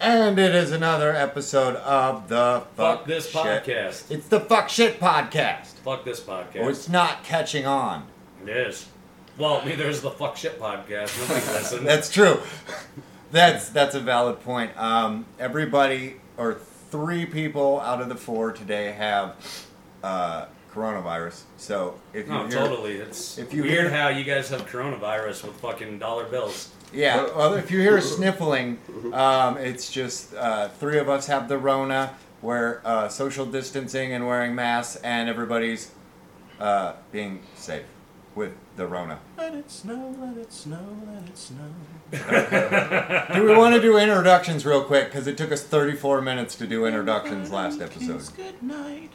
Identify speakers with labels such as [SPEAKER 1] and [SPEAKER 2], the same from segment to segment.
[SPEAKER 1] And it is another episode of the
[SPEAKER 2] Fuck this
[SPEAKER 1] shit.
[SPEAKER 2] podcast.
[SPEAKER 1] It's the fuck shit podcast.
[SPEAKER 2] Fuck this
[SPEAKER 1] Or
[SPEAKER 2] podcast.
[SPEAKER 1] it's not catching on.
[SPEAKER 2] It is. Well, neither is the fuck shit podcast. Nobody listens.
[SPEAKER 1] That's true. That's that's a valid point. Um, everybody or three people out of the four today have uh, coronavirus. So if you
[SPEAKER 2] no,
[SPEAKER 1] hear,
[SPEAKER 2] totally. It's
[SPEAKER 1] if you
[SPEAKER 2] weird
[SPEAKER 1] hear-
[SPEAKER 2] how you guys have coronavirus with fucking dollar bills.
[SPEAKER 1] yeah, well, if you hear sniffling,
[SPEAKER 3] Mm-hmm.
[SPEAKER 1] um, it's just uh, three of us have the Rona. We're uh, social distancing and wearing masks, and everybody's uh, being safe with the Rona.
[SPEAKER 3] Let it snow, let it snow, let it snow.
[SPEAKER 1] Do we want to do introductions real quick? Because it took us 34 minutes to do introductions last episode.
[SPEAKER 3] Kiss Good night.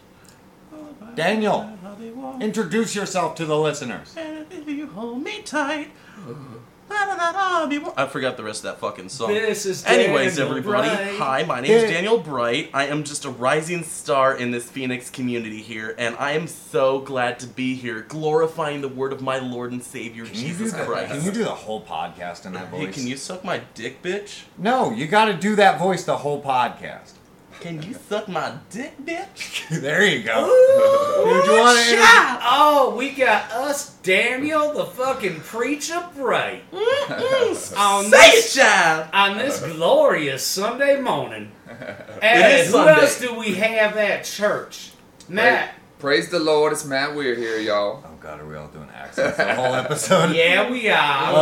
[SPEAKER 3] Oh, bye,
[SPEAKER 1] Daniel.
[SPEAKER 3] bye, I'll be warm.
[SPEAKER 1] Introduce yourself to the listeners.
[SPEAKER 3] And if you hold me tight. Da, da, da, da, I'll be warm. I forgot the rest of that fucking song.
[SPEAKER 2] This is
[SPEAKER 3] Anyways,
[SPEAKER 2] Daniel
[SPEAKER 3] everybody,
[SPEAKER 2] Bright.
[SPEAKER 3] hi, my name is
[SPEAKER 1] Yeah.
[SPEAKER 3] Daniel Bright. I am just a rising star in this Phoenix community here, and I am so glad to be here, glorifying the word of my Lord and Savior, Jesus
[SPEAKER 1] can you do the-
[SPEAKER 3] Christ.
[SPEAKER 1] Can you do the whole podcast in that
[SPEAKER 3] hey,
[SPEAKER 1] voice?
[SPEAKER 3] can you suck my dick, bitch?
[SPEAKER 1] no, you got to do that voice the whole podcast.
[SPEAKER 3] Can you suck my dick, bitch?
[SPEAKER 1] There you go. Dude, you wanna inter-
[SPEAKER 2] Oh, we got us, Daniel, the fucking preacher, bright on
[SPEAKER 3] Say
[SPEAKER 2] this
[SPEAKER 3] it, child!
[SPEAKER 2] on this glorious Sunday morning. And
[SPEAKER 3] is
[SPEAKER 2] who
[SPEAKER 3] Sunday.
[SPEAKER 2] else do we have at church? Matt.
[SPEAKER 4] Praise the Lord, it's Matt Weir here, y'all.
[SPEAKER 1] oh God, are we all doing accents the whole episode?
[SPEAKER 2] Yeah, we are. Mm-hmm.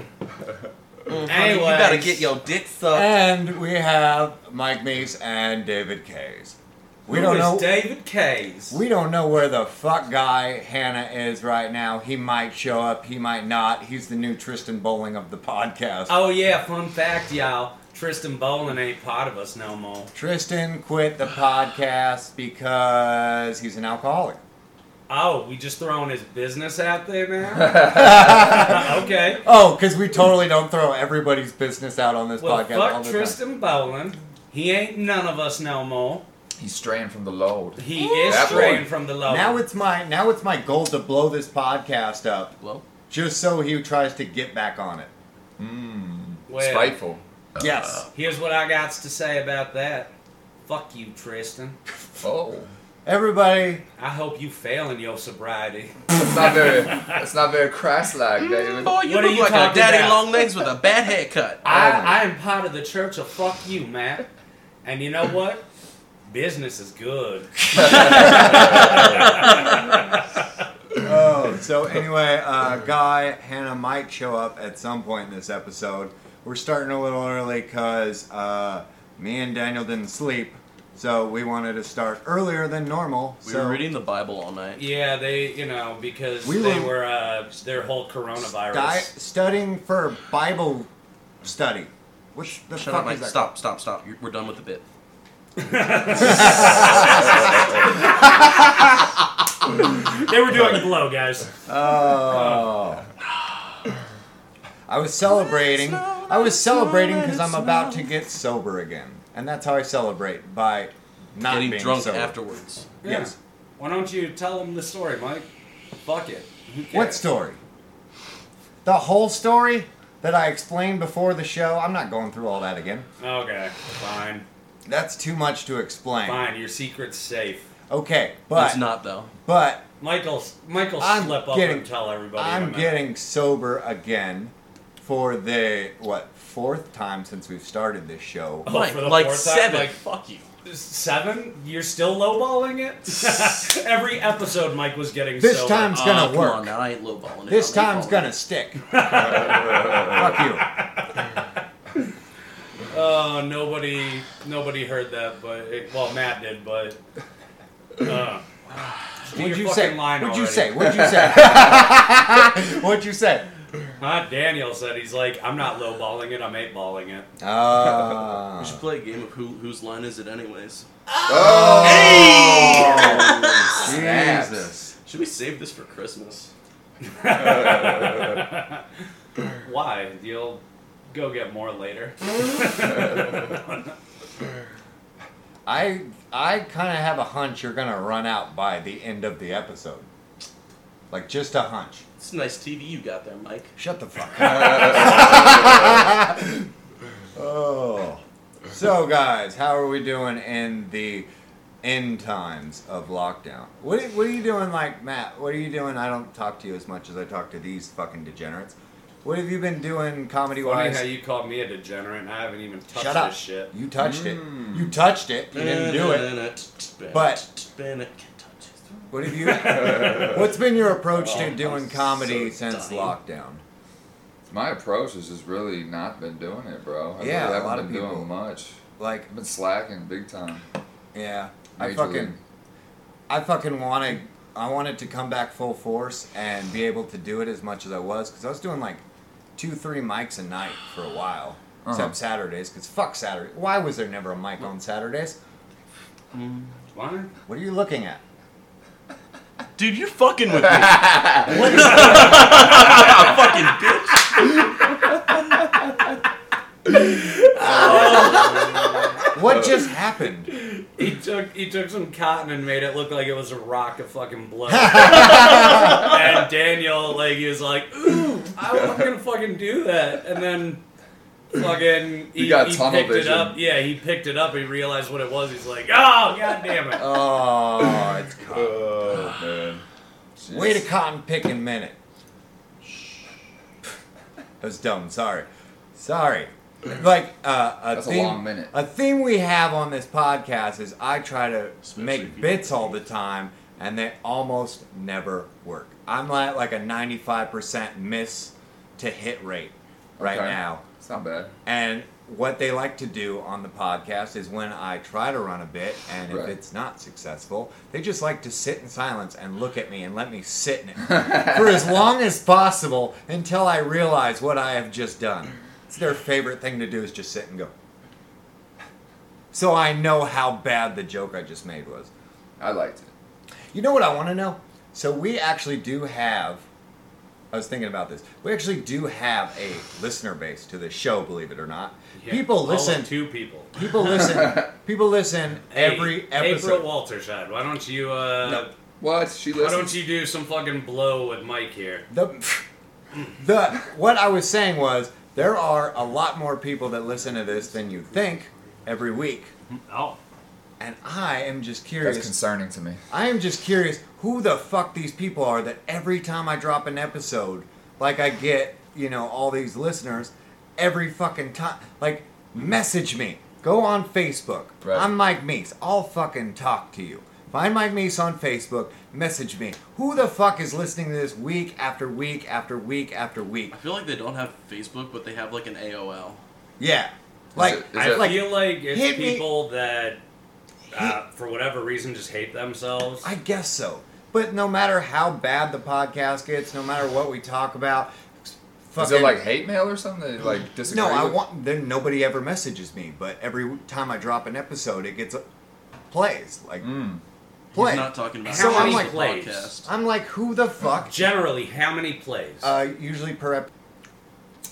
[SPEAKER 1] Oh God.
[SPEAKER 3] Honey,
[SPEAKER 2] Anyways,
[SPEAKER 3] you gotta get your dick sucked.
[SPEAKER 1] And we have Mike Meese and David Kays. We
[SPEAKER 2] Who
[SPEAKER 1] don't
[SPEAKER 2] is
[SPEAKER 1] know.
[SPEAKER 2] David Kays.
[SPEAKER 1] We don't know where the fuck guy Hannah is right now. He might show up, he might not. He's the new Tristan Bowling of the podcast.
[SPEAKER 2] Oh yeah, fun fact, y'all. Tristan Bolin ain't part of us no more.
[SPEAKER 1] Tristan quit the podcast because he's an alcoholic.
[SPEAKER 2] Oh, we just throwing his business out there now. Uh, okay.
[SPEAKER 1] Oh, because we totally don't throw everybody's business out on this
[SPEAKER 2] Well,
[SPEAKER 1] podcast. all
[SPEAKER 2] fuck
[SPEAKER 1] the
[SPEAKER 2] Tristan Bolin. He ain't none of us no more.
[SPEAKER 4] He's straying from the Lord.
[SPEAKER 2] He is
[SPEAKER 4] That
[SPEAKER 2] straying
[SPEAKER 4] boy.
[SPEAKER 2] from the
[SPEAKER 1] Time.
[SPEAKER 2] love.
[SPEAKER 1] Now it's my now it's my goal to blow this podcast up,
[SPEAKER 3] Well,
[SPEAKER 1] just so he tries to get back on it.
[SPEAKER 2] well,
[SPEAKER 4] Spiteful.
[SPEAKER 1] Yes.
[SPEAKER 2] Here's what I got to say about that. Fuck you, Tristan.
[SPEAKER 4] Oh.
[SPEAKER 1] Everybody,
[SPEAKER 2] I hope you fail in your sobriety.
[SPEAKER 4] That's not very that's not very Christ like, David.
[SPEAKER 3] boy, you
[SPEAKER 2] What are
[SPEAKER 3] look
[SPEAKER 2] you
[SPEAKER 3] like a
[SPEAKER 2] talking
[SPEAKER 3] daddy
[SPEAKER 2] about?
[SPEAKER 3] long legs with a bad
[SPEAKER 1] Oh
[SPEAKER 3] haircut.
[SPEAKER 2] I, I am part of the church of fuck you, Matt. And you know what? Business is good.
[SPEAKER 1] Oh, so anyway, uh, Guy, Hannah might show up at some point in this episode. We're starting a little early because uh, me and Daniel didn't sleep, so we wanted to start earlier than normal.
[SPEAKER 3] We
[SPEAKER 1] so
[SPEAKER 3] were reading the Bible all night.
[SPEAKER 2] Yeah, they, you know, because
[SPEAKER 1] We
[SPEAKER 2] they
[SPEAKER 1] were-
[SPEAKER 2] were, uh, their whole coronavirus.
[SPEAKER 1] Guy studying for Bible study. Which the
[SPEAKER 3] Shut
[SPEAKER 1] fuck
[SPEAKER 3] up, Mike.
[SPEAKER 1] is that?
[SPEAKER 3] Stop, stop, stop. You're, we're done with the bit.
[SPEAKER 2] They were doing blow, guys.
[SPEAKER 1] Oh. I was celebrating. I was celebrating because I'm about to get sober again, and that's how I celebrate by not
[SPEAKER 3] Getting
[SPEAKER 1] being
[SPEAKER 3] drunk
[SPEAKER 1] sober.
[SPEAKER 3] afterwards.
[SPEAKER 1] Yes.
[SPEAKER 2] Why don't you tell them the story, Mike? Fuck it. Who cares?
[SPEAKER 1] What story? The whole story that I explained before the show. I'm not going through all that again.
[SPEAKER 2] Okay, fine,
[SPEAKER 1] That's too much to explain.
[SPEAKER 2] fine. Your secret's safe.
[SPEAKER 1] Okay,
[SPEAKER 3] it's
[SPEAKER 1] but
[SPEAKER 3] not though.
[SPEAKER 1] but
[SPEAKER 2] Michael, Michael,
[SPEAKER 1] I'm
[SPEAKER 2] slip up
[SPEAKER 1] getting-
[SPEAKER 2] and tell everybody. in a
[SPEAKER 1] I'm
[SPEAKER 2] minute.
[SPEAKER 1] getting sober again for the what fourth time since we've started this show.
[SPEAKER 2] Oh,
[SPEAKER 3] Mike,
[SPEAKER 2] for the
[SPEAKER 3] like
[SPEAKER 2] fourth time,
[SPEAKER 3] seven.
[SPEAKER 2] like-
[SPEAKER 3] fuck you.
[SPEAKER 2] seven. You're still lowballing it. Every episode, Mike was getting.
[SPEAKER 1] This
[SPEAKER 2] sober. Oh,
[SPEAKER 1] time's
[SPEAKER 3] Ah,
[SPEAKER 1] gonna
[SPEAKER 3] come
[SPEAKER 1] work.
[SPEAKER 3] on now, I ain't lowballing it.
[SPEAKER 1] This
[SPEAKER 3] I'm
[SPEAKER 1] time's
[SPEAKER 3] lowballing
[SPEAKER 1] gonna
[SPEAKER 3] it.
[SPEAKER 1] stick. Fuck you.
[SPEAKER 2] Oh, nobody, nobody heard that, but it, well, Matt did, but. Uh, do
[SPEAKER 1] What'd
[SPEAKER 2] your
[SPEAKER 1] you
[SPEAKER 2] fucking
[SPEAKER 1] say?
[SPEAKER 2] Line
[SPEAKER 1] What'd you
[SPEAKER 2] already.
[SPEAKER 1] say? What'd you say? What'd you say?
[SPEAKER 2] Huh? Daniel said he's like, I'm not lowballing it, I'm eight balling it.
[SPEAKER 3] We
[SPEAKER 1] Ah.
[SPEAKER 3] should play a game of who whose line is it, anyways.
[SPEAKER 4] Oh, snaps.
[SPEAKER 1] Jesus.
[SPEAKER 3] Should we save this for Christmas?
[SPEAKER 2] Why? You'll go get more later.
[SPEAKER 1] I I kind of have a hunch you're gonna run out by the end of the episode. Like just a hunch.
[SPEAKER 3] It's a nice TV you got there, Mike.
[SPEAKER 1] Shut the fuck up. oh. So, guys, how are we doing in the end times of lockdown? What are, what are you doing, like, Matt? What are you doing? I don't talk to you as much as I talk to these fucking degenerates. What have you been doing comedy
[SPEAKER 2] Funny how
[SPEAKER 1] wise?
[SPEAKER 2] you called me a degenerate and I haven't even touched
[SPEAKER 1] Shut
[SPEAKER 2] this
[SPEAKER 1] up.
[SPEAKER 2] shit. Mm.
[SPEAKER 1] You touched it. You touched it. You didn't do it. But- What have you. what's been your approach
[SPEAKER 3] Oh,
[SPEAKER 1] to
[SPEAKER 3] I'm
[SPEAKER 1] doing
[SPEAKER 3] so
[SPEAKER 1] comedy since
[SPEAKER 3] dying.
[SPEAKER 1] lockdown?
[SPEAKER 4] My approach has just really not been doing it, bro.
[SPEAKER 1] Yeah,
[SPEAKER 4] I really
[SPEAKER 1] a
[SPEAKER 4] haven't
[SPEAKER 1] lot of
[SPEAKER 4] been
[SPEAKER 1] people.
[SPEAKER 4] doing much.
[SPEAKER 1] Like,
[SPEAKER 4] I've been slacking big time.
[SPEAKER 1] yeah. I
[SPEAKER 4] Majorly.
[SPEAKER 1] fucking. I fucking wanted I wanted to come back full force and be able to do it as much as I was because I was doing like two three mics a night for a while
[SPEAKER 4] Uh-huh.
[SPEAKER 1] except Saturdays because fuck Saturday why was there never a mic on Saturdays
[SPEAKER 2] Why?
[SPEAKER 1] what are you looking at
[SPEAKER 3] Dude, you're fucking with me. fucking bitch.
[SPEAKER 1] what just happened
[SPEAKER 2] He took he took some cotton and made it look like it was a rock of fucking blood. and Daniel, like he was like, "Ooh, I'm not gonna fucking do that." And then fucking he,
[SPEAKER 4] You got
[SPEAKER 2] he
[SPEAKER 4] tunnel
[SPEAKER 2] picked it
[SPEAKER 4] vision.
[SPEAKER 2] up. Yeah, he picked it up. He realized what it was. He's like, "Oh, god damn it!"
[SPEAKER 1] oh it's cotton.
[SPEAKER 4] Oh man. Jeez.
[SPEAKER 1] wait a cotton picking minute that was dumb sorry sorry like uh, a
[SPEAKER 4] That's a
[SPEAKER 1] theme-
[SPEAKER 4] long minute.
[SPEAKER 1] A theme we have on this podcast is I try to
[SPEAKER 3] Especially if
[SPEAKER 1] make
[SPEAKER 3] you-
[SPEAKER 1] bits all the time, and they almost never work. I'm at like a 95% miss to hit rate right
[SPEAKER 4] Okay.
[SPEAKER 1] now.
[SPEAKER 4] It's not bad.
[SPEAKER 1] And what they like to do on the podcast is when I try to run a bit, and if
[SPEAKER 4] Right.
[SPEAKER 1] it's not successful, they just like to sit in silence and look at me and let me sit in it for as long as possible until I realize what I have just done. It's their favorite thing to do is just sit and go. So I know how bad the joke I just made was.
[SPEAKER 4] I liked it.
[SPEAKER 1] You know what I want to know? So we actually do have. I was thinking about this. We actually do have a listener base to the show, believe it or not.
[SPEAKER 2] Yeah, all
[SPEAKER 1] people
[SPEAKER 2] of
[SPEAKER 1] listen.
[SPEAKER 2] Two people.
[SPEAKER 1] People listen. people listen every
[SPEAKER 2] Hey, April
[SPEAKER 1] episode.
[SPEAKER 2] Waltershad. Why don't you? uh
[SPEAKER 4] What? She
[SPEAKER 2] Why
[SPEAKER 4] listens.
[SPEAKER 2] don't you do some fucking blow with Mike here?
[SPEAKER 1] The, the what I was saying was there are a lot more people that listen to this than you think every week,
[SPEAKER 2] Oh,
[SPEAKER 1] and I am just
[SPEAKER 4] That's
[SPEAKER 1] curious.
[SPEAKER 4] concerning to me.
[SPEAKER 1] I am just curious who the fuck these people are that every time I drop an episode, like I get, you know, all these listeners every fucking time. Like, message me. Go on Facebook.
[SPEAKER 4] Right.
[SPEAKER 1] I'm Mike Meese. I'll fucking talk to you. Find Mike Meese on Facebook. Message me. Who the fuck is listening to this week after week after week after week?
[SPEAKER 3] I feel like they don't have Facebook, but they have like an AOL.
[SPEAKER 1] Yeah. Like,
[SPEAKER 4] it- is
[SPEAKER 1] I
[SPEAKER 2] I
[SPEAKER 4] it-
[SPEAKER 1] like,
[SPEAKER 2] feel like
[SPEAKER 1] hit
[SPEAKER 2] it's
[SPEAKER 1] me-
[SPEAKER 2] people that, uh, for whatever reason, just hate themselves.
[SPEAKER 1] I guess so. But no matter how bad the podcast gets, no matter what we talk about,
[SPEAKER 4] Is
[SPEAKER 1] fucking
[SPEAKER 4] it like hate mail or something? They, Like disagree?
[SPEAKER 1] No, I
[SPEAKER 4] with?
[SPEAKER 1] want. Then nobody ever messages me, but every time I drop an episode, it gets uh, plays like
[SPEAKER 4] Mm.
[SPEAKER 1] play.
[SPEAKER 3] He's not talking about
[SPEAKER 1] So
[SPEAKER 3] so
[SPEAKER 1] I'm
[SPEAKER 3] I'm
[SPEAKER 1] like-
[SPEAKER 3] podcast.
[SPEAKER 1] I'm like, who the fuck?
[SPEAKER 2] Generally, how many plays?
[SPEAKER 1] Uh, usually per ep-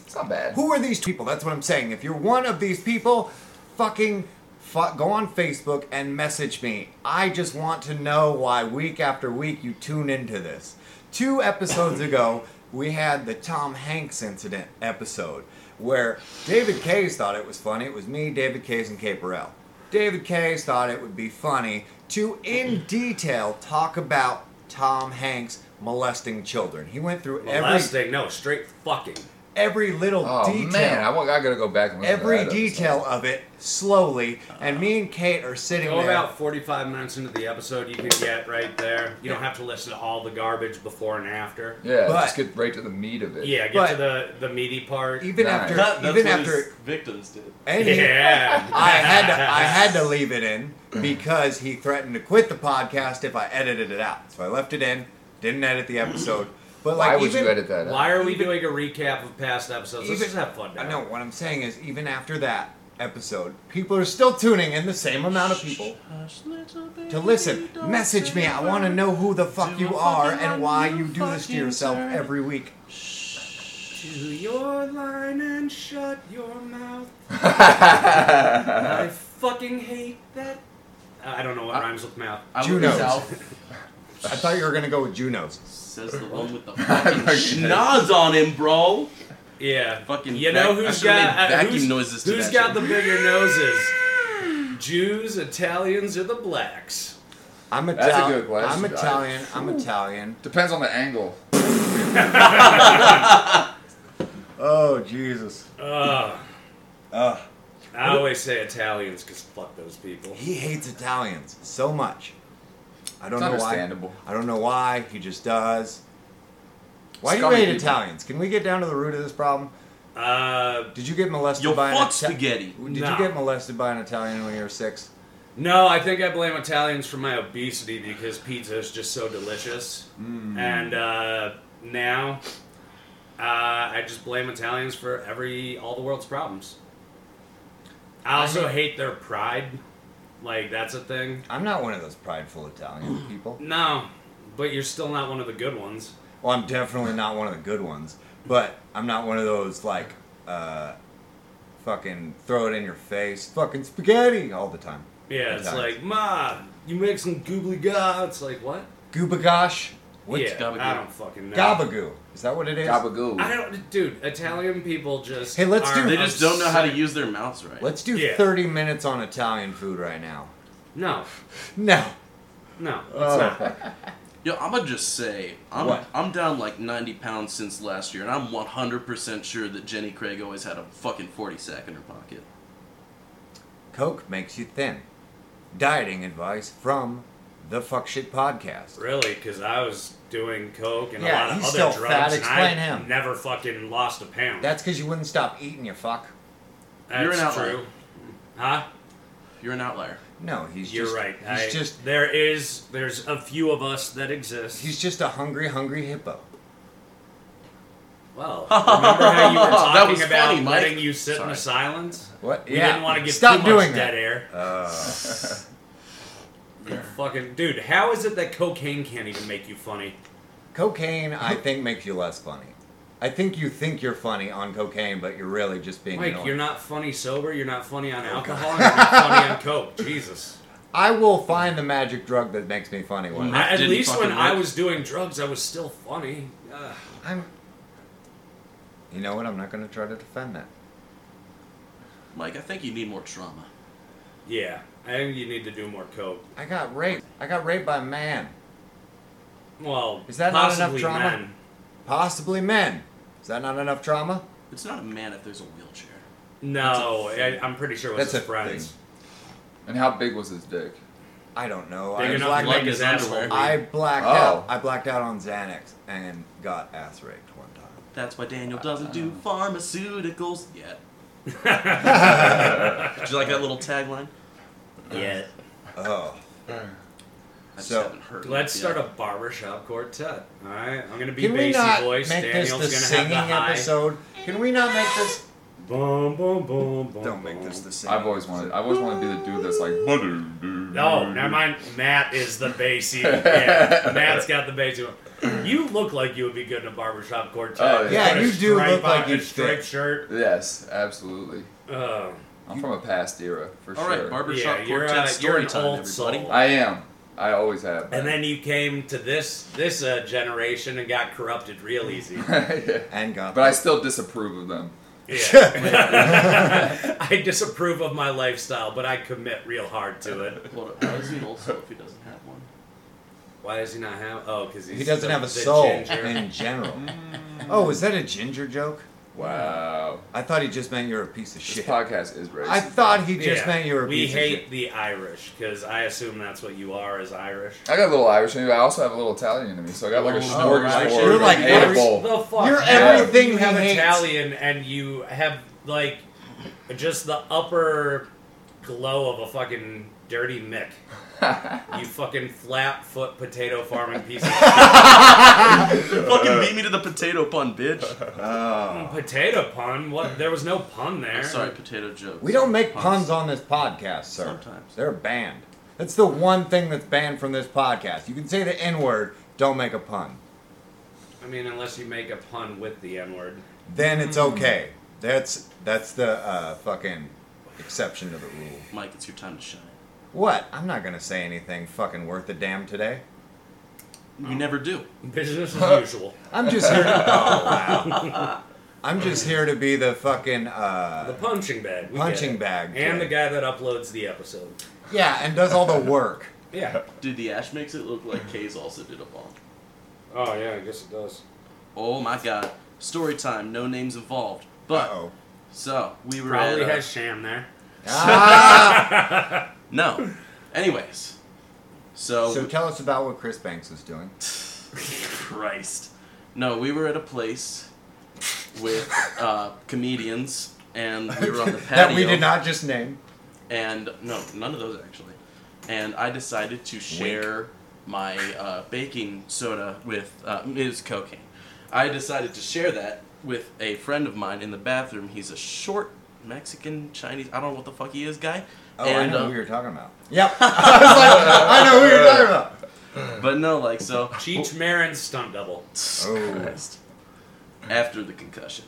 [SPEAKER 4] It's not bad.
[SPEAKER 1] Who are these people? That's what I'm saying. If you're one of these people, fucking fu- go on Facebook and message me. I just want to know why week after week you tune into this. Two episodes ago, we had the Tom Hanks incident episode where David Kays thought it was funny. It was me, David Kays, and Kay Burrell. David Kays thought it would be funny to, in detail, talk about Tom Hanks molesting children. He went through every
[SPEAKER 2] Molesting? no, straight fucking.
[SPEAKER 1] every little
[SPEAKER 4] Oh
[SPEAKER 1] detail
[SPEAKER 4] man, I, want, I gotta go back and listen to
[SPEAKER 1] every
[SPEAKER 4] that episode.
[SPEAKER 1] detail of it slowly, and me and Kate are sitting
[SPEAKER 2] Go
[SPEAKER 1] there.
[SPEAKER 2] about 45 minutes into the episode, you can get right there. You don't have to listen to all the garbage before and after.
[SPEAKER 4] Yeah,
[SPEAKER 1] But-
[SPEAKER 4] just get right to the meat of it.
[SPEAKER 2] Yeah, get
[SPEAKER 1] But-
[SPEAKER 2] to the, the meaty part.
[SPEAKER 1] even
[SPEAKER 4] Nice.
[SPEAKER 1] after,
[SPEAKER 3] That, that's
[SPEAKER 1] even
[SPEAKER 3] what his
[SPEAKER 1] after,
[SPEAKER 3] victims did.
[SPEAKER 1] and he-
[SPEAKER 2] yeah.
[SPEAKER 1] I had to, I had to leave it in because he threatened to quit the podcast if I edited it out. So I left it in, didn't edit the episode. But like,
[SPEAKER 4] Why would
[SPEAKER 1] even,
[SPEAKER 4] you edit that? out?
[SPEAKER 2] Why are we doing a recap of past episodes? Let's
[SPEAKER 1] Even-
[SPEAKER 2] just have fun now.
[SPEAKER 1] I know what I'm saying is even after that episode, people are still tuning in the same amount of people to listen. Message me. I want to know who the fuck you are and why you do this to yourself every week.
[SPEAKER 2] To your line and shut your mouth.
[SPEAKER 1] Uh-huh.
[SPEAKER 2] I fucking hate that. I don't know
[SPEAKER 1] Uh,
[SPEAKER 2] what rhymes with mouth.
[SPEAKER 3] I would
[SPEAKER 1] Junos.
[SPEAKER 3] South
[SPEAKER 1] I thought you were gonna go with Junos.
[SPEAKER 3] says the one with the
[SPEAKER 4] I
[SPEAKER 3] fucking
[SPEAKER 4] guess.
[SPEAKER 3] schnoz on him, bro.
[SPEAKER 2] Yeah.
[SPEAKER 3] Fucking
[SPEAKER 2] You know
[SPEAKER 3] vac- I
[SPEAKER 2] who's
[SPEAKER 3] should've
[SPEAKER 2] got
[SPEAKER 3] made
[SPEAKER 2] uh,
[SPEAKER 3] vacuum
[SPEAKER 2] who's,
[SPEAKER 3] noises to
[SPEAKER 2] Who's
[SPEAKER 3] that
[SPEAKER 2] got
[SPEAKER 3] shit.
[SPEAKER 2] the bigger noses? Jews, Italians, or the blacks?
[SPEAKER 1] I'm
[SPEAKER 4] That's a
[SPEAKER 1] Italian.
[SPEAKER 4] good question,
[SPEAKER 1] I'm
[SPEAKER 4] guys.
[SPEAKER 1] Italian. I'm Italian.
[SPEAKER 4] Depends on the angle.
[SPEAKER 1] Oh Jesus.
[SPEAKER 2] Ugh.
[SPEAKER 1] Ugh.
[SPEAKER 2] I always say Italians because fuck those people.
[SPEAKER 1] He hates Italians so much. I don't
[SPEAKER 4] It's
[SPEAKER 1] know
[SPEAKER 4] understandable.
[SPEAKER 1] why. I don't know why. He just does. Why
[SPEAKER 4] Scummy
[SPEAKER 1] do you hate
[SPEAKER 4] people.
[SPEAKER 1] Italians? Can we get down to the root of this problem?
[SPEAKER 2] Uh,
[SPEAKER 1] Did you get molested
[SPEAKER 3] Yo,
[SPEAKER 1] by an
[SPEAKER 3] fuck
[SPEAKER 1] Ita-
[SPEAKER 3] spaghetti.
[SPEAKER 1] Did
[SPEAKER 2] No.
[SPEAKER 1] you get molested by an Italian when you were six?
[SPEAKER 2] no, I think I blame Italians for my obesity because pizza is just so delicious.
[SPEAKER 3] Hmm.
[SPEAKER 2] And uh, now, uh, I just blame Italians for every all the world's problems. I also hate their pride. Like that's a thing.
[SPEAKER 1] I'm not one of those prideful Italian people.
[SPEAKER 2] No, but you're still not one of the good ones.
[SPEAKER 1] Well, I'm definitely not one of the good ones, but I'm not one of those like, uh, fucking throw it in your face, fucking spaghetti all the time.
[SPEAKER 2] Yeah, it's
[SPEAKER 1] Italians.
[SPEAKER 2] like, ma, you make some goobly ga. It's like, what?
[SPEAKER 1] Goobagosh? What's
[SPEAKER 2] yeah,
[SPEAKER 3] gabagoo?
[SPEAKER 2] I don't fucking know.
[SPEAKER 1] gabagoo? Is that what it is?
[SPEAKER 2] I
[SPEAKER 4] Gabagoo.
[SPEAKER 2] don't, dude. Italian people just.
[SPEAKER 1] Hey, let's
[SPEAKER 2] are
[SPEAKER 1] do-
[SPEAKER 3] They just don't know how to
[SPEAKER 2] upset.
[SPEAKER 3] use their mouths right.
[SPEAKER 1] Let's do
[SPEAKER 2] Yeah.
[SPEAKER 1] 30 minutes on Italian food right now.
[SPEAKER 2] No,
[SPEAKER 1] No.
[SPEAKER 2] no, it's
[SPEAKER 1] Oh.
[SPEAKER 2] not.
[SPEAKER 3] Yo, I'ma just say, I'm
[SPEAKER 1] What?
[SPEAKER 3] I'm down like 90 pounds since last year, and I'm 100% sure that Jenny Craig always had a fucking 40 sack in her pocket.
[SPEAKER 1] Coke makes you thin. Dieting advice from the Fuck Shit Podcast.
[SPEAKER 2] Really, because I was doing coke and
[SPEAKER 1] Yeah,
[SPEAKER 2] a lot of
[SPEAKER 1] he's still
[SPEAKER 2] other drugs,
[SPEAKER 1] fat,
[SPEAKER 2] and
[SPEAKER 1] explain
[SPEAKER 2] I
[SPEAKER 1] him.
[SPEAKER 2] never fucking lost a pound.
[SPEAKER 1] That's because you wouldn't stop eating, you fuck.
[SPEAKER 2] That's
[SPEAKER 3] You're an outlier.
[SPEAKER 2] true. Huh?
[SPEAKER 3] You're an outlier.
[SPEAKER 1] No, he's
[SPEAKER 2] You're
[SPEAKER 1] just.
[SPEAKER 2] right.
[SPEAKER 1] He's
[SPEAKER 2] I,
[SPEAKER 1] just.
[SPEAKER 2] there is there's a few of us that exist.
[SPEAKER 1] He's just a hungry, hungry hippo.
[SPEAKER 2] well, remember how you were
[SPEAKER 3] That
[SPEAKER 2] talking
[SPEAKER 3] was
[SPEAKER 2] about
[SPEAKER 3] funny, Mike.
[SPEAKER 2] letting you sit in
[SPEAKER 3] Sorry.
[SPEAKER 2] the silence?
[SPEAKER 1] What?
[SPEAKER 2] We
[SPEAKER 1] yeah.
[SPEAKER 2] didn't want to give
[SPEAKER 1] Stop
[SPEAKER 2] too
[SPEAKER 1] doing
[SPEAKER 2] much
[SPEAKER 1] that.
[SPEAKER 2] dead air.
[SPEAKER 1] Uh,
[SPEAKER 2] You fucking dude, how is it that cocaine can't even make you funny?
[SPEAKER 1] cocaine, I think, makes you less funny. I think you think you're funny on cocaine, but you're really just being
[SPEAKER 2] Mike,
[SPEAKER 1] annoying.
[SPEAKER 2] you're not funny sober. You're not funny
[SPEAKER 1] Oh,
[SPEAKER 2] on alcohol. You're not funny on coke. Jesus.
[SPEAKER 1] I will find the magic drug that makes me funny one.
[SPEAKER 3] Mm.
[SPEAKER 1] day.
[SPEAKER 2] I- at
[SPEAKER 3] Didn't
[SPEAKER 2] least
[SPEAKER 3] fucking
[SPEAKER 2] when I
[SPEAKER 3] work.
[SPEAKER 2] was doing drugs, I was still funny. Ugh.
[SPEAKER 1] I'm. You know what? I'm not going to try to defend that.
[SPEAKER 3] Mike, I think you need more trauma.
[SPEAKER 2] yeah, I think you need to do more coke.
[SPEAKER 1] I got raped. I got raped by a man.
[SPEAKER 2] Well,
[SPEAKER 1] Is that not enough
[SPEAKER 2] possibly
[SPEAKER 1] drama?
[SPEAKER 2] men.
[SPEAKER 1] Possibly men. Is that not enough trauma?
[SPEAKER 3] It's not a man if there's a wheelchair.
[SPEAKER 2] No,
[SPEAKER 3] That's a
[SPEAKER 2] I, I'm pretty sure it was
[SPEAKER 1] That's
[SPEAKER 2] his
[SPEAKER 1] a
[SPEAKER 2] friends.
[SPEAKER 1] thing.
[SPEAKER 4] And how big was his dick?
[SPEAKER 1] I don't know.
[SPEAKER 2] Big
[SPEAKER 1] I
[SPEAKER 2] enough
[SPEAKER 1] blacked,
[SPEAKER 2] to make
[SPEAKER 3] like
[SPEAKER 2] his
[SPEAKER 3] his
[SPEAKER 2] asshole.
[SPEAKER 3] underwear.
[SPEAKER 1] I blacked
[SPEAKER 4] Oh.
[SPEAKER 1] out. I blacked out on Xanax and got ass raped one time.
[SPEAKER 3] That's why Daniel doesn't do pharmaceuticals yet. Did you like that little tagline?
[SPEAKER 2] yeah.
[SPEAKER 1] Oh,
[SPEAKER 3] I just
[SPEAKER 1] So,
[SPEAKER 3] haven't heard.
[SPEAKER 2] Let's
[SPEAKER 3] it
[SPEAKER 2] start
[SPEAKER 3] yet.
[SPEAKER 2] a barbershop quartet. All right, I'm gonna be
[SPEAKER 1] can we
[SPEAKER 2] bassy
[SPEAKER 1] not
[SPEAKER 2] voice.
[SPEAKER 1] make
[SPEAKER 2] Daniel's
[SPEAKER 1] this the
[SPEAKER 2] gonna
[SPEAKER 1] singing
[SPEAKER 2] have the high.
[SPEAKER 1] episode? Can we not make this?
[SPEAKER 2] Boom, boom, boom, boom.
[SPEAKER 1] Don't make this the singing.
[SPEAKER 4] I've always wanted. I've always wanted to be the dude that's like.
[SPEAKER 2] No, never mind. Matt is the bassy. Yeah, Matt's got the bassy one. You look like you would be good in a barbershop quartet.
[SPEAKER 4] Oh, yeah.
[SPEAKER 1] Yeah,
[SPEAKER 2] Got a
[SPEAKER 1] you do
[SPEAKER 2] stripe
[SPEAKER 1] look like
[SPEAKER 2] on-
[SPEAKER 1] you'd
[SPEAKER 2] a striped
[SPEAKER 1] fit.
[SPEAKER 2] shirt.
[SPEAKER 4] Yes, absolutely.
[SPEAKER 2] Oh,
[SPEAKER 4] I'm from a past era for
[SPEAKER 3] All
[SPEAKER 4] sure.
[SPEAKER 3] right, barbershop
[SPEAKER 2] Yeah, you're,
[SPEAKER 3] quartet
[SPEAKER 2] uh, you're
[SPEAKER 3] story
[SPEAKER 2] an
[SPEAKER 3] time,
[SPEAKER 2] old
[SPEAKER 3] everybody.
[SPEAKER 2] soul.
[SPEAKER 4] I am. I always have.
[SPEAKER 2] and then you came to this this uh, generation and got corrupted real easy.
[SPEAKER 4] Yeah.
[SPEAKER 1] And got.
[SPEAKER 4] But I still disapprove of them.
[SPEAKER 2] Yeah. I disapprove of my lifestyle, but I commit real hard to it.
[SPEAKER 3] Hold up, How is he an old soul if he doesn't have one?
[SPEAKER 2] Why does he not have? Oh, because
[SPEAKER 1] he doesn't have a soul in general. oh, was that a ginger joke?
[SPEAKER 4] Wow.
[SPEAKER 1] I thought he just meant you're a piece of
[SPEAKER 4] This
[SPEAKER 1] shit.
[SPEAKER 4] podcast is racist.
[SPEAKER 1] I thought he just meant you were a
[SPEAKER 2] we
[SPEAKER 1] piece
[SPEAKER 2] hate
[SPEAKER 1] of shit.
[SPEAKER 2] the Irish because I assume that's what you are as Irish.
[SPEAKER 4] I got a little Irish in me, but I also have a little Italian in me, so I got like a
[SPEAKER 3] Oh,
[SPEAKER 4] smorgasbord.
[SPEAKER 3] right.
[SPEAKER 1] You're
[SPEAKER 4] of
[SPEAKER 1] like
[SPEAKER 4] hate
[SPEAKER 1] Irish-
[SPEAKER 4] bowl.
[SPEAKER 2] The fuck?
[SPEAKER 1] You're
[SPEAKER 2] Yeah.
[SPEAKER 1] everything
[SPEAKER 2] You
[SPEAKER 1] he
[SPEAKER 2] have
[SPEAKER 1] hates.
[SPEAKER 2] Italian, and you have like just the upper glow of a fucking dirty mick. you fucking flat foot potato farming piece of shit.
[SPEAKER 3] Fucking beat me to the potato pun, bitch.
[SPEAKER 2] Mm, potato pun. What? There was no pun there.
[SPEAKER 3] I'm sorry, potato joke.
[SPEAKER 1] We don't make puns on this podcast, sir.
[SPEAKER 3] Sometimes.
[SPEAKER 1] They're banned. That's the one thing that's banned from this podcast. You can say the N word, don't make a pun.
[SPEAKER 2] I mean, unless you make a pun with the n word.
[SPEAKER 1] Then it's okay. That's that's the uh, fucking exception to the rule.
[SPEAKER 3] Mike, it's your time to shine.
[SPEAKER 1] What? I'm not gonna say anything fucking worth a damn today.
[SPEAKER 3] You never do.
[SPEAKER 2] Business as usual.
[SPEAKER 1] I'm just here to. Oh wow. I'm just here to be the fucking
[SPEAKER 2] The
[SPEAKER 1] uh,
[SPEAKER 2] punching bag. we get
[SPEAKER 1] punching
[SPEAKER 2] it.
[SPEAKER 1] bag.
[SPEAKER 2] And the
[SPEAKER 1] kid.
[SPEAKER 2] guy that uploads the episode.
[SPEAKER 1] Yeah, and does all the work.
[SPEAKER 2] Yeah.
[SPEAKER 3] Dude, the ash makes it look like Kays also did a bomb.
[SPEAKER 2] Oh yeah, I guess it does.
[SPEAKER 3] Oh my god. Story time, no names involved. But
[SPEAKER 1] Uh-oh.
[SPEAKER 3] so we were
[SPEAKER 2] Probably
[SPEAKER 3] at, uh,
[SPEAKER 2] has Sham there.
[SPEAKER 1] Ah!
[SPEAKER 3] No. Anyways. So,
[SPEAKER 1] so tell us about what Chris Banks was doing.
[SPEAKER 3] Christ. No, we were at a place with uh, comedians and we were on the patio.
[SPEAKER 1] that we did not just name.
[SPEAKER 3] and no, none of those actually. And I decided to share my uh, baking soda with uh, Ms. Cocaine. I decided to share that with a friend of mine in the bathroom. He's a short Mexican Chinese. I don't know what the fuck he is, guy.
[SPEAKER 1] Oh,
[SPEAKER 3] and,
[SPEAKER 1] I know
[SPEAKER 3] uh,
[SPEAKER 1] who you're talking about. Yep. I was like, I know who you're talking about.
[SPEAKER 3] but no, like so.
[SPEAKER 2] Cheech Marin's stunt double.
[SPEAKER 1] Oh.
[SPEAKER 3] Christ. After the concussion,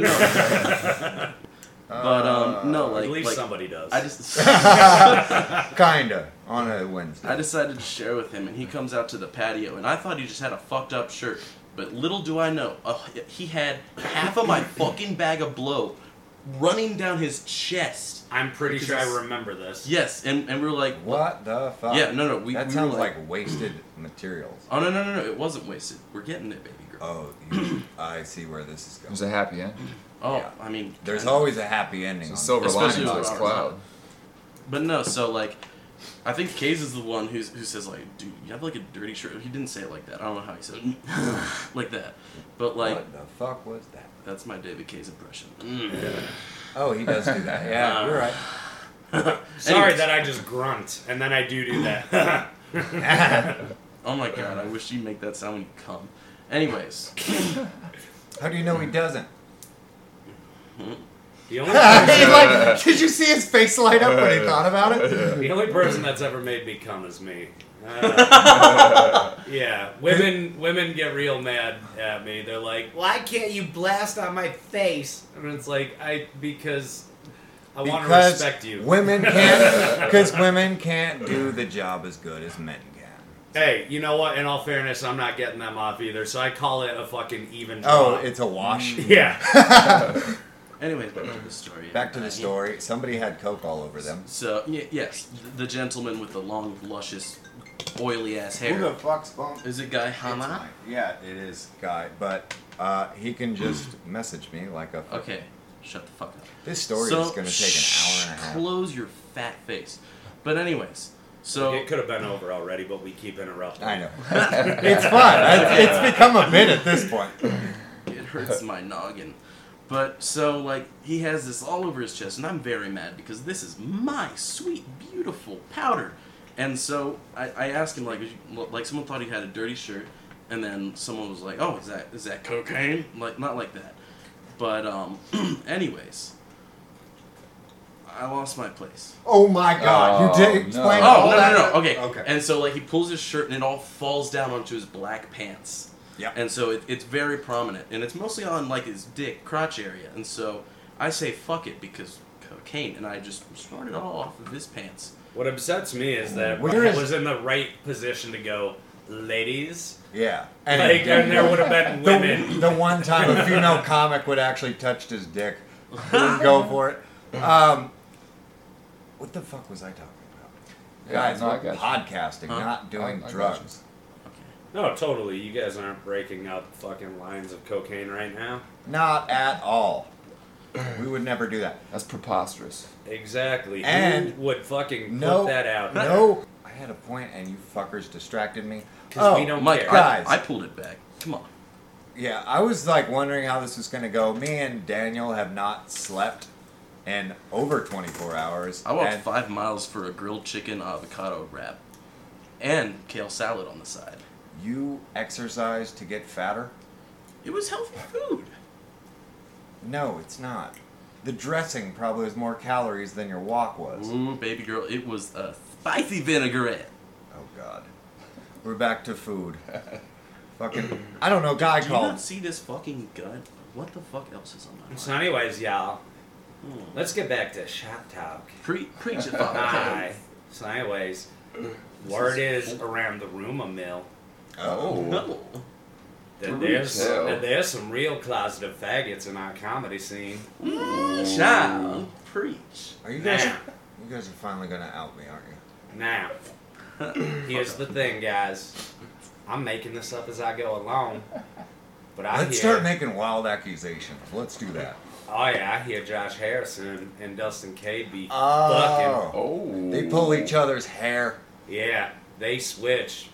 [SPEAKER 3] no, but um,
[SPEAKER 1] Uh,
[SPEAKER 3] no, like,
[SPEAKER 2] At least
[SPEAKER 3] like
[SPEAKER 2] somebody does.
[SPEAKER 3] I just.
[SPEAKER 1] Kinda on a Wednesday.
[SPEAKER 3] I decided to share with him, and he comes out to the patio, and I thought he just had a fucked up shirt. But little do I know, uh, he had half of my fucking bag of blow running down his chest.
[SPEAKER 2] I'm pretty
[SPEAKER 3] Because
[SPEAKER 2] sure I
[SPEAKER 3] it's-
[SPEAKER 2] remember this.
[SPEAKER 3] Yes, and, and we were like,
[SPEAKER 1] What the fuck?
[SPEAKER 3] Yeah, no, no, we-
[SPEAKER 1] that
[SPEAKER 3] we
[SPEAKER 1] sounds
[SPEAKER 3] were
[SPEAKER 1] like,
[SPEAKER 3] like-
[SPEAKER 1] wasted materials.
[SPEAKER 3] oh no, no, no, no, it wasn't wasted. We're getting it, baby girl.
[SPEAKER 1] Oh, you, I see where this is
[SPEAKER 4] There's
[SPEAKER 1] going.
[SPEAKER 4] a happy end.
[SPEAKER 3] Oh,
[SPEAKER 1] yeah.
[SPEAKER 3] I mean,
[SPEAKER 1] There's
[SPEAKER 3] kinda.
[SPEAKER 1] always a happy ending.
[SPEAKER 4] It's a
[SPEAKER 1] on
[SPEAKER 4] silver
[SPEAKER 3] Especially
[SPEAKER 4] lining to
[SPEAKER 3] with
[SPEAKER 4] this
[SPEAKER 3] our
[SPEAKER 4] cloud.
[SPEAKER 3] But no, so like, I think Kays is the one who's who says like, dude, you have like a dirty shirt. He didn't say it like that. I don't know how he said it, like that. But like,
[SPEAKER 1] what the fuck was that?
[SPEAKER 3] that's my David Kays impression.
[SPEAKER 1] Oh, he does do that. Yeah,
[SPEAKER 3] Uh,
[SPEAKER 1] you're right.
[SPEAKER 2] Sorry
[SPEAKER 3] Anyways.
[SPEAKER 2] that I just grunt and then I do do that.
[SPEAKER 3] Oh my god,
[SPEAKER 1] Uh.
[SPEAKER 3] I wish you make that sound when you come. Anyways,
[SPEAKER 1] How do you know he doesn't?
[SPEAKER 2] the only
[SPEAKER 1] He's
[SPEAKER 2] person,
[SPEAKER 1] like, did you see his face light up when he thought about it?
[SPEAKER 2] the only person that's ever made me come is me. Uh, yeah, women women get real mad at me. They're like, "Why can't you blast on my face?" And it's like, I because I want to
[SPEAKER 1] Because
[SPEAKER 2] respect you.
[SPEAKER 1] women can't, because women can't do the job as good as men can.
[SPEAKER 2] Hey, you know what? In all fairness, I'm not getting them off either, so I call it a fucking even.
[SPEAKER 1] Oh,
[SPEAKER 2] draw.
[SPEAKER 1] it's a wash.
[SPEAKER 3] Mm.
[SPEAKER 2] yeah.
[SPEAKER 3] anyways, back to the story.
[SPEAKER 1] Back to
[SPEAKER 3] Uh,
[SPEAKER 1] the story. Somebody had coke all over them.
[SPEAKER 3] So y- yes, th- the gentleman with the long, luscious, oily ass hair
[SPEAKER 1] fuck's bunk?
[SPEAKER 3] is a guy
[SPEAKER 1] It's
[SPEAKER 3] Hama.
[SPEAKER 1] mine. Yeah, it is Guy, but uh, he can just message me like a.
[SPEAKER 3] Mm. Okay, shut the fuck up.
[SPEAKER 1] This story
[SPEAKER 3] so,
[SPEAKER 1] is going to take an hour and a half.
[SPEAKER 3] Close your fat face. But anyways, so
[SPEAKER 2] It could have been over already, but we keep interrupting.
[SPEAKER 1] I know. it's fun. It's- It's become a bit at this point.
[SPEAKER 3] it hurts my noggin. But so like he has this all over his chest, and I'm very mad because this is my sweet, beautiful powder. And so I, I asked him like like someone thought he had a dirty shirt, and then someone was like, "Oh, is that is that cocaine?" Like not like that, but um, anyways, I lost my place.
[SPEAKER 1] Oh my god! you
[SPEAKER 4] Oh,
[SPEAKER 1] did
[SPEAKER 4] no.
[SPEAKER 1] explain
[SPEAKER 3] Oh
[SPEAKER 1] all
[SPEAKER 3] no
[SPEAKER 1] that.
[SPEAKER 3] no no okay.
[SPEAKER 1] Okay.
[SPEAKER 3] And so like he pulls his shirt and it all falls down onto his black pants.
[SPEAKER 1] Yeah.
[SPEAKER 3] And so it, it's very prominent, and it's mostly on like his dick crotch area. And so I say fuck it because cocaine, and I just snorted it all off of his pants.
[SPEAKER 2] What upsets me is that
[SPEAKER 1] Where
[SPEAKER 2] Ryan
[SPEAKER 1] is-
[SPEAKER 2] was in the right position to go, ladies.
[SPEAKER 1] yeah. And,
[SPEAKER 2] Like, and there would have been
[SPEAKER 1] the,
[SPEAKER 2] women.
[SPEAKER 1] the one time a female comic would actually touched his dick, would go for it. Um, what the fuck was I talking about?
[SPEAKER 4] Yeah,
[SPEAKER 1] Guys,
[SPEAKER 4] no, I
[SPEAKER 1] we're
[SPEAKER 4] got
[SPEAKER 1] podcasting,
[SPEAKER 3] Huh?
[SPEAKER 1] not doing
[SPEAKER 4] I- I got you.
[SPEAKER 1] drugs.
[SPEAKER 2] No, totally. You guys aren't breaking up fucking lines of cocaine right now.
[SPEAKER 1] Not at all. We would never do that.
[SPEAKER 4] That's preposterous.
[SPEAKER 2] Exactly.
[SPEAKER 1] And-
[SPEAKER 2] Who would fucking
[SPEAKER 1] No.
[SPEAKER 2] put that out?
[SPEAKER 1] No, I had a point, and you fuckers distracted me.
[SPEAKER 2] 'Cause we don't-
[SPEAKER 3] Mike,
[SPEAKER 1] Guys.
[SPEAKER 3] I, I pulled it back. Come on.
[SPEAKER 1] yeah, I was like wondering how this was gonna go. Me and Daniel have not slept in over 24 hours.
[SPEAKER 3] I walked
[SPEAKER 1] and
[SPEAKER 3] five miles for a grilled chicken avocado wrap, and kale salad on the side.
[SPEAKER 1] You exercise to get fatter?
[SPEAKER 3] It was healthy food.
[SPEAKER 1] No, it's not. The dressing probably was more calories than your walk was.
[SPEAKER 3] Ooh, baby girl, it was a spicy vinaigrette.
[SPEAKER 1] Oh God, we're back to food. Fucking, I don't know. Guy
[SPEAKER 3] Do you
[SPEAKER 1] called.
[SPEAKER 3] not see this fucking gut? What the fuck else is on my mind?
[SPEAKER 2] So, anyways, y'all,
[SPEAKER 3] Hmm.
[SPEAKER 2] let's get back to shop talk.
[SPEAKER 3] Pre- preach it, Father.
[SPEAKER 2] Hi. So, anyways, word is around the room a mill.
[SPEAKER 1] Oh,
[SPEAKER 3] No.
[SPEAKER 2] That there's,
[SPEAKER 4] Retail.
[SPEAKER 2] that there's some real closeted faggots in our comedy scene.
[SPEAKER 3] Child, preach.
[SPEAKER 1] Are you guys?
[SPEAKER 2] Nah.
[SPEAKER 1] You guys are finally gonna out me, aren't you?
[SPEAKER 2] Now, here's the thing, guys. I'm making this up as I go along, but I
[SPEAKER 1] Let's
[SPEAKER 2] hear,
[SPEAKER 1] start making wild accusations. Let's do that.
[SPEAKER 2] Oh yeah, I hear Josh Harrison and Dustin Cade be
[SPEAKER 1] Oh.
[SPEAKER 4] Oh.
[SPEAKER 1] They pull each other's hair.
[SPEAKER 2] fucking. Yeah, they switch.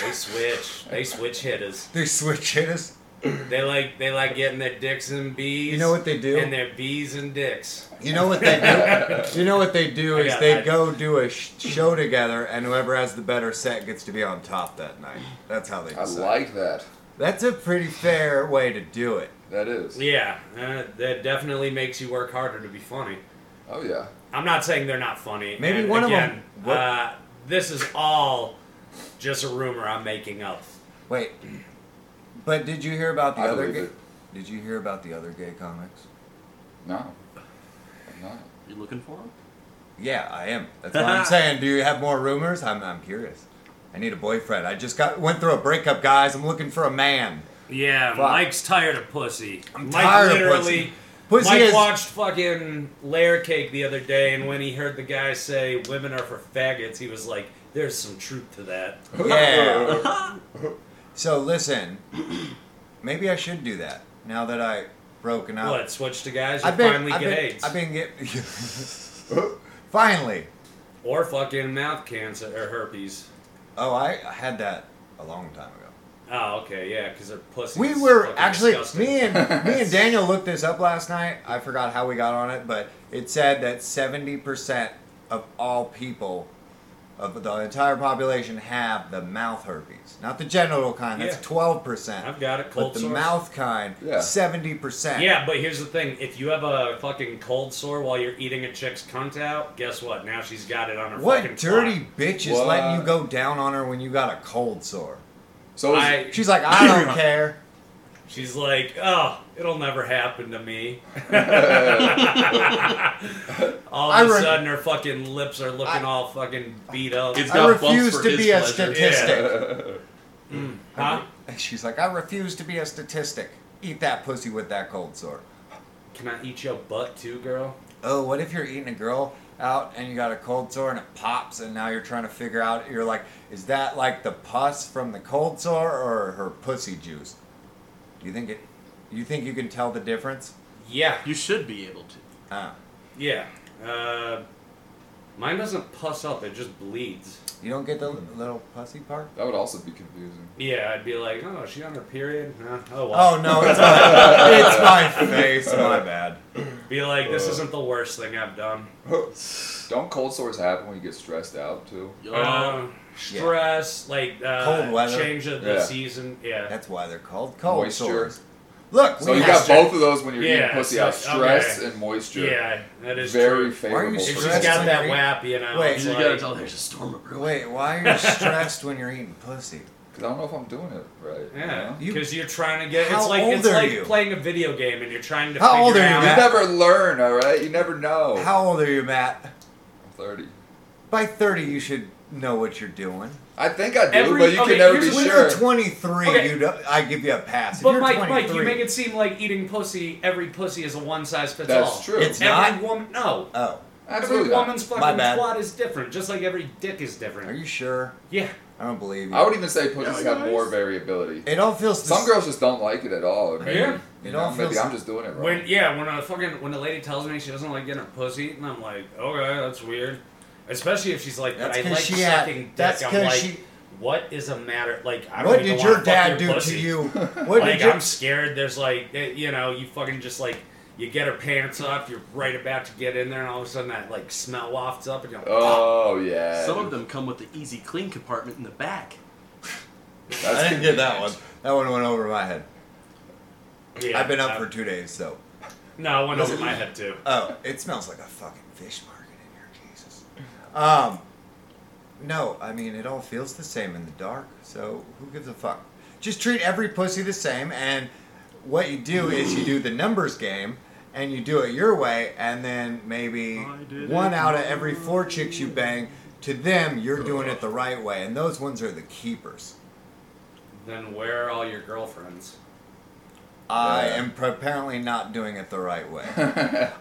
[SPEAKER 2] They switch. they switch hitters.
[SPEAKER 1] They switch hitters.
[SPEAKER 2] They like they like getting their dicks and bees.
[SPEAKER 1] You know what they do?
[SPEAKER 2] And their bees and dicks.
[SPEAKER 1] You know what they do? you know what they do
[SPEAKER 2] I
[SPEAKER 1] is
[SPEAKER 2] got-
[SPEAKER 1] they
[SPEAKER 2] I-
[SPEAKER 1] go do a sh- show together, and whoever has the better set gets to be on top that night. That's how they
[SPEAKER 4] I
[SPEAKER 1] decide.
[SPEAKER 4] like that.
[SPEAKER 1] That's a pretty fair way to do it.
[SPEAKER 4] That is.
[SPEAKER 2] Yeah, uh, that definitely makes you work harder to be funny.
[SPEAKER 4] Oh yeah.
[SPEAKER 2] I'm not saying they're not funny.
[SPEAKER 1] Maybe
[SPEAKER 2] and
[SPEAKER 1] one of 'em-
[SPEAKER 2] again,
[SPEAKER 1] what-
[SPEAKER 2] Uh, this is all just a rumor I'm making up.
[SPEAKER 1] Wait, but did you hear about the
[SPEAKER 4] I
[SPEAKER 1] other?
[SPEAKER 4] believe
[SPEAKER 1] Gay-
[SPEAKER 4] it.
[SPEAKER 1] did you hear about the other gay comics?
[SPEAKER 4] No. I'm not.
[SPEAKER 3] You looking for him?
[SPEAKER 1] Yeah, I am. That's what I'm saying. Do you have more rumors? I'm, I'm curious. I need a boyfriend. I just got went through a breakup, guys. I'm looking for a man.
[SPEAKER 2] Yeah,
[SPEAKER 1] Fuck.
[SPEAKER 2] Mike's tired of pussy.
[SPEAKER 1] I'm
[SPEAKER 2] Mike
[SPEAKER 1] tired of
[SPEAKER 2] literally,
[SPEAKER 1] pussy. Pussy
[SPEAKER 2] Mike
[SPEAKER 1] is
[SPEAKER 2] watched fucking Layer Cake the other day, and when he heard the guy say women are for faggots, he was like, "There's some truth to that."
[SPEAKER 1] yeah. so listen, maybe I should do that now that I broken up.
[SPEAKER 2] What? Switch to guys? You
[SPEAKER 1] I've been,
[SPEAKER 2] finally
[SPEAKER 1] I've
[SPEAKER 2] get
[SPEAKER 1] been,
[SPEAKER 2] AIDS
[SPEAKER 1] I've been get. finally.
[SPEAKER 2] or fucking mouth cancer or herpes.
[SPEAKER 1] Oh, I had that a long time ago.
[SPEAKER 2] Oh, okay, yeah, because they're pussy.
[SPEAKER 1] We were actually me and me and Daniel looked this up last night. I forgot how we got on it, but it said that seventy percent of all people of the entire population have the mouth herpes, not the genital kind. That's
[SPEAKER 2] Yeah.
[SPEAKER 1] twelve percent.
[SPEAKER 2] I've got it,
[SPEAKER 1] But
[SPEAKER 2] cold
[SPEAKER 1] the
[SPEAKER 2] sores.
[SPEAKER 1] mouth kind,
[SPEAKER 4] Yeah.
[SPEAKER 1] seventy percent.
[SPEAKER 2] Yeah, but here's the thing: if you have a fucking cold sore while you're eating a chick's cunt out, guess what? Now she's got it on her fucking
[SPEAKER 1] What dirty
[SPEAKER 2] twat.
[SPEAKER 1] bitch is
[SPEAKER 4] What?
[SPEAKER 1] letting you go down on her when you got a cold sore?
[SPEAKER 4] So is,
[SPEAKER 2] I-
[SPEAKER 1] She's like, I don't care.
[SPEAKER 2] She's like, oh, it'll never happen to me. all of
[SPEAKER 1] I
[SPEAKER 2] a
[SPEAKER 1] re-
[SPEAKER 2] sudden, her fucking lips are looking
[SPEAKER 1] I-
[SPEAKER 2] all fucking beat up.
[SPEAKER 3] It's
[SPEAKER 1] I
[SPEAKER 3] got bumps
[SPEAKER 1] refuse
[SPEAKER 3] for
[SPEAKER 1] to
[SPEAKER 3] his
[SPEAKER 1] be a
[SPEAKER 3] pleasure.
[SPEAKER 1] statistic.
[SPEAKER 2] huh?
[SPEAKER 1] She's like, I refuse to be a statistic. Eat that pussy with that cold sore.
[SPEAKER 2] Can I eat your butt too, girl?
[SPEAKER 1] oh, what if you're eating a girl out and you got a cold sore and it pops and now you're trying to figure out you're like, is that like the pus from the cold sore or her pussy juice? Do you think it? You think you can tell the difference?
[SPEAKER 2] Yeah,
[SPEAKER 3] You should be able to.
[SPEAKER 1] Ah,
[SPEAKER 2] yeah. Uh, mine doesn't puss up; it just bleeds.
[SPEAKER 1] you don't get the l- little pussy part.
[SPEAKER 4] that would also be confusing.
[SPEAKER 2] Yeah, I'd be like, oh, is she on her period? Huh? Oh well.
[SPEAKER 1] Oh no, it's my, it's my face. My bad.
[SPEAKER 2] Be like, this
[SPEAKER 4] Uh.
[SPEAKER 2] isn't the worst thing I've done.
[SPEAKER 4] Don't cold sores happen when you get stressed out too?
[SPEAKER 3] Yo,
[SPEAKER 2] Uh, stress, like uh,
[SPEAKER 1] Cold weather.
[SPEAKER 2] change of the
[SPEAKER 4] Yeah.
[SPEAKER 2] season. Yeah.
[SPEAKER 1] That's why they're called cold
[SPEAKER 4] Moisture.
[SPEAKER 1] sores. Look,
[SPEAKER 4] So
[SPEAKER 1] we
[SPEAKER 4] you
[SPEAKER 1] have-
[SPEAKER 4] got both of those when you're
[SPEAKER 2] Yeah,
[SPEAKER 4] eating pussy
[SPEAKER 2] so-
[SPEAKER 4] out. Stress
[SPEAKER 2] okay.
[SPEAKER 4] and moisture.
[SPEAKER 2] Yeah, that is
[SPEAKER 4] Very
[SPEAKER 2] true.
[SPEAKER 1] Why are you
[SPEAKER 4] favorable.
[SPEAKER 2] If she's
[SPEAKER 4] for
[SPEAKER 1] stressed?
[SPEAKER 4] that.
[SPEAKER 2] got that
[SPEAKER 1] Wait.
[SPEAKER 2] wap, you know.
[SPEAKER 1] Wait.
[SPEAKER 2] it's
[SPEAKER 3] you
[SPEAKER 2] like,
[SPEAKER 3] gotta tell there's a storm of brewing.
[SPEAKER 1] Wait, why are you stressed when you're eating pussy?
[SPEAKER 4] 'Cause I don't know if I'm doing it right.
[SPEAKER 2] Yeah,
[SPEAKER 4] You, know?
[SPEAKER 1] You-
[SPEAKER 2] because you, are trying to get.
[SPEAKER 1] How
[SPEAKER 2] it's like it's
[SPEAKER 1] old are
[SPEAKER 2] like
[SPEAKER 1] you?
[SPEAKER 2] playing a video game and you're trying to.
[SPEAKER 1] How
[SPEAKER 2] figure
[SPEAKER 1] old are you,
[SPEAKER 2] out-
[SPEAKER 4] You
[SPEAKER 1] Matt?
[SPEAKER 4] never learn, all right? You never know.
[SPEAKER 2] Oh.
[SPEAKER 1] How old are you, Matt?
[SPEAKER 4] I'm 30.
[SPEAKER 1] By 30, you should know what you're doing.
[SPEAKER 4] I think I do,
[SPEAKER 2] Every-
[SPEAKER 4] but you
[SPEAKER 2] okay,
[SPEAKER 4] can never
[SPEAKER 2] here's
[SPEAKER 4] be
[SPEAKER 1] When
[SPEAKER 4] sure.
[SPEAKER 1] you're 23,
[SPEAKER 2] Okay.
[SPEAKER 1] you don't, I give you a pass. If
[SPEAKER 2] But
[SPEAKER 1] you're
[SPEAKER 2] Mike,
[SPEAKER 1] 23,
[SPEAKER 2] Mike, you make it seem like eating pussy. Every pussy is a one size fits all.
[SPEAKER 4] That's true.
[SPEAKER 1] It's
[SPEAKER 2] Every
[SPEAKER 1] not?
[SPEAKER 2] woman, no.
[SPEAKER 1] Oh,
[SPEAKER 4] Absolutely.
[SPEAKER 2] every
[SPEAKER 4] not.
[SPEAKER 2] woman's
[SPEAKER 1] My
[SPEAKER 2] fucking
[SPEAKER 1] bad.
[SPEAKER 2] twat is different, just like every dick is different.
[SPEAKER 1] are you sure?
[SPEAKER 2] Yeah.
[SPEAKER 1] I don't believe you.
[SPEAKER 4] I would even say pussies
[SPEAKER 3] Yeah,
[SPEAKER 4] have more
[SPEAKER 3] guys.
[SPEAKER 4] variability.
[SPEAKER 1] it all feels.
[SPEAKER 4] Some girls just don't like it at all. Maybe,
[SPEAKER 2] Yeah.
[SPEAKER 1] It
[SPEAKER 4] you
[SPEAKER 1] all
[SPEAKER 4] know, maybe
[SPEAKER 1] feels-
[SPEAKER 4] I'm just doing it wrong.
[SPEAKER 2] When yeah, when a fucking when a lady tells me she doesn't like getting her pussy eaten, I'm like, okay, that's weird. Especially if she's like, but
[SPEAKER 1] That's
[SPEAKER 2] I
[SPEAKER 1] 'cause
[SPEAKER 2] like
[SPEAKER 1] she
[SPEAKER 2] sucking
[SPEAKER 1] had-
[SPEAKER 2] dick.
[SPEAKER 1] that's
[SPEAKER 2] I'm
[SPEAKER 1] 'cause
[SPEAKER 2] like,
[SPEAKER 1] she-
[SPEAKER 2] what is a matter? Like, I don't
[SPEAKER 1] what
[SPEAKER 2] even
[SPEAKER 1] did
[SPEAKER 2] wanna
[SPEAKER 1] your
[SPEAKER 2] fuck
[SPEAKER 1] dad do
[SPEAKER 2] your pussy.
[SPEAKER 1] to you? What
[SPEAKER 2] like,
[SPEAKER 1] did your,
[SPEAKER 2] I'm scared. There's like, eh, you know, you fucking just like, you get her pants off, you're right about to get in there, and all of a sudden that like smell wafts up, and you're like, oh,
[SPEAKER 4] oh yeah.
[SPEAKER 3] Some of them come with the easy clean compartment in the back.
[SPEAKER 4] That's
[SPEAKER 1] I didn't get that one.
[SPEAKER 4] convenient.
[SPEAKER 1] That one went over my head.
[SPEAKER 2] yeah,
[SPEAKER 1] I've been up
[SPEAKER 2] uh,
[SPEAKER 1] for two days, so.
[SPEAKER 2] No, it went over my head too.
[SPEAKER 1] Oh, it smells like a fucking fish market in here, Jesus. Um, no, I mean it all feels the same in the dark. So who gives a fuck? Just treat every pussy the same, and what you do is you do the numbers game, and you do it your way, and then maybe
[SPEAKER 3] I did
[SPEAKER 1] one
[SPEAKER 3] it
[SPEAKER 1] out of every four chicks you bang, to them you're doing it the right way, and those ones are the keepers.
[SPEAKER 2] Then where are all your girlfriends?
[SPEAKER 1] I
[SPEAKER 4] Yeah.
[SPEAKER 1] am pr- apparently not doing it the right way.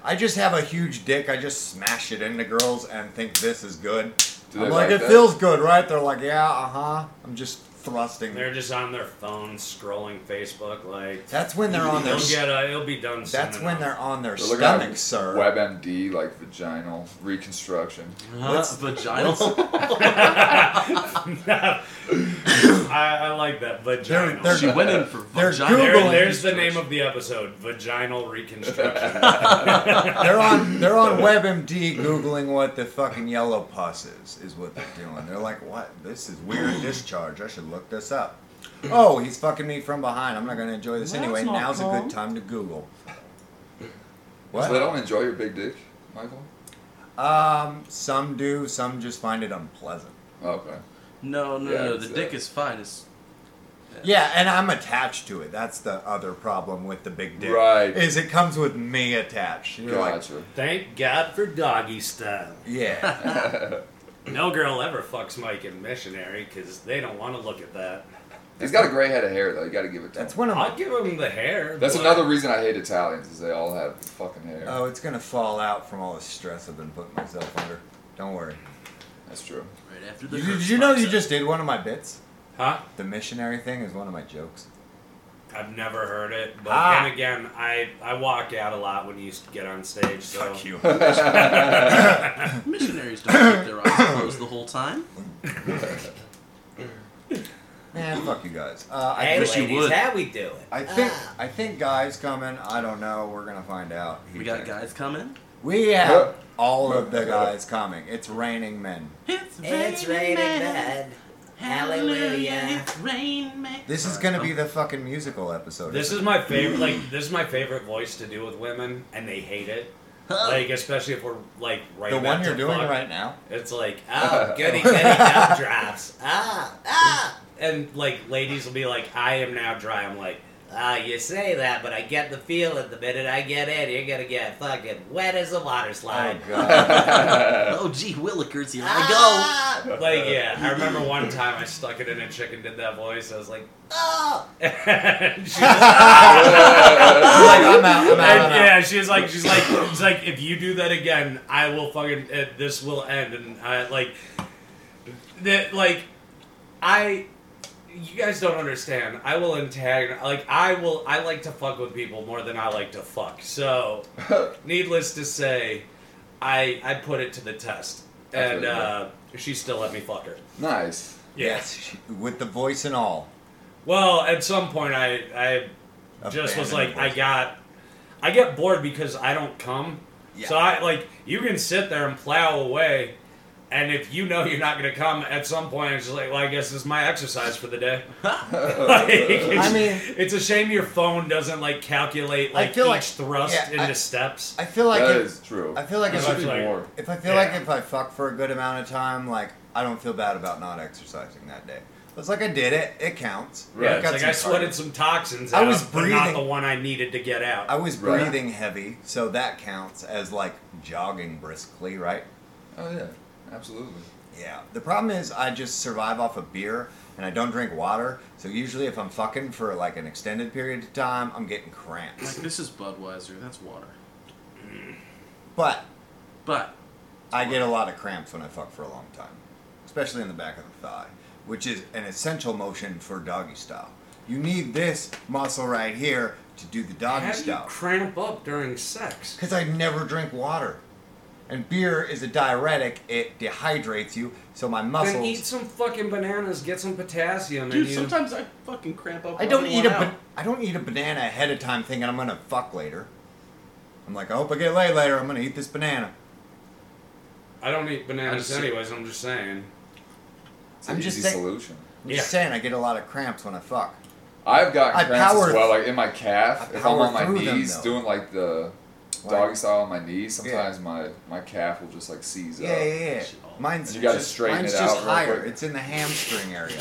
[SPEAKER 1] I just have a huge dick. I just smash it into girls and think this is good.
[SPEAKER 4] Do they
[SPEAKER 1] I'm like,
[SPEAKER 4] like
[SPEAKER 1] it
[SPEAKER 4] that?"
[SPEAKER 1] feels good, right? They're like, yeah, uh huh. I'm just thrusting.
[SPEAKER 2] They're just on their phone scrolling Facebook. Like
[SPEAKER 1] That's when they're on their.
[SPEAKER 2] they'll
[SPEAKER 1] s-
[SPEAKER 2] get a, it'll be done. soon
[SPEAKER 1] That's when
[SPEAKER 2] enough.
[SPEAKER 1] they're on their
[SPEAKER 4] They're looking
[SPEAKER 1] stomach,
[SPEAKER 4] at
[SPEAKER 1] sir.
[SPEAKER 4] WebMD, like vaginal reconstruction.
[SPEAKER 3] What's vagina?
[SPEAKER 2] I, I like that vaginal.
[SPEAKER 1] they're-
[SPEAKER 3] she went in for
[SPEAKER 1] They're
[SPEAKER 3] vagina.
[SPEAKER 2] There-
[SPEAKER 1] Googling.
[SPEAKER 2] there's the name of the episode: vaginal reconstruction.
[SPEAKER 1] They're on they're on WebMD googling what the fucking yellow pus is is what they're doing. They're like, what? This is weird discharge. I should look this up. Oh, he's fucking me from behind. I'm not gonna enjoy this
[SPEAKER 2] Well,
[SPEAKER 1] anyway.
[SPEAKER 2] that's not
[SPEAKER 1] Now's a
[SPEAKER 2] cool.
[SPEAKER 1] good time to Google.
[SPEAKER 4] So they
[SPEAKER 1] What?
[SPEAKER 4] don't enjoy your big dick, Michael?
[SPEAKER 1] Um, some do. Some just find it unpleasant.
[SPEAKER 4] Oh, Okay.
[SPEAKER 3] No, no,
[SPEAKER 4] Yeah,
[SPEAKER 3] no.
[SPEAKER 4] it's,
[SPEAKER 3] The
[SPEAKER 4] uh,
[SPEAKER 3] dick is fine. It's
[SPEAKER 1] Yeah, and I'm attached to it. That's the other problem with the big dick.
[SPEAKER 4] Right.
[SPEAKER 1] Is it comes with me attached. You're like,
[SPEAKER 4] Gotcha.
[SPEAKER 2] Thank God for doggy style.
[SPEAKER 1] yeah.
[SPEAKER 2] No girl ever fucks Mike in missionary because they don't want to look at that.
[SPEAKER 4] He's got a gray head of hair though. You got to give it to
[SPEAKER 1] That's
[SPEAKER 4] him.
[SPEAKER 1] one of my
[SPEAKER 2] I'll give him the hair.
[SPEAKER 4] That's
[SPEAKER 2] but-
[SPEAKER 4] another reason I hate Italians is they all have fucking hair.
[SPEAKER 1] Oh, it's gonna fall out from all the stress I've been putting myself under. Don't worry.
[SPEAKER 4] That's true.
[SPEAKER 3] right after the.
[SPEAKER 1] Did you,
[SPEAKER 3] herpes
[SPEAKER 1] did you know
[SPEAKER 3] pops
[SPEAKER 1] you
[SPEAKER 3] out.
[SPEAKER 1] just did one of my bits?
[SPEAKER 2] Huh?
[SPEAKER 1] The missionary thing is one of my jokes.
[SPEAKER 2] I've never heard it, but
[SPEAKER 1] Ah.
[SPEAKER 2] then again, I, I walk out a lot when you get on stage. So
[SPEAKER 1] Fuck you.
[SPEAKER 3] missionaries don't keep their eyes closed the whole time?
[SPEAKER 1] Man, fuck you guys. Uh, I,
[SPEAKER 5] Hey,
[SPEAKER 1] think,
[SPEAKER 3] wish you
[SPEAKER 5] ladies,
[SPEAKER 3] would.
[SPEAKER 5] how we doing? Uh,
[SPEAKER 1] I
[SPEAKER 2] Uh.
[SPEAKER 1] think I think guys coming. I don't know. We're gonna find out.
[SPEAKER 3] We got
[SPEAKER 1] guys.
[SPEAKER 3] guys coming.
[SPEAKER 1] We have all of the guys coming. It's raining men.
[SPEAKER 3] It's
[SPEAKER 5] It's raining men. Hallelujah.
[SPEAKER 3] It's rain man.
[SPEAKER 1] This is
[SPEAKER 3] Alright,
[SPEAKER 1] gonna
[SPEAKER 3] I'm-
[SPEAKER 1] be the fucking musical episode.
[SPEAKER 2] This is my favorite. Like this is my favorite voice to do with women, and they hate it. Like especially if we're like right.
[SPEAKER 1] the
[SPEAKER 2] about
[SPEAKER 1] one
[SPEAKER 2] to
[SPEAKER 1] you're doing
[SPEAKER 2] fuck.
[SPEAKER 1] right now.
[SPEAKER 2] It's like ah,
[SPEAKER 5] Oh, goody, goody, drops. Ah, ah.
[SPEAKER 2] and like ladies will be like, I am now dry. I'm like,
[SPEAKER 5] Ah, you say that, but I get the feeling the minute I get in, you're gonna get fucking wet as a water
[SPEAKER 1] Oh
[SPEAKER 5] slide.
[SPEAKER 1] god.
[SPEAKER 3] Oh gee, Willikers, here I
[SPEAKER 5] ah, go.
[SPEAKER 2] like yeah. I remember one time I stuck it in a chick and did that voice. I was like,
[SPEAKER 5] Oh,
[SPEAKER 2] and she was-
[SPEAKER 1] like, I'm out. I'm out. I'm
[SPEAKER 2] and,
[SPEAKER 1] out.
[SPEAKER 2] yeah, she's like, she's like, she's like, if you do that again, I will fucking. Uh, this will end, and I like, that like, I. You guys don't understand. I will antagonize. Like I will. I like to fuck with people more than I like to fuck. So, needless to say, I I put it to the test,
[SPEAKER 4] That's
[SPEAKER 2] and
[SPEAKER 4] really good.
[SPEAKER 2] uh, she still let me fuck her.
[SPEAKER 4] nice.
[SPEAKER 1] Yes, she- with the voice and all.
[SPEAKER 2] Well, at some point, I I just was
[SPEAKER 1] Abandoned
[SPEAKER 2] like, I
[SPEAKER 1] voice.
[SPEAKER 2] got, I get bored because I don't come.
[SPEAKER 1] Yeah.
[SPEAKER 2] So I like you can sit there and plow away, and if you know you're not gonna come at some point, it's just like, well, I guess this is my exercise for the day. Like, it's,
[SPEAKER 1] I mean-
[SPEAKER 2] it's a shame your phone doesn't like calculate
[SPEAKER 1] I
[SPEAKER 2] like
[SPEAKER 1] feel
[SPEAKER 2] each
[SPEAKER 1] like-
[SPEAKER 2] thrust
[SPEAKER 1] yeah,
[SPEAKER 2] into
[SPEAKER 1] I-
[SPEAKER 2] steps.
[SPEAKER 1] I feel like
[SPEAKER 4] That
[SPEAKER 1] it-
[SPEAKER 4] is true.
[SPEAKER 1] I feel like
[SPEAKER 4] it
[SPEAKER 1] if
[SPEAKER 2] That's
[SPEAKER 1] I,
[SPEAKER 4] should be
[SPEAKER 2] like-
[SPEAKER 4] more.
[SPEAKER 1] if I feel
[SPEAKER 2] Yeah.
[SPEAKER 1] like if I fuck for a good amount of time, like I don't feel bad about not exercising that day. It's like I did it. It counts.
[SPEAKER 4] Right.
[SPEAKER 2] yeah,
[SPEAKER 1] I
[SPEAKER 2] it's
[SPEAKER 1] got
[SPEAKER 2] like
[SPEAKER 1] some
[SPEAKER 2] I sweated
[SPEAKER 1] cardio.
[SPEAKER 2] some toxins.
[SPEAKER 1] I
[SPEAKER 2] Out,
[SPEAKER 1] was
[SPEAKER 2] but not
[SPEAKER 1] breathing.
[SPEAKER 2] the one I needed to get out.
[SPEAKER 1] I was
[SPEAKER 4] Right.
[SPEAKER 1] breathing heavy, so that counts as like jogging briskly, right?
[SPEAKER 4] Oh yeah, absolutely.
[SPEAKER 1] Yeah. The problem is I just survive off of beer and I don't drink water. So usually if I'm fucking for like an extended period of time, I'm getting
[SPEAKER 3] go. Like
[SPEAKER 1] cramps.
[SPEAKER 3] this is Budweiser. That's water.
[SPEAKER 1] But
[SPEAKER 3] But
[SPEAKER 1] I get a lot of cramps when I fuck for a long time, especially in the back of the thigh, which is an essential motion for doggy style. You need this muscle right here to do the doggy
[SPEAKER 2] How do you
[SPEAKER 1] style.
[SPEAKER 2] cramp up during sex?
[SPEAKER 1] Because I never drink water. And beer is a diuretic, it dehydrates you, so my
[SPEAKER 2] Then eat
[SPEAKER 1] muscles.
[SPEAKER 2] some fucking bananas, get some potassium,
[SPEAKER 3] dude,
[SPEAKER 2] and you.
[SPEAKER 3] sometimes I fucking cramp up.
[SPEAKER 1] I
[SPEAKER 3] when
[SPEAKER 1] don't eat
[SPEAKER 3] want
[SPEAKER 1] a
[SPEAKER 3] out.
[SPEAKER 1] ba- I don't eat a banana ahead of time thinking I'm gonna fuck later. I'm like, I hope I get laid later. I'm gonna eat this banana.
[SPEAKER 2] I don't eat bananas
[SPEAKER 3] I just-
[SPEAKER 2] anyways. I'm just saying.
[SPEAKER 4] It's an
[SPEAKER 1] I'm just
[SPEAKER 4] easy
[SPEAKER 1] saying-
[SPEAKER 4] solution.
[SPEAKER 1] I'm just
[SPEAKER 2] Yeah.
[SPEAKER 1] saying, I get a lot of cramps when I fuck.
[SPEAKER 4] I've gotten
[SPEAKER 1] I
[SPEAKER 4] cramps
[SPEAKER 1] power
[SPEAKER 4] as well,
[SPEAKER 1] th-
[SPEAKER 4] like in my calf.
[SPEAKER 1] I
[SPEAKER 4] If I'm
[SPEAKER 1] power
[SPEAKER 4] on my
[SPEAKER 1] through them,
[SPEAKER 4] knees
[SPEAKER 1] though.
[SPEAKER 4] doing like the just doggy style on my knees. Sometimes my my calf will just like seize
[SPEAKER 1] Yeah,
[SPEAKER 4] up.
[SPEAKER 1] yeah, yeah. Mine's
[SPEAKER 4] You gotta
[SPEAKER 1] just,
[SPEAKER 4] straighten
[SPEAKER 1] mine's
[SPEAKER 4] it
[SPEAKER 1] just
[SPEAKER 4] out real
[SPEAKER 1] higher.
[SPEAKER 4] quick.
[SPEAKER 1] It's in the hamstring area.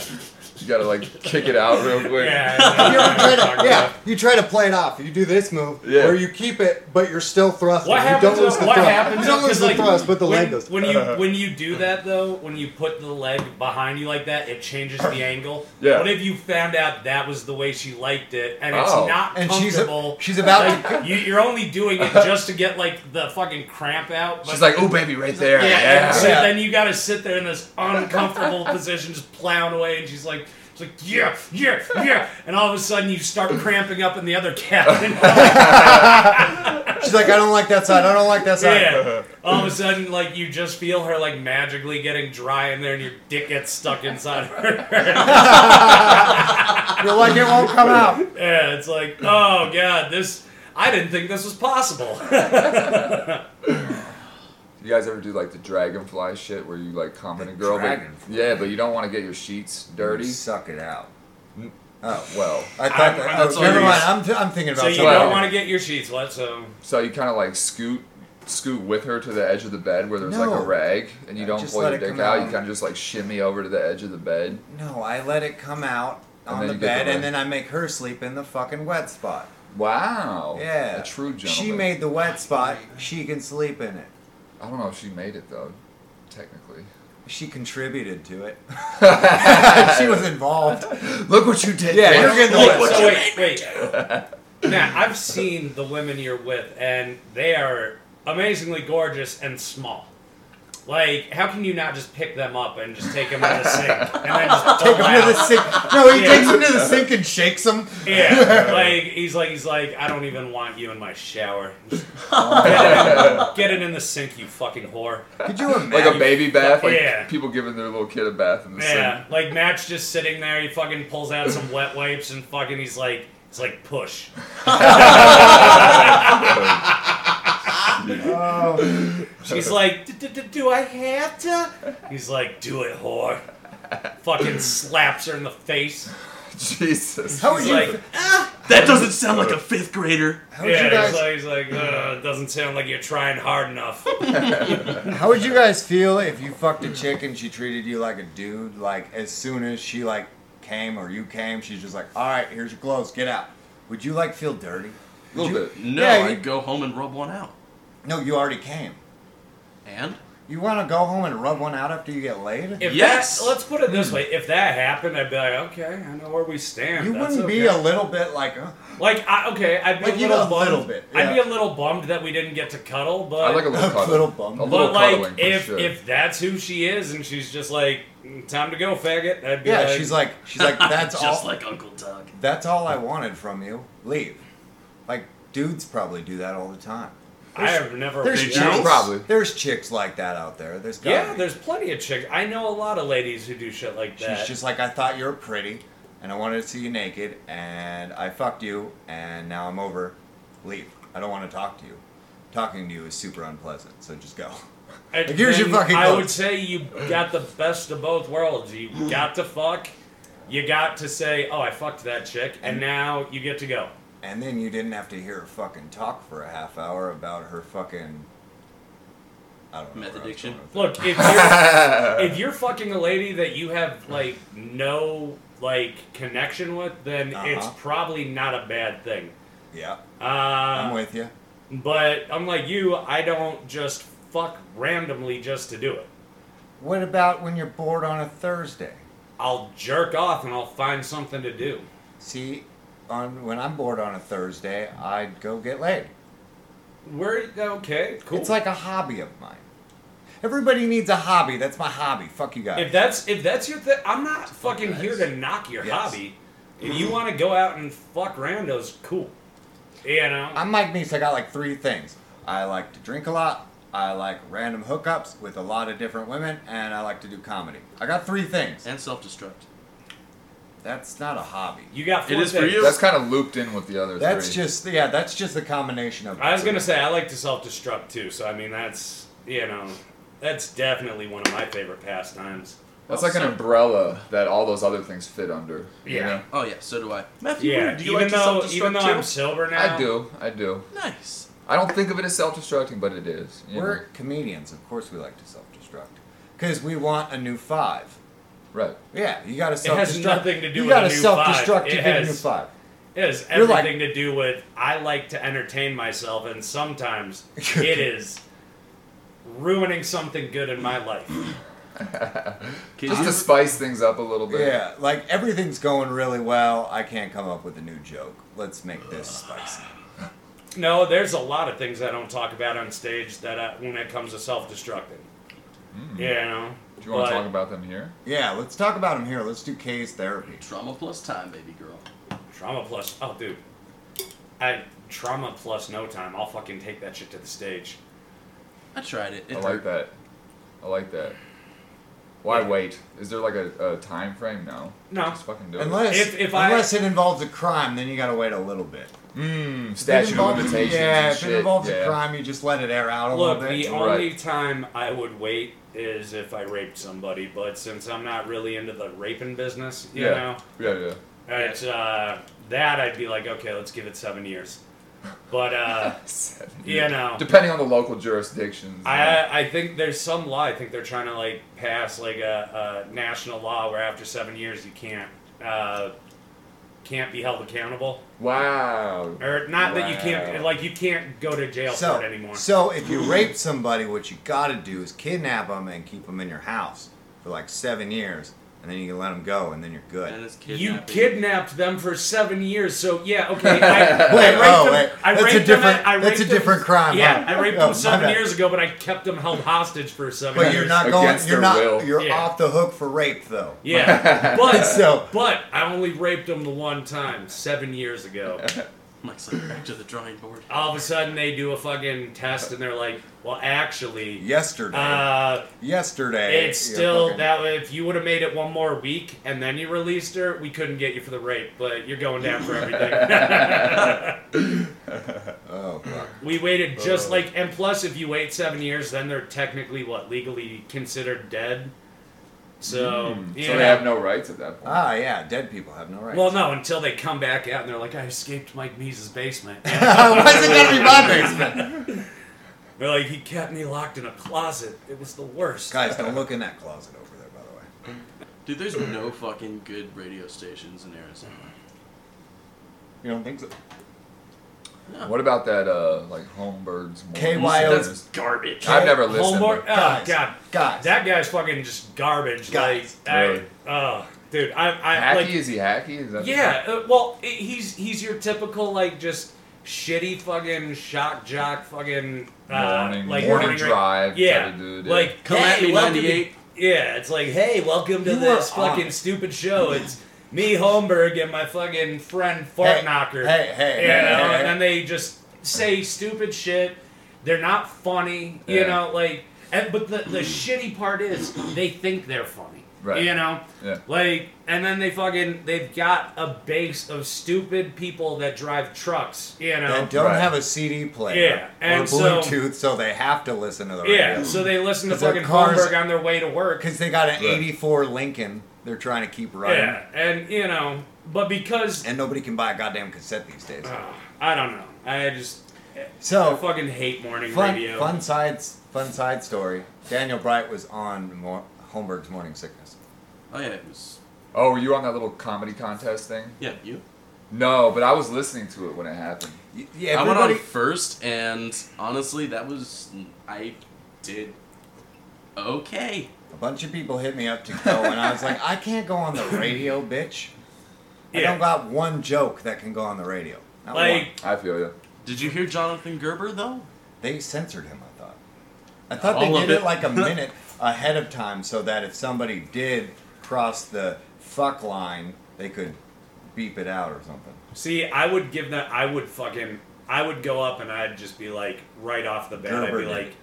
[SPEAKER 4] You gotta like kick it out real quick.
[SPEAKER 2] Yeah.
[SPEAKER 1] You ever try to-
[SPEAKER 2] Talk
[SPEAKER 1] yeah,
[SPEAKER 2] about-
[SPEAKER 1] you try to play it off. You do this move
[SPEAKER 4] Yeah.
[SPEAKER 1] where you keep it, but you're still thrusting.
[SPEAKER 2] What
[SPEAKER 1] you don't
[SPEAKER 2] happens?
[SPEAKER 1] lose the
[SPEAKER 2] what
[SPEAKER 1] thrust.
[SPEAKER 2] happens?
[SPEAKER 1] You don't lose
[SPEAKER 2] is,
[SPEAKER 1] the
[SPEAKER 2] like,
[SPEAKER 1] thrust, but the
[SPEAKER 2] when,
[SPEAKER 1] leg goes.
[SPEAKER 2] When you
[SPEAKER 4] Uh-huh.
[SPEAKER 2] when you do that though, when you put the leg behind you like that, it changes the angle.
[SPEAKER 4] Yeah.
[SPEAKER 2] What if you found out that was the way she liked it, and it's
[SPEAKER 4] Oh.
[SPEAKER 2] not
[SPEAKER 1] and she's
[SPEAKER 2] comfortable?
[SPEAKER 1] she's about to.
[SPEAKER 2] like, you, you're only doing it just to get like the fucking cramp out. But
[SPEAKER 4] She's like, "Oh, baby, right there."
[SPEAKER 2] yeah.
[SPEAKER 4] Yeah.
[SPEAKER 2] And so
[SPEAKER 1] Yeah.
[SPEAKER 2] then you got to sit there in this uncomfortable position, just plowing away, and she's like. It's like yeah, yeah, yeah, and all of a sudden you start cramping up in the other cabin.
[SPEAKER 1] She's like, I don't like that side. I don't like that side.
[SPEAKER 2] Yeah. All of a sudden, like you just feel her like magically getting dry in there, and your dick gets stuck inside her.
[SPEAKER 1] You're like, it won't come out.
[SPEAKER 2] yeah, it's like, oh god, this. I didn't think this was possible.
[SPEAKER 4] You guys ever do like the dragonfly shit where you like comment a girl? But,
[SPEAKER 1] dragonfly.
[SPEAKER 4] yeah, but you don't want to get your sheets dirty.
[SPEAKER 1] Suck it out. Oh,
[SPEAKER 4] Well,
[SPEAKER 1] I thought.
[SPEAKER 3] I-
[SPEAKER 1] that,
[SPEAKER 3] that's
[SPEAKER 1] oh,
[SPEAKER 3] all
[SPEAKER 1] never
[SPEAKER 3] you-
[SPEAKER 1] mind. I'm, th- I'm thinking about
[SPEAKER 2] so you
[SPEAKER 1] something.
[SPEAKER 2] don't
[SPEAKER 4] Wow.
[SPEAKER 2] want to get your sheets wet. So
[SPEAKER 4] so you kind of like scoot scoot with her to the edge of the bed where there's like
[SPEAKER 1] No.
[SPEAKER 4] a rag, and you don't
[SPEAKER 1] Just
[SPEAKER 4] pull
[SPEAKER 1] let
[SPEAKER 4] your
[SPEAKER 1] it
[SPEAKER 4] dick
[SPEAKER 1] come
[SPEAKER 4] out. You
[SPEAKER 1] out.
[SPEAKER 4] kind of just like shimmy over to the edge of the bed.
[SPEAKER 1] No, I let it come out
[SPEAKER 4] And
[SPEAKER 1] on
[SPEAKER 4] then
[SPEAKER 1] the
[SPEAKER 4] you get
[SPEAKER 1] bed,
[SPEAKER 4] the
[SPEAKER 1] and
[SPEAKER 4] ring.
[SPEAKER 1] then I make her sleep in the fucking wet spot.
[SPEAKER 4] Wow.
[SPEAKER 1] Yeah.
[SPEAKER 4] A true gentleman.
[SPEAKER 1] She made the wet spot. She can sleep in it.
[SPEAKER 4] I don't know if she made it though, technically.
[SPEAKER 1] She contributed to it. she was involved.
[SPEAKER 4] Look what you did.
[SPEAKER 1] Yeah,
[SPEAKER 4] there.
[SPEAKER 1] you're getting the
[SPEAKER 2] Wait,
[SPEAKER 1] wet
[SPEAKER 2] so
[SPEAKER 1] spot.
[SPEAKER 2] wait, wait. Now I've seen the women you're with, and they are amazingly gorgeous and small. Like, how can you not just pick them up and just take them to the sink and then just
[SPEAKER 1] Take
[SPEAKER 2] pull
[SPEAKER 1] him to the
[SPEAKER 2] out?
[SPEAKER 1] sink. No, he
[SPEAKER 2] Yeah.
[SPEAKER 1] takes him to the sink and shakes him.
[SPEAKER 2] Yeah, like he's like he's like I don't even want you in my shower. Just get, it in, get it in the sink, you fucking whore.
[SPEAKER 1] Could you imagine?
[SPEAKER 4] Like a baby bath, like
[SPEAKER 2] Yeah.
[SPEAKER 4] people giving their little kid a bath in the
[SPEAKER 2] Yeah,
[SPEAKER 4] sink.
[SPEAKER 2] like Matt's just sitting there. He fucking pulls out some wet wipes and fucking he's like he's like push.
[SPEAKER 1] Oh,
[SPEAKER 2] She's like, "D- d- d- do I have to? He's like, do it, whore. Fucking slaps her in the face.
[SPEAKER 4] Jesus.
[SPEAKER 1] how would
[SPEAKER 2] He's
[SPEAKER 1] you?
[SPEAKER 2] like,
[SPEAKER 3] That doesn't sound like a fifth grader.
[SPEAKER 1] how would you
[SPEAKER 2] yeah.
[SPEAKER 1] guys?
[SPEAKER 2] He's like, he's like, "Ugh, doesn't sound like you're trying hard enough.
[SPEAKER 1] How would you guys feel if you fucked a chick and she treated you like a dude? Like as soon as she like came or you came, she's just like, "All right, here's your clothes, get out." Would you like feel dirty?
[SPEAKER 4] A little bit.
[SPEAKER 3] No,
[SPEAKER 1] Yeah, you-
[SPEAKER 3] I'd go home and rub one out.
[SPEAKER 1] No, you already came.
[SPEAKER 3] And
[SPEAKER 1] You want to go home and rub one out after you get laid?
[SPEAKER 2] If
[SPEAKER 3] Yes.
[SPEAKER 2] That, let's put it this way: if that happened, I'd be like, okay, I know where we stand.
[SPEAKER 1] you
[SPEAKER 2] That's
[SPEAKER 1] wouldn't
[SPEAKER 2] okay.
[SPEAKER 1] be a little bit like, uh,
[SPEAKER 2] like, I, okay, I'd be
[SPEAKER 1] Like,
[SPEAKER 2] a
[SPEAKER 1] you
[SPEAKER 2] little
[SPEAKER 1] know, a
[SPEAKER 2] bummed.
[SPEAKER 1] little bit,
[SPEAKER 2] I'd be
[SPEAKER 1] yeah.
[SPEAKER 2] a little bummed that we didn't get to cuddle, but
[SPEAKER 4] I like a little
[SPEAKER 1] A
[SPEAKER 4] cuddle.
[SPEAKER 1] little bum.
[SPEAKER 4] A little
[SPEAKER 2] but
[SPEAKER 4] cuddling
[SPEAKER 2] like
[SPEAKER 4] for
[SPEAKER 2] if
[SPEAKER 4] sure.
[SPEAKER 2] if that's who she is and she's just like, "Mm, time to go, faggot. I'd be
[SPEAKER 1] yeah.
[SPEAKER 2] like,
[SPEAKER 1] She's like, she's like, that's
[SPEAKER 3] just
[SPEAKER 1] all.
[SPEAKER 3] like Uncle Doug.
[SPEAKER 1] that's all I wanted from you. Leave. Like dudes probably do that all the time.
[SPEAKER 2] I have never.
[SPEAKER 1] There's
[SPEAKER 2] been-
[SPEAKER 1] chicks.
[SPEAKER 3] don't?
[SPEAKER 4] Probably.
[SPEAKER 1] There's chicks like that out there. There's gotta
[SPEAKER 2] Yeah,
[SPEAKER 1] be.
[SPEAKER 2] there's plenty of chicks. I know a lot of ladies who do shit like that.
[SPEAKER 1] She's just like, I thought you were pretty, and I wanted to see you naked, and I fucked you, and now I'm over. Leave. I don't want to talk to you. Talking to you is super unpleasant, so just go.
[SPEAKER 2] And
[SPEAKER 1] Like, here's your
[SPEAKER 2] then
[SPEAKER 1] fucking
[SPEAKER 2] I would
[SPEAKER 1] votes.
[SPEAKER 2] say you got the best of both worlds. You got to fuck. You got to say, "Oh, I fucked that chick," and now you get to go.
[SPEAKER 1] And then you didn't have to hear her fucking talk for a half hour about her fucking. I don't know.
[SPEAKER 3] Meth
[SPEAKER 1] where I was
[SPEAKER 3] addiction?
[SPEAKER 1] going with that.
[SPEAKER 2] Look, if you're if you're fucking a lady that you have like no like connection with, then it's
[SPEAKER 1] Uh-huh.
[SPEAKER 2] probably not a bad thing.
[SPEAKER 1] Yeah,
[SPEAKER 2] Uh,
[SPEAKER 1] I'm with you.
[SPEAKER 2] but unlike you, I don't just fuck randomly just to do it.
[SPEAKER 1] What about when you're bored on a Thursday?
[SPEAKER 2] I'll jerk off and I'll find something to do.
[SPEAKER 1] See, on when I'm bored on a Thursday, I'd go get laid.
[SPEAKER 2] We're okay, cool.
[SPEAKER 1] It's like a hobby of mine. Everybody needs a hobby. That's my hobby. Fuck you guys.
[SPEAKER 2] if that's if that's your thing, I'm not fucking
[SPEAKER 4] nice.
[SPEAKER 2] here to knock your
[SPEAKER 1] Yes. Mm-hmm.
[SPEAKER 2] hobby. If you want to go out and fuck randos, cool. You know,
[SPEAKER 1] I'm Mike Meese. I got like three things. I like to drink a lot. I like random hookups with a lot of different women, and I like to do comedy. I got three things.
[SPEAKER 3] And self destruct.
[SPEAKER 1] That's not a hobby.
[SPEAKER 2] you got
[SPEAKER 3] It
[SPEAKER 2] four
[SPEAKER 3] is for
[SPEAKER 2] things.
[SPEAKER 3] you.
[SPEAKER 4] That's kind of looped in with the other
[SPEAKER 1] That's
[SPEAKER 4] three.
[SPEAKER 1] just yeah. That's just the combination of.
[SPEAKER 2] I was
[SPEAKER 1] the
[SPEAKER 2] gonna
[SPEAKER 1] three.
[SPEAKER 2] say I like to self destruct too, so I mean that's you know that's definitely one of my favorite pastimes.
[SPEAKER 4] That's like an umbrella that all those other things fit under. you
[SPEAKER 2] Yeah.
[SPEAKER 4] know?
[SPEAKER 3] Oh yeah, so do I. Matthew,
[SPEAKER 2] Yeah,
[SPEAKER 3] do you
[SPEAKER 2] even
[SPEAKER 3] like to
[SPEAKER 2] though
[SPEAKER 3] self
[SPEAKER 2] even though I'm
[SPEAKER 3] destruct
[SPEAKER 2] sober now,
[SPEAKER 4] I do. I do.
[SPEAKER 3] too? Nice.
[SPEAKER 4] I don't think of it as self-destructing, but it is. you
[SPEAKER 1] We're
[SPEAKER 4] know.
[SPEAKER 1] comedians, of course we like to self-destruct, because we want a new five.
[SPEAKER 4] right.
[SPEAKER 1] Yeah, you got to self-destruct.
[SPEAKER 2] It has nothing to do
[SPEAKER 1] you
[SPEAKER 2] with a
[SPEAKER 1] gotta
[SPEAKER 2] new
[SPEAKER 1] self-destruct
[SPEAKER 2] five.
[SPEAKER 1] to
[SPEAKER 2] It
[SPEAKER 1] get a
[SPEAKER 2] has-
[SPEAKER 1] new five.
[SPEAKER 2] It has
[SPEAKER 1] You're like-
[SPEAKER 2] everything to do with I like to entertain myself, and sometimes it is ruining something good in my life.
[SPEAKER 3] Can
[SPEAKER 4] Just
[SPEAKER 3] you-
[SPEAKER 4] to spice things up a little bit.
[SPEAKER 1] Yeah, like everything's going really well. I can't come up with a new joke. Let's make this spicy.
[SPEAKER 2] No, there's a lot of things I don't talk about on stage that I, when it comes to self-destructing, you know.
[SPEAKER 4] Hmm. Do you want
[SPEAKER 2] but
[SPEAKER 4] to talk about them here?
[SPEAKER 1] Yeah, let's talk about him here. Let's do K's therapy.
[SPEAKER 3] trauma plus time, baby girl.
[SPEAKER 2] trauma plus? Oh, dude, I trauma plus no time. I'll fucking take that shit to the stage.
[SPEAKER 3] I tried it. It
[SPEAKER 4] I
[SPEAKER 3] hurt.
[SPEAKER 4] like that. I like that. Why
[SPEAKER 2] Yeah.
[SPEAKER 4] wait? Is there like a, a time frame? No.
[SPEAKER 2] No,
[SPEAKER 4] Just fucking do
[SPEAKER 1] Unless
[SPEAKER 2] If- if I-
[SPEAKER 1] unless it involves a crime, then you gotta wait a little bit.
[SPEAKER 4] it. Mmm.
[SPEAKER 1] If it
[SPEAKER 4] Statute of
[SPEAKER 1] involves-
[SPEAKER 4] limitations.
[SPEAKER 1] Yeah,
[SPEAKER 4] and
[SPEAKER 1] if
[SPEAKER 4] shit.
[SPEAKER 1] it involves
[SPEAKER 4] yeah.
[SPEAKER 1] a crime, you just let it air out a
[SPEAKER 2] Look,
[SPEAKER 1] little bit.
[SPEAKER 2] the
[SPEAKER 4] Right.
[SPEAKER 2] only time I would wait is if I raped somebody, but since I'm not really into the raping business, you
[SPEAKER 4] Yeah. Yeah, yeah.
[SPEAKER 2] know, it's uh, that I'd be like, okay, let's give it seven years. But uh,
[SPEAKER 4] Seven
[SPEAKER 2] you
[SPEAKER 4] years.
[SPEAKER 2] know,
[SPEAKER 4] Depending on the local jurisdictions. yeah.
[SPEAKER 2] I I think there's some law. I think they're trying to like pass like a, a national law where after seven years you can't uh, can't be held accountable,
[SPEAKER 4] Wow.
[SPEAKER 2] or not that you can't
[SPEAKER 4] Wow.
[SPEAKER 2] like you can't go to jail
[SPEAKER 1] so,
[SPEAKER 2] for it anymore.
[SPEAKER 1] so if you rape somebody, what you gotta do is kidnap them and keep them in your house for like seven years, and then you can let them go, and then you're good.
[SPEAKER 3] And it's
[SPEAKER 2] You
[SPEAKER 3] kidnapping.
[SPEAKER 2] kidnapped them for seven years, so yeah, okay. I,
[SPEAKER 1] Wait,
[SPEAKER 2] I raped
[SPEAKER 1] oh,
[SPEAKER 2] them,
[SPEAKER 1] wait.
[SPEAKER 2] I
[SPEAKER 1] That's a
[SPEAKER 2] raped
[SPEAKER 1] different-
[SPEAKER 2] Them, I
[SPEAKER 1] that's
[SPEAKER 2] raped
[SPEAKER 1] a
[SPEAKER 2] them-
[SPEAKER 1] different crime,
[SPEAKER 2] Yeah,
[SPEAKER 1] huh?
[SPEAKER 2] I raped
[SPEAKER 1] Oh, my
[SPEAKER 2] them seven
[SPEAKER 1] bad.
[SPEAKER 2] years ago, but I kept them held hostage for seven
[SPEAKER 1] but you're
[SPEAKER 2] years.
[SPEAKER 1] not going.
[SPEAKER 4] Against
[SPEAKER 1] You're
[SPEAKER 4] their
[SPEAKER 1] not.
[SPEAKER 4] will.
[SPEAKER 1] You're
[SPEAKER 2] Yeah.
[SPEAKER 1] off the hook for rape, though.
[SPEAKER 2] Yeah, but
[SPEAKER 1] So-
[SPEAKER 2] but I only raped them the one time seven years ago.
[SPEAKER 3] Mike's like back to the drawing board.
[SPEAKER 2] All of a sudden, they do a fucking test, and they're like, "Well, actually,
[SPEAKER 1] Yesterday.
[SPEAKER 2] uh,
[SPEAKER 1] yesterday.
[SPEAKER 2] it's
[SPEAKER 1] you're
[SPEAKER 2] still
[SPEAKER 1] fucking-
[SPEAKER 2] that. If you would have made it one more week and then you released her, we couldn't get you for the rape, but you're going down for everything."
[SPEAKER 1] Oh fuck.
[SPEAKER 2] We waited just like, and plus, if you wait seven years, then they're technically what legally considered dead. So, yeah.
[SPEAKER 4] Hmm, So they have no rights at that point.
[SPEAKER 1] Ah, yeah. Dead people have no rights.
[SPEAKER 2] well, no, until they come back out and they're like, "I escaped Mike Mees' basement."
[SPEAKER 1] Why is it gotta be my basement?
[SPEAKER 2] they're like, "He kept me locked in a closet. It was the worst."
[SPEAKER 1] Guys, don't look in that closet over there, by the way.
[SPEAKER 3] Dude, there's no fucking good radio stations in Arizona.
[SPEAKER 1] You don't think so?
[SPEAKER 2] Oh,
[SPEAKER 3] No.
[SPEAKER 4] What about that, uh, like Homebirds?
[SPEAKER 1] KYO.
[SPEAKER 3] That's garbage.
[SPEAKER 4] I've never listened.
[SPEAKER 2] Homework-
[SPEAKER 4] but-
[SPEAKER 2] oh
[SPEAKER 1] Guys,
[SPEAKER 2] god,
[SPEAKER 1] guys.
[SPEAKER 2] that guy's fucking just garbage.
[SPEAKER 1] Guys.
[SPEAKER 2] Like, I,
[SPEAKER 4] Really?
[SPEAKER 2] oh, dude, I, I
[SPEAKER 4] Hacky?
[SPEAKER 2] like,
[SPEAKER 4] is he hacky? Is that
[SPEAKER 2] Yeah, uh, well, i he's he's your typical like just shitty fucking shock jock fucking uh,
[SPEAKER 4] Morning-
[SPEAKER 2] like
[SPEAKER 4] morning
[SPEAKER 2] ra-
[SPEAKER 4] drive type
[SPEAKER 2] Yeah,
[SPEAKER 4] of dude, yeah.
[SPEAKER 2] like
[SPEAKER 3] Come at
[SPEAKER 2] hey,
[SPEAKER 3] me,
[SPEAKER 2] welcome
[SPEAKER 3] 98.
[SPEAKER 2] to- yeah, it's like hey, welcome to
[SPEAKER 1] You
[SPEAKER 2] this
[SPEAKER 1] are on.
[SPEAKER 2] fucking stupid show. It's me, Holmberg, and my fucking friend Fart
[SPEAKER 1] Hey,
[SPEAKER 2] Knocker.
[SPEAKER 1] hey, hey,
[SPEAKER 2] you
[SPEAKER 1] hey,
[SPEAKER 2] know,
[SPEAKER 1] hey, hey.
[SPEAKER 2] and then they just say stupid shit. They're not funny, you
[SPEAKER 4] Yeah.
[SPEAKER 2] know, like. And, but the, the shitty part is they think they're funny,
[SPEAKER 4] Right.
[SPEAKER 2] you know.
[SPEAKER 4] Yeah.
[SPEAKER 2] Like, and then they fucking they've got a base of stupid people that drive trucks, you know.
[SPEAKER 1] That don't
[SPEAKER 4] Right.
[SPEAKER 1] have a CD player
[SPEAKER 2] Yeah, and
[SPEAKER 1] or
[SPEAKER 2] so-
[SPEAKER 1] Bluetooth, so, they have to listen to the
[SPEAKER 2] yeah,
[SPEAKER 1] radio.
[SPEAKER 2] so they listen to
[SPEAKER 1] 'Cause their
[SPEAKER 2] fucking
[SPEAKER 1] cars-
[SPEAKER 2] Holmberg on their way to work.
[SPEAKER 1] Because they got an
[SPEAKER 4] Right.
[SPEAKER 1] '84 Lincoln, they're trying to keep running,
[SPEAKER 2] Yeah, and you know, but because
[SPEAKER 1] and nobody can buy a goddamn cassette these days.
[SPEAKER 2] uh, I don't know, I just I
[SPEAKER 1] so
[SPEAKER 2] fucking hate morning
[SPEAKER 1] fun,
[SPEAKER 2] radio.
[SPEAKER 1] fun sides, fun side story. Daniel Bright was on Mor- Holmberg's Morning Sickness.
[SPEAKER 3] Oh yeah, it was.
[SPEAKER 4] Oh, were you on that little comedy contest thing?
[SPEAKER 3] Yeah, you.
[SPEAKER 4] No, but I was listening to it when it happened.
[SPEAKER 1] Y- Yeah,
[SPEAKER 3] I went on
[SPEAKER 1] everybody.
[SPEAKER 3] first, and honestly, that was I did okay.
[SPEAKER 1] A bunch of people hit me up to go, and I was like, I can't go on the radio, bitch. I
[SPEAKER 2] Yeah.
[SPEAKER 1] don't got one joke that can go on the radio. Not one.
[SPEAKER 2] like
[SPEAKER 4] I feel you.
[SPEAKER 3] Did you hear Jonathan Gerber though?
[SPEAKER 1] They censored him, I thought. I thought
[SPEAKER 3] All
[SPEAKER 1] they
[SPEAKER 3] of
[SPEAKER 1] did it
[SPEAKER 3] it.
[SPEAKER 1] like a minute ahead of time so that if somebody did cross the fuck line, they could beep it out or something.
[SPEAKER 2] See, I would give that. I would fucking. I would go up and I'd just be like, right off the bat, I'd
[SPEAKER 1] Gerber
[SPEAKER 2] be
[SPEAKER 1] did
[SPEAKER 2] like,
[SPEAKER 1] it.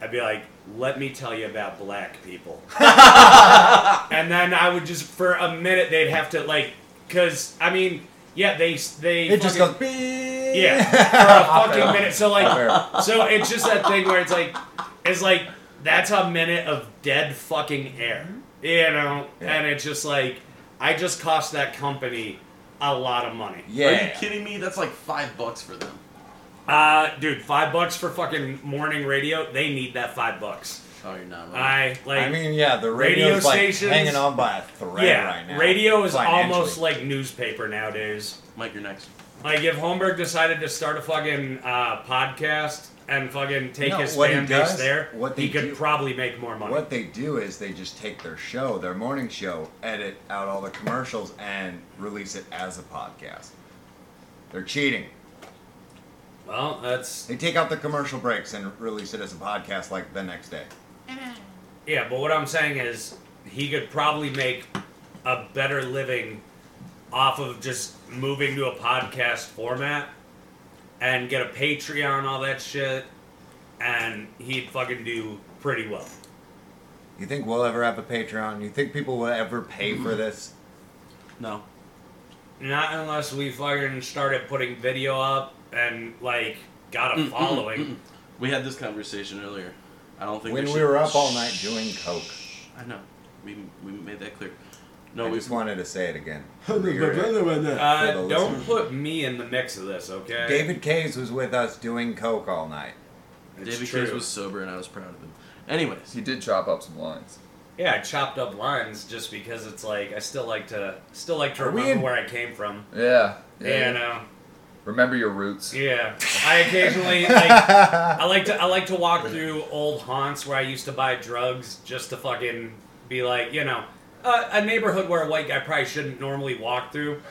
[SPEAKER 2] I'd be like, let me tell you about black people. and then I would just for a minute they'd have to like, cause I mean, yeah, they they
[SPEAKER 1] It just
[SPEAKER 2] fucking-
[SPEAKER 1] goes beep.
[SPEAKER 2] yeah, for a fucking
[SPEAKER 1] Off-air.
[SPEAKER 2] minute. So like,
[SPEAKER 1] Off-air.
[SPEAKER 2] so it's just that thing where it's like, it's like that's a minute of dead fucking air, you know,
[SPEAKER 1] Yeah.
[SPEAKER 2] and it's just like I just cost that company a lot of money.
[SPEAKER 1] Yeah.
[SPEAKER 3] Are you kidding me? That's like five bucks for them.
[SPEAKER 2] Uh, dude, five bucks for fucking morning radio. They need that five bucks.
[SPEAKER 3] Oh, you're not right.
[SPEAKER 2] I like.
[SPEAKER 1] I mean, yeah, the
[SPEAKER 2] radio
[SPEAKER 1] radio's like
[SPEAKER 2] stations-
[SPEAKER 1] hanging on by a thread
[SPEAKER 2] yeah,
[SPEAKER 1] right now.
[SPEAKER 2] radio is almost
[SPEAKER 1] financially.
[SPEAKER 2] like newspaper nowadays.
[SPEAKER 3] Mike, you're next.
[SPEAKER 2] Like if Holmberg decided to start a fucking uh, podcast and fucking take
[SPEAKER 1] No,
[SPEAKER 2] his
[SPEAKER 1] what he
[SPEAKER 2] fan base
[SPEAKER 1] does-
[SPEAKER 2] there,
[SPEAKER 1] what
[SPEAKER 2] he
[SPEAKER 1] they
[SPEAKER 2] could
[SPEAKER 1] do-
[SPEAKER 2] probably make more money.
[SPEAKER 1] What they do is they just take their show, their morning show, edit out all the commercials, and release it as a podcast. They're cheating.
[SPEAKER 2] Well, that's
[SPEAKER 1] They take out the commercial breaks and release it as a podcast like the next day.
[SPEAKER 2] yeah. But what I'm saying is, he could probably make a better living off of just moving to a podcast format and get a Patreon, all that shit, and he'd fucking do pretty well.
[SPEAKER 1] You think we'll ever have a Patreon? You think people will ever pay
[SPEAKER 2] Mm-hmm.
[SPEAKER 1] for this?
[SPEAKER 3] No.
[SPEAKER 2] Not unless we fucking started putting video up and like got
[SPEAKER 1] Mm,
[SPEAKER 2] a following.
[SPEAKER 3] We had this conversation earlier. I don't think
[SPEAKER 1] When
[SPEAKER 3] there
[SPEAKER 1] we
[SPEAKER 3] should-
[SPEAKER 1] were up all night doing coke,
[SPEAKER 3] I know. We, we made that clear. No,
[SPEAKER 1] I
[SPEAKER 3] we
[SPEAKER 1] just wanted to say it again. For
[SPEAKER 2] Uh,
[SPEAKER 1] the
[SPEAKER 2] don't
[SPEAKER 1] listeners.
[SPEAKER 2] put me in the mix of this, okay?
[SPEAKER 1] David Kays was with us doing coke all night.
[SPEAKER 2] It's
[SPEAKER 3] David
[SPEAKER 2] true.
[SPEAKER 3] Case was sober, and I was proud of him. Anyways,
[SPEAKER 4] He did chop up some lines.
[SPEAKER 2] Yeah, I chopped up lines just because it's like I still like to still like to
[SPEAKER 1] Are we
[SPEAKER 2] remember
[SPEAKER 1] in-
[SPEAKER 2] where I came from.
[SPEAKER 4] Yeah. yeah.
[SPEAKER 2] And uh,
[SPEAKER 4] Remember your roots.
[SPEAKER 2] yeah, I occasionally like I like to I like to walk through old haunts where I used to buy drugs just to fucking be like you know uh, a neighborhood where a white guy probably shouldn't normally walk through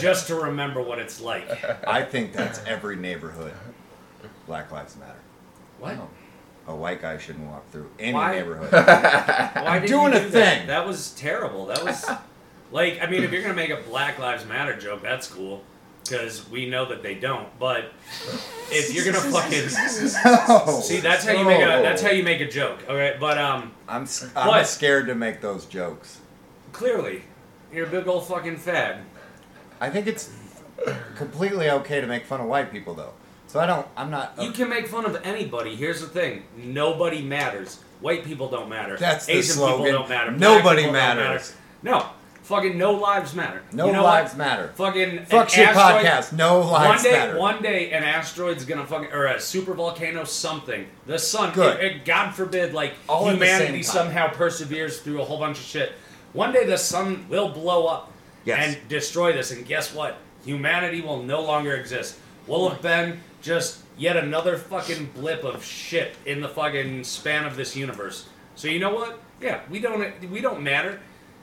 [SPEAKER 2] just to remember what it's like.
[SPEAKER 1] I think that's every neighborhood. Black Lives Matter.
[SPEAKER 2] What?
[SPEAKER 1] A white guy shouldn't walk through any
[SPEAKER 2] Why?
[SPEAKER 1] neighborhood.
[SPEAKER 2] Why did
[SPEAKER 1] doing
[SPEAKER 2] you
[SPEAKER 1] a
[SPEAKER 2] do that?
[SPEAKER 1] thing.
[SPEAKER 2] That was terrible. That was like, I mean, if you're gonna make a Black Lives Matter joke, that's cool because we know that they don't. But if you're gonna fucking
[SPEAKER 1] No.
[SPEAKER 2] see, that's how you make a
[SPEAKER 4] No.
[SPEAKER 2] that's how you make a joke. Okay, but um,
[SPEAKER 1] I'm, s- I'm
[SPEAKER 2] What?
[SPEAKER 1] scared to make those jokes.
[SPEAKER 2] clearly, you're a big old fucking fad.
[SPEAKER 1] I think it's completely okay to make fun of white people though. So I don't. I'm not. uh,
[SPEAKER 2] You can make fun of anybody. Here's the thing: nobody matters. White people don't matter.
[SPEAKER 1] That's the
[SPEAKER 2] Asian
[SPEAKER 1] slogan.
[SPEAKER 2] people don't matter. Black
[SPEAKER 1] Nobody
[SPEAKER 2] people don't
[SPEAKER 1] matters.
[SPEAKER 2] matter. No, fucking no lives matter.
[SPEAKER 1] no
[SPEAKER 2] You know what?
[SPEAKER 1] lives matter.
[SPEAKER 2] Fucking
[SPEAKER 1] Fuck
[SPEAKER 2] an
[SPEAKER 1] shit
[SPEAKER 2] asteroid-
[SPEAKER 1] podcast. No lives
[SPEAKER 2] one day,
[SPEAKER 1] matter.
[SPEAKER 2] one day, an asteroid's gonna fucking or a super volcano, something. The sun,
[SPEAKER 1] Good.
[SPEAKER 2] it- it- God forbid, like
[SPEAKER 1] All at the same time.
[SPEAKER 2] humanity somehow perseveres through a whole bunch of shit. One day, the sun will blow up
[SPEAKER 1] Yes.
[SPEAKER 2] and destroy this, and guess what? Humanity will no longer exist. We'll have been just yet another fucking blip of shit in the fucking span of this universe. So you know what? Yeah, we don't we don't matter.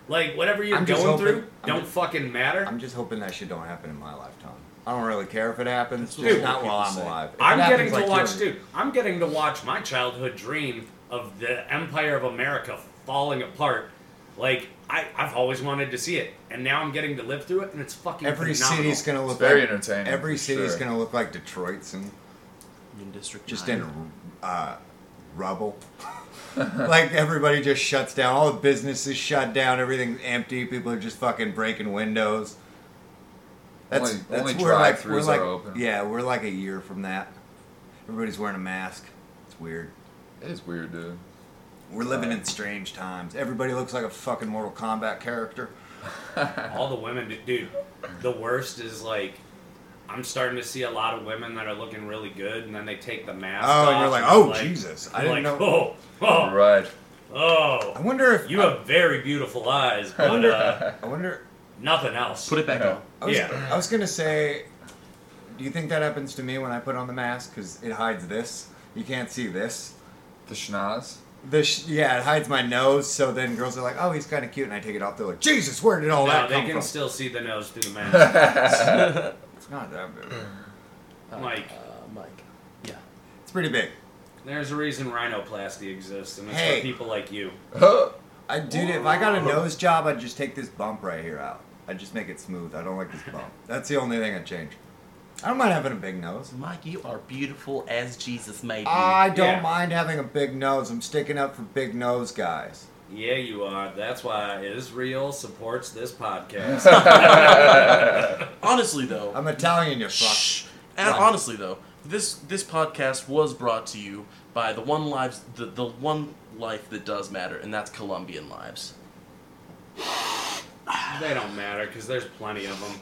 [SPEAKER 2] Like whatever you're
[SPEAKER 1] I'm just
[SPEAKER 2] going
[SPEAKER 1] hoping-
[SPEAKER 2] through,
[SPEAKER 1] I'm
[SPEAKER 2] don't
[SPEAKER 1] just-
[SPEAKER 2] fucking matter.
[SPEAKER 1] I'm just hoping that shit don't happen in my lifetime. I don't really care if it happens.
[SPEAKER 3] That's
[SPEAKER 1] just
[SPEAKER 2] what
[SPEAKER 1] not while
[SPEAKER 3] people
[SPEAKER 1] I'm
[SPEAKER 3] say.
[SPEAKER 1] alive. If
[SPEAKER 2] I'm
[SPEAKER 1] it happens,
[SPEAKER 2] getting to
[SPEAKER 1] like,
[SPEAKER 2] watch,
[SPEAKER 1] during-
[SPEAKER 2] dude. I'm getting to watch my childhood dream of the Empire of America falling apart. Like I, I've always wanted to see it, and now I'm getting to live through it, and it's fucking
[SPEAKER 1] Every
[SPEAKER 2] phenomenal.
[SPEAKER 1] city's gonna look
[SPEAKER 4] very
[SPEAKER 1] like,
[SPEAKER 4] entertaining,
[SPEAKER 1] Every
[SPEAKER 4] for
[SPEAKER 1] city's
[SPEAKER 4] sure.
[SPEAKER 1] gonna look like Detroit soon.
[SPEAKER 3] in District
[SPEAKER 1] just
[SPEAKER 3] Nine.
[SPEAKER 1] in uh, rubble. like everybody just shuts down. All the businesses shut down. Everything's empty. People are just fucking breaking windows. That's,
[SPEAKER 4] Only-
[SPEAKER 1] that's
[SPEAKER 4] only
[SPEAKER 1] we're like,
[SPEAKER 4] drive-thrus
[SPEAKER 1] we're
[SPEAKER 4] are
[SPEAKER 1] like,
[SPEAKER 4] open.
[SPEAKER 1] Yeah, we're like a year from that. Everybody's wearing a mask. It's weird.
[SPEAKER 4] It is weird, dude.
[SPEAKER 1] We're living in strange times. Everybody looks like a fucking Mortal Kombat character.
[SPEAKER 2] All the women, do- dude. The worst is like, I'm starting to see a lot of women that are looking really good, and then they take the mask off.
[SPEAKER 1] Oh, and you're like,
[SPEAKER 2] they're
[SPEAKER 1] oh Jesus! I
[SPEAKER 2] they're
[SPEAKER 1] didn't
[SPEAKER 2] like,
[SPEAKER 1] know.
[SPEAKER 2] Oh, oh,
[SPEAKER 4] Right.
[SPEAKER 1] I
[SPEAKER 2] oh.
[SPEAKER 1] wonder if
[SPEAKER 2] You have very beautiful eyes, but uh,
[SPEAKER 1] I wonder.
[SPEAKER 2] nothing else.
[SPEAKER 3] Put it back
[SPEAKER 4] Yeah.
[SPEAKER 3] on.
[SPEAKER 1] I was,
[SPEAKER 2] Yeah.
[SPEAKER 1] I was gonna say, do you think that happens to me when I put on the mask? Because it hides this. You can't see this.
[SPEAKER 4] The schnoz.
[SPEAKER 1] The sh- yeah, it hides my nose. So then girls are like, "Oh, he's kind of cute," and I take it off. They're like, "Jesus, where did all
[SPEAKER 2] no,
[SPEAKER 1] that
[SPEAKER 2] they
[SPEAKER 1] come
[SPEAKER 2] can
[SPEAKER 1] from?"
[SPEAKER 2] still see the nose through the mask.
[SPEAKER 1] it's not that big.
[SPEAKER 2] Hmm. Mike.
[SPEAKER 3] Uh, Mike. Yeah.
[SPEAKER 1] It's pretty big.
[SPEAKER 2] There's a reason rhinoplasty exists, and it's
[SPEAKER 1] Hey.
[SPEAKER 2] for people like you.
[SPEAKER 1] I dude, if I got a nose job, I'd just take this bump right here out. I'd just make it smooth. I don't like this bump. That's the only thing I'd change. I don't mind having a big nose.
[SPEAKER 3] Mike, you are beautiful as Jesus made you.
[SPEAKER 1] I don't
[SPEAKER 2] Yeah.
[SPEAKER 1] mind having a big nose. I'm sticking up for big nose guys.
[SPEAKER 2] Yeah, you are. That's why Israel supports this podcast.
[SPEAKER 3] honestly, though.
[SPEAKER 1] I'm Italian, you fuck.
[SPEAKER 3] Shh. And
[SPEAKER 1] Right.
[SPEAKER 3] honestly, though, this this podcast was brought to you by the one lives the, the one life that does matter, and that's Colombian lives.
[SPEAKER 2] they don't matter because there's plenty of them.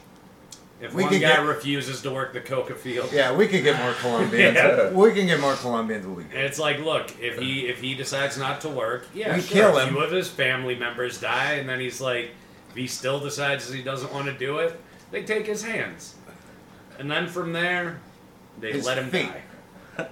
[SPEAKER 2] If
[SPEAKER 1] We
[SPEAKER 2] one guy
[SPEAKER 1] could get-
[SPEAKER 2] refuses to work the coca field,
[SPEAKER 1] Yeah, we could get more Colombians.
[SPEAKER 4] Yeah.
[SPEAKER 1] We can get more Colombians. We'll be good.
[SPEAKER 2] And it's like, look, if he if he decides not to work, yeah,
[SPEAKER 1] We
[SPEAKER 2] sure,
[SPEAKER 1] kill
[SPEAKER 2] a
[SPEAKER 1] him.
[SPEAKER 2] Few of his family members die, and then he's like, if he still decides he doesn't want to do it, they take his hands, and then from there, they
[SPEAKER 1] His
[SPEAKER 2] let him
[SPEAKER 1] feet.
[SPEAKER 2] die.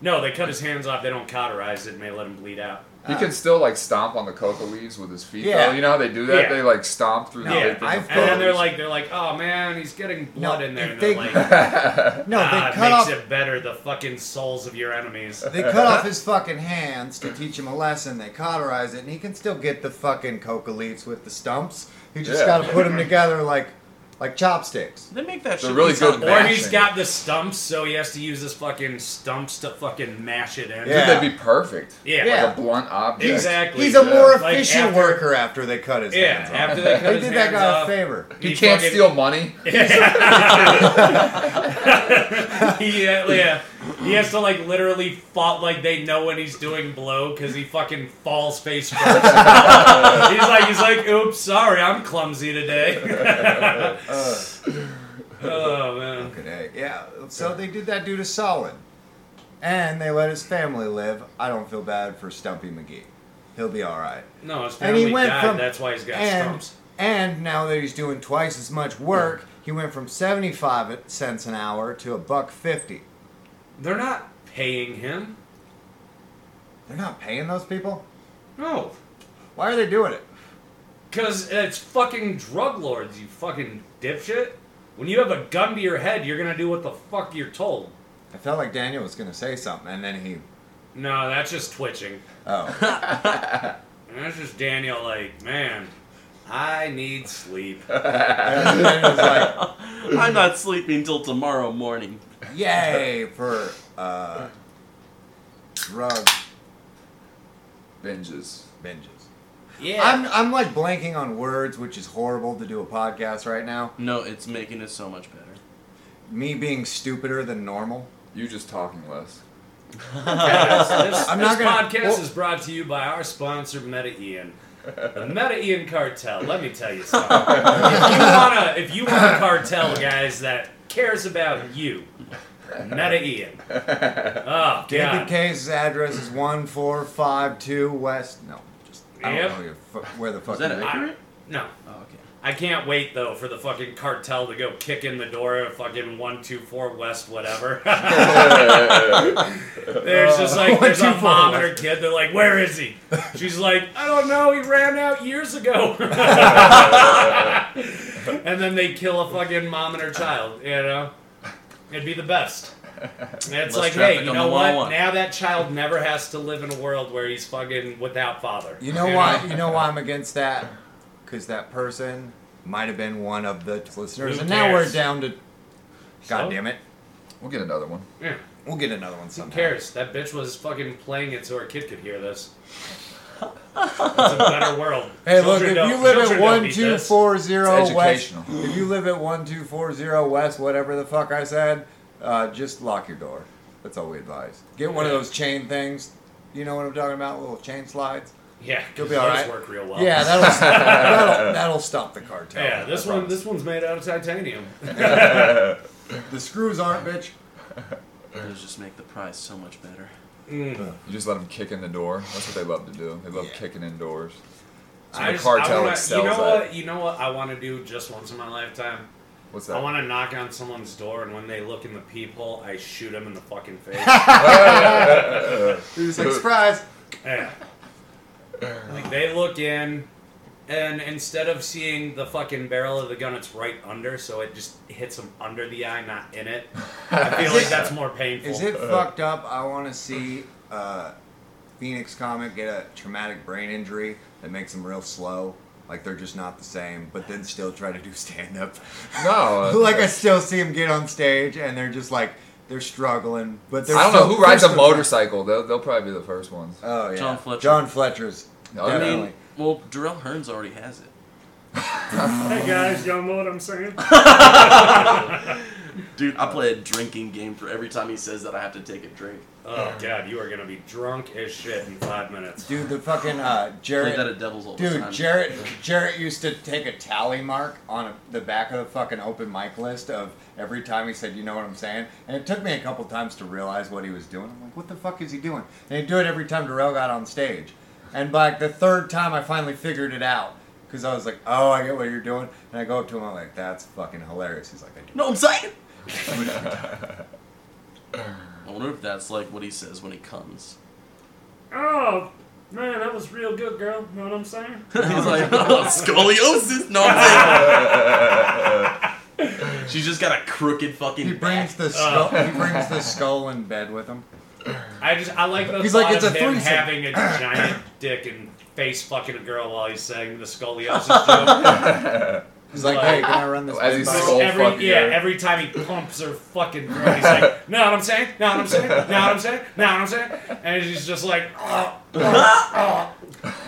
[SPEAKER 2] No, they cut his hands off. They don't cauterize it, and they let him bleed out.
[SPEAKER 4] He can still like stomp on the coca leaves with his feet.
[SPEAKER 1] Yeah.
[SPEAKER 4] Though. You know how they do that?
[SPEAKER 2] Yeah.
[SPEAKER 4] They like stomp through
[SPEAKER 2] Yeah,
[SPEAKER 4] the whole thing
[SPEAKER 1] I've-
[SPEAKER 2] And
[SPEAKER 4] of
[SPEAKER 2] then
[SPEAKER 4] coca
[SPEAKER 2] they're
[SPEAKER 4] leaves.
[SPEAKER 2] like, they're like, oh man, he's getting blood in
[SPEAKER 1] if
[SPEAKER 2] there. And they're
[SPEAKER 1] they-
[SPEAKER 2] like,
[SPEAKER 1] No, they
[SPEAKER 2] ah, it
[SPEAKER 1] cut
[SPEAKER 2] makes
[SPEAKER 1] off.
[SPEAKER 2] it better. The fucking souls of your enemies.
[SPEAKER 1] They cut off his fucking hands to teach him a lesson. They cauterize it, and he can still get the fucking coca leaves with the stumps. You just
[SPEAKER 4] Yeah.
[SPEAKER 1] gotta put them together like, like chopsticks.
[SPEAKER 3] They make that
[SPEAKER 4] They're
[SPEAKER 3] shit
[SPEAKER 4] really
[SPEAKER 3] sound
[SPEAKER 4] good
[SPEAKER 2] Or
[SPEAKER 3] bad.
[SPEAKER 4] mashed.
[SPEAKER 2] he's
[SPEAKER 4] Mashing.
[SPEAKER 2] got the stumps, so he has to use his fucking stumps to fucking mash it in.
[SPEAKER 1] Yeah.
[SPEAKER 4] Dude, that'd be perfect.
[SPEAKER 2] Yeah.
[SPEAKER 1] Yeah.
[SPEAKER 4] Like a blunt object.
[SPEAKER 2] Exactly.
[SPEAKER 1] He's a
[SPEAKER 4] Yeah.
[SPEAKER 1] more
[SPEAKER 2] Like,
[SPEAKER 1] efficient
[SPEAKER 2] after-
[SPEAKER 1] worker after they cut his
[SPEAKER 2] Yeah,
[SPEAKER 1] hands off.
[SPEAKER 2] after they cut
[SPEAKER 1] They
[SPEAKER 2] his
[SPEAKER 1] did that
[SPEAKER 2] hands
[SPEAKER 1] guy a
[SPEAKER 2] off,
[SPEAKER 1] favor.
[SPEAKER 4] He, can't
[SPEAKER 2] fucking-
[SPEAKER 4] steal money.
[SPEAKER 2] He, uh, yeah, he has to like literally fall like they know when he's doing blow because he fucking falls face first. he's like, he's like, oops, sorry, I'm clumsy today.
[SPEAKER 1] Uh,
[SPEAKER 2] oh man,
[SPEAKER 1] good day. Yeah, so they did that dude a solid. And they let his family live. I don't feel bad for Stumpy McGee. He'll be alright.
[SPEAKER 2] no, his
[SPEAKER 1] And
[SPEAKER 2] family
[SPEAKER 1] he went
[SPEAKER 2] died.
[SPEAKER 1] from-
[SPEAKER 2] That's why he's got
[SPEAKER 1] and
[SPEAKER 2] stumps.
[SPEAKER 1] and now that he's doing twice as much work, he went from seventy five cents an hour to a buck fifty.
[SPEAKER 2] They're not paying him.
[SPEAKER 1] They're not paying those people.
[SPEAKER 2] No,
[SPEAKER 1] Why are they doing it?
[SPEAKER 2] Because it's fucking drug lords, you fucking dipshit. When you have a gun to your head, you're gonna do what the fuck you're told.
[SPEAKER 1] I felt like Daniel was gonna say something, and then he.
[SPEAKER 2] No, that's just twitching.
[SPEAKER 1] Oh,
[SPEAKER 2] And that's just Daniel, like, man, I need sleep.
[SPEAKER 1] and then it was like,
[SPEAKER 3] I'm not sleeping till tomorrow morning.
[SPEAKER 1] "Yay for uh, drug
[SPEAKER 4] Binges.
[SPEAKER 1] binges."
[SPEAKER 2] Yeah.
[SPEAKER 1] I'm I'm like blanking on words, which is horrible to do a podcast right now.
[SPEAKER 3] No, it's making it so much better.
[SPEAKER 1] Me being stupider than normal.
[SPEAKER 4] You just talking less.
[SPEAKER 2] this
[SPEAKER 1] I'm not
[SPEAKER 2] this
[SPEAKER 1] gonna-
[SPEAKER 2] podcast
[SPEAKER 1] well-
[SPEAKER 2] is brought to you by our sponsor, Meta Ian. The Meta Ian Cartel. Let me tell you something. if you wanna, if you want a cartel, guys, that cares about you, Meta Ian. Oh,
[SPEAKER 1] David
[SPEAKER 2] God.
[SPEAKER 1] K's address is one four five two West. No, just I
[SPEAKER 2] Yep.
[SPEAKER 1] don't know your fu- where the fuck.
[SPEAKER 3] Is that
[SPEAKER 1] you live.
[SPEAKER 3] accurate?
[SPEAKER 2] No,
[SPEAKER 3] Oh, okay.
[SPEAKER 2] I can't wait though for the fucking cartel to go kick in the door of fucking one two four West whatever. there's just like there's a
[SPEAKER 1] 124
[SPEAKER 2] mom and her kid. They're like, "Where is he?" She's like, "I don't know. He ran out years ago." and then they kill a fucking mom and her child. You know, it'd be the best. And it's
[SPEAKER 3] Less
[SPEAKER 2] like,
[SPEAKER 3] traffic
[SPEAKER 2] hey, you
[SPEAKER 3] on
[SPEAKER 2] know
[SPEAKER 3] the
[SPEAKER 2] what?
[SPEAKER 3] 101.
[SPEAKER 2] Now that child never has to live in a world where he's fucking without father.
[SPEAKER 1] You know why? You know why I'm against that? Because that person might have been one of the listeners,
[SPEAKER 2] Who
[SPEAKER 1] and now we're
[SPEAKER 2] cares?
[SPEAKER 1] down to. God
[SPEAKER 2] So?
[SPEAKER 1] damn it!
[SPEAKER 4] We'll get another one.
[SPEAKER 2] Yeah.
[SPEAKER 1] We'll get another one
[SPEAKER 2] Who
[SPEAKER 1] sometime.
[SPEAKER 2] cares? That bitch was fucking playing it so her kid could hear this. It's a better world.
[SPEAKER 1] Hey,
[SPEAKER 2] Children
[SPEAKER 1] look,
[SPEAKER 2] don't-
[SPEAKER 1] if you live
[SPEAKER 2] children
[SPEAKER 1] at
[SPEAKER 2] don't
[SPEAKER 1] one
[SPEAKER 2] need
[SPEAKER 1] two
[SPEAKER 2] this.
[SPEAKER 1] four zero
[SPEAKER 4] It's
[SPEAKER 1] West,
[SPEAKER 4] educational.
[SPEAKER 1] if you live at one two four zero West, whatever the fuck I said, uh, just lock your door. That's all we advise. Get one of those chain things. You know what I'm talking about? Little chain slides.
[SPEAKER 2] Yeah,
[SPEAKER 1] You'll be
[SPEAKER 2] those
[SPEAKER 1] all right.
[SPEAKER 2] work real well.
[SPEAKER 1] Yeah, that'll, that'll that'll stop the cartel.
[SPEAKER 2] Yeah, this
[SPEAKER 1] I
[SPEAKER 2] one
[SPEAKER 1] promise.
[SPEAKER 2] this one's made out of titanium.
[SPEAKER 1] the screws aren't, bitch.
[SPEAKER 3] Those just make the prize so much better.
[SPEAKER 2] Mm.
[SPEAKER 4] You just let them kick in the door. That's what they love to do. They love
[SPEAKER 1] Yeah.
[SPEAKER 4] kicking in doors. So
[SPEAKER 2] I
[SPEAKER 4] the
[SPEAKER 2] just, I
[SPEAKER 4] cartel
[SPEAKER 2] wanna, you
[SPEAKER 4] excels
[SPEAKER 2] know
[SPEAKER 4] at
[SPEAKER 2] what? You know what I want to do just once in my lifetime.
[SPEAKER 4] What's
[SPEAKER 2] I
[SPEAKER 4] that?
[SPEAKER 2] want to knock on someone's door, and when they look in the peephole, I shoot them in the fucking face.
[SPEAKER 1] He was like, surprise.
[SPEAKER 2] Yeah. Like they look in, and instead of seeing the fucking barrel of the gun, it's right under, so it just hits them under the eye, not in it. I feel like that's more painful.
[SPEAKER 1] Is it
[SPEAKER 4] Uh,
[SPEAKER 1] fucked up? I want to see uh, Phoenix Comet get a traumatic brain injury that makes them real slow. Like they're just not the same, but then still try to do stand up.
[SPEAKER 4] No. uh,
[SPEAKER 1] like I still see them get on stage and they're just like they're struggling, but they're
[SPEAKER 4] I don't
[SPEAKER 1] still,
[SPEAKER 4] know who rides
[SPEAKER 1] they're
[SPEAKER 4] a
[SPEAKER 1] still-
[SPEAKER 4] motorcycle. They'll, they'll probably be the first ones.
[SPEAKER 1] Oh yeah,
[SPEAKER 3] John Fletcher.
[SPEAKER 1] John Fletcher's
[SPEAKER 4] Oh, yeah.
[SPEAKER 3] I
[SPEAKER 1] definitely.
[SPEAKER 3] mean, well, Darrell Hearns already has it.
[SPEAKER 2] Hey guys, y'all know what I'm saying?
[SPEAKER 3] Dude,
[SPEAKER 1] uh,
[SPEAKER 3] I play a drinking game for every time he says that I have to take a drink.
[SPEAKER 2] Oh god, you are gonna be drunk as shit in five minutes.
[SPEAKER 1] Dude, the fucking uh,
[SPEAKER 3] Play that
[SPEAKER 1] Jarrett.
[SPEAKER 3] at Devils all the
[SPEAKER 1] Dude,
[SPEAKER 3] time.
[SPEAKER 1] Jarrett. Jarrett used to take a tally mark on a, the back of the fucking open mic list of every time he said, "You know what I'm saying," and it took me a couple times to realize what he was doing. I'm like, "What the fuck is he doing?" And he'd do it every time Darrell got on stage, and by like, the third time, I finally figured it out because I was like, "Oh, I get what you're doing," and I go up to him, I'm like, "That's fucking hilarious." He's like, "I do."
[SPEAKER 3] No, I'm saying. I wonder if that's like what he says when he comes.
[SPEAKER 2] Oh man, that was real good, girl. Know what I'm saying?
[SPEAKER 3] He's like, oh, scoliosis. No, I'm saying. She's just got a crooked
[SPEAKER 1] He
[SPEAKER 3] fucking back.
[SPEAKER 1] brings the skull.
[SPEAKER 2] Uh.
[SPEAKER 1] he brings the skull in bed with him.
[SPEAKER 2] I just I like the
[SPEAKER 1] He's
[SPEAKER 2] thought
[SPEAKER 1] like, it's
[SPEAKER 2] of
[SPEAKER 1] a
[SPEAKER 2] him
[SPEAKER 1] threesome.
[SPEAKER 2] having a giant dick and face fucking a girl while he's saying the scoliosis joke.
[SPEAKER 1] He's like, "Hey, can I run this?"
[SPEAKER 4] As
[SPEAKER 1] bed
[SPEAKER 4] he's
[SPEAKER 1] by you?"
[SPEAKER 4] skull
[SPEAKER 2] every
[SPEAKER 4] fucking
[SPEAKER 2] yeah,
[SPEAKER 4] her.
[SPEAKER 2] every time he pumps her fucking throat, he's like, "Know what I'm saying? Know what I'm saying? Know what I'm saying? Know what I'm saying?" And he's just like, "Oh,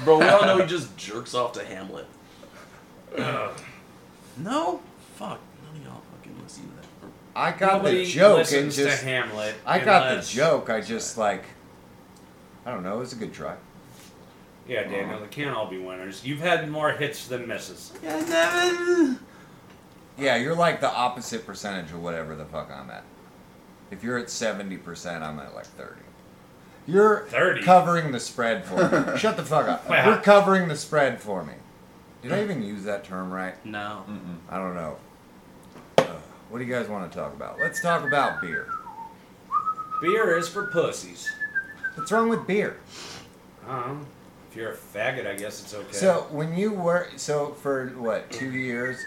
[SPEAKER 3] Bro, we all know he just jerks off to Hamlet.
[SPEAKER 2] uh,
[SPEAKER 3] No? Fuck. None of y'all fucking listen to that.
[SPEAKER 1] I got
[SPEAKER 2] nobody
[SPEAKER 1] the joke and
[SPEAKER 2] listens
[SPEAKER 1] just
[SPEAKER 2] to Hamlet."
[SPEAKER 1] I got the
[SPEAKER 2] unless-
[SPEAKER 1] joke. I just like, I don't know. It was a good try.
[SPEAKER 2] Yeah, Daniel, they can't all be winners. You've had more hits than misses.
[SPEAKER 3] Yeah, never.
[SPEAKER 1] Yeah, you're like the opposite percentage of whatever the fuck I'm at. If you're at seventy percent, I'm at like thirty. You're
[SPEAKER 2] 30?
[SPEAKER 1] covering the spread for me. Shut the fuck up.
[SPEAKER 2] Wow.
[SPEAKER 1] You're covering the spread for me. Did I even use that term right?
[SPEAKER 3] No.
[SPEAKER 1] I don't know. Uh, what do you guys want to talk about? Let's talk about beer.
[SPEAKER 2] Beer is for pussies.
[SPEAKER 1] What's wrong with beer?
[SPEAKER 2] Um, if you're a faggot, I guess it's okay.
[SPEAKER 1] So when you were so for what two years,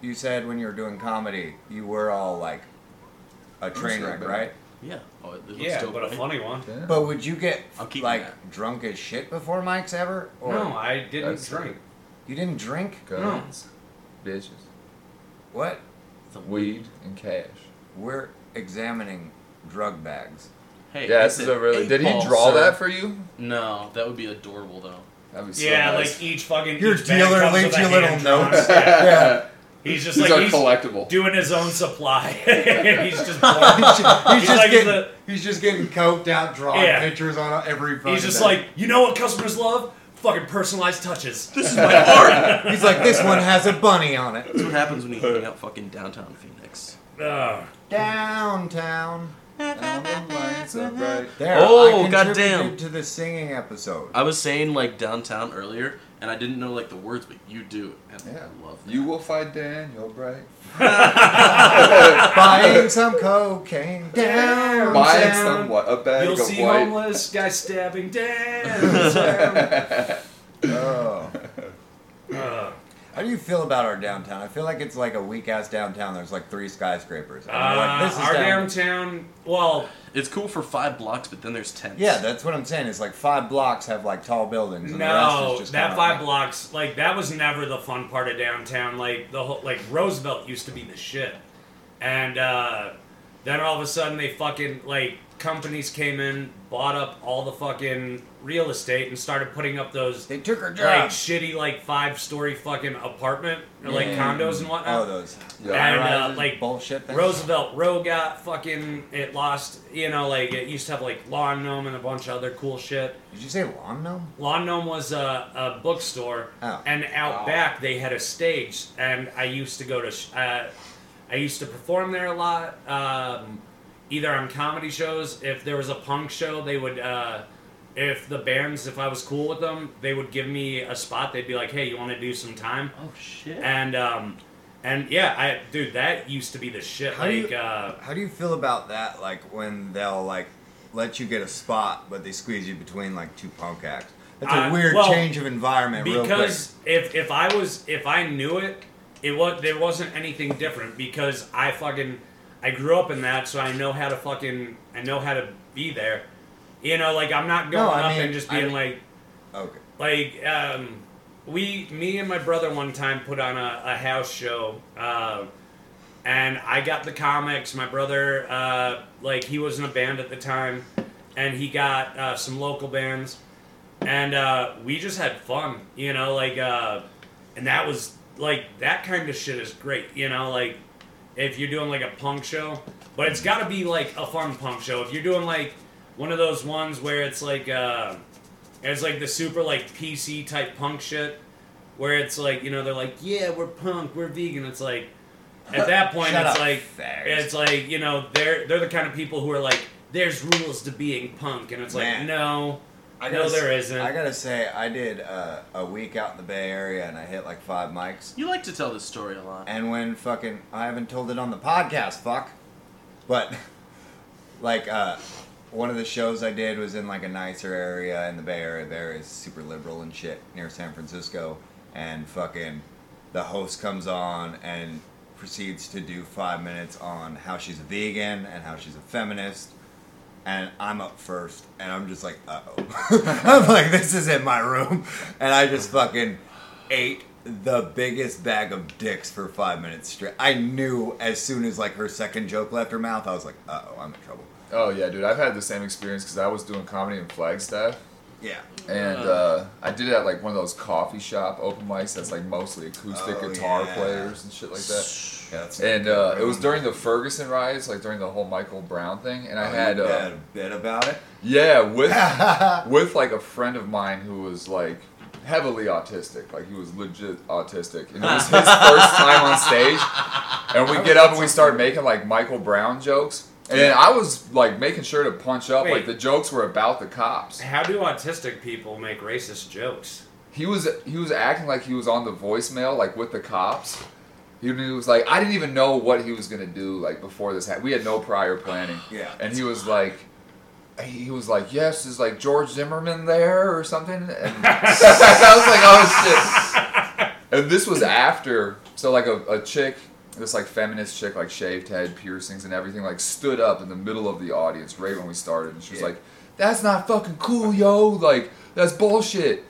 [SPEAKER 1] you said when you were doing comedy, you were all like a train wreck, right?
[SPEAKER 3] Yeah. Oh, it looks
[SPEAKER 2] yeah,
[SPEAKER 3] dope,
[SPEAKER 2] but a
[SPEAKER 3] right?
[SPEAKER 2] funny one.
[SPEAKER 4] Yeah.
[SPEAKER 1] But would you get
[SPEAKER 3] I'm keeping
[SPEAKER 1] like
[SPEAKER 3] that.
[SPEAKER 1] drunk as shit before mics ever? Or
[SPEAKER 2] No, I didn't
[SPEAKER 4] That's-
[SPEAKER 2] drink.
[SPEAKER 1] you didn't drink?
[SPEAKER 4] Guns, bitches,
[SPEAKER 1] What?
[SPEAKER 4] weed, and cash.
[SPEAKER 1] We're examining drug bags.
[SPEAKER 3] Hey,
[SPEAKER 4] Yeah,
[SPEAKER 3] it's
[SPEAKER 4] this is
[SPEAKER 3] an
[SPEAKER 4] a really.
[SPEAKER 3] eight
[SPEAKER 4] Did he
[SPEAKER 3] ball,
[SPEAKER 4] draw
[SPEAKER 3] sir.
[SPEAKER 4] that for you?
[SPEAKER 3] No, that would be adorable though.
[SPEAKER 4] That'd be so
[SPEAKER 2] Yeah,
[SPEAKER 4] nice.
[SPEAKER 2] like each fucking
[SPEAKER 1] Your
[SPEAKER 2] each bag
[SPEAKER 1] dealer
[SPEAKER 2] comes
[SPEAKER 1] leaves
[SPEAKER 2] with a
[SPEAKER 1] you little
[SPEAKER 2] hand drawn
[SPEAKER 1] notes.
[SPEAKER 2] stack.
[SPEAKER 1] Yeah,
[SPEAKER 2] He's just
[SPEAKER 4] These
[SPEAKER 2] like
[SPEAKER 4] are
[SPEAKER 2] he's
[SPEAKER 4] collectible.
[SPEAKER 2] doing his own supply. he's just pouring.
[SPEAKER 1] he's, just- he's
[SPEAKER 2] He's
[SPEAKER 1] just
[SPEAKER 2] like
[SPEAKER 1] getting
[SPEAKER 2] the-
[SPEAKER 1] he's just getting coked out, drawing
[SPEAKER 2] Yeah.
[SPEAKER 1] pictures on every. fucking
[SPEAKER 2] he's just
[SPEAKER 1] thing.
[SPEAKER 2] like, you know what customers love? Fucking personalized touches.
[SPEAKER 3] This is my art.
[SPEAKER 1] he's like this one has a bunny on it.
[SPEAKER 3] That's what happens when you hang out fucking downtown Phoenix.
[SPEAKER 2] Ugh.
[SPEAKER 1] Downtown.
[SPEAKER 4] And the lights are bright.
[SPEAKER 1] There,
[SPEAKER 3] Oh,
[SPEAKER 1] I
[SPEAKER 3] goddamn.
[SPEAKER 1] contributed To the singing episode.
[SPEAKER 3] I was saying like downtown earlier, and I didn't know like the words, but you do, and
[SPEAKER 4] Yeah,
[SPEAKER 3] I love that.
[SPEAKER 4] you will find Dan. You're bright.
[SPEAKER 1] Buying some cocaine down.
[SPEAKER 4] Buying some what a bag
[SPEAKER 2] You'll
[SPEAKER 4] of
[SPEAKER 2] see
[SPEAKER 4] white.
[SPEAKER 2] homeless guy stabbing Uh, down.
[SPEAKER 1] Oh.
[SPEAKER 2] Ugh.
[SPEAKER 1] How do you feel about our downtown? I feel like it's like a weak ass downtown. There's like three skyscrapers. And you're like,
[SPEAKER 2] Uh,
[SPEAKER 1] this is
[SPEAKER 2] our
[SPEAKER 1] down-
[SPEAKER 2] downtown. Well,
[SPEAKER 3] It's cool for five blocks, but then there's tents.
[SPEAKER 1] Yeah, that's what I'm saying. It's like five blocks have like tall buildings. And the rest
[SPEAKER 2] no,
[SPEAKER 1] is just
[SPEAKER 2] that
[SPEAKER 1] kinda
[SPEAKER 2] five
[SPEAKER 1] like-
[SPEAKER 2] blocks, like that was never the fun part of downtown. Like the whole, like Roosevelt used to be the shit, and uh, then all of a sudden they fucking like companies came in, bought up all the fucking real estate, and started putting up those
[SPEAKER 1] They took her
[SPEAKER 2] like
[SPEAKER 1] job.
[SPEAKER 2] shitty like five story fucking apartment or like
[SPEAKER 1] Yeah.
[SPEAKER 2] condos and whatnot.
[SPEAKER 1] oh, those.
[SPEAKER 4] Yeah.
[SPEAKER 2] And, uh,
[SPEAKER 1] high-rises,
[SPEAKER 2] like,
[SPEAKER 1] bullshit things.
[SPEAKER 2] Roosevelt Row got fucking it lost. You know, like it used to have like Lawn Gnome and a bunch of other cool shit.
[SPEAKER 1] Did you say lawn gnome?
[SPEAKER 2] Lawn Gnome was a, a bookstore,
[SPEAKER 1] Oh.
[SPEAKER 2] and out
[SPEAKER 4] Oh.
[SPEAKER 2] back they had a stage, and I used to go to. sh- Uh, I used to perform there a lot, um, either on comedy shows. If there was a punk show, they would. Uh, if the bands, if I was cool with them, they would give me a spot. They'd be like, "Hey, you want to do some time?"
[SPEAKER 3] Oh shit.
[SPEAKER 2] And um, and yeah, I dude, that used to be the shit.
[SPEAKER 1] How do
[SPEAKER 2] like.
[SPEAKER 1] you-
[SPEAKER 2] uh,
[SPEAKER 1] How do you feel about that? Like when they'll like let you get a spot, but they squeeze you between like two punk acts. That's a
[SPEAKER 2] Uh,
[SPEAKER 1] weird
[SPEAKER 2] well,
[SPEAKER 1] change of environment. real quick.
[SPEAKER 2] because if if I was if I knew it, it was there wasn't anything different because I fucking I grew up in that, so I know how to fucking I know how to be there. You know, like I'm not going
[SPEAKER 1] No, I
[SPEAKER 2] up
[SPEAKER 1] mean-
[SPEAKER 2] and just
[SPEAKER 1] I
[SPEAKER 2] being
[SPEAKER 1] mean-
[SPEAKER 2] like
[SPEAKER 1] okay,
[SPEAKER 2] like um, we me and my brother one time put on a, a house show uh, and i got the comics my brother uh, like he was in a band at the time and he got uh, some local bands and uh, we just had fun you know like uh, and that was like that kind of shit is great you know like if you're doing like a punk show, but it's got to be like a fun punk show. If you're doing like one of those ones where it's like uh, it's like the super like PC type punk shit, where it's like you know they're like yeah we're punk we're vegan. It's like at that point
[SPEAKER 1] Shut
[SPEAKER 2] it's
[SPEAKER 1] up,
[SPEAKER 2] like
[SPEAKER 1] fags.
[SPEAKER 2] it's like you know they're they're the kind of people who are like there's rules to being punk and it's like
[SPEAKER 1] Man.
[SPEAKER 2] no
[SPEAKER 1] I
[SPEAKER 2] no
[SPEAKER 1] gotta s-
[SPEAKER 2] there isn't.
[SPEAKER 1] I gotta say, I did uh, a week out in the Bay Area and I hit like five mics.
[SPEAKER 3] You like to tell this story a lot.
[SPEAKER 1] And when fucking, I haven't told it on the podcast, fuck. But like, uh, one of the shows I did was in like a nicer area in the Bay Area. There is super liberal and shit near San Francisco. And fucking, the host comes on and proceeds to do five minutes on how she's a vegan and how she's a feminist. and I'm up first, and I'm just like, uh oh. I'm like, this is in my room. And I just fucking ate the biggest bag of dicks for five minutes straight. I knew as soon as like her second joke left her mouth, I was like, uh oh, I'm in trouble.
[SPEAKER 4] Oh yeah, dude. I've had the same experience because I was doing comedy in Flagstaff,
[SPEAKER 1] Yeah.
[SPEAKER 4] and uh, I did it at like one of those coffee shop open mics that's like mostly acoustic
[SPEAKER 1] Oh,
[SPEAKER 4] guitar
[SPEAKER 1] yeah.
[SPEAKER 4] players and shit like that.
[SPEAKER 1] Yeah, that's-
[SPEAKER 4] And uh, it was during the Ferguson riots, like during the whole Michael Brown thing, and I
[SPEAKER 1] Oh, you
[SPEAKER 4] had
[SPEAKER 1] got
[SPEAKER 4] uh,
[SPEAKER 1] a bit about it.
[SPEAKER 4] yeah with with like a friend of mine who was like heavily autistic like he was legit autistic and it was his first time on stage and we get up and we start making like michael brown jokes and then i was like making sure to punch up like
[SPEAKER 2] Wait.
[SPEAKER 4] the jokes were about the cops
[SPEAKER 2] How do autistic people make racist jokes?
[SPEAKER 4] he was he was acting like he was on the voicemail like with the cops he was like i didn't even know what he was gonna do like before this happened we had no prior planning
[SPEAKER 1] Yeah.
[SPEAKER 4] and he was like he was like yes is like george zimmerman there or something and i was like oh shit and this was after so like a, a chick this like feminist chick like shaved head piercings and everything like stood up in the middle of the audience right when we started and she was
[SPEAKER 1] Yeah.
[SPEAKER 4] like that's not fucking cool yo like that's bullshit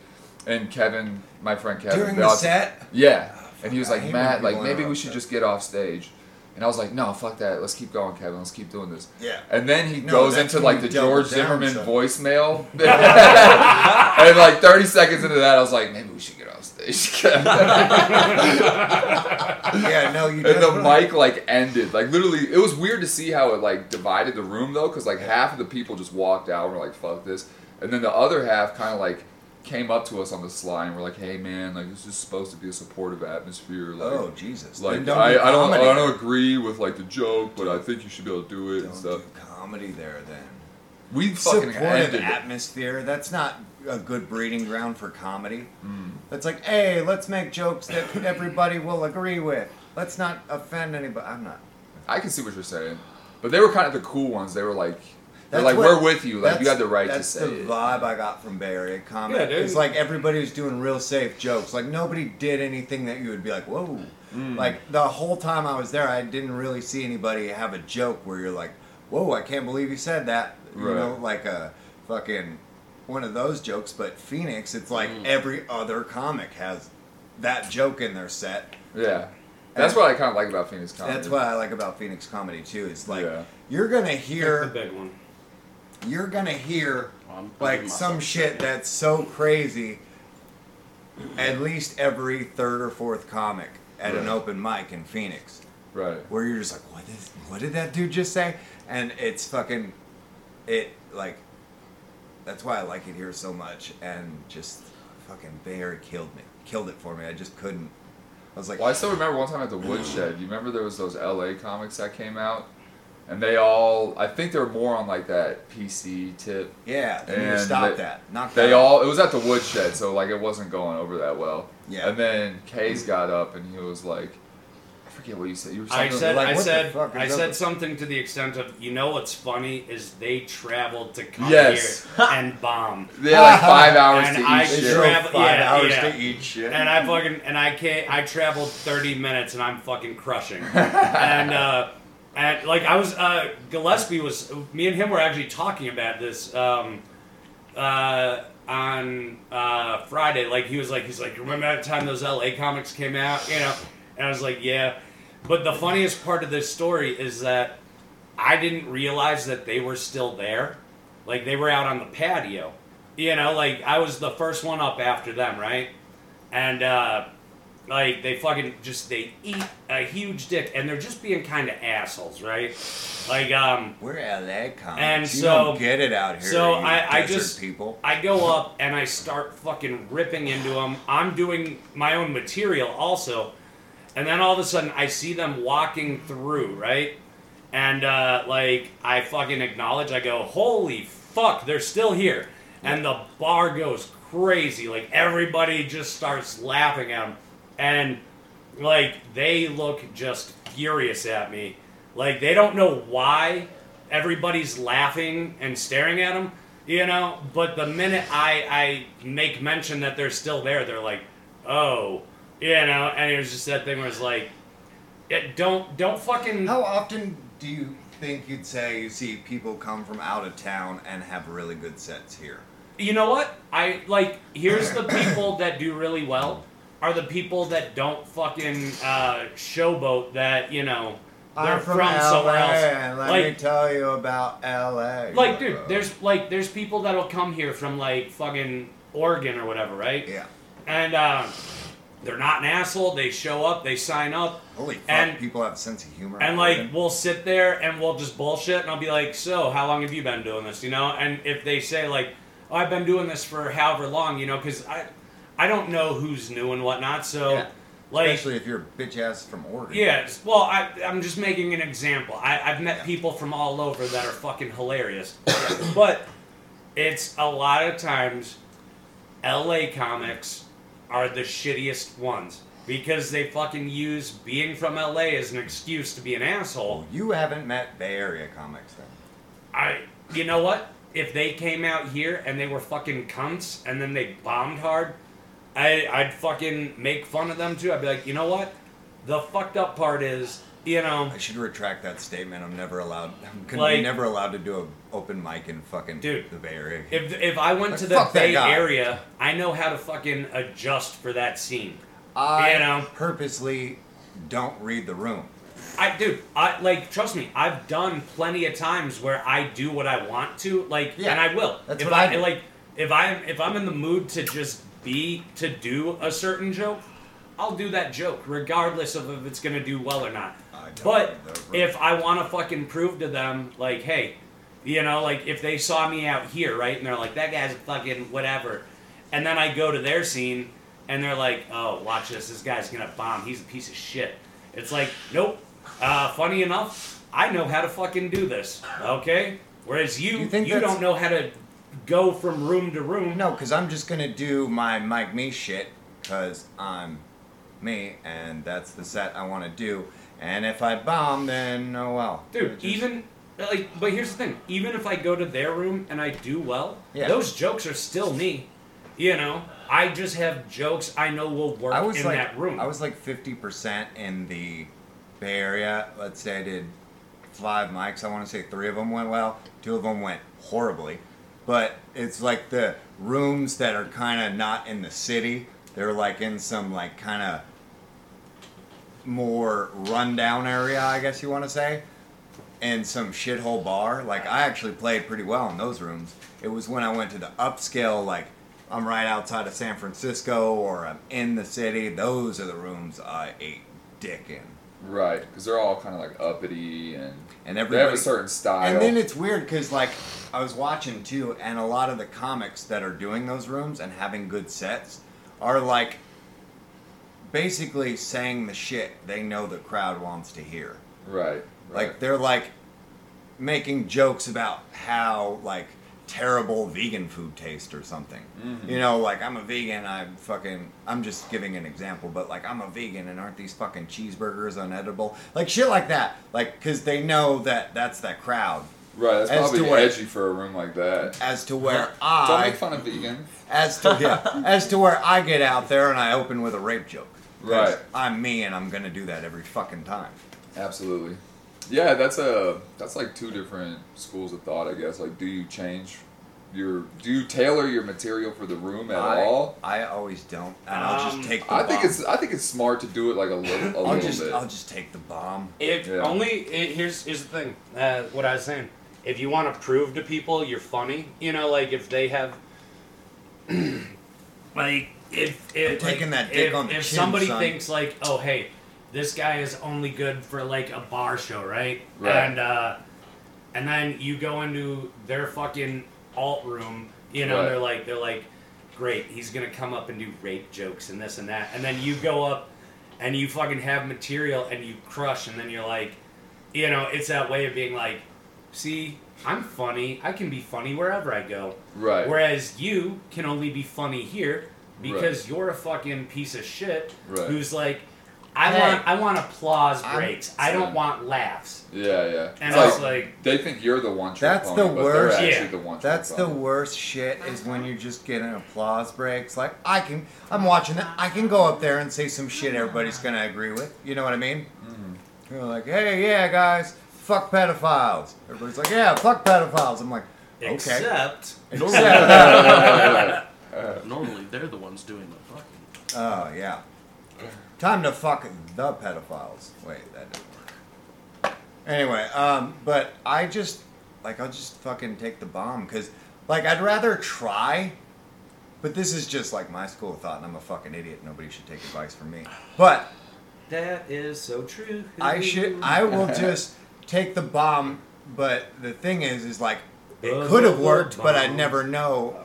[SPEAKER 4] and kevin my friend kevin
[SPEAKER 1] During
[SPEAKER 4] they
[SPEAKER 1] the
[SPEAKER 4] all-
[SPEAKER 1] set? Ah,
[SPEAKER 4] yeah. And he was
[SPEAKER 1] I
[SPEAKER 4] like,
[SPEAKER 1] hate when
[SPEAKER 4] Matt,
[SPEAKER 1] people
[SPEAKER 4] like maybe we
[SPEAKER 1] interrupt
[SPEAKER 4] should
[SPEAKER 1] that.
[SPEAKER 4] just get off stage. And I was like, no, fuck that. Let's keep going, Kevin. Let's keep doing this.
[SPEAKER 1] Yeah.
[SPEAKER 4] And then he
[SPEAKER 1] No,
[SPEAKER 4] goes
[SPEAKER 1] that's
[SPEAKER 4] into
[SPEAKER 1] when
[SPEAKER 4] like the
[SPEAKER 1] you double
[SPEAKER 4] George
[SPEAKER 1] down,
[SPEAKER 4] Zimmerman
[SPEAKER 1] son.
[SPEAKER 4] voicemail. and like 30 seconds into that, I was like, maybe we should get off stage. Kevin.
[SPEAKER 1] Yeah, no, you
[SPEAKER 4] and the
[SPEAKER 1] definitely-
[SPEAKER 4] mic like ended. Like literally, it was weird to see how it like divided the room though, because like half of the people just walked out and were like, fuck this. And then the other half kind of like came up to us on the slide and were like, hey man, like this is supposed to be a supportive atmosphere. Like,
[SPEAKER 1] Oh, Jesus. Then
[SPEAKER 4] like
[SPEAKER 1] don't
[SPEAKER 4] I,
[SPEAKER 1] do
[SPEAKER 4] I don't I
[SPEAKER 1] comedy
[SPEAKER 4] don't
[SPEAKER 1] there.
[SPEAKER 4] agree with like the joke, but I think you should be able to do it and
[SPEAKER 1] Don't
[SPEAKER 4] stuff.
[SPEAKER 1] do comedy there then.
[SPEAKER 4] We fucking
[SPEAKER 1] supportive
[SPEAKER 4] ended it.
[SPEAKER 1] atmosphere. That's not a good breeding ground for comedy.
[SPEAKER 4] Mm.
[SPEAKER 1] That's like, hey, let's make jokes that everybody will agree with. Let's not offend anybody. I'm not.
[SPEAKER 4] I can see what you're saying, but they were kind of the cool ones. They were like, they're
[SPEAKER 1] That's
[SPEAKER 4] like
[SPEAKER 1] what-
[SPEAKER 4] we're with you. Like you
[SPEAKER 1] that's-
[SPEAKER 4] had the right to
[SPEAKER 1] that's
[SPEAKER 4] say
[SPEAKER 1] the
[SPEAKER 4] it.
[SPEAKER 1] vibe I got from Bay Area comedy.
[SPEAKER 2] Yeah, dude.
[SPEAKER 1] it's like everybody was doing real safe jokes. Like nobody did anything that you would be like, whoa.
[SPEAKER 2] Mm.
[SPEAKER 1] Like the whole time I was there, I didn't really see anybody have a joke where you're like, whoa, I can't believe you said that. You
[SPEAKER 4] Right.
[SPEAKER 1] know, like a fucking one of those jokes. But Phoenix, it's like
[SPEAKER 4] Mm.
[SPEAKER 1] every other comic has that joke in their set.
[SPEAKER 4] Yeah, that's what I kind of like about Phoenix comedy.
[SPEAKER 1] That's what I like about Phoenix comedy too. It's like
[SPEAKER 4] Yeah.
[SPEAKER 1] you're gonna
[SPEAKER 2] The
[SPEAKER 1] hear
[SPEAKER 2] big one.
[SPEAKER 1] you're gonna hear
[SPEAKER 3] Well, I'm- I'm
[SPEAKER 1] like
[SPEAKER 3] giving
[SPEAKER 1] some
[SPEAKER 3] myself
[SPEAKER 1] shit
[SPEAKER 3] shit.
[SPEAKER 1] that's so crazy at least every third or fourth comic at an
[SPEAKER 4] Right.
[SPEAKER 1] open mic in Phoenix
[SPEAKER 4] Right.
[SPEAKER 1] where you're just like what is what did that dude just say and it's fucking it like that's why I like it here so much and just fucking Bay Area killed me killed it for me I just couldn't I was like
[SPEAKER 4] Well, I still remember one time at the Woodshed. You remember there was those LA comics that came out, and they all I think they were more on like that PC tip.
[SPEAKER 1] yeah then you
[SPEAKER 4] And
[SPEAKER 1] stop
[SPEAKER 4] they-
[SPEAKER 1] that knock
[SPEAKER 4] They
[SPEAKER 1] that
[SPEAKER 4] all it was at the woodshed, so like it wasn't going over that well.
[SPEAKER 1] Yeah.
[SPEAKER 4] And then Kays got up and he was like, I forget what you said. You were
[SPEAKER 2] I
[SPEAKER 4] something
[SPEAKER 2] said,
[SPEAKER 1] like,
[SPEAKER 2] I
[SPEAKER 1] what the
[SPEAKER 2] said,
[SPEAKER 1] fuck is
[SPEAKER 2] I
[SPEAKER 1] up
[SPEAKER 2] said
[SPEAKER 1] with-
[SPEAKER 2] something to the extent of, you know what's funny is they traveled to come
[SPEAKER 4] Yes.
[SPEAKER 2] here and bomb,
[SPEAKER 4] they had like five hours
[SPEAKER 2] And
[SPEAKER 4] to eat
[SPEAKER 2] I
[SPEAKER 1] They
[SPEAKER 4] shit.
[SPEAKER 2] drove-
[SPEAKER 1] drove
[SPEAKER 2] Travel-
[SPEAKER 1] five
[SPEAKER 2] yeah,
[SPEAKER 1] hours
[SPEAKER 2] yeah.
[SPEAKER 1] to eat shit
[SPEAKER 2] and I fucking and I can't. I traveled thirty minutes and I'm fucking crushing, and uh, and like I was uh, Gillespie was me and him were actually talking about this. Um, uh, on uh, Friday, like he was like he's like, remember that time those LA comics came out, you know? And I was like, yeah. But the funniest part of this story is that I didn't realize that they were still there. Like they were out on the patio, you know. Like I was the first one up after them, right? And uh, like they fucking just they eat a huge dick and they're just being kind of assholes, right? Like um
[SPEAKER 1] We're LA comics.
[SPEAKER 2] And
[SPEAKER 1] you
[SPEAKER 2] so-
[SPEAKER 1] don't get it out here.
[SPEAKER 2] so
[SPEAKER 1] you
[SPEAKER 2] I- I
[SPEAKER 1] desert
[SPEAKER 2] just-
[SPEAKER 1] people.
[SPEAKER 2] I go up and I start fucking ripping into them. I'm doing my own material also. And then all of a sudden I see them walking through, right? And uh, like I fucking acknowledge, I go, holy fuck, they're still here. And the bar goes crazy. Like everybody just starts laughing at them. And like they look just furious at me. Like they don't know why everybody's laughing and staring at them, you know. But the minute I I make mention that they're still there, they're like, oh, you know. And it was just that thing where it's like, yeah, don't don't fucking
[SPEAKER 1] How often do you think you'd say you see people come from out of town and have really good sets here?
[SPEAKER 2] you know what i like here's the people that do really well are the people that don't fucking uh, showboat that you know they're from, somewhere else like
[SPEAKER 1] tell you about LA.
[SPEAKER 2] like dude there's like there's people that'll come here from like fucking oregon or whatever right
[SPEAKER 1] yeah.
[SPEAKER 2] and uh, they're not an asshole they show up they sign up
[SPEAKER 1] Holy fuck!
[SPEAKER 2] And-
[SPEAKER 1] people have a sense of humor.
[SPEAKER 2] and like we'll sit there and we'll just bullshit, and I'll be like, "So, how long have you been doing this?" You know, and if they say like, oh, "I've been doing this for however long," you know, because I, I don't know who's new and whatnot. So,
[SPEAKER 1] Yeah.
[SPEAKER 2] like,
[SPEAKER 1] especially if you're a bitch ass from Oregon.
[SPEAKER 2] yeah. Well, I, I'm just making an example. I, I've met
[SPEAKER 1] Yeah.
[SPEAKER 2] people from all over that are fucking hilarious, but it's a lot of times, L.A. comics are the shittiest ones. Because they fucking use being from LA as an excuse to be an asshole.
[SPEAKER 1] Well, you haven't met Bay Area comics then.
[SPEAKER 2] I, you know what? If they came out here and they were fucking cunts and then they bombed hard, I, I'd fucking make fun of them too. I'd be like, you know what? The fucked up part is, you know,
[SPEAKER 1] I should retract that statement. I'm never allowed. I'm gonna
[SPEAKER 2] Like-
[SPEAKER 1] be never allowed to do a open mic in fucking
[SPEAKER 2] Dude.
[SPEAKER 1] the Bay Area.
[SPEAKER 2] if if I went to the
[SPEAKER 1] Fuck that
[SPEAKER 2] Bay
[SPEAKER 1] guy.
[SPEAKER 2] Area, I know how to fucking adjust for that scene.
[SPEAKER 1] I
[SPEAKER 2] you know.
[SPEAKER 1] purposely don't read the room.
[SPEAKER 2] I, dude, I like trust me. I've done plenty of times where I do what I want to, like,
[SPEAKER 1] Yeah,
[SPEAKER 2] and I will.
[SPEAKER 1] that's
[SPEAKER 2] if
[SPEAKER 1] what I do.
[SPEAKER 2] like, if I'm if I'm in the mood to just be to do a certain joke, I'll do that joke regardless of if it's gonna do well or not.
[SPEAKER 1] I don't
[SPEAKER 2] But
[SPEAKER 1] read the room.
[SPEAKER 2] if I want to fucking prove to them, like, hey, you know, like if they saw me out here, right, and they're like, that guy's a fucking whatever, and then I go to their scene, and they're like, oh, watch this, this guy's gonna bomb, he's a piece of shit. It's like, nope. Uh, funny enough, I know how to fucking do this, okay? Whereas you,
[SPEAKER 1] You
[SPEAKER 2] you,
[SPEAKER 1] think that's-
[SPEAKER 2] don't know how to go from room to room.
[SPEAKER 1] No, because I'm just gonna do my Mike Me shit, because I'm me, and that's the set I want to do. And if I bomb, then oh well.
[SPEAKER 2] Dude,
[SPEAKER 1] It's just-
[SPEAKER 2] even like, but here's the thing: even if I go to their room and I do well,
[SPEAKER 1] Yeah.
[SPEAKER 2] those jokes are still me. You know, I just have jokes I know will work
[SPEAKER 1] I was
[SPEAKER 2] in
[SPEAKER 1] like,
[SPEAKER 2] that room.
[SPEAKER 1] I was like 50% in the Bay Area. Let's say I did five mics. I want to say three of them went well, two of them went horribly. But it's like the rooms that are kind of not in the city. They're like in some like kind of more rundown area, I guess you want to say, in some shithole bar. Like I actually played pretty well in those rooms. It was when I went to the upscale, like I'm right outside of San Francisco or I'm in the city. Those are the rooms I ate dick in.
[SPEAKER 4] Right, because they're all kind of like uppity and
[SPEAKER 1] And
[SPEAKER 4] they have
[SPEAKER 1] everybody-
[SPEAKER 4] a certain style.
[SPEAKER 1] And then it's weird because like I was watching too, and a lot of the comics that are doing those rooms and having good sets are like basically saying the shit they know the crowd wants to hear.
[SPEAKER 4] right, right.
[SPEAKER 1] Like they're like making jokes about how like terrible vegan food tastes or something.
[SPEAKER 4] Mm-hmm.
[SPEAKER 1] You know, like I'm a vegan, I'm fucking I'm just giving an example, but like I'm a vegan and aren't these fucking cheeseburgers unedible? Like shit like that. Like cuz they know that that's that crowd
[SPEAKER 4] right. That's
[SPEAKER 1] as
[SPEAKER 4] probably
[SPEAKER 1] to what-
[SPEAKER 4] edgy for a room like that.
[SPEAKER 1] as to where
[SPEAKER 4] Don't
[SPEAKER 1] I
[SPEAKER 4] make fun of vegans.
[SPEAKER 1] as to yeah, as to where I get out there and I open with a rape joke. 'Cause
[SPEAKER 4] Right.
[SPEAKER 1] I'm me and I'm going to do that every fucking time.
[SPEAKER 4] Absolutely. Yeah, that's a that's like two different schools of thought, I guess. Like, do you change your do you tailor your material for the room at
[SPEAKER 1] I,
[SPEAKER 4] all?
[SPEAKER 1] I always don't and I'll
[SPEAKER 2] Um,
[SPEAKER 1] just take the
[SPEAKER 4] I think
[SPEAKER 1] bomb.
[SPEAKER 4] it's I think it's smart to do it like a little a
[SPEAKER 1] I'll
[SPEAKER 4] little
[SPEAKER 1] just
[SPEAKER 4] bit.
[SPEAKER 1] I'll just take the bomb.
[SPEAKER 2] If
[SPEAKER 4] Yeah.
[SPEAKER 2] only it, here's here's the thing. Uh, what I was saying, if you want to prove to people you're funny, you know, like if they have, Like if if
[SPEAKER 1] I'm taking
[SPEAKER 2] like,
[SPEAKER 1] that dick
[SPEAKER 2] if,
[SPEAKER 1] on the
[SPEAKER 2] if
[SPEAKER 1] chin,
[SPEAKER 2] somebody
[SPEAKER 1] son.
[SPEAKER 2] thinks like, oh hey, this guy is only good for like a bar show, right?
[SPEAKER 4] Right.
[SPEAKER 2] And uh, and then you go into their fucking alt room, you know,
[SPEAKER 4] Right.
[SPEAKER 2] and they're like they're like, great, he's gonna come up and do rape jokes and this and that, and then you go up and you fucking have material and you crush, and then you're like, you know, it's that way of being like, see, I'm funny, I can be funny wherever I go.
[SPEAKER 4] Right.
[SPEAKER 2] Whereas you can only be funny here because you're a fucking piece of shit
[SPEAKER 4] Right.
[SPEAKER 2] who's like, I
[SPEAKER 1] Hey.
[SPEAKER 2] want I want applause
[SPEAKER 1] I'm-
[SPEAKER 2] breaks. I don't want laughs.
[SPEAKER 4] Yeah, yeah.
[SPEAKER 2] And
[SPEAKER 4] It's
[SPEAKER 2] I was like-
[SPEAKER 4] they think you're the one trick
[SPEAKER 1] That's
[SPEAKER 4] pony,
[SPEAKER 1] the
[SPEAKER 4] but they're
[SPEAKER 1] worst.
[SPEAKER 4] actually
[SPEAKER 2] Yeah.
[SPEAKER 4] the one trick
[SPEAKER 1] That's the
[SPEAKER 4] pony.
[SPEAKER 1] worst shit is when you just get an applause break. It's like I can, I'm watching that. I can go up there and say some shit everybody's gonna agree with. You know what I mean?
[SPEAKER 4] Mm-hmm.
[SPEAKER 1] You're like, hey, yeah, guys, fuck pedophiles. Everybody's like, yeah, fuck pedophiles. I'm like, okay.
[SPEAKER 5] Except
[SPEAKER 1] Except-
[SPEAKER 3] Normally, they're the ones doing the fucking.
[SPEAKER 1] oh yeah. Time to fuck the pedophiles. Wait, that didn't work. Anyway, um, but I just like I'll just fucking take the bomb because like I'd rather try. But this is just like my school of thought, and I'm a fucking idiot. Nobody should take advice from me. But
[SPEAKER 5] that is so true.
[SPEAKER 1] I should. I will just take the bomb. But the thing is, is like it
[SPEAKER 2] Uh,
[SPEAKER 1] could have
[SPEAKER 2] the
[SPEAKER 1] worked, but I
[SPEAKER 2] bomb.
[SPEAKER 1] never know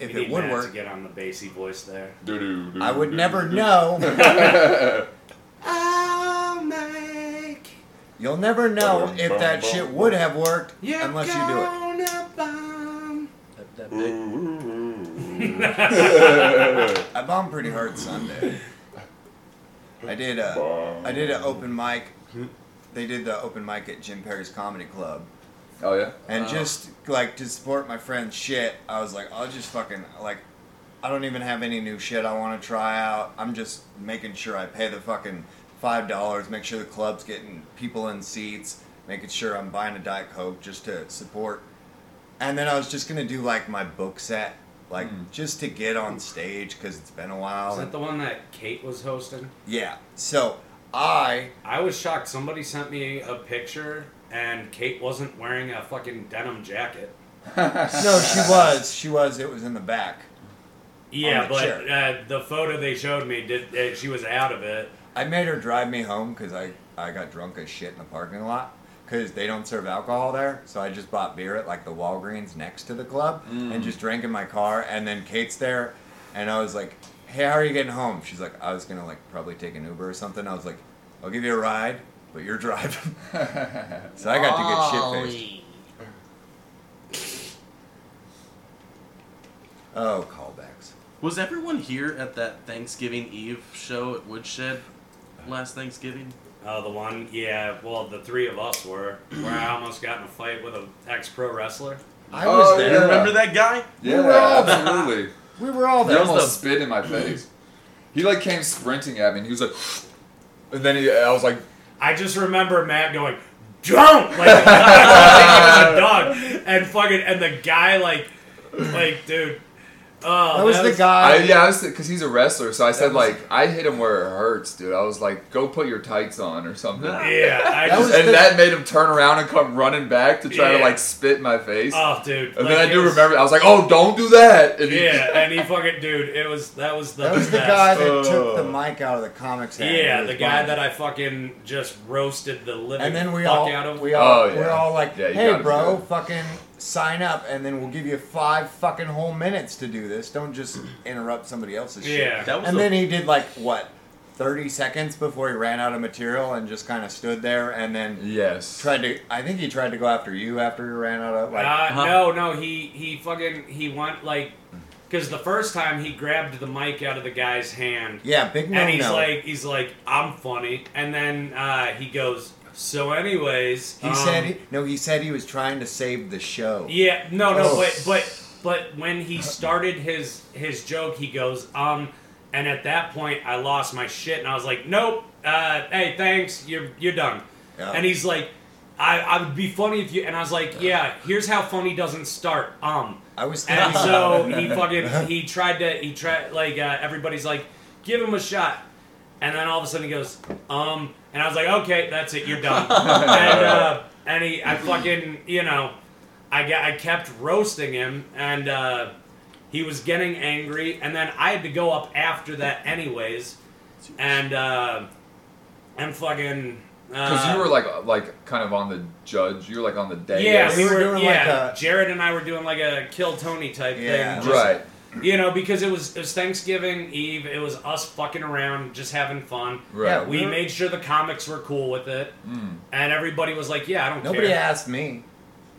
[SPEAKER 1] if it
[SPEAKER 2] You Oh. need
[SPEAKER 1] would
[SPEAKER 2] Matt
[SPEAKER 1] work.
[SPEAKER 2] to get Mm-hmm. on the bassy voice there.
[SPEAKER 4] Doo-doo,
[SPEAKER 1] I would
[SPEAKER 4] doo-doo,
[SPEAKER 1] never
[SPEAKER 4] doo-doo.
[SPEAKER 1] know.
[SPEAKER 5] Oh, Mike,
[SPEAKER 1] You'll never know
[SPEAKER 4] Bum,
[SPEAKER 1] if
[SPEAKER 4] bum,
[SPEAKER 1] that
[SPEAKER 4] bum,
[SPEAKER 1] shit
[SPEAKER 4] bum.
[SPEAKER 1] would have worked
[SPEAKER 5] you're
[SPEAKER 1] unless you do it.
[SPEAKER 5] gonna bomb.
[SPEAKER 3] That, that big.
[SPEAKER 1] I bombed pretty hard Sunday. I did a, I did an open mic. They did the open mic at Jim Perry's Comedy Club.
[SPEAKER 4] Oh yeah.
[SPEAKER 1] And just like to support my friend's shit, I was like, I'll just fucking like, I don't even have any new shit I want to try out. I'm just making sure I pay the fucking five dollars, make sure the club's getting people in seats, making sure I'm buying a diet coke just to support. And then I was just gonna do like my book set, like just to get on stage because it's been a while.
[SPEAKER 2] Hmm. Is that the one that Kate was hosting?
[SPEAKER 1] yeah. So I
[SPEAKER 2] I was shocked. Somebody sent me a picture and Kate wasn't wearing a fucking denim jacket.
[SPEAKER 1] no, she was, she was. It was in the back.
[SPEAKER 2] Yeah,
[SPEAKER 1] the
[SPEAKER 2] but
[SPEAKER 1] chair.
[SPEAKER 2] uh, the photo they showed me did uh, she was out of it.
[SPEAKER 1] I made her drive me home because I, I got drunk as shit in the parking lot because they don't serve alcohol there. So I just bought beer at like the Walgreens next to the club and just drank in my car. And then Kate's there, and I was like, "Hey, how are you getting home?" She's like, "I was gonna like probably take an Uber or something." I was like, "I'll give you a ride, but you're driving." so I got to get shit faced. Oh, callbacks.
[SPEAKER 3] Was everyone here at that Thanksgiving Eve show at Woodshed last Thanksgiving?
[SPEAKER 2] Uh, the one, yeah. Well, the three of us were. Where I almost got in a fight with an ex-pro wrestler.
[SPEAKER 1] I
[SPEAKER 4] Oh,
[SPEAKER 1] was there.
[SPEAKER 4] yeah.
[SPEAKER 3] Remember that guy?
[SPEAKER 4] Yeah,
[SPEAKER 1] were all there.
[SPEAKER 4] absolutely.
[SPEAKER 1] We were all
[SPEAKER 4] He
[SPEAKER 1] there.
[SPEAKER 3] That was
[SPEAKER 4] almost
[SPEAKER 3] the-
[SPEAKER 4] spit in my face. He like came sprinting at me, and he was like, and then he, I was like,
[SPEAKER 2] I just remember Matt going, "Don't!" Like, like he was a dog, and fucking, and the guy like, like, dude. Oh,
[SPEAKER 1] That was the guy.
[SPEAKER 4] I, yeah, I was because he's a wrestler, so I said
[SPEAKER 2] Uh, was-
[SPEAKER 4] like, I hit him where it hurts, dude. I was like, go put your tights on or something.
[SPEAKER 2] Yeah, I
[SPEAKER 1] That
[SPEAKER 2] just.
[SPEAKER 1] was-
[SPEAKER 4] and
[SPEAKER 1] the-
[SPEAKER 4] that made him turn around and come running back to try to
[SPEAKER 2] Yeah.
[SPEAKER 4] like spit in my face.
[SPEAKER 2] Oh, dude.
[SPEAKER 4] and
[SPEAKER 2] like,
[SPEAKER 4] then I
[SPEAKER 2] it
[SPEAKER 4] do
[SPEAKER 2] was-
[SPEAKER 4] remember, I was like, "Oh, don't do that!" And he-
[SPEAKER 2] Yeah, and he fucking, dude. It was that was the
[SPEAKER 1] that was the
[SPEAKER 2] best.
[SPEAKER 1] guy that took the
[SPEAKER 4] Oh.
[SPEAKER 1] mic out of the comics. hand. He
[SPEAKER 2] Yeah,
[SPEAKER 1] was
[SPEAKER 2] the guy
[SPEAKER 1] bombing.
[SPEAKER 2] that I fucking just roasted the living
[SPEAKER 1] And then we
[SPEAKER 2] fuck
[SPEAKER 1] all,
[SPEAKER 2] out of.
[SPEAKER 1] we all,
[SPEAKER 4] Oh, yeah.
[SPEAKER 1] we're all like,
[SPEAKER 4] Yeah, you gotta
[SPEAKER 1] hey,
[SPEAKER 4] be
[SPEAKER 1] bro,
[SPEAKER 4] good."
[SPEAKER 1] fucking sign up, and then we'll give you five fucking whole minutes to do this. Don't just interrupt somebody else's
[SPEAKER 2] Yeah.
[SPEAKER 1] shit.
[SPEAKER 3] That was
[SPEAKER 1] And
[SPEAKER 3] a-
[SPEAKER 1] then he did like what, thirty seconds before he ran out of material and just kind of stood there, and then
[SPEAKER 4] Yes.
[SPEAKER 1] tried to. I think he tried to go after you after you ran out of like.
[SPEAKER 2] uh,
[SPEAKER 3] huh?
[SPEAKER 2] No, no, he he fucking he went like, because the first time he grabbed the mic out of the guy's hand,
[SPEAKER 1] yeah, big no
[SPEAKER 2] and he's
[SPEAKER 1] no.
[SPEAKER 2] like he's like I'm funny, and then uh, he goes. So, anyways,
[SPEAKER 1] he
[SPEAKER 2] um,
[SPEAKER 1] said he, no. He said he was trying to save the show.
[SPEAKER 2] Yeah, no, no,
[SPEAKER 1] Oh.
[SPEAKER 2] but but but when he started his his joke, he goes, um, and at that point, I lost my shit, and I was like, nope, uh, hey, thanks, you're you're done.
[SPEAKER 1] Yeah.
[SPEAKER 2] And he's like, I I would be funny if you, and I was like, yeah, here's how funny doesn't start, um.
[SPEAKER 1] I was
[SPEAKER 2] And
[SPEAKER 1] thinking.
[SPEAKER 2] so he fucking he tried to he tried like uh, everybody's like give him a shot, and then all of a sudden he goes um, and I was like okay that's it you're done, and uh, and he I fucking you know, I ge- I kept roasting him and uh, He was getting angry, and then I had to go up after that, anyways, and uh, and fucking.
[SPEAKER 4] Because
[SPEAKER 2] uh,
[SPEAKER 4] you were like like kind of on the judge. You were like on the day.
[SPEAKER 2] yeah,
[SPEAKER 1] We
[SPEAKER 2] we
[SPEAKER 1] were
[SPEAKER 2] were
[SPEAKER 1] doing
[SPEAKER 2] yeah.
[SPEAKER 1] like a-
[SPEAKER 2] Jared and I were doing like a kill Tony type
[SPEAKER 1] Yeah.
[SPEAKER 2] thing, just
[SPEAKER 4] right.
[SPEAKER 2] you know, because it was it was Thanksgiving Eve. It was us fucking around, just having fun.
[SPEAKER 1] Yeah,
[SPEAKER 4] Right.
[SPEAKER 2] We made sure the comics were cool with it,
[SPEAKER 4] Mm.
[SPEAKER 2] and everybody was like, "Yeah, I don't
[SPEAKER 1] Nobody
[SPEAKER 2] care."
[SPEAKER 1] asked me.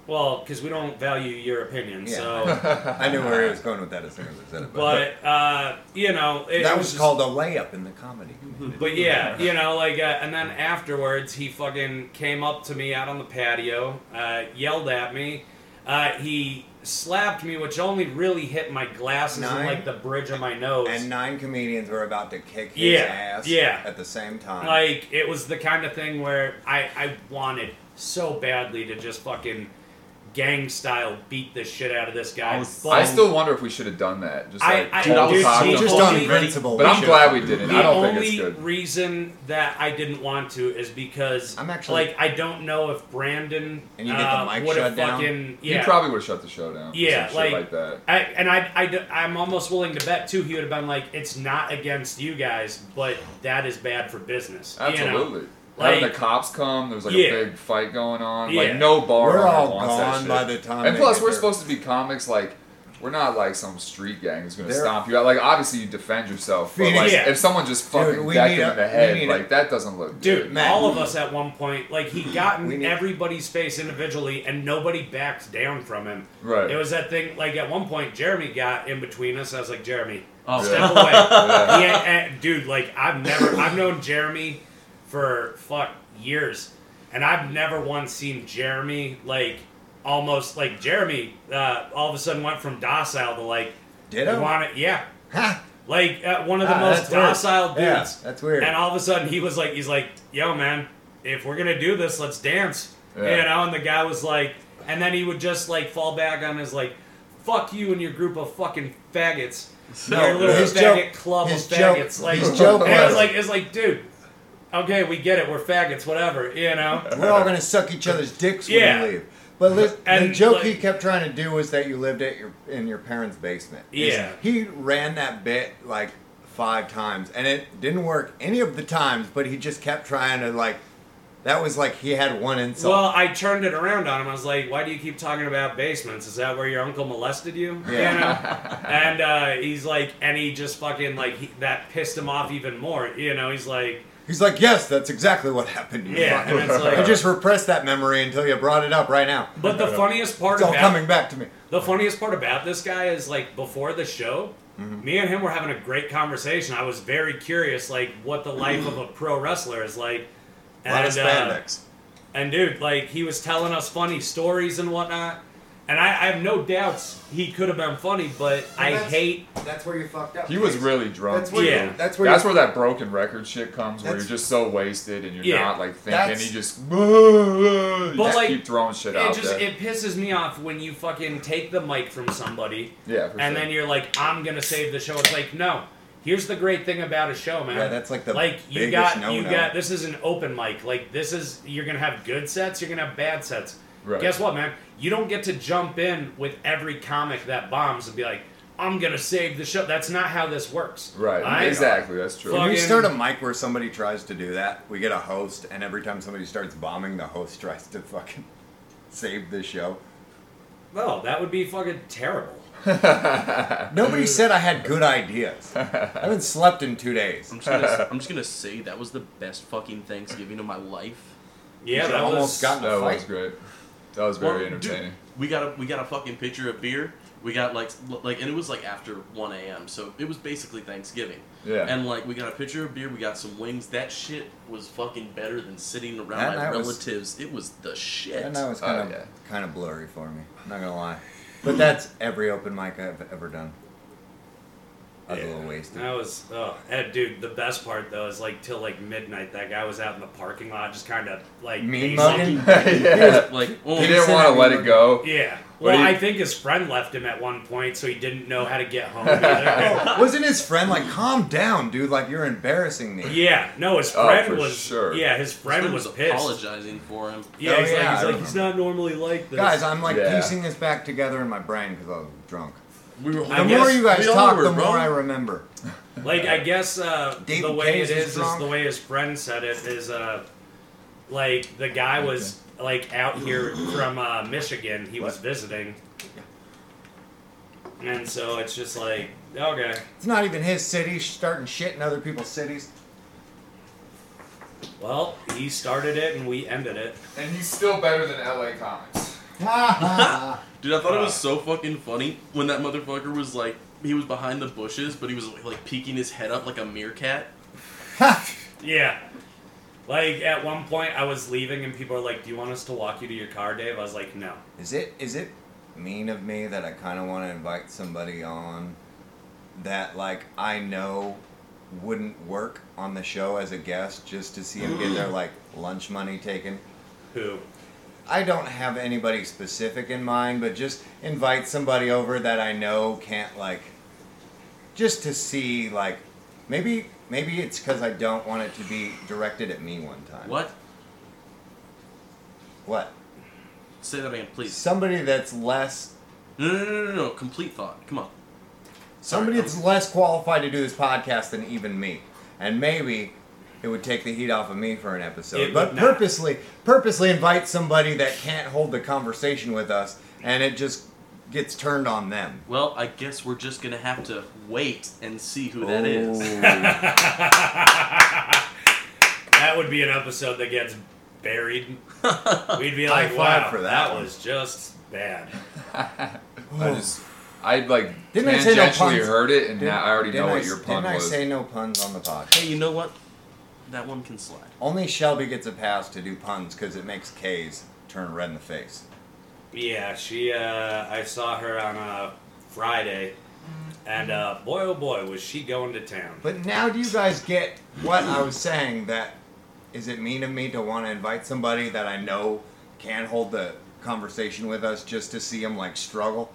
[SPEAKER 2] Well, because we don't value your opinion,
[SPEAKER 1] Yeah.
[SPEAKER 2] so.
[SPEAKER 1] I knew where he was going with that as soon as I said it.
[SPEAKER 2] But uh, you know, it,
[SPEAKER 1] that
[SPEAKER 2] it
[SPEAKER 1] was,
[SPEAKER 2] just- Mhm.
[SPEAKER 1] called a layup in the comedy.
[SPEAKER 2] But yeah, you know, like, uh, and then afterwards, he fucking came up to me out on the patio, uh, yelled at me. Uh, he slapped me, which only really hit my glasses
[SPEAKER 1] Nine.
[SPEAKER 2] and like the bridge of my nose.
[SPEAKER 1] And nine comedians were about to kick his
[SPEAKER 2] Yeah,
[SPEAKER 1] ass
[SPEAKER 2] yeah.
[SPEAKER 1] at the same time.
[SPEAKER 2] Like it was the kind of thing where I I wanted so badly to just fucking gang style beat the shit out of this guy.
[SPEAKER 3] I was-
[SPEAKER 2] but
[SPEAKER 4] I still wonder if we should have done that. Just
[SPEAKER 2] I-
[SPEAKER 4] like
[SPEAKER 2] I-
[SPEAKER 4] all the
[SPEAKER 2] dude,
[SPEAKER 4] time.
[SPEAKER 2] see,
[SPEAKER 1] just
[SPEAKER 2] the
[SPEAKER 1] on
[SPEAKER 2] only-
[SPEAKER 1] Invincible.
[SPEAKER 4] but
[SPEAKER 1] we
[SPEAKER 4] I'm
[SPEAKER 1] should've
[SPEAKER 4] glad we
[SPEAKER 1] done
[SPEAKER 4] didn't.
[SPEAKER 2] the
[SPEAKER 4] I don't think
[SPEAKER 2] only
[SPEAKER 4] it's good.
[SPEAKER 2] reason that I didn't want to is because
[SPEAKER 1] I'm actually-
[SPEAKER 2] like I don't know if Brandon
[SPEAKER 1] And you get the
[SPEAKER 2] uh,
[SPEAKER 1] mic
[SPEAKER 2] would've
[SPEAKER 1] shut down?
[SPEAKER 2] fucking yeah.
[SPEAKER 4] You probably would have shut the show down. for
[SPEAKER 2] Yeah,
[SPEAKER 4] some
[SPEAKER 2] like-
[SPEAKER 4] shit like that.
[SPEAKER 2] I, and I, I, am almost willing to bet too. He would have been like, "It's not against you guys, but that is bad for business." you know?
[SPEAKER 4] Absolutely. Having
[SPEAKER 2] Like-
[SPEAKER 4] the cops come, there's like
[SPEAKER 2] Yeah.
[SPEAKER 4] a big fight going on.
[SPEAKER 2] Yeah.
[SPEAKER 4] Like no bar.
[SPEAKER 1] We're
[SPEAKER 4] owner
[SPEAKER 1] all
[SPEAKER 4] wants that
[SPEAKER 1] gone
[SPEAKER 4] shit.
[SPEAKER 1] by the time.
[SPEAKER 4] And
[SPEAKER 1] they
[SPEAKER 4] plus,
[SPEAKER 1] get
[SPEAKER 4] we're
[SPEAKER 1] there.
[SPEAKER 4] supposed to be comics. Like we're not like some street gang who's gonna
[SPEAKER 1] They're-
[SPEAKER 4] stomp you out. Like obviously you defend yourself, but
[SPEAKER 1] Phoenix-
[SPEAKER 4] like
[SPEAKER 2] Yeah.
[SPEAKER 4] if someone just fucking
[SPEAKER 1] we
[SPEAKER 4] decked
[SPEAKER 1] need
[SPEAKER 4] him
[SPEAKER 1] a-
[SPEAKER 4] in the
[SPEAKER 1] we
[SPEAKER 4] head,
[SPEAKER 1] need a-
[SPEAKER 4] like that doesn't look good.
[SPEAKER 2] Dude,
[SPEAKER 1] Matt.
[SPEAKER 2] all of us at one point, like he got
[SPEAKER 1] We
[SPEAKER 2] in
[SPEAKER 1] need-
[SPEAKER 2] everybody's face individually, and nobody backed down from him.
[SPEAKER 4] Right.
[SPEAKER 2] It was that thing. Like at one point, Jeremy got in between us. I was like, Jeremy,
[SPEAKER 3] Oh,
[SPEAKER 2] step
[SPEAKER 4] Yeah.
[SPEAKER 2] away.
[SPEAKER 4] Yeah.
[SPEAKER 2] He ain't- eh, dude, like I've never, I've known Jeremy for fuck years, and I've never once seen Jeremy like almost like Jeremy uh, all of a sudden went from docile to like
[SPEAKER 1] Ditto?
[SPEAKER 2] wanna- yeah,
[SPEAKER 1] Ha!
[SPEAKER 2] like uh, one of the
[SPEAKER 1] Ah,
[SPEAKER 2] most
[SPEAKER 1] that's weird.
[SPEAKER 2] docile
[SPEAKER 1] Yeah,
[SPEAKER 2] dudes.
[SPEAKER 1] that's weird.
[SPEAKER 2] And all of a sudden, he was like, he's like, yo, man, if we're gonna do this, let's dance.
[SPEAKER 4] Yeah.
[SPEAKER 2] You know, and the guy was like, and then he would just like fall back on his like, fuck you and your group of fucking faggots. your little
[SPEAKER 1] his
[SPEAKER 2] faggot
[SPEAKER 1] joke-
[SPEAKER 2] club of
[SPEAKER 1] his joke-
[SPEAKER 2] faggots. like,
[SPEAKER 1] his joke
[SPEAKER 2] and it was
[SPEAKER 1] was-
[SPEAKER 2] like, it's like, dude, okay, we get it, we're faggots, whatever, you know?
[SPEAKER 1] We're all gonna suck each other's dicks when
[SPEAKER 2] Yeah.
[SPEAKER 1] we leave. But li- the
[SPEAKER 2] And,
[SPEAKER 1] joke
[SPEAKER 2] like-
[SPEAKER 1] he kept trying to do was that you lived at your in your parents' basement. He's-
[SPEAKER 2] Yeah.
[SPEAKER 1] he ran that bit like five times, and it didn't work any of the times. But he just kept trying to like. That was like he had one insult.
[SPEAKER 2] Well, I turned it around on him. I was like, "Why do you keep talking about basements? Is that where your uncle molested you?"
[SPEAKER 1] Yeah.
[SPEAKER 2] You know? and uh, he's like, and he just fucking like he, that pissed him off even more. You know, he's like,
[SPEAKER 1] He's like, "Yes, that's exactly what happened." You
[SPEAKER 2] Yeah,
[SPEAKER 1] fucker."
[SPEAKER 2] and it's like-
[SPEAKER 1] I just repressed that memory until you brought it up right now.
[SPEAKER 2] but the funniest part
[SPEAKER 1] It's all
[SPEAKER 2] about
[SPEAKER 1] coming back to me.
[SPEAKER 2] the funniest part about this guy is like before the show,
[SPEAKER 1] Mm-hmm.
[SPEAKER 2] me and him were having a great conversation. I was very curious, like what the life of a pro wrestler is like.
[SPEAKER 1] A lot of
[SPEAKER 2] And, uh,
[SPEAKER 1] spandex.
[SPEAKER 2] And dude, like he was telling us funny stories and whatnot. And I, I have no doubts he could have been funny, but I
[SPEAKER 1] that's-
[SPEAKER 2] hate.
[SPEAKER 1] that's where you fucked up.
[SPEAKER 4] He was really drunk.
[SPEAKER 1] That's where. you-
[SPEAKER 2] Yeah.
[SPEAKER 1] That's where. you-
[SPEAKER 4] That's where that broken record shit comes, where you're
[SPEAKER 1] That's-
[SPEAKER 4] just so wasted and you're
[SPEAKER 2] Yeah.
[SPEAKER 4] not like thinking.
[SPEAKER 1] That's-
[SPEAKER 4] You just, you
[SPEAKER 2] But,
[SPEAKER 4] just
[SPEAKER 2] like,
[SPEAKER 4] keep throwing shit
[SPEAKER 2] It
[SPEAKER 4] out
[SPEAKER 2] just
[SPEAKER 4] there.
[SPEAKER 2] it pisses me off when you fucking take the mic from somebody
[SPEAKER 4] yeah, for
[SPEAKER 2] and
[SPEAKER 4] sure.
[SPEAKER 2] then you're like, I'm gonna save the show. It's like, no. Here's the great thing about a show, man.
[SPEAKER 1] Yeah, that's like the
[SPEAKER 2] like you
[SPEAKER 1] biggest
[SPEAKER 2] got you
[SPEAKER 1] no-no.
[SPEAKER 2] got this is an open mic. Like this is you're gonna have good sets, you're gonna have bad sets.
[SPEAKER 4] Right.
[SPEAKER 2] Guess what, man? You don't get to jump in with every comic that bombs and be like, I'm gonna save the show. That's not how this works.
[SPEAKER 4] right,
[SPEAKER 2] I-
[SPEAKER 4] exactly. That's true.
[SPEAKER 2] Fuck.
[SPEAKER 1] Can we
[SPEAKER 2] fucking-
[SPEAKER 1] start a mic where somebody tries to do that? We get a host, and every time somebody starts bombing, the host tries to fucking save the show.
[SPEAKER 2] No, oh, that would be fucking terrible.
[SPEAKER 1] Nobody said I had good ideas. I haven't slept in two days.
[SPEAKER 3] I'm just, gonna, I'm just gonna say that was the best fucking Thanksgiving of my life.
[SPEAKER 2] Yeah,
[SPEAKER 1] Should've
[SPEAKER 2] that
[SPEAKER 1] almost
[SPEAKER 2] was
[SPEAKER 1] gotten
[SPEAKER 4] That
[SPEAKER 1] a
[SPEAKER 4] was
[SPEAKER 1] fight.
[SPEAKER 4] great. That was
[SPEAKER 3] Well,
[SPEAKER 4] very
[SPEAKER 3] dude,
[SPEAKER 4] entertaining.
[SPEAKER 3] we got a we got a fucking pitcher of beer. We got like like and it was like after 1 a.m. So it was basically Thanksgiving.
[SPEAKER 4] Yeah.
[SPEAKER 3] And like we got a pitcher of beer. We got some wings. That shit was fucking better than sitting around
[SPEAKER 1] That
[SPEAKER 3] my
[SPEAKER 1] night was-
[SPEAKER 3] relatives. It was the shit.
[SPEAKER 1] And that was
[SPEAKER 4] Oh,
[SPEAKER 1] kind of
[SPEAKER 4] yeah.
[SPEAKER 1] kind of blurry for me. I'm not gonna lie, but that's every open mic I've ever done. I was a little wasted.
[SPEAKER 2] That was oh, and dude. The best part though is like till like midnight. That guy was out in the parking lot, just kind of like
[SPEAKER 1] Mean
[SPEAKER 2] he's
[SPEAKER 1] mugging.
[SPEAKER 2] like-
[SPEAKER 4] yeah.
[SPEAKER 3] like
[SPEAKER 4] He
[SPEAKER 3] oh,
[SPEAKER 1] did-
[SPEAKER 4] didn't want to let it go.
[SPEAKER 2] Yeah.
[SPEAKER 4] What
[SPEAKER 2] Well,
[SPEAKER 4] do you-
[SPEAKER 2] I think his friend left him at one point, so he didn't know how to get home. Either.
[SPEAKER 1] Oh, wasn't his friend like, "Calm down, dude. Like you're embarrassing me."
[SPEAKER 2] yeah. No, his
[SPEAKER 4] Oh,
[SPEAKER 2] friend
[SPEAKER 4] for
[SPEAKER 2] was.
[SPEAKER 4] sure.
[SPEAKER 2] Yeah, his friend
[SPEAKER 3] Fred
[SPEAKER 2] was
[SPEAKER 3] was
[SPEAKER 2] pissed.
[SPEAKER 3] apologizing for him.
[SPEAKER 2] Yeah,
[SPEAKER 1] Oh,
[SPEAKER 2] he's
[SPEAKER 1] yeah,
[SPEAKER 2] like,
[SPEAKER 1] I
[SPEAKER 2] he's, like he's not normally like this.
[SPEAKER 1] Guys, I'm like
[SPEAKER 4] Yeah.
[SPEAKER 1] piecing this back together in my brain because I was drunk.
[SPEAKER 3] We were.
[SPEAKER 1] The
[SPEAKER 2] I guess
[SPEAKER 1] more you guys
[SPEAKER 3] we all
[SPEAKER 1] talk,
[SPEAKER 3] were
[SPEAKER 1] the more
[SPEAKER 3] wrong.
[SPEAKER 1] I remember.
[SPEAKER 2] Like I guess uh,
[SPEAKER 1] David
[SPEAKER 2] the way
[SPEAKER 1] Cage is
[SPEAKER 2] it is is
[SPEAKER 1] drunk.
[SPEAKER 2] the way his friend said it is uh, like the guy was like out here from uh, Michigan. He was visiting, and so it's just like okay,
[SPEAKER 1] It's not even his city. He's starting shit in other people's cities.
[SPEAKER 2] well he started it and we ended it.
[SPEAKER 4] And he's still better than LA Comics.
[SPEAKER 3] Dude, I thought it was so fucking funny when that motherfucker was like, he was behind the bushes, but he was like peeking his head up like a meerkat.
[SPEAKER 2] Yeah. Like at one point, I was leaving and people are like, "Do you want us to walk you to your car, Dave?" I was like, "No."
[SPEAKER 1] Is it is it mean of me that I kind of want to invite somebody on that like I know wouldn't work on the show as a guest just to see him get their like lunch money taken?
[SPEAKER 2] Who?
[SPEAKER 1] I don't have anybody specific in mind, but just invite somebody over that I know can't like just to see like maybe maybe it's cuz I don't want it to be directed at me one time.
[SPEAKER 3] What?
[SPEAKER 1] What?
[SPEAKER 3] Say that again, please.
[SPEAKER 1] Somebody that's less
[SPEAKER 3] No, no, no, no, no. Complete thought. Come on. Sorry,
[SPEAKER 1] Somebody
[SPEAKER 3] I'm-
[SPEAKER 1] that's less qualified to do this podcast than even me, and maybe it would take the heat off of me for an episode.
[SPEAKER 2] It
[SPEAKER 1] but
[SPEAKER 2] would not.
[SPEAKER 1] purposely, purposely invite somebody that can't hold the conversation with us, and it just gets turned on them.
[SPEAKER 3] Well, I guess we're just gonna have to wait and see who that is.
[SPEAKER 1] Oh.
[SPEAKER 2] That would be an episode that gets buried. We'd be
[SPEAKER 1] High
[SPEAKER 2] like,
[SPEAKER 1] five
[SPEAKER 2] "Wow,
[SPEAKER 1] for that
[SPEAKER 2] that
[SPEAKER 1] one."
[SPEAKER 2] was just bad."
[SPEAKER 4] I just, I like
[SPEAKER 1] Didn't I say no
[SPEAKER 4] tangentially
[SPEAKER 1] puns?
[SPEAKER 4] heard it, and
[SPEAKER 1] Didn't-
[SPEAKER 4] now I already know
[SPEAKER 1] didn't I
[SPEAKER 4] what
[SPEAKER 1] s-
[SPEAKER 4] your pun
[SPEAKER 1] Didn't
[SPEAKER 4] was.
[SPEAKER 1] I say no puns on the podcast?
[SPEAKER 3] Hey, you know what? That one can slide.
[SPEAKER 1] Only Shelby gets a pass to do puns because it makes K's turn red in the face.
[SPEAKER 2] Yeah, she. Uh, I saw her on uh, Friday, and uh, boy, oh boy, was she going to town.
[SPEAKER 1] But now, do you guys get what I was saying? That is it mean of me to want to invite somebody that I know can hold the conversation with us just to see them like struggle?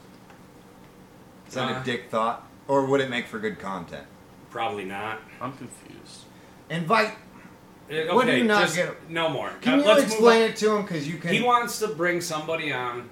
[SPEAKER 1] Is that
[SPEAKER 2] Uh.
[SPEAKER 1] a dick thought, or would it make for good content?
[SPEAKER 2] Probably not.
[SPEAKER 3] I'm confused.
[SPEAKER 1] Invite.
[SPEAKER 2] Eh,
[SPEAKER 1] What do
[SPEAKER 2] okay,
[SPEAKER 1] you not
[SPEAKER 2] just
[SPEAKER 1] get-
[SPEAKER 2] No more.
[SPEAKER 1] Can
[SPEAKER 2] Uh,
[SPEAKER 1] you
[SPEAKER 2] let's move
[SPEAKER 1] explain
[SPEAKER 2] on.
[SPEAKER 1] it to him? Because you can.
[SPEAKER 2] He wants to bring somebody on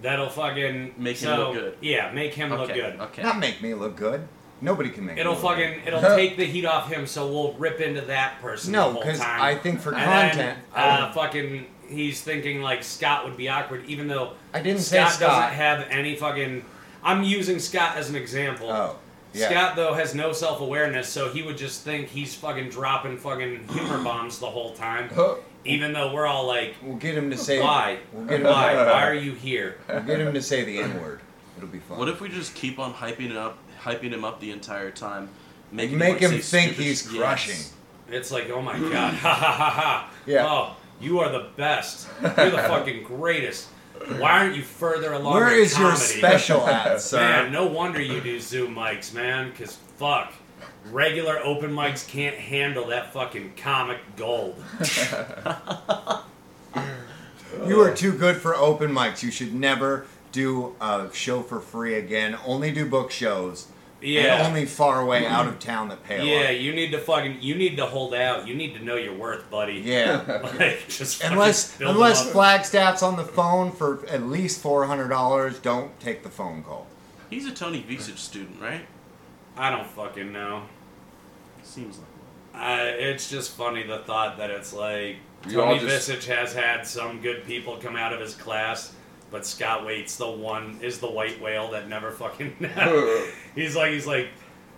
[SPEAKER 2] that'll fucking
[SPEAKER 3] Make him
[SPEAKER 2] so-
[SPEAKER 3] look good.
[SPEAKER 2] Yeah, make him look
[SPEAKER 3] okay.
[SPEAKER 2] good.
[SPEAKER 3] Okay.
[SPEAKER 1] not make me look good. Nobody can make.
[SPEAKER 2] It'll
[SPEAKER 1] me look good.
[SPEAKER 2] fucking it'll take the heat off him, so we'll rip into that person.
[SPEAKER 1] No,
[SPEAKER 2] the whole
[SPEAKER 1] because
[SPEAKER 2] time.
[SPEAKER 1] I think for
[SPEAKER 2] And
[SPEAKER 1] content,
[SPEAKER 2] Then, uh, fucking, he's thinking like Scott would be awkward, even though
[SPEAKER 1] I didn't say
[SPEAKER 2] Scott,
[SPEAKER 1] Scott.
[SPEAKER 2] doesn't have any fucking. I'm using Scott as an example.
[SPEAKER 1] oh, yeah.
[SPEAKER 2] Scott though has no self awareness, so he would just think he's fucking dropping fucking humor bombs the whole time, even though we're all like,
[SPEAKER 1] We'll get him to say.
[SPEAKER 2] why,
[SPEAKER 1] We'll
[SPEAKER 2] why,
[SPEAKER 1] get him.
[SPEAKER 2] why are you here?
[SPEAKER 1] We'll get him to say the N word. It'll be fun.
[SPEAKER 3] What if we just keep on hyping it up, hyping him up the entire time, making
[SPEAKER 1] Make
[SPEAKER 3] like,
[SPEAKER 1] him
[SPEAKER 3] say
[SPEAKER 1] think
[SPEAKER 3] stupid
[SPEAKER 1] he's
[SPEAKER 3] sh-
[SPEAKER 1] crushing.
[SPEAKER 3] Yes.
[SPEAKER 2] It's like, oh my god, ha ha ha ha.
[SPEAKER 1] Yeah.
[SPEAKER 2] Oh, you are the best. You're the fucking greatest. Why aren't you further along?
[SPEAKER 1] Where
[SPEAKER 2] in
[SPEAKER 1] is your
[SPEAKER 2] comedy?
[SPEAKER 1] special at, sir?
[SPEAKER 2] Man, no wonder you do Zoom mics, man. Cause fuck, regular open mics can't handle that fucking comic gold.
[SPEAKER 1] You are too good for open mics. You should never do a show for free again. Only do book shows.
[SPEAKER 2] Yeah.
[SPEAKER 1] And only far away out of town that pay a
[SPEAKER 2] Yeah,
[SPEAKER 1] lot.
[SPEAKER 2] you need to fucking, you need to hold out. You need to know your worth, buddy.
[SPEAKER 1] Yeah.
[SPEAKER 2] Like, just fucking
[SPEAKER 1] unless
[SPEAKER 2] build them
[SPEAKER 1] unless
[SPEAKER 2] up.
[SPEAKER 1] Flagstaff's on the phone for at least four hundred dollars, don't take the phone call.
[SPEAKER 3] He's a Tony Visage student, right?
[SPEAKER 2] I don't fucking know.
[SPEAKER 3] Seems like.
[SPEAKER 2] I, it's just funny the thought that it's like
[SPEAKER 4] We all
[SPEAKER 2] Tony
[SPEAKER 4] just-
[SPEAKER 2] Visage has had some good people come out of his class, but Scott Waits the one is the white whale that never fucking. he's like he's like,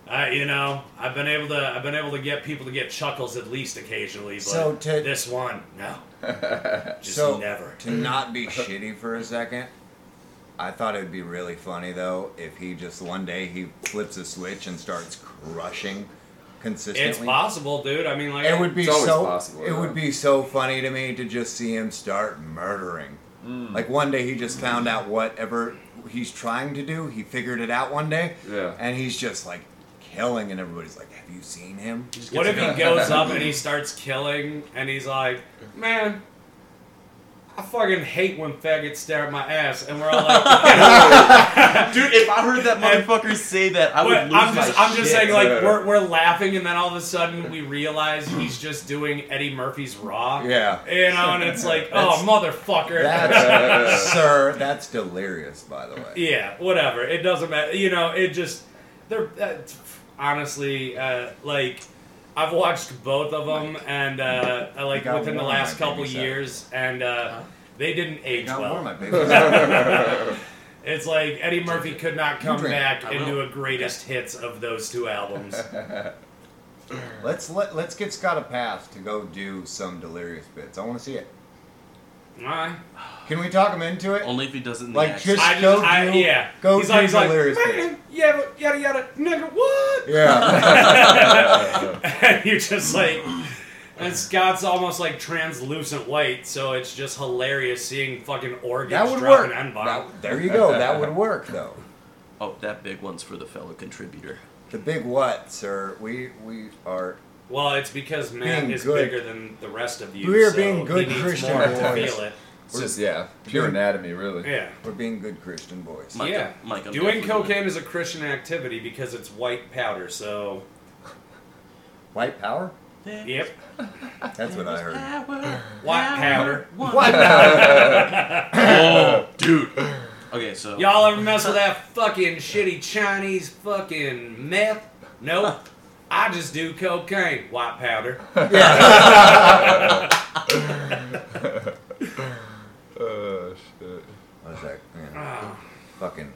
[SPEAKER 2] uh, you know, I've been able to I've been able to get people to get chuckles at least occasionally, but
[SPEAKER 1] So to-
[SPEAKER 2] this one no, just
[SPEAKER 1] so
[SPEAKER 2] never.
[SPEAKER 1] to not be shitty for a second, I thought it'd be really funny though if he just one day he flips a switch and starts crushing consistently.
[SPEAKER 2] It's possible, dude. I mean, like
[SPEAKER 1] It would be
[SPEAKER 4] It's always
[SPEAKER 1] so.
[SPEAKER 4] possible,
[SPEAKER 1] it
[SPEAKER 4] yeah.
[SPEAKER 1] would be so funny to me to just see him start murdering.
[SPEAKER 4] Mm.
[SPEAKER 1] Like one day he just found out whatever he's trying to do, he figured it out one day.
[SPEAKER 4] Yeah.
[SPEAKER 1] And he's just like killing, and everybody's like, "Have you seen him?"
[SPEAKER 2] What if he goes up and he starts killing and he's like, man, I fucking hate when faggots stare at my ass, and we're all like,
[SPEAKER 3] Dude, if I heard that
[SPEAKER 2] And-
[SPEAKER 3] motherfucker say that, I would
[SPEAKER 2] But
[SPEAKER 3] lose
[SPEAKER 2] I'm
[SPEAKER 3] my
[SPEAKER 2] just, I'm just
[SPEAKER 3] shit.
[SPEAKER 2] saying, like,
[SPEAKER 4] Yeah.
[SPEAKER 2] we're, we're laughing, and then all of a sudden we realize he's just doing Eddie Murphy's Raw.
[SPEAKER 1] Yeah.
[SPEAKER 2] You know, and it's like,
[SPEAKER 1] That's-
[SPEAKER 2] oh, motherfucker.
[SPEAKER 1] That's, sir, that's delirious, by the way.
[SPEAKER 2] yeah, whatever. It doesn't matter. You know, it just, they're, that, honestly, uh, like, I've watched both of them, and, uh, I, like,
[SPEAKER 1] got
[SPEAKER 2] within the
[SPEAKER 1] warm,
[SPEAKER 2] last
[SPEAKER 1] my baby
[SPEAKER 2] couple
[SPEAKER 1] said. Uh-huh.
[SPEAKER 2] years, and, uh, they didn't age
[SPEAKER 1] Got
[SPEAKER 2] well.
[SPEAKER 1] warm, my baby.
[SPEAKER 2] It's like Eddie Murphy could not come
[SPEAKER 1] drink.
[SPEAKER 2] back
[SPEAKER 3] I
[SPEAKER 2] and
[SPEAKER 3] will.
[SPEAKER 2] do a greatest hits of those two albums.
[SPEAKER 1] let's let, let's get Scott a pass to go do some delirious bits. I want to see it.
[SPEAKER 2] Alright.
[SPEAKER 1] Can we talk him into it?
[SPEAKER 3] Only if he doesn't.
[SPEAKER 1] Like,
[SPEAKER 3] Like,
[SPEAKER 1] just-
[SPEAKER 2] I just,
[SPEAKER 1] Go
[SPEAKER 2] I,
[SPEAKER 1] do-
[SPEAKER 2] yeah.
[SPEAKER 1] go
[SPEAKER 2] he's
[SPEAKER 1] do
[SPEAKER 2] like, he's like,
[SPEAKER 1] Delirious
[SPEAKER 2] man, yeah, but yada yada, nigga, what?
[SPEAKER 1] Yeah.
[SPEAKER 2] and you're just like, and Scott's almost like translucent white, so it's just hilarious seeing fucking
[SPEAKER 1] that
[SPEAKER 2] organs
[SPEAKER 1] would
[SPEAKER 2] drop
[SPEAKER 1] work.
[SPEAKER 2] an N bomb.
[SPEAKER 1] That- there you go. That would work, though.
[SPEAKER 3] oh, that big one's for the fellow contributor.
[SPEAKER 1] The big what, sir? We we are
[SPEAKER 2] Well, it's because man
[SPEAKER 1] Being
[SPEAKER 2] is
[SPEAKER 1] good.
[SPEAKER 2] bigger than the rest of you.
[SPEAKER 1] We're
[SPEAKER 2] so
[SPEAKER 1] being
[SPEAKER 2] he
[SPEAKER 1] good
[SPEAKER 2] needs
[SPEAKER 1] Christian
[SPEAKER 2] more to
[SPEAKER 1] boys.
[SPEAKER 2] feel it.
[SPEAKER 4] It's just yeah, pure anatomy, really.
[SPEAKER 2] Yeah.
[SPEAKER 1] we're being good Christian boys.
[SPEAKER 3] Mike,
[SPEAKER 2] yeah.
[SPEAKER 3] I'm- Mike, I'm
[SPEAKER 2] Doing
[SPEAKER 3] definitely-
[SPEAKER 2] cocaine is a Christian activity because it's white powder, so
[SPEAKER 1] White power?
[SPEAKER 2] yep.
[SPEAKER 1] That's what I heard.
[SPEAKER 2] White powder.
[SPEAKER 1] White power.
[SPEAKER 3] Oh, dude. Okay, so
[SPEAKER 2] Y'all ever mess with that fucking shitty Chinese fucking meth? Nope. I just do cocaine, white powder.
[SPEAKER 1] Uh,
[SPEAKER 4] Oh shit.
[SPEAKER 1] I was like, man,
[SPEAKER 2] Oh,
[SPEAKER 1] fucking.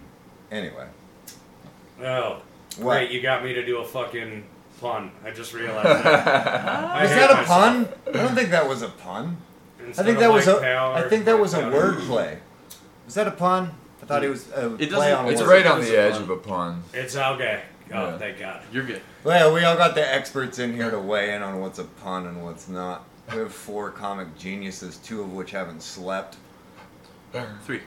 [SPEAKER 1] Anyway,
[SPEAKER 2] oh.
[SPEAKER 1] What?
[SPEAKER 2] great! You got me to do a fucking pun. I just realized that.
[SPEAKER 1] was that a pun? I don't think that was a pun. I think that was a. I think that was a wordplay. Was that a pun? I thought it was a
[SPEAKER 3] It
[SPEAKER 1] play
[SPEAKER 3] doesn't-
[SPEAKER 1] on
[SPEAKER 4] It's
[SPEAKER 1] words.
[SPEAKER 4] right on
[SPEAKER 3] It's
[SPEAKER 4] the
[SPEAKER 3] a
[SPEAKER 4] edge
[SPEAKER 3] pun.
[SPEAKER 4] of a pun.
[SPEAKER 2] It's okay. Oh,
[SPEAKER 4] Yeah.
[SPEAKER 2] thank God.
[SPEAKER 3] you're good.
[SPEAKER 1] Well, we all got the experts in here to weigh in on what's a pun and what's not. We have four comic geniuses, two of which haven't slept.
[SPEAKER 3] Three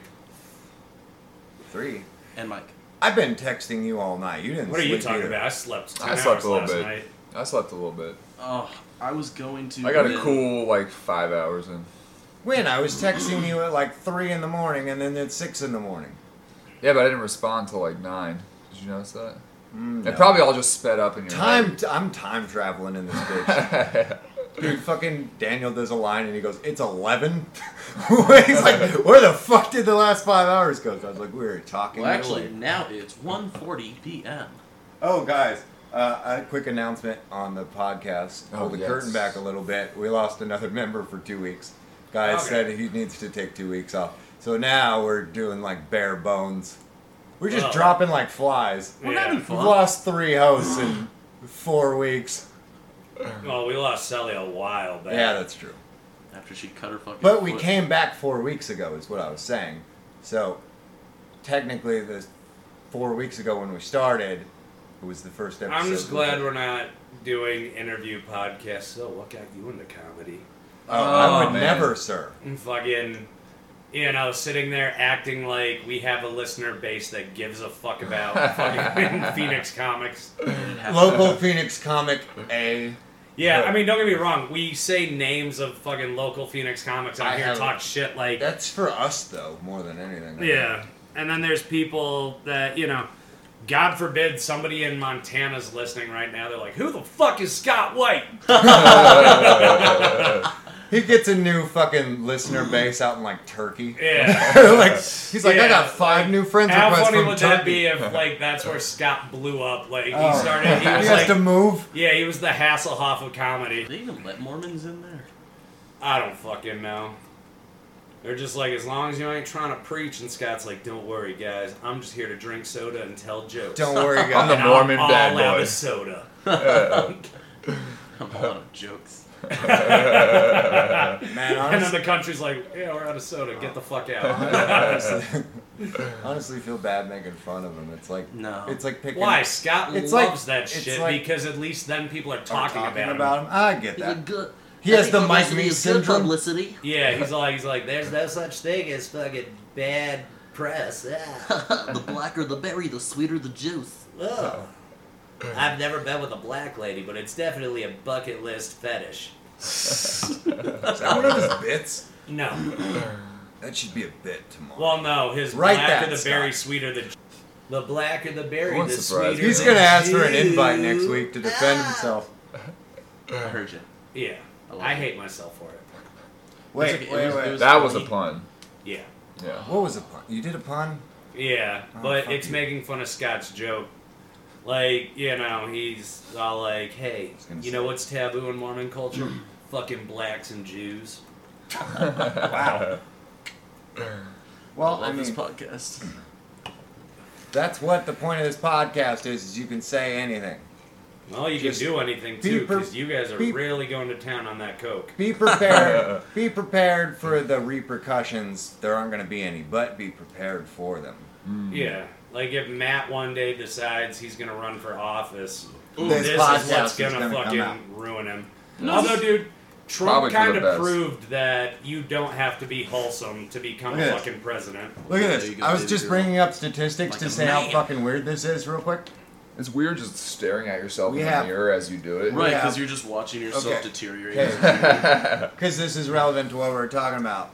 [SPEAKER 1] Three.
[SPEAKER 3] and Mike.
[SPEAKER 1] I've been texting you all night. You didn't.
[SPEAKER 2] What are you
[SPEAKER 1] sleep
[SPEAKER 2] talking
[SPEAKER 1] either.
[SPEAKER 2] about? I slept. 10
[SPEAKER 4] I slept
[SPEAKER 2] hours
[SPEAKER 4] a little
[SPEAKER 2] last
[SPEAKER 4] bit.
[SPEAKER 2] Night.
[SPEAKER 4] I slept a little bit.
[SPEAKER 3] Oh, I was going to.
[SPEAKER 4] I got a
[SPEAKER 3] then-
[SPEAKER 4] cool like five hours in.
[SPEAKER 1] When I was texting you at like three in the morning, and then at six in the morning.
[SPEAKER 4] Yeah, but I didn't respond till like nine. Did you notice that?
[SPEAKER 1] Mm,
[SPEAKER 4] It
[SPEAKER 1] no.
[SPEAKER 4] probably all just sped up in your
[SPEAKER 1] Time. T- I'm time traveling in this bitch. Dude, fucking Daniel does a line and he goes, "It's 11? He's like, "Where the fuck did the last five hours go?" So I was like, "We were talking."
[SPEAKER 3] Well,
[SPEAKER 1] you're
[SPEAKER 3] actually,
[SPEAKER 1] late."
[SPEAKER 3] now it's 1:40 p.m.
[SPEAKER 1] Oh, guys, uh, a quick announcement on the podcast.
[SPEAKER 4] Oh,
[SPEAKER 1] Pull the
[SPEAKER 4] yes.
[SPEAKER 1] curtain back a little bit. We lost another member for two weeks. Guy
[SPEAKER 2] Okay.
[SPEAKER 1] said he needs to take two weeks off. So now we're doing like bare bones. We're just
[SPEAKER 2] Well.
[SPEAKER 1] dropping like flies.
[SPEAKER 3] We're
[SPEAKER 2] Yeah.
[SPEAKER 3] having
[SPEAKER 1] We've
[SPEAKER 3] fun.
[SPEAKER 1] lost three hosts in four weeks.
[SPEAKER 2] Well, Oh, we lost Sally a while back.
[SPEAKER 1] Yeah, that's true.
[SPEAKER 3] After she cut her fucking.
[SPEAKER 1] But we
[SPEAKER 3] foot.
[SPEAKER 1] came back four weeks ago, is what I was saying. So technically, the four weeks ago when we started, it was the first episode.
[SPEAKER 2] I'm just
[SPEAKER 1] we
[SPEAKER 2] glad
[SPEAKER 1] did.
[SPEAKER 2] we're not doing interview podcasts. So what got you into comedy?
[SPEAKER 1] Oh, I
[SPEAKER 3] Oh,
[SPEAKER 1] would
[SPEAKER 4] man.
[SPEAKER 1] never, sir.
[SPEAKER 2] And fucking, you know, sitting there acting like we have a listener base that gives a fuck about fucking Phoenix comics.
[SPEAKER 3] It happened.
[SPEAKER 1] Local Phoenix comic A.
[SPEAKER 2] Yeah,
[SPEAKER 1] Right.
[SPEAKER 2] I mean, don't get me wrong. We say names of fucking local Phoenix comics
[SPEAKER 1] I
[SPEAKER 2] out here
[SPEAKER 1] have-
[SPEAKER 2] and talk shit like
[SPEAKER 1] That's for us, though, more than anything.
[SPEAKER 2] yeah. And then there's people that you know, God forbid somebody in Montana's listening right now. They're like, "Who the fuck is Scott White?"
[SPEAKER 1] He gets a new fucking listener base out in like Turkey.
[SPEAKER 2] Yeah.
[SPEAKER 1] like he's like, I
[SPEAKER 2] Yeah,
[SPEAKER 1] got five new friends
[SPEAKER 2] How
[SPEAKER 1] requests
[SPEAKER 2] funny
[SPEAKER 1] from
[SPEAKER 2] would
[SPEAKER 1] Turkey.
[SPEAKER 2] that be if like that's where Scott blew up? Like he
[SPEAKER 1] Oh.
[SPEAKER 2] started. He
[SPEAKER 1] He
[SPEAKER 2] was
[SPEAKER 1] has
[SPEAKER 2] like,
[SPEAKER 1] to move.
[SPEAKER 2] yeah, he was the Hasselhoff of comedy.
[SPEAKER 3] They even let Mormons in there.
[SPEAKER 2] I don't fucking know. They're just like, as long as you ain't trying to preach, and Scott's like, don't worry, guys. I'm just here to drink soda and tell jokes.
[SPEAKER 1] Don't worry,
[SPEAKER 4] I'm
[SPEAKER 1] guys.
[SPEAKER 4] the Mormon
[SPEAKER 2] I'm all
[SPEAKER 4] bad
[SPEAKER 2] out
[SPEAKER 4] boy.
[SPEAKER 2] of soda.
[SPEAKER 3] I'm all out of jokes.
[SPEAKER 1] Man,
[SPEAKER 2] And then
[SPEAKER 1] honestly,
[SPEAKER 2] the country's like, yeah, we're out of soda. Get the fuck out.
[SPEAKER 1] honestly, honestly feel bad making fun of him. It's like
[SPEAKER 3] No.
[SPEAKER 1] it's like picking.
[SPEAKER 2] Why? Scott
[SPEAKER 1] It's like-
[SPEAKER 2] loves that
[SPEAKER 1] it's
[SPEAKER 2] shit
[SPEAKER 1] like-
[SPEAKER 2] because at least then people are
[SPEAKER 1] or
[SPEAKER 2] talking, about, him.
[SPEAKER 1] him. I get that.
[SPEAKER 5] good.
[SPEAKER 1] He has the Mike Me syndrome.
[SPEAKER 5] publicity.
[SPEAKER 2] Yeah, he's like, he's like, there's
[SPEAKER 5] no such thing as fucking bad press. Ah.
[SPEAKER 6] the blacker the berry, the sweeter the juice.
[SPEAKER 5] Ugh. I've never been with a black lady, but it's definitely a bucket list fetish.
[SPEAKER 1] Is that one of his bits?
[SPEAKER 2] no.
[SPEAKER 1] That should be a bit tomorrow.
[SPEAKER 2] Well, no, his
[SPEAKER 1] Write
[SPEAKER 2] black
[SPEAKER 1] that,
[SPEAKER 2] of the berry
[SPEAKER 1] Scott.
[SPEAKER 2] sweeter than.
[SPEAKER 5] The blacker the berry,
[SPEAKER 4] Everyone's
[SPEAKER 5] the
[SPEAKER 4] surprised.
[SPEAKER 5] sweeter.
[SPEAKER 1] He's
[SPEAKER 5] the
[SPEAKER 1] gonna ask for an
[SPEAKER 5] juice.
[SPEAKER 1] invite next week to defend himself.
[SPEAKER 3] I heard you.
[SPEAKER 2] Yeah,
[SPEAKER 3] I love
[SPEAKER 2] I
[SPEAKER 3] it.
[SPEAKER 2] hate myself for it.
[SPEAKER 1] Wait,
[SPEAKER 3] okay, it
[SPEAKER 1] wait,
[SPEAKER 3] was- it
[SPEAKER 1] wait.
[SPEAKER 3] was-
[SPEAKER 4] That was a pun.
[SPEAKER 2] Yeah,
[SPEAKER 4] Yeah.
[SPEAKER 1] what was a pun? You did a pun?
[SPEAKER 2] yeah,
[SPEAKER 1] Oh,
[SPEAKER 2] but
[SPEAKER 1] fuck
[SPEAKER 2] it's
[SPEAKER 1] you.
[SPEAKER 2] making fun of Scott's joke. Like you know, he's all like, "Hey,
[SPEAKER 1] gonna
[SPEAKER 2] you
[SPEAKER 1] say-
[SPEAKER 2] know what's taboo in Mormon culture? Fucking blacks and Jews."
[SPEAKER 1] Wow.
[SPEAKER 3] I
[SPEAKER 1] Well,
[SPEAKER 3] love
[SPEAKER 1] I
[SPEAKER 3] this
[SPEAKER 1] mean,
[SPEAKER 3] podcast.
[SPEAKER 1] that's what the point of this podcast is, is you can say anything.
[SPEAKER 2] Well, you
[SPEAKER 1] Just
[SPEAKER 2] can do anything
[SPEAKER 1] be
[SPEAKER 2] too,
[SPEAKER 1] per-
[SPEAKER 2] because you guys are
[SPEAKER 1] be-
[SPEAKER 2] really going to town on that coke.
[SPEAKER 1] Be prepared. be prepared for the repercussions. There aren't going to be any, but be prepared for them.
[SPEAKER 2] Yeah, like if Matt one day decides he's gonna run for office,
[SPEAKER 1] Ooh,
[SPEAKER 2] this,
[SPEAKER 1] this
[SPEAKER 2] is
[SPEAKER 1] podcast
[SPEAKER 2] what's
[SPEAKER 1] is
[SPEAKER 2] gonna,
[SPEAKER 1] gonna come out.
[SPEAKER 2] fucking ruin him. Although, dude,
[SPEAKER 4] Probably
[SPEAKER 2] Trump
[SPEAKER 4] for the
[SPEAKER 2] kind of
[SPEAKER 4] best.
[SPEAKER 2] proved that you don't have to be wholesome to become a
[SPEAKER 1] Yes.
[SPEAKER 2] fucking president.
[SPEAKER 1] Look at
[SPEAKER 3] There
[SPEAKER 1] this.
[SPEAKER 3] you go,
[SPEAKER 1] I was
[SPEAKER 3] baby
[SPEAKER 1] just
[SPEAKER 3] girl.
[SPEAKER 1] bringing up statistics
[SPEAKER 3] Like
[SPEAKER 1] to
[SPEAKER 3] a
[SPEAKER 1] say
[SPEAKER 3] man.
[SPEAKER 1] how fucking weird this is, real quick.
[SPEAKER 4] It's weird just staring at yourself
[SPEAKER 1] We
[SPEAKER 4] in
[SPEAKER 1] have-
[SPEAKER 4] the mirror as you do it.
[SPEAKER 3] Right,
[SPEAKER 1] Yeah.
[SPEAKER 3] because you're just watching yourself
[SPEAKER 1] Okay.
[SPEAKER 3] deteriorate.
[SPEAKER 1] Okay. Because this is relevant to what we're talking about.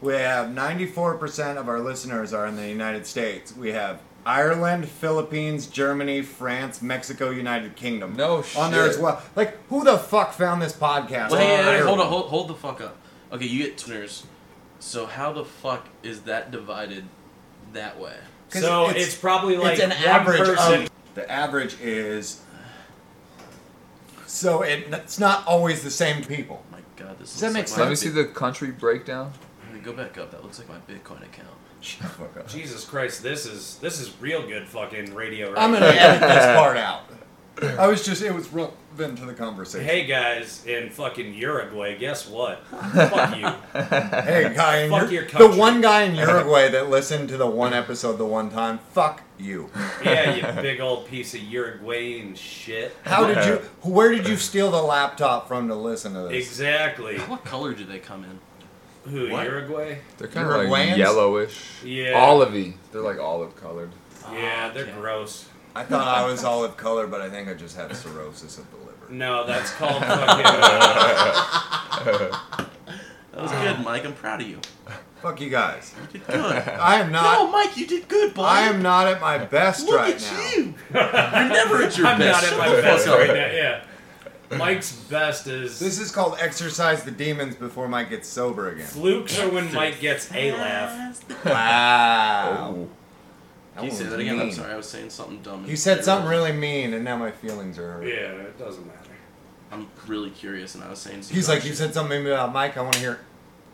[SPEAKER 1] We have 94% of our listeners are in the United States. We have Ireland, Philippines, Germany, France, Mexico, United Kingdom.
[SPEAKER 4] No
[SPEAKER 1] On there as
[SPEAKER 4] shit.
[SPEAKER 1] well. Like, who the fuck found this podcast?
[SPEAKER 3] Well, hey,
[SPEAKER 1] on
[SPEAKER 3] hey, hey,
[SPEAKER 1] Ireland?
[SPEAKER 3] hold on, hold, hold the fuck up. Okay, you get Twiners. So how the fuck is that divided that way?
[SPEAKER 1] 'Cause
[SPEAKER 2] So it's,
[SPEAKER 1] it's-
[SPEAKER 2] probably like
[SPEAKER 1] it's an
[SPEAKER 2] one
[SPEAKER 1] average
[SPEAKER 2] person.
[SPEAKER 1] of the average is so it, it's not always the same people
[SPEAKER 3] My God, this
[SPEAKER 1] Does that make
[SPEAKER 3] looks like
[SPEAKER 1] sense?
[SPEAKER 4] Let
[SPEAKER 3] my
[SPEAKER 4] me see
[SPEAKER 3] Bi-
[SPEAKER 4] the country breakdown.
[SPEAKER 3] Let me go back up. That looks like my Bitcoin account.
[SPEAKER 1] Shut the fuck up.
[SPEAKER 2] Jesus Christ, this is this is real good fucking radio. Right
[SPEAKER 1] i'm gonna
[SPEAKER 2] here.
[SPEAKER 1] edit this part out i was just it was relevant to the conversation
[SPEAKER 2] Hey guys, in fucking Uruguay, guess what? Fuck you.
[SPEAKER 1] hey guy in
[SPEAKER 2] Fuck
[SPEAKER 1] Ur-
[SPEAKER 2] your country.
[SPEAKER 1] the one guy in uruguay that listened to the one episode the one time fuck you
[SPEAKER 2] Yeah, you big old piece of Uruguayan shit.
[SPEAKER 1] how did you where did you steal the laptop from to listen to this
[SPEAKER 2] Exactly.
[SPEAKER 3] What color do they come in?
[SPEAKER 2] Who
[SPEAKER 3] What?
[SPEAKER 2] Uruguay?
[SPEAKER 4] They're kind of like
[SPEAKER 1] Uruguayans?
[SPEAKER 4] yellowish,
[SPEAKER 2] Yeah.
[SPEAKER 4] olivey. They're like olive colored.
[SPEAKER 2] Yeah, they're
[SPEAKER 3] Okay.
[SPEAKER 2] gross.
[SPEAKER 1] i thought i was olive color but i think i just had cirrhosis of the liver
[SPEAKER 2] No, that's called fucking. Uh,
[SPEAKER 3] That was good,
[SPEAKER 1] Uh.
[SPEAKER 3] Mike. I'm proud of you.
[SPEAKER 1] fuck you guys
[SPEAKER 3] You did good.
[SPEAKER 1] i am not
[SPEAKER 3] no, Mike, you did good, buddy.
[SPEAKER 1] I am not at my best
[SPEAKER 3] Look
[SPEAKER 1] right
[SPEAKER 3] at
[SPEAKER 1] now.
[SPEAKER 3] you. You're never at your
[SPEAKER 2] I'm
[SPEAKER 3] best.
[SPEAKER 2] not at
[SPEAKER 3] Shut
[SPEAKER 2] my
[SPEAKER 3] the
[SPEAKER 2] best
[SPEAKER 3] fuck up.
[SPEAKER 2] right now. Yeah, Mike's best is
[SPEAKER 1] This is called exercise the demons before Mike gets sober again.
[SPEAKER 2] flukes or when Mike gets a laugh.
[SPEAKER 4] Oh.
[SPEAKER 1] Wow.
[SPEAKER 3] Can you say that again? I'm sorry, I was saying something dumb.
[SPEAKER 1] You said something really mean, and now my feelings are hurt.
[SPEAKER 2] Yeah, it doesn't matter.
[SPEAKER 3] I'm really curious, and I was saying. Some
[SPEAKER 1] He's
[SPEAKER 3] dumb
[SPEAKER 1] like, you
[SPEAKER 3] shit.
[SPEAKER 1] said something about Mike. I want to hear.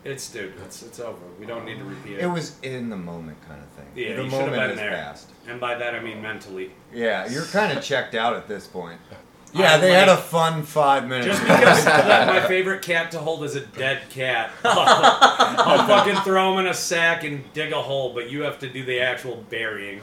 [SPEAKER 2] It's stupid. It's, it's over. We don't need to repeat it.
[SPEAKER 1] It was in the moment kind of thing.
[SPEAKER 2] Yeah,
[SPEAKER 1] the
[SPEAKER 2] you should have
[SPEAKER 1] moment
[SPEAKER 2] been
[SPEAKER 1] is
[SPEAKER 2] there.
[SPEAKER 1] past.
[SPEAKER 2] and by that I mean mentally.
[SPEAKER 1] Yeah, you're kind of checked out at this point. Yeah,
[SPEAKER 2] I
[SPEAKER 1] they had a
[SPEAKER 2] like-
[SPEAKER 1] fun five minutes.
[SPEAKER 2] Just because like, my favorite cat to hold is a dead cat, I'll fucking throw him in a sack and dig a hole. But you have to do the actual burying.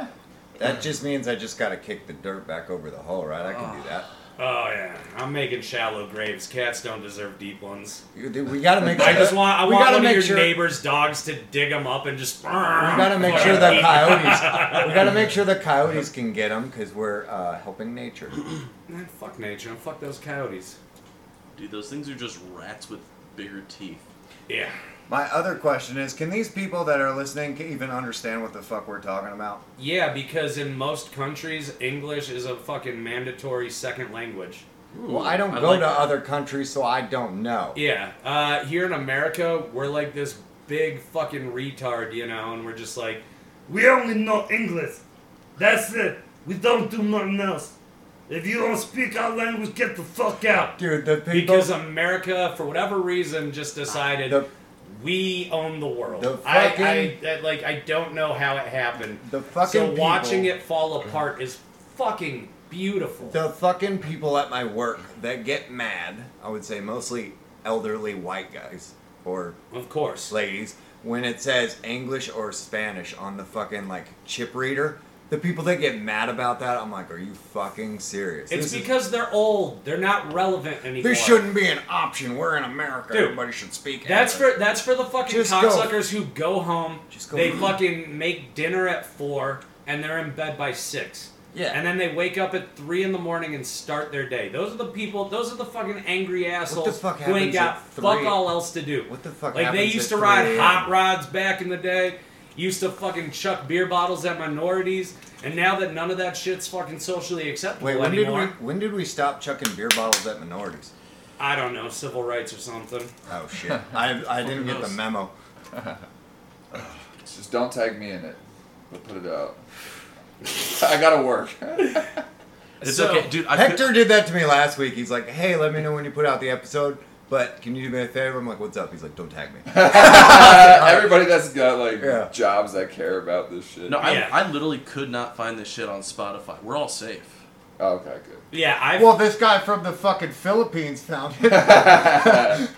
[SPEAKER 1] that just means I just got to kick the dirt back over the hole, right? I can do that.
[SPEAKER 2] Oh yeah, I'm making shallow graves. Cats don't deserve deep ones.
[SPEAKER 1] You- dude, We got to make.
[SPEAKER 2] I just want I
[SPEAKER 1] we
[SPEAKER 2] want
[SPEAKER 1] gotta
[SPEAKER 2] one of
[SPEAKER 1] make
[SPEAKER 2] your
[SPEAKER 1] sure-
[SPEAKER 2] neighbor's dogs to dig them up and just. We
[SPEAKER 1] We gotta make sure the coyotes. we gotta make sure the coyotes can get them because we're uh, helping nature.
[SPEAKER 2] Man, fuck nature. and Fuck those coyotes.
[SPEAKER 3] Dude, those things are just rats with bigger teeth.
[SPEAKER 2] Yeah.
[SPEAKER 1] My other question is, can these people that are listening even understand what the fuck we're talking about?
[SPEAKER 2] Yeah, because in most countries, English is a fucking mandatory second language.
[SPEAKER 1] Well, I don't
[SPEAKER 3] I
[SPEAKER 1] go
[SPEAKER 3] like
[SPEAKER 1] to
[SPEAKER 3] that.
[SPEAKER 1] other countries, so I don't know.
[SPEAKER 2] Yeah. Uh, here in America, we're like this big fucking retard, you know, and we're just like,
[SPEAKER 7] We only know English. That's it. We don't do nothing else. If you don't speak our language, get the fuck out.
[SPEAKER 1] Dude, the people,
[SPEAKER 2] because uh, America, for whatever reason, just decided
[SPEAKER 1] The-
[SPEAKER 2] we own the world.
[SPEAKER 1] The
[SPEAKER 2] I,
[SPEAKER 1] fucking-
[SPEAKER 2] I that, like, I don't know how it happened.
[SPEAKER 1] the fucking
[SPEAKER 2] so
[SPEAKER 1] people,
[SPEAKER 2] watching it fall apart is fucking beautiful.
[SPEAKER 1] the fucking people at my work that get mad. I would say mostly elderly white guys or
[SPEAKER 2] of course.
[SPEAKER 1] ladies when it says English or Spanish on the fucking like chip reader. The people that get mad about that, I'm like, are you fucking serious?
[SPEAKER 2] it's
[SPEAKER 1] This is-
[SPEAKER 2] because they're old. They're not relevant anymore.
[SPEAKER 1] There shouldn't be an option. We're in America.
[SPEAKER 2] Dude,
[SPEAKER 1] Everybody should speak.
[SPEAKER 2] That's
[SPEAKER 1] English.
[SPEAKER 2] for that's for the fucking
[SPEAKER 1] Just go.
[SPEAKER 2] cocksuckers who go home.
[SPEAKER 1] Just go.
[SPEAKER 2] They fucking make dinner at four and they're in bed by six.
[SPEAKER 1] Yeah.
[SPEAKER 2] And then they wake up at three in the morning and start their day. Those are the people. Those are the fucking angry assholes
[SPEAKER 1] fuck
[SPEAKER 2] who ain't
[SPEAKER 1] happens
[SPEAKER 2] got
[SPEAKER 1] at
[SPEAKER 2] fuck
[SPEAKER 1] three?
[SPEAKER 2] all else to do.
[SPEAKER 1] What the fuck
[SPEAKER 2] Like they
[SPEAKER 1] happens
[SPEAKER 2] used
[SPEAKER 1] at
[SPEAKER 2] to
[SPEAKER 1] 3
[SPEAKER 2] ride
[SPEAKER 1] a.m.?
[SPEAKER 2] hot rods back in the day. Used to fucking chuck beer bottles at minorities, and now that none of that shit's fucking socially acceptable
[SPEAKER 1] Wait, when did we
[SPEAKER 2] anymore,
[SPEAKER 1] when did we stop chucking beer bottles at minorities?
[SPEAKER 2] I don't know civil rights or something.
[SPEAKER 1] Oh shit! I I didn't get the
[SPEAKER 3] knows?
[SPEAKER 1] memo.
[SPEAKER 4] Just don't tag me in it. We'll put it out. I gotta work.
[SPEAKER 3] It's
[SPEAKER 2] So-
[SPEAKER 3] okay, dude. I could-
[SPEAKER 1] Hector did that to me last week. He's like, "Hey, let me know when you put out the episode." But can you do me a favor? I'm like, "What's up?" He's like, "Don't tag me."
[SPEAKER 4] Everybody that's got like
[SPEAKER 1] Yeah.
[SPEAKER 4] jobs that care about this shit.
[SPEAKER 3] no, I,
[SPEAKER 2] Yeah.
[SPEAKER 3] I literally could not find this shit on Spotify. We're all safe.
[SPEAKER 4] Oh, okay, good.
[SPEAKER 2] Yeah, I
[SPEAKER 1] well, this guy from the fucking Philippines found it.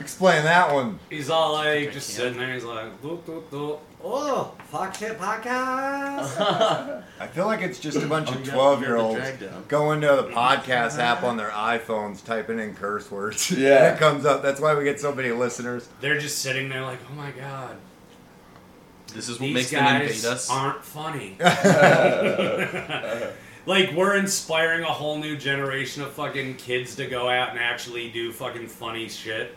[SPEAKER 1] Explain that one.
[SPEAKER 2] He's all like
[SPEAKER 3] I
[SPEAKER 2] just
[SPEAKER 3] can.
[SPEAKER 2] sitting there. He's like, doot, doot, doot. oh, fuck shit podcast.
[SPEAKER 1] I feel like it's just a bunch
[SPEAKER 3] Oh,
[SPEAKER 1] of
[SPEAKER 3] you got- you
[SPEAKER 1] 12
[SPEAKER 3] got the
[SPEAKER 1] year olds
[SPEAKER 3] drag down.
[SPEAKER 1] going to the podcast app on their iPhones, typing in curse words.
[SPEAKER 4] Yeah.
[SPEAKER 1] And it comes up. That's why we get so many listeners.
[SPEAKER 2] They're just sitting there like, oh my god,
[SPEAKER 3] This is what makes
[SPEAKER 2] these
[SPEAKER 3] them invade
[SPEAKER 2] guys
[SPEAKER 3] us.
[SPEAKER 2] aren't funny. like we're inspiring a whole new generation of fucking kids to go out and actually do fucking funny shit.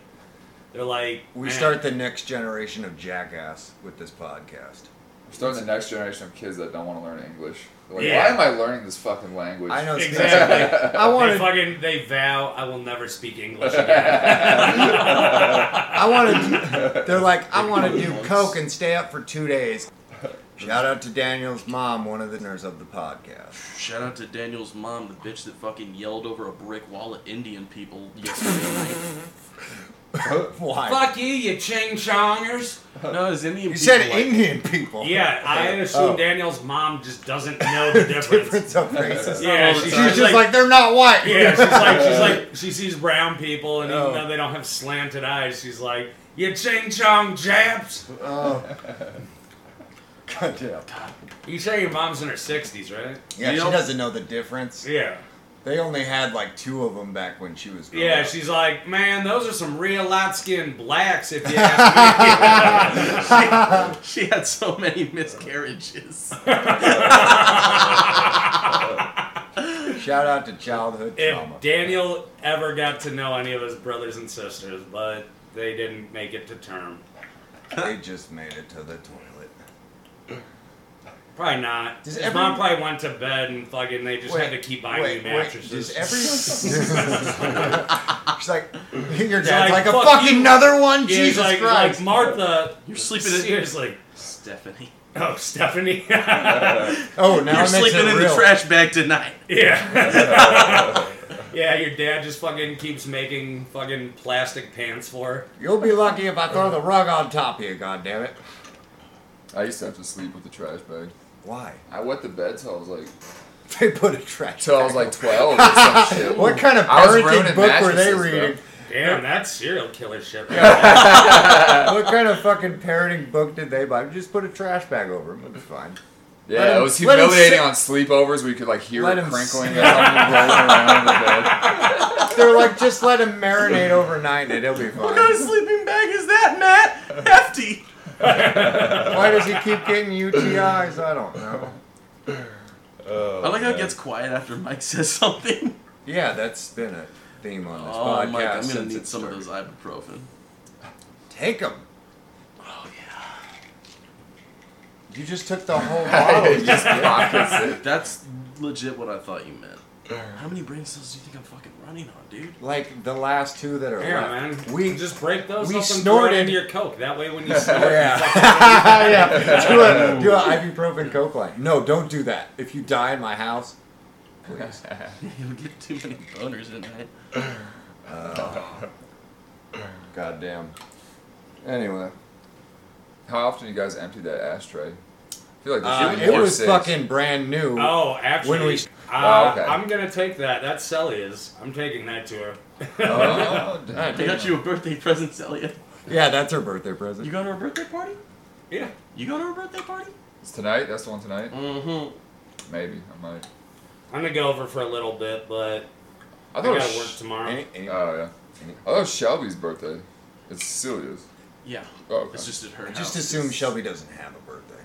[SPEAKER 2] They're like,
[SPEAKER 1] We
[SPEAKER 2] "Man,
[SPEAKER 1] start the next generation of jackass with this podcast.
[SPEAKER 4] We're starting the next generation of kids that don't want to learn English. They're Like,
[SPEAKER 2] Yeah.
[SPEAKER 4] Why am I learning this fucking language?
[SPEAKER 1] I know it's-
[SPEAKER 2] Exactly.
[SPEAKER 1] I
[SPEAKER 2] They
[SPEAKER 1] wanted,
[SPEAKER 2] fucking they vow I will never speak English again.
[SPEAKER 1] I wanted. They're like, I want to do coke and stay up for two days. Shout out to Daniel's mom, one of the nurses of the podcast.
[SPEAKER 3] Shout out to Daniel's mom, the bitch that fucking yelled over a brick wall at Indian people yesterday
[SPEAKER 1] Why?
[SPEAKER 2] Fuck you, you ching chongers.
[SPEAKER 3] night. No, it was
[SPEAKER 1] You
[SPEAKER 3] Indian people.
[SPEAKER 1] said
[SPEAKER 3] like,
[SPEAKER 1] Indian people.
[SPEAKER 2] Yeah, I assume
[SPEAKER 1] Oh.
[SPEAKER 2] Daniel's mom just doesn't know the difference.
[SPEAKER 1] Difference of races.
[SPEAKER 2] Yeah,
[SPEAKER 3] She's
[SPEAKER 2] she's,
[SPEAKER 1] She's just like,
[SPEAKER 2] like,
[SPEAKER 1] they're not white.
[SPEAKER 2] yeah, she's like, she's like, she sees brown people, and
[SPEAKER 1] Oh.
[SPEAKER 2] even though they don't have slanted eyes, she's like, you ching chong jabs.
[SPEAKER 1] Oh. Goddamn.
[SPEAKER 2] You say your mom's in her sixties, right?
[SPEAKER 1] Yeah,
[SPEAKER 3] You
[SPEAKER 1] she
[SPEAKER 3] know-
[SPEAKER 1] doesn't know the difference.
[SPEAKER 2] Yeah.
[SPEAKER 1] They only had like two of them back when she was growing
[SPEAKER 2] Yeah,
[SPEAKER 1] up.
[SPEAKER 2] she's like, man, those are some real light skinned blacks, if you ask me.
[SPEAKER 3] she had so many miscarriages.
[SPEAKER 1] Shout out to childhood trauma.
[SPEAKER 2] if Daniel ever got to know any of his brothers and sisters, but they didn't make it to term.
[SPEAKER 1] they just made it to the toilet.
[SPEAKER 2] Probably not.
[SPEAKER 1] Does
[SPEAKER 2] His
[SPEAKER 1] every-
[SPEAKER 2] mom probably went to bed and fucking they just had to keep buying
[SPEAKER 1] wait,
[SPEAKER 2] new
[SPEAKER 1] wait,
[SPEAKER 2] mattresses.
[SPEAKER 1] Does every she's like, your
[SPEAKER 2] He's
[SPEAKER 1] dad's like,
[SPEAKER 2] like,
[SPEAKER 1] a
[SPEAKER 2] "Fuck
[SPEAKER 1] fucking
[SPEAKER 2] you."
[SPEAKER 1] another one.
[SPEAKER 2] Yeah, he's
[SPEAKER 1] Jesus
[SPEAKER 2] like,
[SPEAKER 1] Christ!
[SPEAKER 2] like Martha.
[SPEAKER 3] You're sleeping in-
[SPEAKER 2] seriously.
[SPEAKER 3] Stephanie.
[SPEAKER 2] Oh, Stephanie.
[SPEAKER 1] oh, now
[SPEAKER 3] You're
[SPEAKER 1] it makes
[SPEAKER 3] sleeping
[SPEAKER 1] it
[SPEAKER 3] in
[SPEAKER 1] real.
[SPEAKER 3] the trash bag tonight.
[SPEAKER 2] Yeah. yeah, your dad just fucking keeps making fucking plastic pants for her.
[SPEAKER 1] You'll be lucky if I throw the rug on top of you. God damn it!
[SPEAKER 4] I used to have to sleep with the trash bag.
[SPEAKER 1] Why?
[SPEAKER 4] I wet the bed till I was like
[SPEAKER 1] They put a trash.
[SPEAKER 4] till I was
[SPEAKER 1] bag
[SPEAKER 4] like twelve or some shit.
[SPEAKER 1] What kind of
[SPEAKER 4] I was
[SPEAKER 1] parenting
[SPEAKER 4] ruining
[SPEAKER 1] book were they
[SPEAKER 4] mattresses, bro.
[SPEAKER 1] reading?
[SPEAKER 2] Damn, that's serial killer shit. Right there.
[SPEAKER 1] what kind of fucking parenting book did they buy? Just put a trash bag over him. It's fine.
[SPEAKER 4] Yeah,
[SPEAKER 1] Let him-
[SPEAKER 4] it was
[SPEAKER 1] let him
[SPEAKER 4] humiliating
[SPEAKER 1] sit-
[SPEAKER 4] on sleepovers where you could like hear
[SPEAKER 1] Let
[SPEAKER 4] it
[SPEAKER 1] him
[SPEAKER 4] crinkling
[SPEAKER 1] sit.
[SPEAKER 4] and something rolling around in the bed.
[SPEAKER 1] They're like, just let him marinate overnight and it'll be fine.
[SPEAKER 3] What kind of sleeping bag is that, Matt? Hefty.
[SPEAKER 1] Why does he keep getting UTIs? I don't know.
[SPEAKER 3] I like how it gets quiet after Mike says something.
[SPEAKER 1] Yeah, that's been a theme on this
[SPEAKER 3] Oh,
[SPEAKER 1] podcast
[SPEAKER 3] Mike, I'm gonna
[SPEAKER 1] since
[SPEAKER 3] need
[SPEAKER 1] it
[SPEAKER 3] some of
[SPEAKER 1] started.
[SPEAKER 3] those ibuprofen.
[SPEAKER 1] Take them.
[SPEAKER 3] Oh yeah.
[SPEAKER 1] You just took the whole bottle.
[SPEAKER 4] It just pockets it.
[SPEAKER 3] That's legit what I thought you meant. How many brain cells do you think I'm fucking running on, dude?
[SPEAKER 1] like the last two that are
[SPEAKER 2] Here,
[SPEAKER 1] left.
[SPEAKER 2] man.
[SPEAKER 1] We
[SPEAKER 2] We just break those
[SPEAKER 1] we
[SPEAKER 2] up and throw it
[SPEAKER 1] snorted-
[SPEAKER 2] into your coke. That way, when you snort,
[SPEAKER 1] yeah, yeah. Do a do a ibuprofen coke line. No, don't do that. If you die in my house, please.
[SPEAKER 3] You'll get too many boners at night.
[SPEAKER 1] Goddamn. Anyway.
[SPEAKER 4] How often do you guys empty that ashtray? I feel like there
[SPEAKER 1] Uh,
[SPEAKER 4] should be
[SPEAKER 1] it
[SPEAKER 4] more
[SPEAKER 1] was
[SPEAKER 4] sinks.
[SPEAKER 1] fucking brand new.
[SPEAKER 2] oh, actually,
[SPEAKER 1] When we-
[SPEAKER 2] uh,
[SPEAKER 4] Oh, okay.
[SPEAKER 2] I'm gonna take that. That's Celia's. I'm taking that to her.
[SPEAKER 4] Oh,
[SPEAKER 1] I
[SPEAKER 3] I got you a birthday present, Celia.
[SPEAKER 1] Yeah, that's her birthday present.
[SPEAKER 3] You going to her birthday party?
[SPEAKER 2] Yeah.
[SPEAKER 3] You going to her birthday party?
[SPEAKER 4] It's tonight? That's the one tonight?
[SPEAKER 3] Mm-hmm.
[SPEAKER 4] Maybe. I might.
[SPEAKER 2] I'm gonna go over for a little bit, but
[SPEAKER 4] I
[SPEAKER 2] I
[SPEAKER 4] thought it
[SPEAKER 2] gotta work
[SPEAKER 4] was. Sh-
[SPEAKER 2] tomorrow.
[SPEAKER 1] Any- any-
[SPEAKER 3] Uh,
[SPEAKER 4] oh, yeah. I thought it was Shelby's birthday. It's Celia's.
[SPEAKER 3] Yeah.
[SPEAKER 4] Oh, okay.
[SPEAKER 3] It's just at her
[SPEAKER 1] just
[SPEAKER 3] house.
[SPEAKER 1] assume Shelby doesn't have a birthday.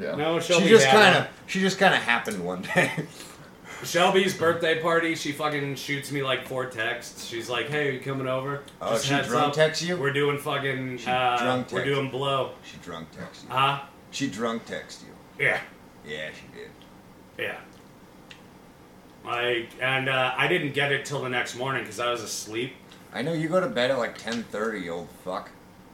[SPEAKER 4] Yeah.
[SPEAKER 2] No, Shelby
[SPEAKER 1] She just
[SPEAKER 2] had
[SPEAKER 1] kind
[SPEAKER 2] one.
[SPEAKER 1] of she just kind of happened one day.
[SPEAKER 2] Shelby's birthday party, she fucking shoots me like four texts. She's like, "Hey, are you coming over?"
[SPEAKER 1] Oh, she drunk text you?
[SPEAKER 2] We're doing fucking.
[SPEAKER 1] She
[SPEAKER 2] Uh,
[SPEAKER 1] drunk
[SPEAKER 2] we're
[SPEAKER 1] text.
[SPEAKER 2] doing blow.
[SPEAKER 1] she drunk text you.
[SPEAKER 2] Huh?
[SPEAKER 1] She drunk text you.
[SPEAKER 2] Yeah,
[SPEAKER 1] Yeah, she did.
[SPEAKER 2] yeah. Like, and uh, I didn't get it till the next morning because I was asleep.
[SPEAKER 1] I know you go to bed at like 10:30, old fuck.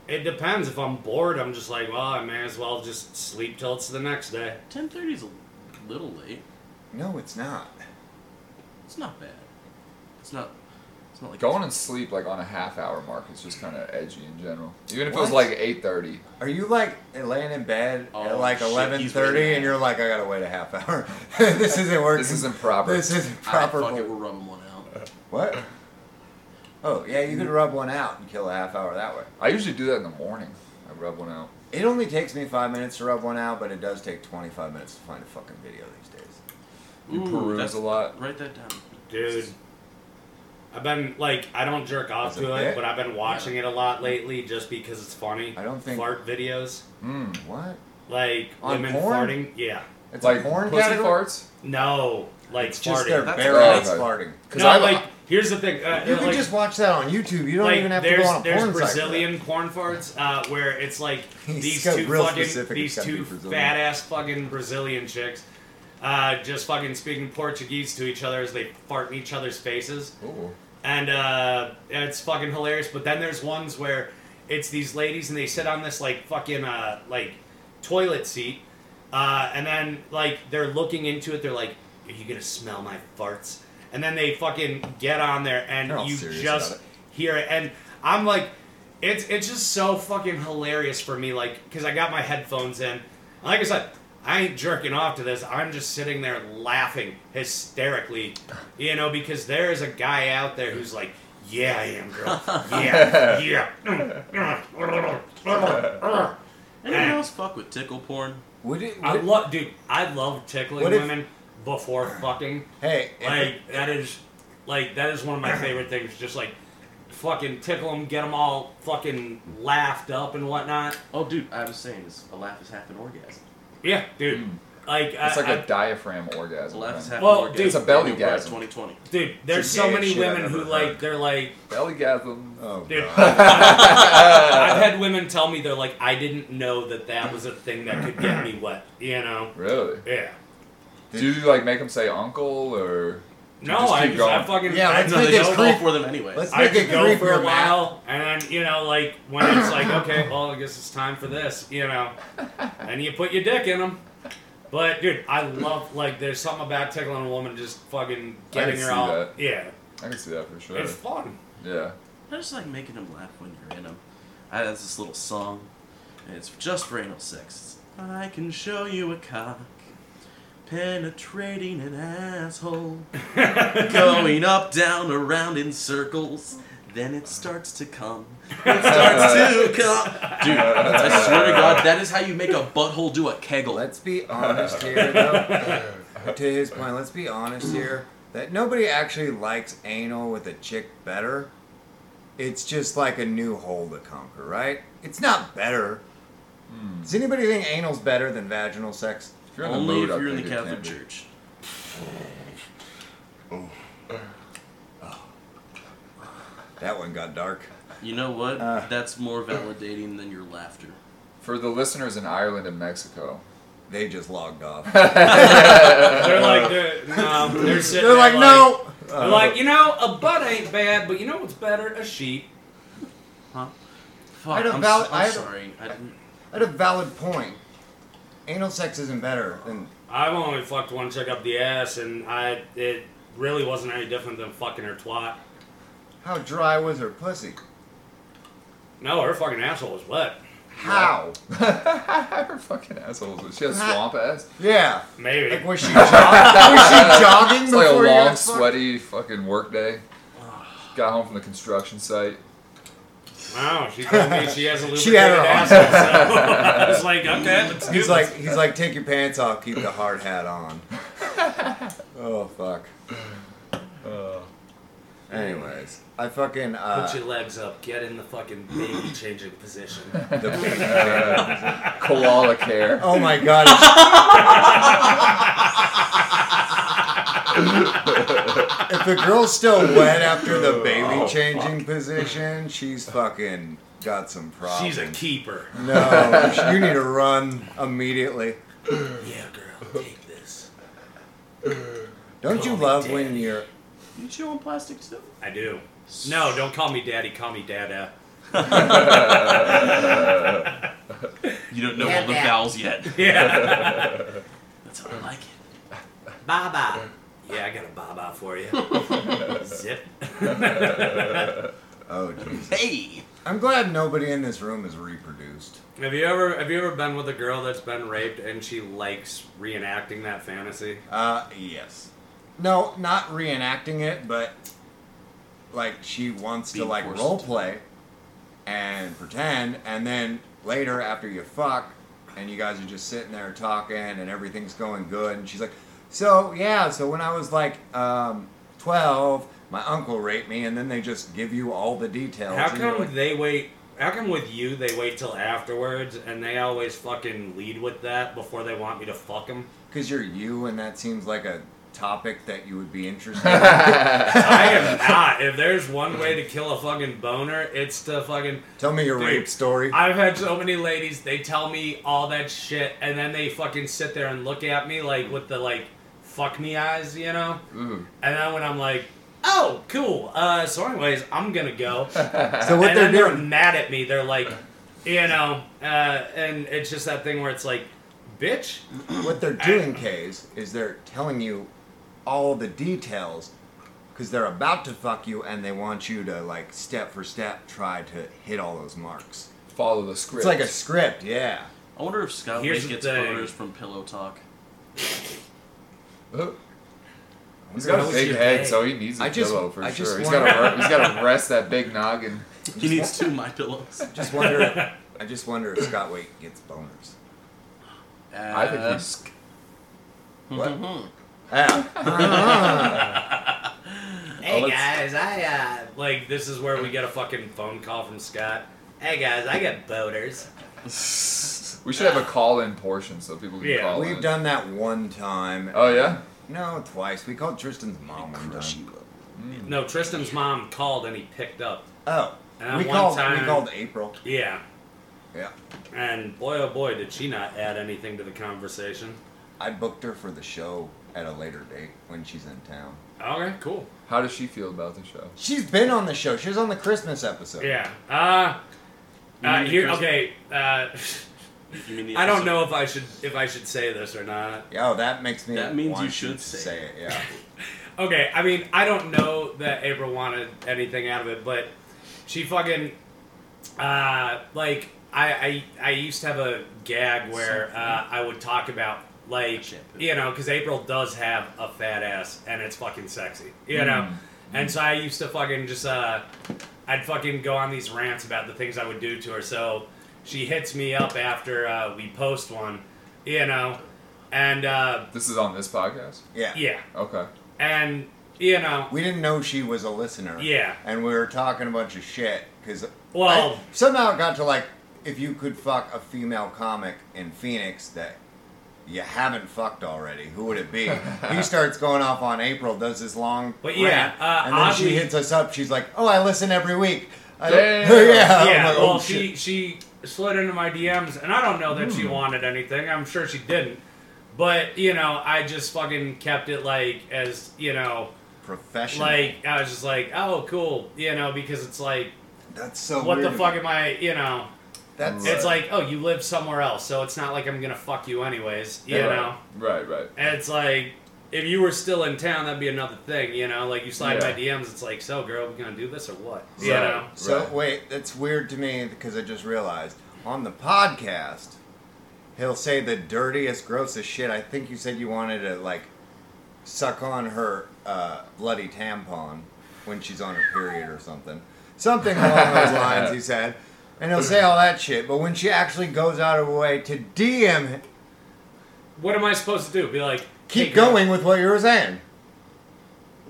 [SPEAKER 2] It depends. If I'm bored, I'm just like, well, I may as well just sleep till it's the next day.
[SPEAKER 3] Ten thirty is a little late.
[SPEAKER 1] No, it's not.
[SPEAKER 3] It's not bad. It's not. It's not like
[SPEAKER 4] Going and sleep like on a half hour mark is just kind of edgy in general. Even if it was
[SPEAKER 1] What?
[SPEAKER 4] like eight thirty.
[SPEAKER 1] Are you like laying in bed at
[SPEAKER 3] Oh,
[SPEAKER 1] like
[SPEAKER 3] shit, he's
[SPEAKER 1] 11:30
[SPEAKER 3] waiting.
[SPEAKER 1] and you're like, I gotta wait a half hour. this isn't working.
[SPEAKER 4] This isn't proper.
[SPEAKER 1] This isn't
[SPEAKER 3] Ah,
[SPEAKER 1] proper.
[SPEAKER 3] fuck it, we're rubbing one out.
[SPEAKER 1] What? Oh yeah, you could rub one out and kill a half hour that way.
[SPEAKER 4] I usually do that in the morning. I rub one out.
[SPEAKER 1] It only takes me five minutes to rub one out, but it does take 25 minutes to find a fucking video these days.
[SPEAKER 4] You
[SPEAKER 3] Ooh,
[SPEAKER 4] peruse
[SPEAKER 3] that's-
[SPEAKER 4] a lot.
[SPEAKER 3] Write that down.
[SPEAKER 2] Dude. I've been like I don't jerk off
[SPEAKER 1] Is it
[SPEAKER 2] to it,
[SPEAKER 1] bit?
[SPEAKER 2] but I've been watching it a lot lately just because it's funny.
[SPEAKER 1] I don't think-
[SPEAKER 2] fart videos
[SPEAKER 4] Mm.
[SPEAKER 1] What?
[SPEAKER 2] like
[SPEAKER 1] On
[SPEAKER 2] women
[SPEAKER 1] porn?
[SPEAKER 2] farting. Yeah,
[SPEAKER 1] It's
[SPEAKER 4] Like
[SPEAKER 1] a porn
[SPEAKER 4] pussy
[SPEAKER 1] category?
[SPEAKER 4] farts.
[SPEAKER 2] no, like
[SPEAKER 1] It's
[SPEAKER 2] farting.
[SPEAKER 1] just their
[SPEAKER 3] That's
[SPEAKER 1] bare
[SPEAKER 4] bad.
[SPEAKER 1] ass
[SPEAKER 4] Okay.
[SPEAKER 1] farting.
[SPEAKER 2] no,
[SPEAKER 4] I've-
[SPEAKER 2] like here's the thing. Uh,
[SPEAKER 1] You can
[SPEAKER 2] like,
[SPEAKER 1] just watch that on YouTube. You don't
[SPEAKER 2] like,
[SPEAKER 1] even have to
[SPEAKER 2] there's,
[SPEAKER 1] go on a
[SPEAKER 2] there's
[SPEAKER 1] porn site for that.
[SPEAKER 2] Brazilian porn farts uh, where it's like
[SPEAKER 1] He's
[SPEAKER 2] these
[SPEAKER 1] got
[SPEAKER 2] two
[SPEAKER 1] real
[SPEAKER 2] fucking
[SPEAKER 1] specific,
[SPEAKER 2] these
[SPEAKER 1] it's gotta
[SPEAKER 2] two
[SPEAKER 1] be Brazilian.
[SPEAKER 2] fat ass fucking Brazilian chicks uh, just fucking speaking Portuguese to each other as they fart in each other's faces.
[SPEAKER 4] Ooh.
[SPEAKER 2] and uh, it's fucking hilarious. But then there's ones where it's these ladies and they sit on this like fucking uh, like toilet seat, uh, and then like they're looking into it. They're like, "Are you gonna smell my farts?" And then they fucking get on
[SPEAKER 1] They're
[SPEAKER 2] there, and
[SPEAKER 1] all
[SPEAKER 2] you
[SPEAKER 1] serious
[SPEAKER 2] just
[SPEAKER 1] about it.
[SPEAKER 2] hear it. And I'm like, it's it's just so fucking hilarious for me, like, because I got my headphones in. Like I said. I ain't jerking off to this. I'm just sitting there laughing hysterically, you know, because there is a guy out there who's like, "Yeah, I am, girl. Yeah, yeah."
[SPEAKER 3] Anyone else fuck with tickle porn?
[SPEAKER 1] Would it,
[SPEAKER 2] I
[SPEAKER 1] would-
[SPEAKER 2] love, dude. I love tickling
[SPEAKER 1] What if-
[SPEAKER 2] women before fucking.
[SPEAKER 1] hey, if-
[SPEAKER 2] Like that is, like that is one of my favorite things. Just like fucking tickle them, get them all fucking laughed up and whatnot.
[SPEAKER 3] Oh, dude, I was saying is a laugh is half an orgasm.
[SPEAKER 2] Yeah, dude. Like
[SPEAKER 4] Mm. It's
[SPEAKER 2] I,
[SPEAKER 4] like
[SPEAKER 2] I-
[SPEAKER 4] a diaphragm orgasm.
[SPEAKER 3] A laugh is
[SPEAKER 4] man.
[SPEAKER 3] half
[SPEAKER 2] Well,
[SPEAKER 3] an orgasm.
[SPEAKER 2] dude- It's
[SPEAKER 4] a belly gasm.
[SPEAKER 3] Twenty twenty.
[SPEAKER 2] dude. There's
[SPEAKER 4] the
[SPEAKER 2] so
[SPEAKER 4] gayest
[SPEAKER 2] many
[SPEAKER 4] shit I've
[SPEAKER 2] women
[SPEAKER 4] ever
[SPEAKER 2] who
[SPEAKER 4] heard.
[SPEAKER 2] like they're like,
[SPEAKER 4] Bellygasm.
[SPEAKER 1] oh
[SPEAKER 2] dude.
[SPEAKER 1] god.
[SPEAKER 2] I've had women tell me they're like, I didn't know that that was a thing that could get me wet. You know?
[SPEAKER 4] Really?
[SPEAKER 2] Yeah.
[SPEAKER 4] Do you like make them say uncle or?
[SPEAKER 2] No,
[SPEAKER 4] Just
[SPEAKER 2] I
[SPEAKER 4] keep
[SPEAKER 2] just I
[SPEAKER 4] going.
[SPEAKER 2] fucking
[SPEAKER 1] Yeah,
[SPEAKER 2] I
[SPEAKER 1] let's
[SPEAKER 2] just
[SPEAKER 1] make
[SPEAKER 3] No, they
[SPEAKER 1] it's
[SPEAKER 3] just call
[SPEAKER 1] creep-
[SPEAKER 3] for them anyway.
[SPEAKER 1] let's-
[SPEAKER 2] I
[SPEAKER 1] Make
[SPEAKER 2] could
[SPEAKER 1] it
[SPEAKER 2] go for a
[SPEAKER 1] creepier, Matt.
[SPEAKER 2] while, and then you know, like when it's like, okay, well, I guess it's time for this, you know, and you put your dick in them. But dude, I love like there's something about tickling a woman, just fucking getting
[SPEAKER 4] can
[SPEAKER 2] her
[SPEAKER 4] see
[SPEAKER 2] all.
[SPEAKER 4] that.
[SPEAKER 2] Yeah,
[SPEAKER 4] I can see that for sure.
[SPEAKER 2] it's fun.
[SPEAKER 4] Yeah.
[SPEAKER 3] I just like making them laugh when you're in them. I have this little song, and it's just for anal sex. It's, I can show you a cock, penetrating an asshole, going up, down, around in circles. Then it starts to come. It starts to come. Dude, I swear to God, that is how you make a butthole do a kegel.
[SPEAKER 1] Let's be honest here, though. to his point, let's be honest here that nobody actually likes anal with a chick better. It's just like a new hole to conquer, right? It's not better.
[SPEAKER 2] Hmm.
[SPEAKER 1] Does anybody think anal's better than vaginal sex?
[SPEAKER 4] If you're in the
[SPEAKER 3] Only if
[SPEAKER 4] mood, I
[SPEAKER 3] you're in the
[SPEAKER 4] think it can
[SPEAKER 3] Catholic
[SPEAKER 4] be.
[SPEAKER 3] Church.
[SPEAKER 1] That one got dark.
[SPEAKER 3] You know what?
[SPEAKER 1] Uh.
[SPEAKER 3] That's more validating than your laughter.
[SPEAKER 4] For the listeners in Ireland and Mexico,
[SPEAKER 1] They just logged off.
[SPEAKER 2] They're like, they're, no, they're sitting
[SPEAKER 1] They're
[SPEAKER 2] there
[SPEAKER 1] like, no. Uh,
[SPEAKER 2] They're like, you know, a butt ain't bad, but you know what's better? A sheep.
[SPEAKER 3] Huh? Fuck,
[SPEAKER 1] had a
[SPEAKER 3] I'm,
[SPEAKER 1] val-
[SPEAKER 3] am
[SPEAKER 1] I had a-
[SPEAKER 3] sorry. I didn't.
[SPEAKER 1] At a valid point, anal sex isn't better than
[SPEAKER 2] I've only fucked one chick up the ass, and I it really wasn't any different than fucking her twat.
[SPEAKER 1] how dry was her pussy.
[SPEAKER 2] No, her fucking asshole was wet.
[SPEAKER 1] How?
[SPEAKER 4] her fucking assholes. She has swamp ass.
[SPEAKER 1] Yeah.
[SPEAKER 2] Maybe.
[SPEAKER 1] Like, was she, jog- was she jogging
[SPEAKER 4] It's like a
[SPEAKER 1] before you
[SPEAKER 4] long,
[SPEAKER 1] got fucked?
[SPEAKER 4] sweaty fucking work day. Got home from the construction site.
[SPEAKER 2] Wow, she told me she has a lubricated
[SPEAKER 1] She had her
[SPEAKER 2] asshole. So I was like, okay, let's do
[SPEAKER 1] He's
[SPEAKER 2] this.
[SPEAKER 1] like, he's like, take your pants off, keep the hard hat
[SPEAKER 2] Uh.
[SPEAKER 1] on. oh fuck. Anyway, anyways, I fucking
[SPEAKER 2] Put
[SPEAKER 1] uh,
[SPEAKER 2] your legs up. Get in the fucking baby changing position.
[SPEAKER 1] the,
[SPEAKER 4] Koala care.
[SPEAKER 1] oh my god, it's- if the girl's still wet after the
[SPEAKER 2] Oh,
[SPEAKER 1] baby changing position, she's fucking got some problems.
[SPEAKER 2] She's a keeper.
[SPEAKER 1] No, you need to run immediately.
[SPEAKER 2] Yeah, girl, take this.
[SPEAKER 1] Don't you
[SPEAKER 2] Call me
[SPEAKER 1] love
[SPEAKER 2] daddy.
[SPEAKER 1] when you're
[SPEAKER 3] You chew on plastic too?
[SPEAKER 2] I do. No, don't call me daddy. Call me dada.
[SPEAKER 3] You don't know
[SPEAKER 5] Yeah,
[SPEAKER 3] all the
[SPEAKER 5] yeah.
[SPEAKER 3] vowels yet.
[SPEAKER 2] Yeah.
[SPEAKER 3] That's how I like it.
[SPEAKER 5] Baba.
[SPEAKER 2] yeah, I got a baba for you. Zip.
[SPEAKER 1] Oh Jesus.
[SPEAKER 3] Hey!
[SPEAKER 1] I'm glad nobody in this room is reproduced.
[SPEAKER 2] Have you ever have you ever been with a girl that's been raped and she likes reenacting that fantasy?
[SPEAKER 1] Uh yes. No, not reenacting it, but like she wants to
[SPEAKER 3] Being
[SPEAKER 1] like
[SPEAKER 3] forced.
[SPEAKER 1] role play and pretend and then later after you fuck and you guys are just sitting there talking and everything's going good and she's like, "So, yeah, so when I was like um 12, my uncle raped me and then they just give you all the details."
[SPEAKER 2] How
[SPEAKER 1] and you're
[SPEAKER 2] come
[SPEAKER 1] like,
[SPEAKER 2] they wait? How come with you they wait till afterwards and they always fucking lead with that before they want me to fuck them?
[SPEAKER 1] Because you're you, and that seems like a topic that you would be interested in.
[SPEAKER 2] I am not. If there's one way to kill a fucking boner, it's to fucking.
[SPEAKER 1] Tell me your
[SPEAKER 2] Dude,
[SPEAKER 1] rape story.
[SPEAKER 2] I've had so many ladies. They tell me all that shit, and then they fucking sit there and look at me like with the like fuck me eyes, you know.
[SPEAKER 4] Ooh.
[SPEAKER 2] And then when I'm like, oh, cool. Uh, so, anyways, I'm gonna go.
[SPEAKER 1] so what
[SPEAKER 2] and
[SPEAKER 1] they're
[SPEAKER 2] then they're
[SPEAKER 1] doing?
[SPEAKER 2] mad at me. They're like, you know, uh, and it's just that thing where it's like, bitch,
[SPEAKER 1] What they're doing, Kays, is they're telling you all the details because they're about to fuck you, and they want you to like step for step try to hit all those marks.
[SPEAKER 4] Follow the script.
[SPEAKER 1] It's like a script, yeah.
[SPEAKER 3] I wonder if Scott
[SPEAKER 2] Here's
[SPEAKER 3] Here's
[SPEAKER 2] the
[SPEAKER 3] gets
[SPEAKER 2] thing.
[SPEAKER 3] boners from Pillow Talk.
[SPEAKER 4] Oh. He's got a
[SPEAKER 5] How's
[SPEAKER 4] big
[SPEAKER 5] your
[SPEAKER 4] head,
[SPEAKER 5] day?
[SPEAKER 4] so he needs a
[SPEAKER 1] I just-
[SPEAKER 4] pillow for
[SPEAKER 1] I just
[SPEAKER 4] sure. He's
[SPEAKER 1] want-
[SPEAKER 4] got to he's got to rest that big noggin.
[SPEAKER 3] He needs two my pillows.
[SPEAKER 1] Just wonder. I just wonder if Scott Wait gets boners.
[SPEAKER 4] I think
[SPEAKER 3] Uh,
[SPEAKER 4] he's
[SPEAKER 1] What? Ah.
[SPEAKER 4] Oh,
[SPEAKER 5] Hey
[SPEAKER 4] let's-
[SPEAKER 5] guys, I uh,
[SPEAKER 2] like this is where we get a fucking phone call from Scott.
[SPEAKER 5] hey guys, I got boaters.
[SPEAKER 4] We should have a call in portion so people can
[SPEAKER 2] Yeah,
[SPEAKER 4] call
[SPEAKER 1] We've
[SPEAKER 4] in.
[SPEAKER 1] done that one time.
[SPEAKER 4] oh yeah,
[SPEAKER 1] No, twice. We called Tristan's mom one time.
[SPEAKER 2] No, Tristan's mom called and he picked up.
[SPEAKER 1] Oh,
[SPEAKER 2] And
[SPEAKER 1] we
[SPEAKER 2] one
[SPEAKER 1] called.
[SPEAKER 2] time-
[SPEAKER 1] We called April.
[SPEAKER 2] Yeah.
[SPEAKER 1] Yeah,
[SPEAKER 2] And boy, oh boy, did she not add anything to the conversation.
[SPEAKER 1] I booked her for the show at a later date when she's in town.
[SPEAKER 2] Okay, cool.
[SPEAKER 4] how does she feel about the show?
[SPEAKER 1] She's been on the show. She was on the Christmas episode.
[SPEAKER 2] Yeah. Uh, uh
[SPEAKER 3] the
[SPEAKER 2] here.
[SPEAKER 3] Chris-
[SPEAKER 2] Okay. Uh,
[SPEAKER 3] you mean the
[SPEAKER 2] I don't
[SPEAKER 3] episode-
[SPEAKER 2] know if I should if I should say this or not.
[SPEAKER 1] Yeah, Oh, that makes me.
[SPEAKER 3] That means
[SPEAKER 1] want
[SPEAKER 3] you should
[SPEAKER 1] to
[SPEAKER 3] say
[SPEAKER 1] say it. Yeah.
[SPEAKER 2] Okay, I mean, I don't know that April wanted anything out of it, but she fucking, uh, like, I, I, I used to have a gag where uh, I would talk about, like,
[SPEAKER 3] Shampoo.
[SPEAKER 2] you know, because April does have a fat ass and it's fucking sexy, you know? And so I used to fucking just, uh, I'd fucking go on these rants about the things I would do to her. So she hits me up after uh, we post one, you know? And, uh,
[SPEAKER 4] This is on this podcast.
[SPEAKER 1] yeah.
[SPEAKER 2] yeah.
[SPEAKER 4] Okay.
[SPEAKER 2] And, you know,
[SPEAKER 1] We didn't know she was a listener.
[SPEAKER 2] Yeah.
[SPEAKER 1] And we were talking a bunch of shit because.
[SPEAKER 2] Well-
[SPEAKER 1] somehow it got to like, if you could fuck a female comic in Phoenix that you haven't fucked already, who would it be? he starts going off on April, does his long.
[SPEAKER 2] But yeah,
[SPEAKER 1] rant,
[SPEAKER 2] uh,
[SPEAKER 1] and then she
[SPEAKER 2] oddly-
[SPEAKER 1] hits us up. She's like, "Oh, I listen every week." I,
[SPEAKER 4] Damn.
[SPEAKER 1] yeah. I'm
[SPEAKER 2] yeah,
[SPEAKER 1] like, oh,
[SPEAKER 2] well,
[SPEAKER 1] shit. Hmm.
[SPEAKER 2] she she slid into my DMs, and I don't know that she wanted anything. I'm sure she didn't, but you know, I just fucking kept it like as you know,
[SPEAKER 1] professional.
[SPEAKER 2] like I was just like, oh, cool, you know, because it's like,
[SPEAKER 1] that's so.
[SPEAKER 2] what the
[SPEAKER 1] weird.
[SPEAKER 2] fuck am I, you know?
[SPEAKER 1] That's
[SPEAKER 2] It's like, oh, you live somewhere else, so it's not like I'm gonna fuck you anyways, you
[SPEAKER 4] Yeah, right.
[SPEAKER 2] know.
[SPEAKER 4] Right, right.
[SPEAKER 2] And it's like, if you were still in town, that'd be another thing, you know. Like you slide
[SPEAKER 4] Yeah.
[SPEAKER 2] my DMs, it's like, so girl, we gonna do this or what? You
[SPEAKER 4] Right.
[SPEAKER 2] know.
[SPEAKER 1] So
[SPEAKER 4] Right.
[SPEAKER 1] wait, that's weird to me because I just realized on the podcast he'll say the dirtiest, grossest shit. I think you said you wanted to like suck on her uh, bloody tampon when she's on her period or something, something along those lines. He said, and he'll say all that shit. But when she actually goes out of her way to DM, him,
[SPEAKER 2] What am I supposed to do? Be like,
[SPEAKER 1] keep
[SPEAKER 2] hey, girl,
[SPEAKER 1] going with what you were saying.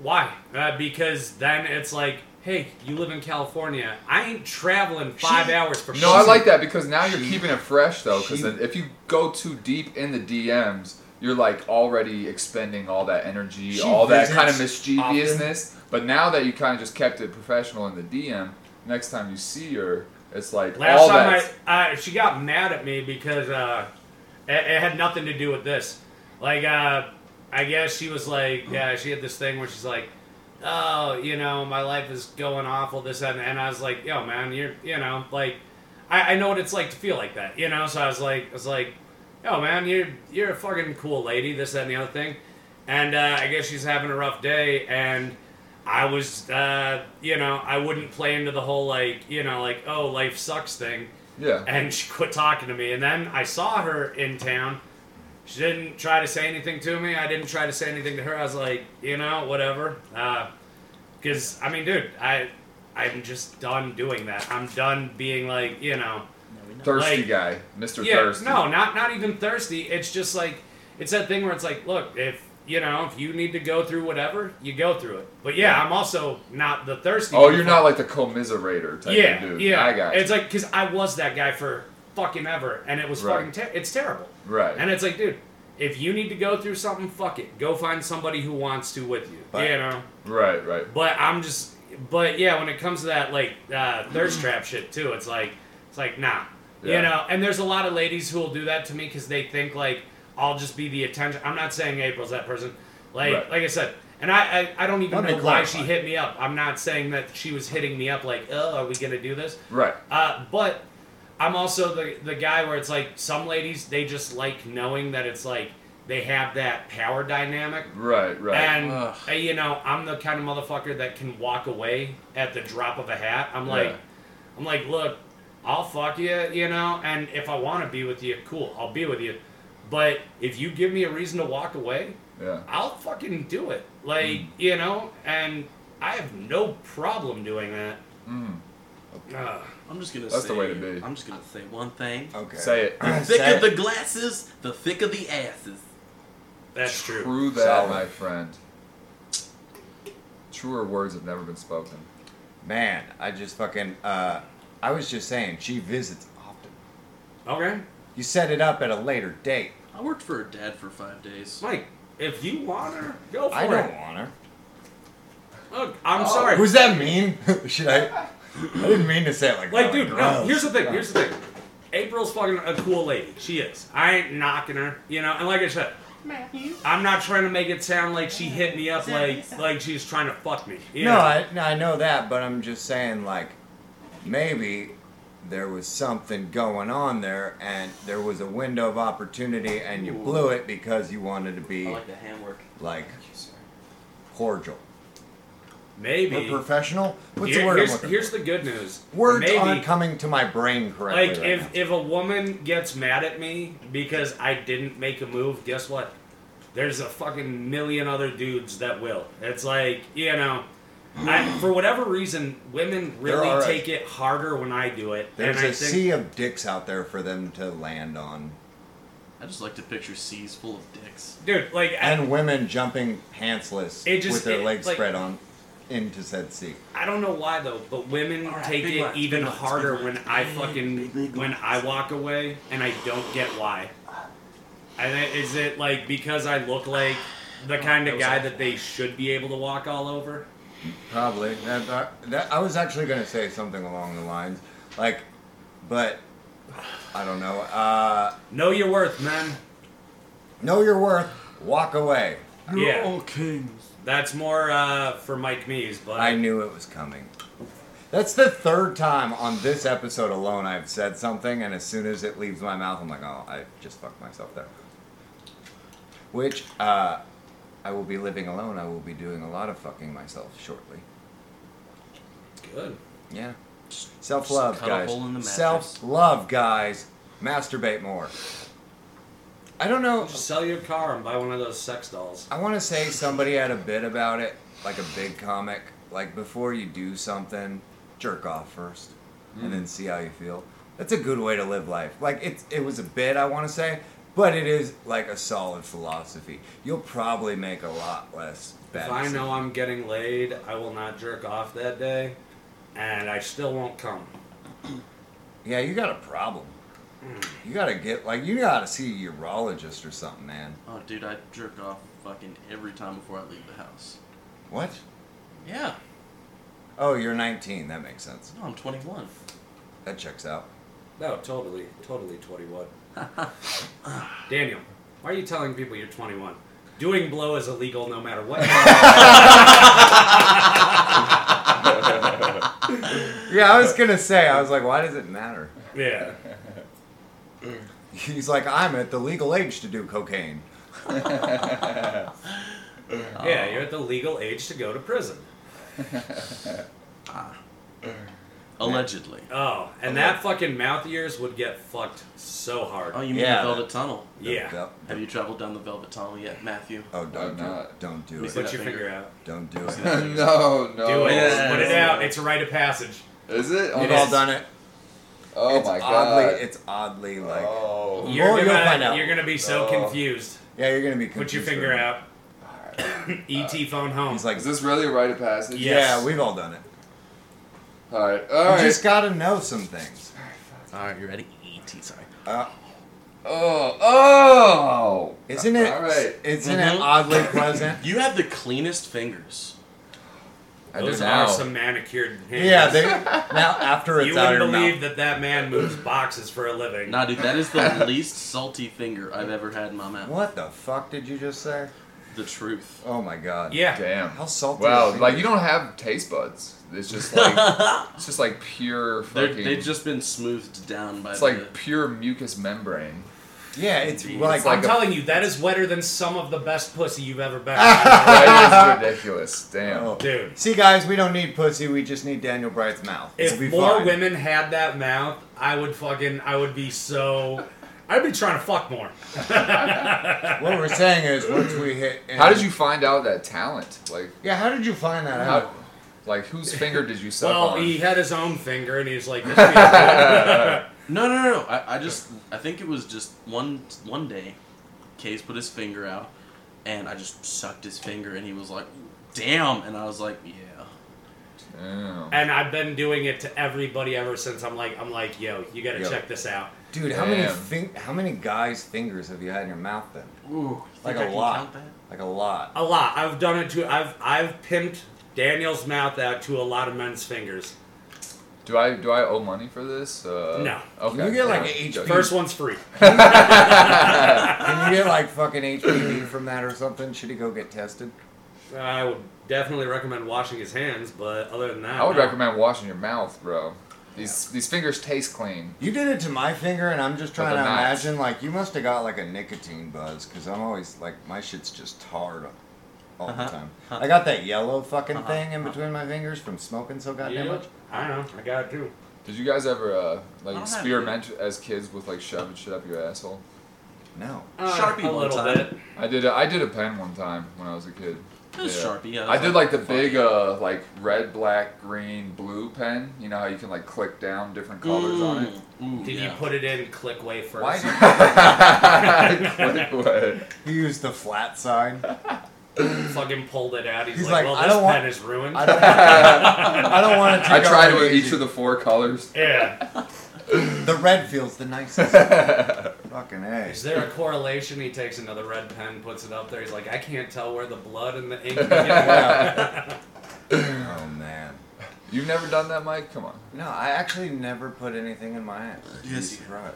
[SPEAKER 2] Why? Uh, because then it's like, hey, you live in California. I ain't traveling five hours for
[SPEAKER 4] No, I
[SPEAKER 2] pussy."
[SPEAKER 4] like that because now you're keeping it fresh though. Because
[SPEAKER 3] she-
[SPEAKER 4] if you go too deep in the DMs, you're like already expending all that energy,
[SPEAKER 1] She
[SPEAKER 4] all that
[SPEAKER 1] visits
[SPEAKER 4] kind of mischievousness. But now that you kind of just kept it professional in the DM, next time you see her, it's like
[SPEAKER 2] Last
[SPEAKER 4] all
[SPEAKER 2] time
[SPEAKER 4] that.
[SPEAKER 2] I, uh, she got mad at me because uh, it, it had nothing to do with this. Like, uh, I guess she was like, yeah, she had this thing where she's like, oh, you know, my life is going awful, this, that, and, and I was like, yo, man, you're, you know, like, I, I know what it's like to feel like that, you know. So I was like, I was like, yo, man, you're you're a fucking cool lady, this, that, and the other thing. And uh, I guess she's having a rough day, and I was, uh, you know, I wouldn't play into the whole like, you know, like oh, life sucks thing.
[SPEAKER 4] yeah,
[SPEAKER 2] And she quit talking to me. And then I saw her in town. She didn't try to say anything to me. I didn't try to say anything to her. I was like, you know, whatever. Because I mean, dude, I I'm just done doing that. I'm done being like, you know,
[SPEAKER 4] thirsty
[SPEAKER 2] like-
[SPEAKER 4] guy, Mr.
[SPEAKER 2] yeah,
[SPEAKER 4] Thirsty.
[SPEAKER 2] no, not not even thirsty. It's just like it's that thing where it's like, look, if you know, if you need to go through whatever, you go through it. But yeah, I'm also not the thirsty.
[SPEAKER 4] Oh, you're
[SPEAKER 2] motherfucker.
[SPEAKER 4] not like the commiserator type
[SPEAKER 2] yeah,
[SPEAKER 4] of dude.
[SPEAKER 2] yeah.
[SPEAKER 4] I got you.
[SPEAKER 2] It's like because I was that guy for fucking ever, and it was
[SPEAKER 4] Right.
[SPEAKER 2] fucking. Ter- it's terrible.
[SPEAKER 4] Right.
[SPEAKER 2] And it's like, dude, if you need to go through something, fuck it. Go find somebody who wants to with you.
[SPEAKER 1] But-
[SPEAKER 2] You know.
[SPEAKER 4] right, right.
[SPEAKER 2] But I'm just, but yeah, when it comes to that like uh, thirst trap shit too, it's like, it's like nah,
[SPEAKER 4] Yeah.
[SPEAKER 2] you know. And there's a lot of ladies who will do that to me because they think like I'll just be the attention. I'm not saying April's that person. Like,
[SPEAKER 4] Right.
[SPEAKER 2] like I said, and I, I, I don't even
[SPEAKER 1] Let me
[SPEAKER 2] know why she
[SPEAKER 1] clarify.
[SPEAKER 2] hit me up. I'm not saying that she was hitting me up like, oh, are we gonna do this?
[SPEAKER 4] Right.
[SPEAKER 2] Uh, but I'm also the the guy where it's like some ladies they just like knowing that it's like they have that power dynamic.
[SPEAKER 4] Right, right.
[SPEAKER 2] And
[SPEAKER 3] Ugh.
[SPEAKER 2] uh, you know, I'm the kind of motherfucker that can walk away at the drop of a hat. I'm like,
[SPEAKER 4] Yeah.
[SPEAKER 2] I'm like, look, I'll fuck you, you know, and if I want to be with you, cool, I'll be with you. But if you give me a reason to walk away,
[SPEAKER 4] yeah.
[SPEAKER 2] I'll fucking do it. Like,
[SPEAKER 4] Mm.
[SPEAKER 2] you know, and I have no problem doing that. Ugh.
[SPEAKER 3] I'm just gonna
[SPEAKER 4] That's
[SPEAKER 3] say
[SPEAKER 4] the way to be. Oh.
[SPEAKER 3] I'm just gonna say one thing.
[SPEAKER 1] Okay.
[SPEAKER 4] Say it.
[SPEAKER 3] The thicker
[SPEAKER 1] Say it.
[SPEAKER 3] the glasses, the thicker the asses.
[SPEAKER 2] that's true.
[SPEAKER 4] True that,
[SPEAKER 1] Solid.
[SPEAKER 4] my friend. Truer words have never been spoken.
[SPEAKER 1] Man, I just fucking. Uh, I was just saying, she visits often.
[SPEAKER 2] Okay,
[SPEAKER 1] You set it up at a later date.
[SPEAKER 3] I worked for her dad for five days.
[SPEAKER 2] Mike, if you want her, go for
[SPEAKER 1] I
[SPEAKER 2] it.
[SPEAKER 1] don't want her.
[SPEAKER 2] Look, I'm sorry.
[SPEAKER 1] Who's that mean? Should I? I didn't mean to say it like that.
[SPEAKER 2] Like, dude, no.
[SPEAKER 1] Oh, gross.
[SPEAKER 2] Here's the thing. Here's the thing. April's fucking a cool lady. She is. I ain't knocking her, you know. And like I said, I'm not trying to make it sound like she hit me up like like she's trying to fuck me. you
[SPEAKER 1] No,
[SPEAKER 2] know?
[SPEAKER 1] I, no, I know that, but I'm just saying, like, maybe there was something going on there, and there was a window of opportunity, and you blew it because you wanted to be
[SPEAKER 3] I
[SPEAKER 1] like,
[SPEAKER 3] like the hand work.
[SPEAKER 1] cordial
[SPEAKER 2] maybe.
[SPEAKER 1] or professional. What's
[SPEAKER 2] Here-
[SPEAKER 1] the word? I'm
[SPEAKER 2] here's,
[SPEAKER 1] looking
[SPEAKER 2] here's
[SPEAKER 1] for?
[SPEAKER 2] the good news.
[SPEAKER 1] Words
[SPEAKER 2] maybe,
[SPEAKER 1] aren't coming to my brain correctly.
[SPEAKER 2] Like
[SPEAKER 1] right
[SPEAKER 2] if
[SPEAKER 1] now.
[SPEAKER 2] if a woman gets mad at me because I didn't make a move, guess what? There's a fucking million other dudes that will. It's like you know, I, for whatever reason, women really
[SPEAKER 1] are a-
[SPEAKER 2] take it harder when I do it.
[SPEAKER 1] There's
[SPEAKER 2] and I
[SPEAKER 1] a
[SPEAKER 2] think,
[SPEAKER 1] sea of dicks out there for them to land on,
[SPEAKER 3] I just like to picture seas full of dicks.
[SPEAKER 2] dude, like I,
[SPEAKER 1] and women jumping pantsless
[SPEAKER 2] It just-
[SPEAKER 1] with their
[SPEAKER 2] it-
[SPEAKER 1] legs
[SPEAKER 2] like-
[SPEAKER 1] spread on into said sea.
[SPEAKER 2] I don't know why though, but women
[SPEAKER 3] All right,
[SPEAKER 2] take
[SPEAKER 3] big
[SPEAKER 2] it
[SPEAKER 3] left,
[SPEAKER 2] even
[SPEAKER 3] big left,
[SPEAKER 2] harder
[SPEAKER 3] big
[SPEAKER 2] when
[SPEAKER 3] left.
[SPEAKER 2] I
[SPEAKER 3] Big,
[SPEAKER 2] fucking
[SPEAKER 3] big, big
[SPEAKER 2] when
[SPEAKER 3] left.
[SPEAKER 2] I walk away, and I don't get why. And it- is it like because I look like the kind
[SPEAKER 3] Oh, that
[SPEAKER 2] of
[SPEAKER 3] was
[SPEAKER 2] guy
[SPEAKER 3] awful.
[SPEAKER 2] that they should be able to walk all over?
[SPEAKER 1] Probably. That, that, that- I was actually going to say something along the lines, like, but I don't know. Uh,
[SPEAKER 2] Know your worth, man.
[SPEAKER 1] know your worth. Walk away.
[SPEAKER 2] yeah,
[SPEAKER 3] kings.
[SPEAKER 2] that's more uh, for Mike Mees, but
[SPEAKER 1] I knew it was coming. That's the third time on this episode alone I've said something, and as soon as it leaves my mouth, I'm like, oh, I just fucked myself there. Which uh, I will be living alone. I will be doing a lot of fucking myself shortly.
[SPEAKER 2] good.
[SPEAKER 1] Yeah. Self love,
[SPEAKER 3] cut a
[SPEAKER 1] guys.
[SPEAKER 3] hole in the mattress.
[SPEAKER 1] Self love, guys. Masturbate more. I don't know.
[SPEAKER 2] Just sell your car and buy one of those sex dolls.
[SPEAKER 1] I want to say somebody had a bit about it, like a big comic. Like before you do something, jerk off first,
[SPEAKER 2] Hmm.
[SPEAKER 1] and then see how you feel. That's a good way to live life. Like it's it was a bit I want to say, but it is like a solid philosophy. You'll probably make a lot less bad.
[SPEAKER 2] If I
[SPEAKER 1] decisions.
[SPEAKER 2] know I'm getting laid, I will not jerk off that day, and I still won't come.
[SPEAKER 1] Yeah, you got a problem.
[SPEAKER 2] Hmm.
[SPEAKER 1] You gotta get like you gotta see a urologist or something, man.
[SPEAKER 3] Oh, dude, I jerk off fucking every time before I leave the house.
[SPEAKER 1] What?
[SPEAKER 3] Yeah.
[SPEAKER 1] Oh, you're 19. That makes sense.
[SPEAKER 3] No, I'm 21.
[SPEAKER 1] That checks out.
[SPEAKER 2] No, totally, totally 21. Daniel, why are you telling people you're 21? Doing blow is illegal no matter what.
[SPEAKER 1] Yeah, I was gonna say. I was like, why does it matter?
[SPEAKER 2] yeah.
[SPEAKER 1] He's like, I'm at the legal age to do cocaine.
[SPEAKER 3] Oh. Um,
[SPEAKER 2] Yeah, you're at the legal age to go to prison.
[SPEAKER 3] Allegedly.
[SPEAKER 2] Oh, and that fucking mouth of yours would get fucked so hard.
[SPEAKER 3] Oh, you mean
[SPEAKER 1] Yeah.
[SPEAKER 3] the Velvet Tunnel?
[SPEAKER 2] Yeah.
[SPEAKER 3] Have you traveled down the Velvet Tunnel yet, Matthew?
[SPEAKER 1] Oh, don't do
[SPEAKER 4] not?
[SPEAKER 1] it. Don't do
[SPEAKER 3] He's
[SPEAKER 1] it.
[SPEAKER 3] like-
[SPEAKER 2] Put your
[SPEAKER 3] finger.
[SPEAKER 2] finger out.
[SPEAKER 1] Don't do it.
[SPEAKER 4] no, no.
[SPEAKER 2] Do it.
[SPEAKER 3] Yes.
[SPEAKER 2] Put it out. It's a rite of passage.
[SPEAKER 4] Is it? Oh,
[SPEAKER 1] We've
[SPEAKER 4] no.
[SPEAKER 1] all done it.
[SPEAKER 4] Oh
[SPEAKER 1] it's
[SPEAKER 4] my
[SPEAKER 1] oddly,
[SPEAKER 4] god.
[SPEAKER 1] It's oddly like.
[SPEAKER 4] oh.
[SPEAKER 2] You're
[SPEAKER 1] Well,
[SPEAKER 2] gonna,
[SPEAKER 1] you'll find out.
[SPEAKER 2] You're gonna be so
[SPEAKER 4] Oh.
[SPEAKER 2] confused.
[SPEAKER 1] Yeah, you're gonna be.
[SPEAKER 2] Put
[SPEAKER 1] Confused
[SPEAKER 2] your finger
[SPEAKER 1] right now.
[SPEAKER 2] out. E.T. phone home.
[SPEAKER 1] He's like,
[SPEAKER 4] Is this really a rite of passage?
[SPEAKER 1] yeah, we've all done it.
[SPEAKER 4] All right. All right.
[SPEAKER 1] You just gotta know some things.
[SPEAKER 3] Alright, you ready? E.T., sorry.
[SPEAKER 1] Uh,
[SPEAKER 4] Oh. Oh.
[SPEAKER 1] isn't it?
[SPEAKER 4] All right.
[SPEAKER 1] Isn't
[SPEAKER 3] Mhm.
[SPEAKER 1] it
[SPEAKER 2] Mm-hmm.
[SPEAKER 1] oddly pleasant?
[SPEAKER 3] You have the cleanest fingers.
[SPEAKER 4] I
[SPEAKER 2] Those
[SPEAKER 4] do
[SPEAKER 2] are
[SPEAKER 4] now.
[SPEAKER 2] some manicured hands.
[SPEAKER 1] Yeah, they, now after it's
[SPEAKER 2] you
[SPEAKER 1] out of
[SPEAKER 2] wouldn't
[SPEAKER 1] your
[SPEAKER 2] believe
[SPEAKER 1] mouth.
[SPEAKER 2] that that man moves boxes for a living.
[SPEAKER 3] Nah, dude, that is the least salty finger I've ever had in my mouth.
[SPEAKER 1] What the fuck did you just say?
[SPEAKER 3] The truth.
[SPEAKER 1] Oh my god.
[SPEAKER 2] yeah.
[SPEAKER 4] Damn.
[SPEAKER 1] How salty.
[SPEAKER 4] Wow.
[SPEAKER 1] is it?
[SPEAKER 4] Like you don't have taste buds. It's just like it's just like pure
[SPEAKER 3] They're,
[SPEAKER 4] fucking.
[SPEAKER 3] they've just uh, been smoothed down by
[SPEAKER 4] it's
[SPEAKER 3] the...
[SPEAKER 4] like pure mucus membrane.
[SPEAKER 1] Yeah, it's
[SPEAKER 3] It's
[SPEAKER 1] like,
[SPEAKER 2] I'm
[SPEAKER 4] like a-
[SPEAKER 2] telling you, that is wetter than some of the best pussy you've ever been.
[SPEAKER 4] That is ridiculous. Damn.
[SPEAKER 1] Oh.
[SPEAKER 2] Dude.
[SPEAKER 1] See, guys, we don't need pussy. We just need Daniel Bright's mouth.
[SPEAKER 2] If
[SPEAKER 1] It'll be
[SPEAKER 2] more
[SPEAKER 1] fine.
[SPEAKER 2] women had that mouth, I would fucking, I would be so, I'd be trying to fuck more.
[SPEAKER 1] what we're saying is, once we hit,
[SPEAKER 4] How did you find out that talent? Like
[SPEAKER 1] Yeah, how did you find that
[SPEAKER 4] how?
[SPEAKER 1] out?
[SPEAKER 4] Like whose finger did you suck
[SPEAKER 2] Oh. Well,
[SPEAKER 4] on?
[SPEAKER 2] he had his own finger, and he's like, this feels
[SPEAKER 3] No, no, no, no. I, I just... I think it was just one one day, Case put his finger out, and I just sucked his finger, and he was like, damn. And I was like, yeah.
[SPEAKER 4] Damn.
[SPEAKER 2] good." and I've been doing it to everybody ever since. I'm like, I'm like, yo, you gotta
[SPEAKER 1] Yo.
[SPEAKER 2] check this out.
[SPEAKER 1] Dude, how many
[SPEAKER 4] Damn.
[SPEAKER 1] fin- how many guys' fingers have you had in your mouth then?
[SPEAKER 3] Ooh,
[SPEAKER 1] Like
[SPEAKER 3] think
[SPEAKER 1] a
[SPEAKER 3] I can
[SPEAKER 1] lot.
[SPEAKER 3] count that?
[SPEAKER 1] Like a lot.
[SPEAKER 2] A lot. I've done it to. I've I've pimped Daniel's mouth out to a lot of men's fingers.
[SPEAKER 4] Do I do I owe money for this? Uh,
[SPEAKER 2] No.
[SPEAKER 4] Okay.
[SPEAKER 1] You get, like,
[SPEAKER 4] alright.
[SPEAKER 1] an each
[SPEAKER 4] Good.
[SPEAKER 2] First one's free.
[SPEAKER 1] Can you get like fucking HPV from that or something? Should he go get tested?
[SPEAKER 2] I would definitely recommend washing his hands, but other than that,
[SPEAKER 4] I would
[SPEAKER 2] no.
[SPEAKER 4] recommend washing your mouth, bro. These these fingers taste clean.
[SPEAKER 1] You did it to my finger, and I'm just trying
[SPEAKER 4] With
[SPEAKER 1] to
[SPEAKER 4] a knife.
[SPEAKER 1] imagine. Like you must have got like a nicotine buzz, because I'm always like my shit's just tarred all
[SPEAKER 3] Uh-huh.
[SPEAKER 1] the time. I got that yellow fucking thing in between my fingers from smoking so goddamn
[SPEAKER 2] Yeah,
[SPEAKER 1] much.
[SPEAKER 2] I don't know. I got it too.
[SPEAKER 4] Did you guys ever uh, like
[SPEAKER 3] I don't have
[SPEAKER 4] experiment as kids with like shoving shit up your asshole?
[SPEAKER 1] No.
[SPEAKER 3] Sharpie
[SPEAKER 2] a
[SPEAKER 3] one
[SPEAKER 2] little
[SPEAKER 3] time.
[SPEAKER 2] bit.
[SPEAKER 4] I did. A, I did a pen one time when I was a kid.
[SPEAKER 3] It was
[SPEAKER 4] Yeah.
[SPEAKER 3] Sharpie, yeah. it
[SPEAKER 4] I
[SPEAKER 3] was
[SPEAKER 4] did like the
[SPEAKER 3] fuck.
[SPEAKER 4] big uh, like red, black, green, blue pen. You know how you can like click down different colors on it.
[SPEAKER 3] Ooh,
[SPEAKER 2] Did
[SPEAKER 3] yeah.
[SPEAKER 2] you put it in click way first?
[SPEAKER 1] Why did
[SPEAKER 4] Click what?
[SPEAKER 1] he use the flat side?
[SPEAKER 2] fucking pulled it out. He's,
[SPEAKER 1] He's like,
[SPEAKER 2] like, well,
[SPEAKER 1] I
[SPEAKER 2] this
[SPEAKER 1] don't
[SPEAKER 2] pen
[SPEAKER 1] want-
[SPEAKER 2] is ruined.
[SPEAKER 1] I don't. I don't want it to.
[SPEAKER 4] I
[SPEAKER 1] go
[SPEAKER 4] tried it with
[SPEAKER 1] crazy.
[SPEAKER 4] each of the four colors.
[SPEAKER 2] yeah.
[SPEAKER 1] The red feels the nicest. fucking a.
[SPEAKER 2] Is there a correlation? He takes another red pen, puts it up there. He's like, I can't tell where the blood and the ink. begin."
[SPEAKER 1] Oh man.
[SPEAKER 4] You've never done that, Mike? Come on.
[SPEAKER 1] No, I actually never put anything in my ass. You'd be
[SPEAKER 3] Yes, you-
[SPEAKER 1] surprised.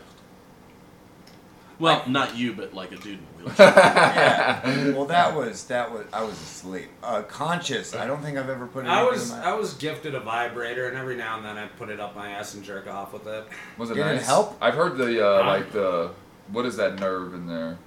[SPEAKER 3] Well, not you, but like a dude in a wheelchair.
[SPEAKER 1] yeah. Well, that was that was I was asleep. Uh, conscious. I don't think I've ever put.
[SPEAKER 2] I
[SPEAKER 1] anything
[SPEAKER 2] was
[SPEAKER 1] In my,
[SPEAKER 2] I was gifted a vibrator, and every now and then I put it up my ass and jerk off with it.
[SPEAKER 4] Was it
[SPEAKER 1] Did it
[SPEAKER 4] nice?
[SPEAKER 1] help?
[SPEAKER 4] I've heard the uh,
[SPEAKER 2] Huh?
[SPEAKER 4] like the what is that nerve in there?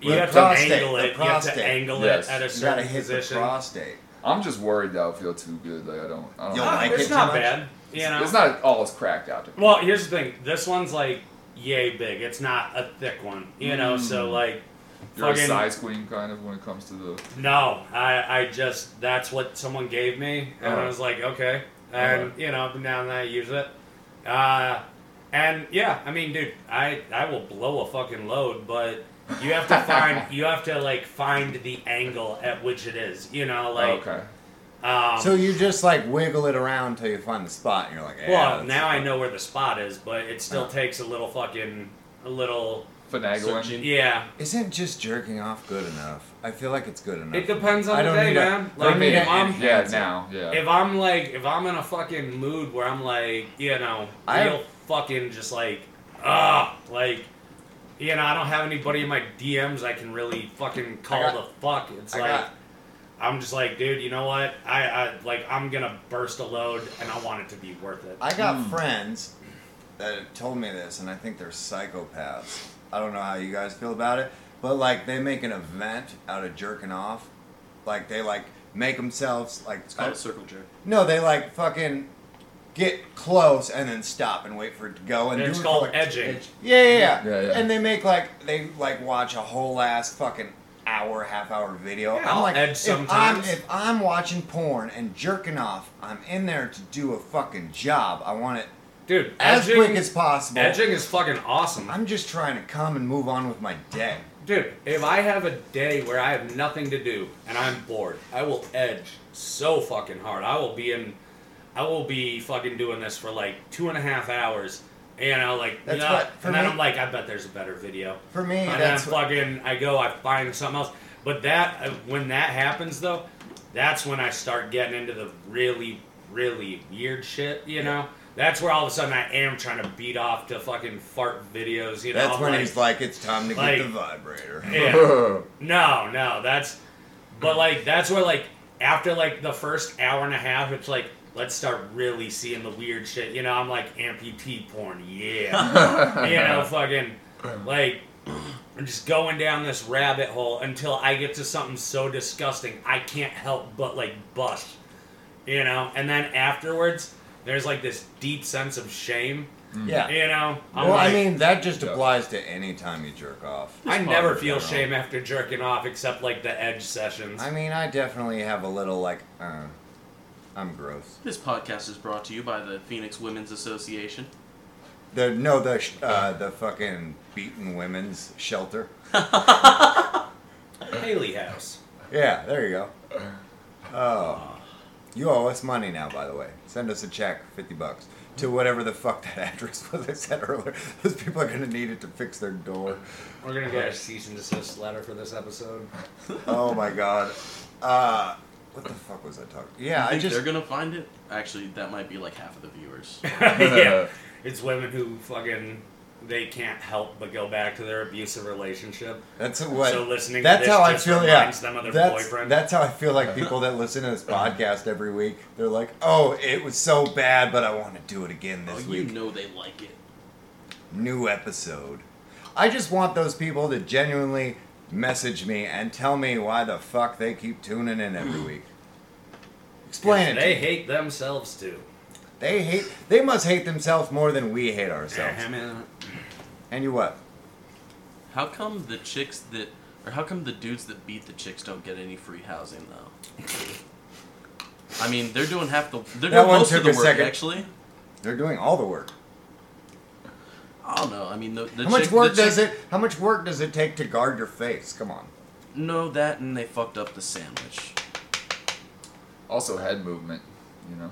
[SPEAKER 2] You
[SPEAKER 1] The
[SPEAKER 2] have to
[SPEAKER 1] prostate,
[SPEAKER 2] angle
[SPEAKER 1] the
[SPEAKER 2] it. You have to
[SPEAKER 1] prostate.
[SPEAKER 2] angle
[SPEAKER 4] Yes.
[SPEAKER 2] it at a
[SPEAKER 1] you gotta
[SPEAKER 2] certain
[SPEAKER 1] hit
[SPEAKER 2] position.
[SPEAKER 1] the prostate.
[SPEAKER 4] I'm just worried that I'll feel too good. Like I don't. I don't
[SPEAKER 1] You'll
[SPEAKER 2] Ah,
[SPEAKER 4] know.
[SPEAKER 1] like
[SPEAKER 2] it's
[SPEAKER 1] it too
[SPEAKER 2] not
[SPEAKER 1] much?
[SPEAKER 2] bad. You know.
[SPEAKER 4] It's not all as cracked out. To me.
[SPEAKER 2] Well, here's the thing. This one's like yay big. It's not a thick one. You know. So like,
[SPEAKER 4] You're a
[SPEAKER 2] fucking-
[SPEAKER 4] Hmm. size queen kind of when it comes to the.
[SPEAKER 2] no. I I just that's what someone gave me, and I
[SPEAKER 4] Uh-huh.
[SPEAKER 2] was like, okay, and
[SPEAKER 4] Uh-huh.
[SPEAKER 2] you know, now and then I use it. Uh, And yeah, I mean, dude, I I will blow a fucking load, but you have to find you have to like find the angle at which it is. You know, like
[SPEAKER 4] oh, okay.
[SPEAKER 2] um,
[SPEAKER 1] So you just like wiggle it around till you find the spot, and you're like, yeah,
[SPEAKER 2] well,
[SPEAKER 1] that's-
[SPEAKER 2] now I know where the spot is, but it still takes a little fucking a little
[SPEAKER 4] Finagling.
[SPEAKER 3] Searching.
[SPEAKER 2] yeah.
[SPEAKER 1] Isn't just jerking off good enough? I feel like it's good enough.
[SPEAKER 2] It depends on
[SPEAKER 1] I
[SPEAKER 2] the
[SPEAKER 1] don't
[SPEAKER 2] day,
[SPEAKER 1] need a-
[SPEAKER 2] man.
[SPEAKER 1] I
[SPEAKER 2] Like
[SPEAKER 1] don't need
[SPEAKER 2] if
[SPEAKER 1] a-
[SPEAKER 2] I'm
[SPEAKER 4] Yeah, now. Yeah.
[SPEAKER 2] if I'm like if I'm in a fucking mood where I'm like you know
[SPEAKER 1] I-
[SPEAKER 2] real fucking just like ah like you know I don't have anybody in my DMs I can really fucking call
[SPEAKER 1] got-
[SPEAKER 2] the fuck. It's
[SPEAKER 1] I
[SPEAKER 2] like
[SPEAKER 1] got-
[SPEAKER 2] I'm just like dude, you know what? I, I like I'm gonna burst a load and I want it to be worth it.
[SPEAKER 1] I got friends that have told me this, and I think they're psychopaths. I don't know how you guys feel about it, but like they make an event out of jerking off. Like they like make themselves like
[SPEAKER 3] It's called a circle jerk.
[SPEAKER 1] no, they like fucking get close and then stop and wait for it to go and
[SPEAKER 2] And it's
[SPEAKER 1] do it for,
[SPEAKER 2] called
[SPEAKER 1] like,
[SPEAKER 2] edging.
[SPEAKER 1] Yeah, yeah, yeah,
[SPEAKER 4] Yeah, yeah.
[SPEAKER 1] And they make like they like watch a whole ass fucking hour, half hour video.
[SPEAKER 2] Yeah,
[SPEAKER 1] I'm
[SPEAKER 2] I'll
[SPEAKER 1] like,
[SPEAKER 2] edge
[SPEAKER 1] if I'm
[SPEAKER 2] sometimes.
[SPEAKER 1] if I'm watching porn and jerking off, I'm in there to do a fucking job. I want it
[SPEAKER 2] Dude,
[SPEAKER 1] as
[SPEAKER 2] edging,
[SPEAKER 1] quick as possible.
[SPEAKER 2] edging is fucking awesome.
[SPEAKER 1] I'm just trying to come and move on with my day.
[SPEAKER 2] Dude, if I have a day where I have nothing to do and I'm bored, I will edge so fucking hard. I will be in, I will be fucking doing this for like two and a half hours. You know, like
[SPEAKER 1] That's
[SPEAKER 2] yeah,
[SPEAKER 1] what- for
[SPEAKER 2] and then
[SPEAKER 1] me-
[SPEAKER 2] I'm like, I bet there's a better video.
[SPEAKER 1] For me,
[SPEAKER 2] and
[SPEAKER 1] that's
[SPEAKER 2] then fucking, I go, I find something else. But that, uh, when that happens though, that's when I start getting into the really, really weird shit. You know, that's where all of a sudden I am trying to beat off to fucking fart videos. You know,
[SPEAKER 1] that's
[SPEAKER 2] I'm
[SPEAKER 1] when
[SPEAKER 2] like-
[SPEAKER 1] he's like, it's time to
[SPEAKER 2] like-
[SPEAKER 1] get the vibrator.
[SPEAKER 2] yeah. No, no, that's. But like, that's where like after like the first hour and a half, it's like let's start really seeing the weird shit. You know, I'm like amputee porn, yeah. you know, fucking like. I'm just going down this rabbit hole until I get to something so disgusting I can't help but like bust, you know. And then afterwards, there's like this deep sense of shame,
[SPEAKER 1] Yeah.
[SPEAKER 2] you know. I'm
[SPEAKER 1] Well, I
[SPEAKER 2] like-
[SPEAKER 1] mean, that just
[SPEAKER 4] Yeah.
[SPEAKER 1] applies to any time you jerk off.
[SPEAKER 2] I never
[SPEAKER 1] probably
[SPEAKER 2] feel
[SPEAKER 1] general.
[SPEAKER 2] shame after jerking off, except like the edge sessions.
[SPEAKER 1] I mean, I definitely have a little like, uh, I'm gross.
[SPEAKER 3] This podcast is brought to you by the Phoenix Women's Association.
[SPEAKER 1] The no, the sh- uh, the fucking beaten women's shelter.
[SPEAKER 2] Haley House.
[SPEAKER 1] Yeah, there you go. Oh, you owe us money now, by the way. Send us a check, fifty bucks, to whatever the fuck that address was I said earlier. Those people are gonna need it to fix their door.
[SPEAKER 2] We're gonna get a cease and desist letter for this episode.
[SPEAKER 1] Oh my god. Uh, what the fuck was I talking? Yeah,
[SPEAKER 3] You
[SPEAKER 1] I
[SPEAKER 3] think
[SPEAKER 1] just
[SPEAKER 3] they're gonna find it? Actually, that might be like half of the viewers.
[SPEAKER 2] yeah, it's women who fucking they can't help but go back to their abusive relationship.
[SPEAKER 1] That's what.
[SPEAKER 2] So listening to
[SPEAKER 1] that's
[SPEAKER 2] this
[SPEAKER 1] how I
[SPEAKER 2] just
[SPEAKER 1] feel. Yeah,
[SPEAKER 2] reminds them of their
[SPEAKER 1] that's,
[SPEAKER 2] boyfriend.
[SPEAKER 1] that's how I feel like people that listen to this podcast every week. They're like, "Oh, it was so bad, but I want to do it again
[SPEAKER 3] oh,
[SPEAKER 1] this
[SPEAKER 3] you
[SPEAKER 1] week.
[SPEAKER 3] know they like it.
[SPEAKER 1] New episode." I just want those people to genuinely message me and tell me why the fuck they keep tuning in every week. Explain
[SPEAKER 2] They
[SPEAKER 1] it.
[SPEAKER 2] hate themselves too.
[SPEAKER 1] They hate. They must hate themselves more than we hate
[SPEAKER 2] Eh,
[SPEAKER 1] ourselves.
[SPEAKER 3] Ahem.
[SPEAKER 1] And you what?
[SPEAKER 3] How come the chicks that, or how come the dudes that beat the chicks don't get any free housing though? I mean, they're doing half the, they're
[SPEAKER 1] That
[SPEAKER 3] doing
[SPEAKER 1] one
[SPEAKER 3] most
[SPEAKER 1] took
[SPEAKER 3] of the
[SPEAKER 1] a
[SPEAKER 3] work
[SPEAKER 1] second.
[SPEAKER 3] actually.
[SPEAKER 1] They're doing all the work.
[SPEAKER 3] I don't know. I mean, the, the
[SPEAKER 1] How much
[SPEAKER 3] chick-
[SPEAKER 1] work
[SPEAKER 3] the
[SPEAKER 1] does
[SPEAKER 3] chick-
[SPEAKER 1] it? How much work does it take to guard your face? Come on.
[SPEAKER 3] No, that and they fucked up the sandwich.
[SPEAKER 4] also head movement, you know.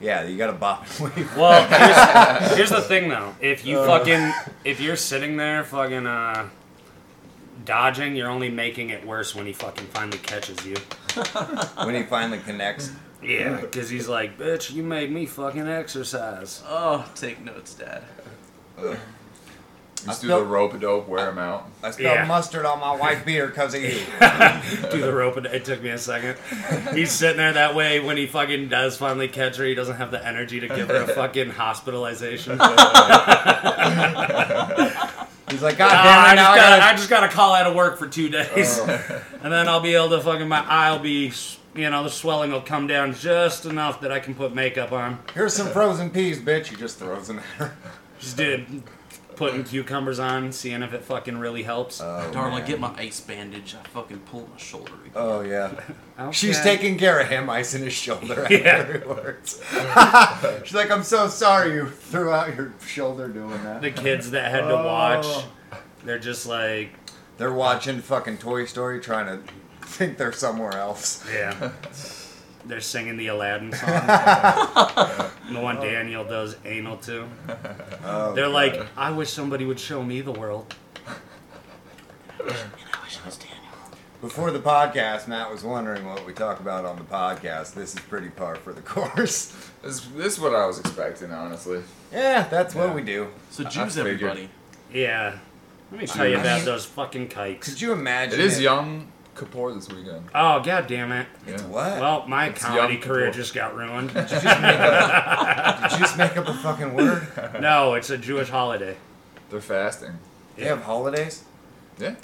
[SPEAKER 1] Yeah, you got to bop and weave.
[SPEAKER 2] Well, here's, here's the thing though. If
[SPEAKER 1] Uh.
[SPEAKER 2] you fucking if you're sitting there fucking uh dodging, you're only making it worse when he fucking finally catches you.
[SPEAKER 1] when he finally connects.
[SPEAKER 2] Yeah, because he's like, bitch, you made me fucking exercise.
[SPEAKER 3] Oh, take notes, Dad.
[SPEAKER 4] Just
[SPEAKER 1] I
[SPEAKER 4] do
[SPEAKER 1] felt-
[SPEAKER 4] the rope a dope, wear them out.
[SPEAKER 1] I spilled
[SPEAKER 2] Yeah.
[SPEAKER 1] mustard on my wife beater because of you.
[SPEAKER 2] Do the rope, and it took me a second. He's sitting there that way. When he fucking does finally catch her, he doesn't have the energy to give her a fucking hospitalization.
[SPEAKER 1] He's like, God
[SPEAKER 2] Ah,
[SPEAKER 1] damn
[SPEAKER 2] I,
[SPEAKER 1] it, now I
[SPEAKER 2] just gotta,
[SPEAKER 1] gotta.
[SPEAKER 2] I just gotta call out of work for two days,
[SPEAKER 1] Oh.
[SPEAKER 2] and then I'll be able to fucking my eye'll be, you know, the swelling will come down just enough that I can put makeup on.
[SPEAKER 1] Here's some frozen peas, bitch. He just throws them at her.
[SPEAKER 2] Just did putting cucumbers on, seeing if it fucking really helps.
[SPEAKER 1] Oh,
[SPEAKER 3] Darla,
[SPEAKER 1] man.
[SPEAKER 3] get my ice bandage. I fucking pulled my shoulder. again.
[SPEAKER 1] Oh yeah.
[SPEAKER 2] Okay.
[SPEAKER 1] She's taking care of him, icing his shoulder afterwards. She's like, I'm so sorry you threw out your shoulder doing
[SPEAKER 2] the
[SPEAKER 1] that.
[SPEAKER 2] kids that had to watch.
[SPEAKER 7] Oh.
[SPEAKER 2] They're just like,
[SPEAKER 1] They're watching fucking Toy Story trying to think they're somewhere else.
[SPEAKER 2] yeah. They're singing the Aladdin song. And the one Daniel does anal to.
[SPEAKER 1] Oh,
[SPEAKER 2] They're like, I wish somebody would show me the world.
[SPEAKER 1] Before the podcast, Matt was wondering what we talk about on the podcast. This is pretty par for the course.
[SPEAKER 4] This, this is what I was expecting, honestly.
[SPEAKER 1] Yeah, that's
[SPEAKER 4] Yeah.
[SPEAKER 1] what we do.
[SPEAKER 3] So
[SPEAKER 4] I
[SPEAKER 3] Jews,
[SPEAKER 4] figured.
[SPEAKER 3] everybody.
[SPEAKER 2] Yeah. Let me tell
[SPEAKER 1] I
[SPEAKER 2] you about
[SPEAKER 1] mean-
[SPEAKER 2] those fucking kikes.
[SPEAKER 1] Could you imagine?
[SPEAKER 4] It is Yom Kippur this weekend.
[SPEAKER 2] Oh, god damn it.
[SPEAKER 1] It's
[SPEAKER 4] Yeah.
[SPEAKER 1] what?
[SPEAKER 2] Well, my comedy
[SPEAKER 4] young
[SPEAKER 2] career
[SPEAKER 4] people.
[SPEAKER 2] just got ruined.
[SPEAKER 1] Did you just make up a fucking word?
[SPEAKER 2] no, it's a Jewish holiday.
[SPEAKER 4] They're fasting.
[SPEAKER 1] They have holidays?
[SPEAKER 4] Yeah.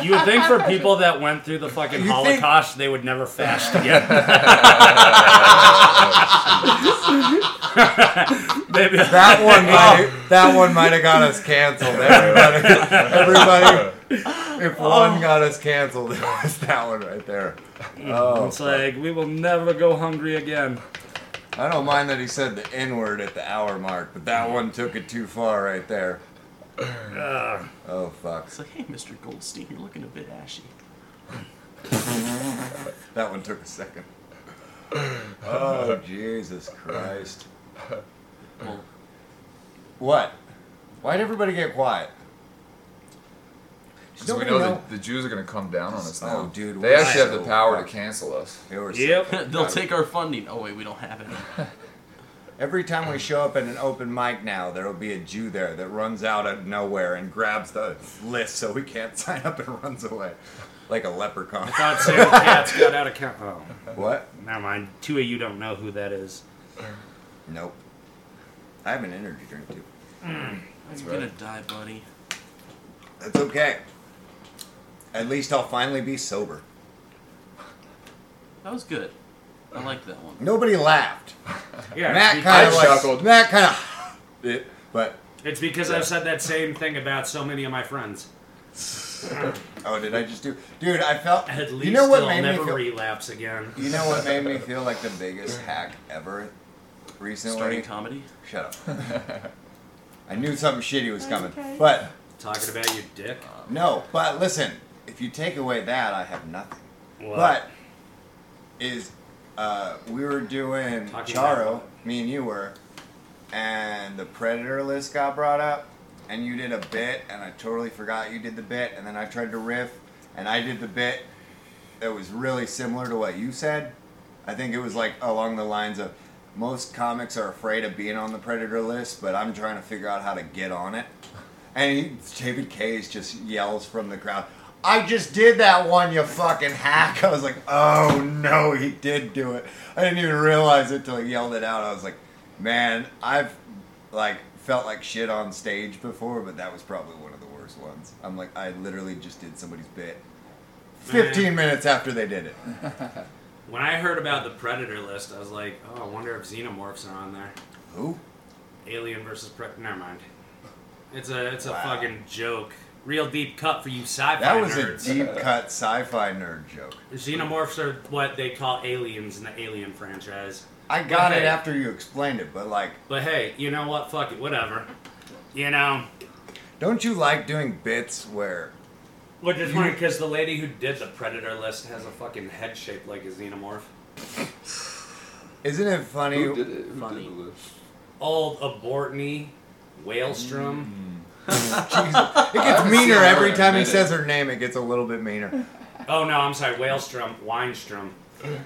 [SPEAKER 2] You would think for people that went through the fucking
[SPEAKER 1] You think-
[SPEAKER 2] Holocaust, they would never fast again.
[SPEAKER 1] Oh,
[SPEAKER 2] Maybe
[SPEAKER 1] That one might that one might have got us canceled. Everybody, everybody. If one got us canceled, it was that one right there. Oh,
[SPEAKER 2] it's like we will never go hungry again.
[SPEAKER 1] I don't mind that he said the N word at the hour mark, but that one took it too far right there.
[SPEAKER 2] Ugh.
[SPEAKER 1] Oh fuck,
[SPEAKER 3] It's like, hey, Mr. Goldstein, you're looking a bit ashy.
[SPEAKER 1] that one took a second. Oh Jesus Christ! Uh,
[SPEAKER 3] Well,
[SPEAKER 1] What? Why'd everybody get quiet?
[SPEAKER 4] Because we
[SPEAKER 1] Nobody
[SPEAKER 4] know
[SPEAKER 1] know.
[SPEAKER 4] that the Jews are going to come down on us now.
[SPEAKER 1] Oh, dude,
[SPEAKER 4] They
[SPEAKER 1] we're
[SPEAKER 4] actually have
[SPEAKER 1] so
[SPEAKER 4] the power to
[SPEAKER 1] fucked.
[SPEAKER 4] cancel us.
[SPEAKER 1] They were so
[SPEAKER 2] Yep.
[SPEAKER 3] they'll take our funding. Oh wait, we don't have any.
[SPEAKER 1] Every time we show up at an open mic now, there'll be a Jew there that runs out of nowhere and grabs the list so we can't sign up and runs away. Like a leprechaun.
[SPEAKER 2] Thought Sam Katz got out of count. Oh,
[SPEAKER 1] what?
[SPEAKER 2] never mind. Two of you don't know who that is.
[SPEAKER 1] Nope. I have an energy drink too.
[SPEAKER 3] I'm gonna die, buddy.
[SPEAKER 1] That's okay. At least I'll finally be sober.
[SPEAKER 3] That was good. I like that one.
[SPEAKER 1] Nobody laughed.
[SPEAKER 2] Yeah,
[SPEAKER 1] Matt
[SPEAKER 2] it's
[SPEAKER 1] kind of
[SPEAKER 4] I
[SPEAKER 1] like,
[SPEAKER 4] chuckled.
[SPEAKER 1] Matt kind of. it, But
[SPEAKER 2] be- it's because I've said that same thing about so many of my friends.
[SPEAKER 1] oh, did I just do? Dude, I felt.
[SPEAKER 2] At least
[SPEAKER 1] you know what
[SPEAKER 2] they'll
[SPEAKER 1] made me
[SPEAKER 2] never
[SPEAKER 1] feel?
[SPEAKER 2] relapse again.
[SPEAKER 1] you know what made me feel like the biggest hack ever recently?
[SPEAKER 3] Starting comedy.
[SPEAKER 1] Shut up. I knew something shitty was coming. But
[SPEAKER 2] Talking about you, dick.
[SPEAKER 1] no, but listen, if you take away that, I have nothing.
[SPEAKER 2] What?
[SPEAKER 1] But is uh, we were doing
[SPEAKER 2] Talking
[SPEAKER 1] Charo,
[SPEAKER 2] about
[SPEAKER 1] me and you were, and the Predator list got brought up, and you did a bit, and I totally forgot you did the bit, and then I tried to riff, and I did the bit that was really similar to what you said. I think it was like along the lines of most comics are afraid of being on the Predator list, but I'm trying to figure out how to get on it. And he, David Case just yells from the crowd, I just did that one, you fucking hack. I was like, oh no, he did do it. I didn't even realize it till he yelled it out. I was like, man, I've like felt like shit on stage before, but that was probably one of the worst ones. I'm like, I literally just did somebody's bit. 15 minutes after they did it.
[SPEAKER 2] When I heard about the Predator list, I was like, oh, I wonder if xenomorphs are on there.
[SPEAKER 1] Who?
[SPEAKER 2] Alien versus Predator. Never mind. It's a it's a
[SPEAKER 1] Wow.
[SPEAKER 2] fucking joke. Real deep cut for you sci-fi
[SPEAKER 1] That was a
[SPEAKER 2] nerds.
[SPEAKER 1] deep cut sci fi nerd joke.
[SPEAKER 2] Xenomorphs are what they call aliens in the Alien franchise.
[SPEAKER 1] I got it
[SPEAKER 2] Okay.
[SPEAKER 1] after you explained it, but like,
[SPEAKER 2] But hey, you know what? Fuck it, whatever. You know,
[SPEAKER 1] don't you like doing bits where.
[SPEAKER 2] which is
[SPEAKER 1] You-
[SPEAKER 2] funny because the lady who did the Predator list has a fucking head shaped like a xenomorph.
[SPEAKER 1] Isn't it funny?
[SPEAKER 4] Who did it? Who
[SPEAKER 3] Funny.
[SPEAKER 4] did the list?
[SPEAKER 2] Old Abortney, Whalestrom.
[SPEAKER 1] It gets meaner
[SPEAKER 4] her
[SPEAKER 1] every
[SPEAKER 4] in a
[SPEAKER 1] time he
[SPEAKER 4] minute.
[SPEAKER 1] says her name. It gets a little bit meaner.
[SPEAKER 2] Oh no, I'm sorry, Whalestrom, Weinstrom.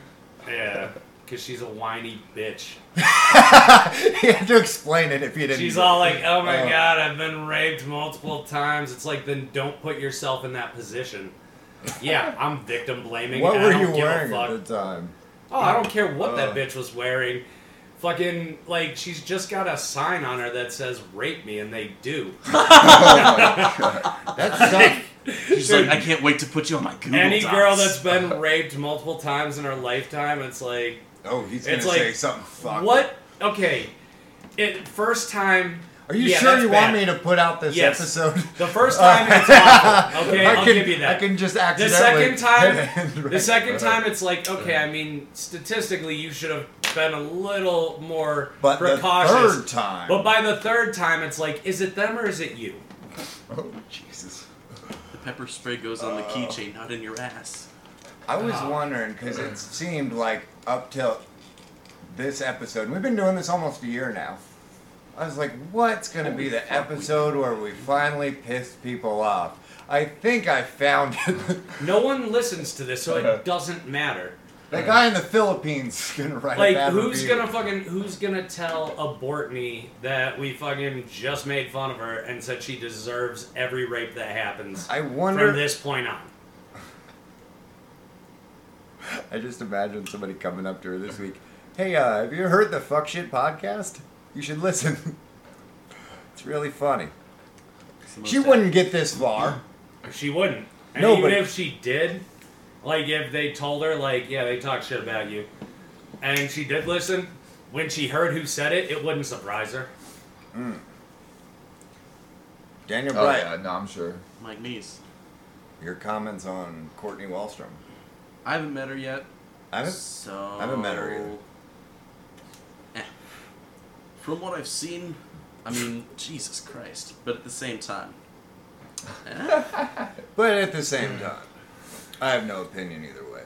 [SPEAKER 2] Yeah, because she's a whiny bitch.
[SPEAKER 1] he had to explain it if he didn't.
[SPEAKER 2] She's all like, "Oh my
[SPEAKER 1] Oh.
[SPEAKER 2] god, I've been raped multiple times." It's like, then don't put yourself in that position. Yeah, I'm victim blaming.
[SPEAKER 1] what
[SPEAKER 2] and
[SPEAKER 1] were
[SPEAKER 2] I don't
[SPEAKER 1] you
[SPEAKER 2] give a
[SPEAKER 1] wearing
[SPEAKER 2] fuck.
[SPEAKER 1] at the time?
[SPEAKER 2] Oh, I don't care what
[SPEAKER 1] Uh.
[SPEAKER 2] that bitch was wearing. Fucking like, she's just got a sign on her that says "rape me," and they do.
[SPEAKER 1] That's tough.
[SPEAKER 3] She's like, I can't wait to put you on my Google
[SPEAKER 2] Any
[SPEAKER 3] Docs."
[SPEAKER 2] girl that's been raped multiple times in her lifetime, it's like,
[SPEAKER 1] Oh, he's gonna
[SPEAKER 2] It's like,
[SPEAKER 1] say something. Fuck.
[SPEAKER 2] What? Okay. It first time.
[SPEAKER 1] Are you
[SPEAKER 2] Yeah,
[SPEAKER 1] sure
[SPEAKER 2] that's
[SPEAKER 1] you
[SPEAKER 2] bad.
[SPEAKER 1] want me to put out this
[SPEAKER 2] Yes.
[SPEAKER 1] episode?
[SPEAKER 2] The first time it's awful. Okay,
[SPEAKER 1] I
[SPEAKER 2] I'll
[SPEAKER 1] can,
[SPEAKER 2] give you that.
[SPEAKER 1] I can just
[SPEAKER 2] The
[SPEAKER 1] accidentally.
[SPEAKER 2] second time,
[SPEAKER 1] hit it.
[SPEAKER 2] the second time, it's like okay. I mean, statistically, you should have been a little more
[SPEAKER 1] But the
[SPEAKER 2] precautious.
[SPEAKER 1] third time.
[SPEAKER 2] But by the third time, it's like, is it them or is it you?
[SPEAKER 4] Oh Jesus!
[SPEAKER 3] The pepper spray goes on the
[SPEAKER 1] Uh.
[SPEAKER 3] keychain, not in your ass.
[SPEAKER 1] I was
[SPEAKER 2] Oh.
[SPEAKER 1] wondering because it seemed like up till this episode, and we've been doing this almost a year now. I was like, what's going to be the episode where we finally piss people off? I think I found it.
[SPEAKER 2] No one listens to this, so it doesn't matter.
[SPEAKER 1] the guy in the Philippines is going to write a
[SPEAKER 2] Uh. Like,
[SPEAKER 1] bad
[SPEAKER 2] who's
[SPEAKER 1] review.
[SPEAKER 2] gonna fucking who's gonna tell Abortney that we fucking just made fun of her and said she deserves every rape that happens
[SPEAKER 1] I
[SPEAKER 2] from
[SPEAKER 1] wonder.
[SPEAKER 2] this point on?
[SPEAKER 1] I just imagine somebody coming up to her this week. Hey, uh, have you heard the fuck shit podcast? You should listen. it's really funny.
[SPEAKER 3] It's the most
[SPEAKER 1] She wouldn't get this far.
[SPEAKER 2] She wouldn't. And
[SPEAKER 1] Nobody.
[SPEAKER 2] even if she did, like if they told her, like, yeah, they talk shit about you, and she did listen, when she heard who said it, it wouldn't surprise her.
[SPEAKER 1] Daniel
[SPEAKER 4] Oh
[SPEAKER 1] Bright,
[SPEAKER 4] yeah, no, I'm sure.
[SPEAKER 3] Mike Meese.
[SPEAKER 1] your comments on Courtney Wallstrom.
[SPEAKER 3] I haven't met her yet.
[SPEAKER 1] I haven't.
[SPEAKER 3] so
[SPEAKER 1] I haven't met her either.
[SPEAKER 3] Eh. From what I've seen, I mean, Jesus Christ. But at the same time, eh?
[SPEAKER 1] But at the same time, I have no opinion either way.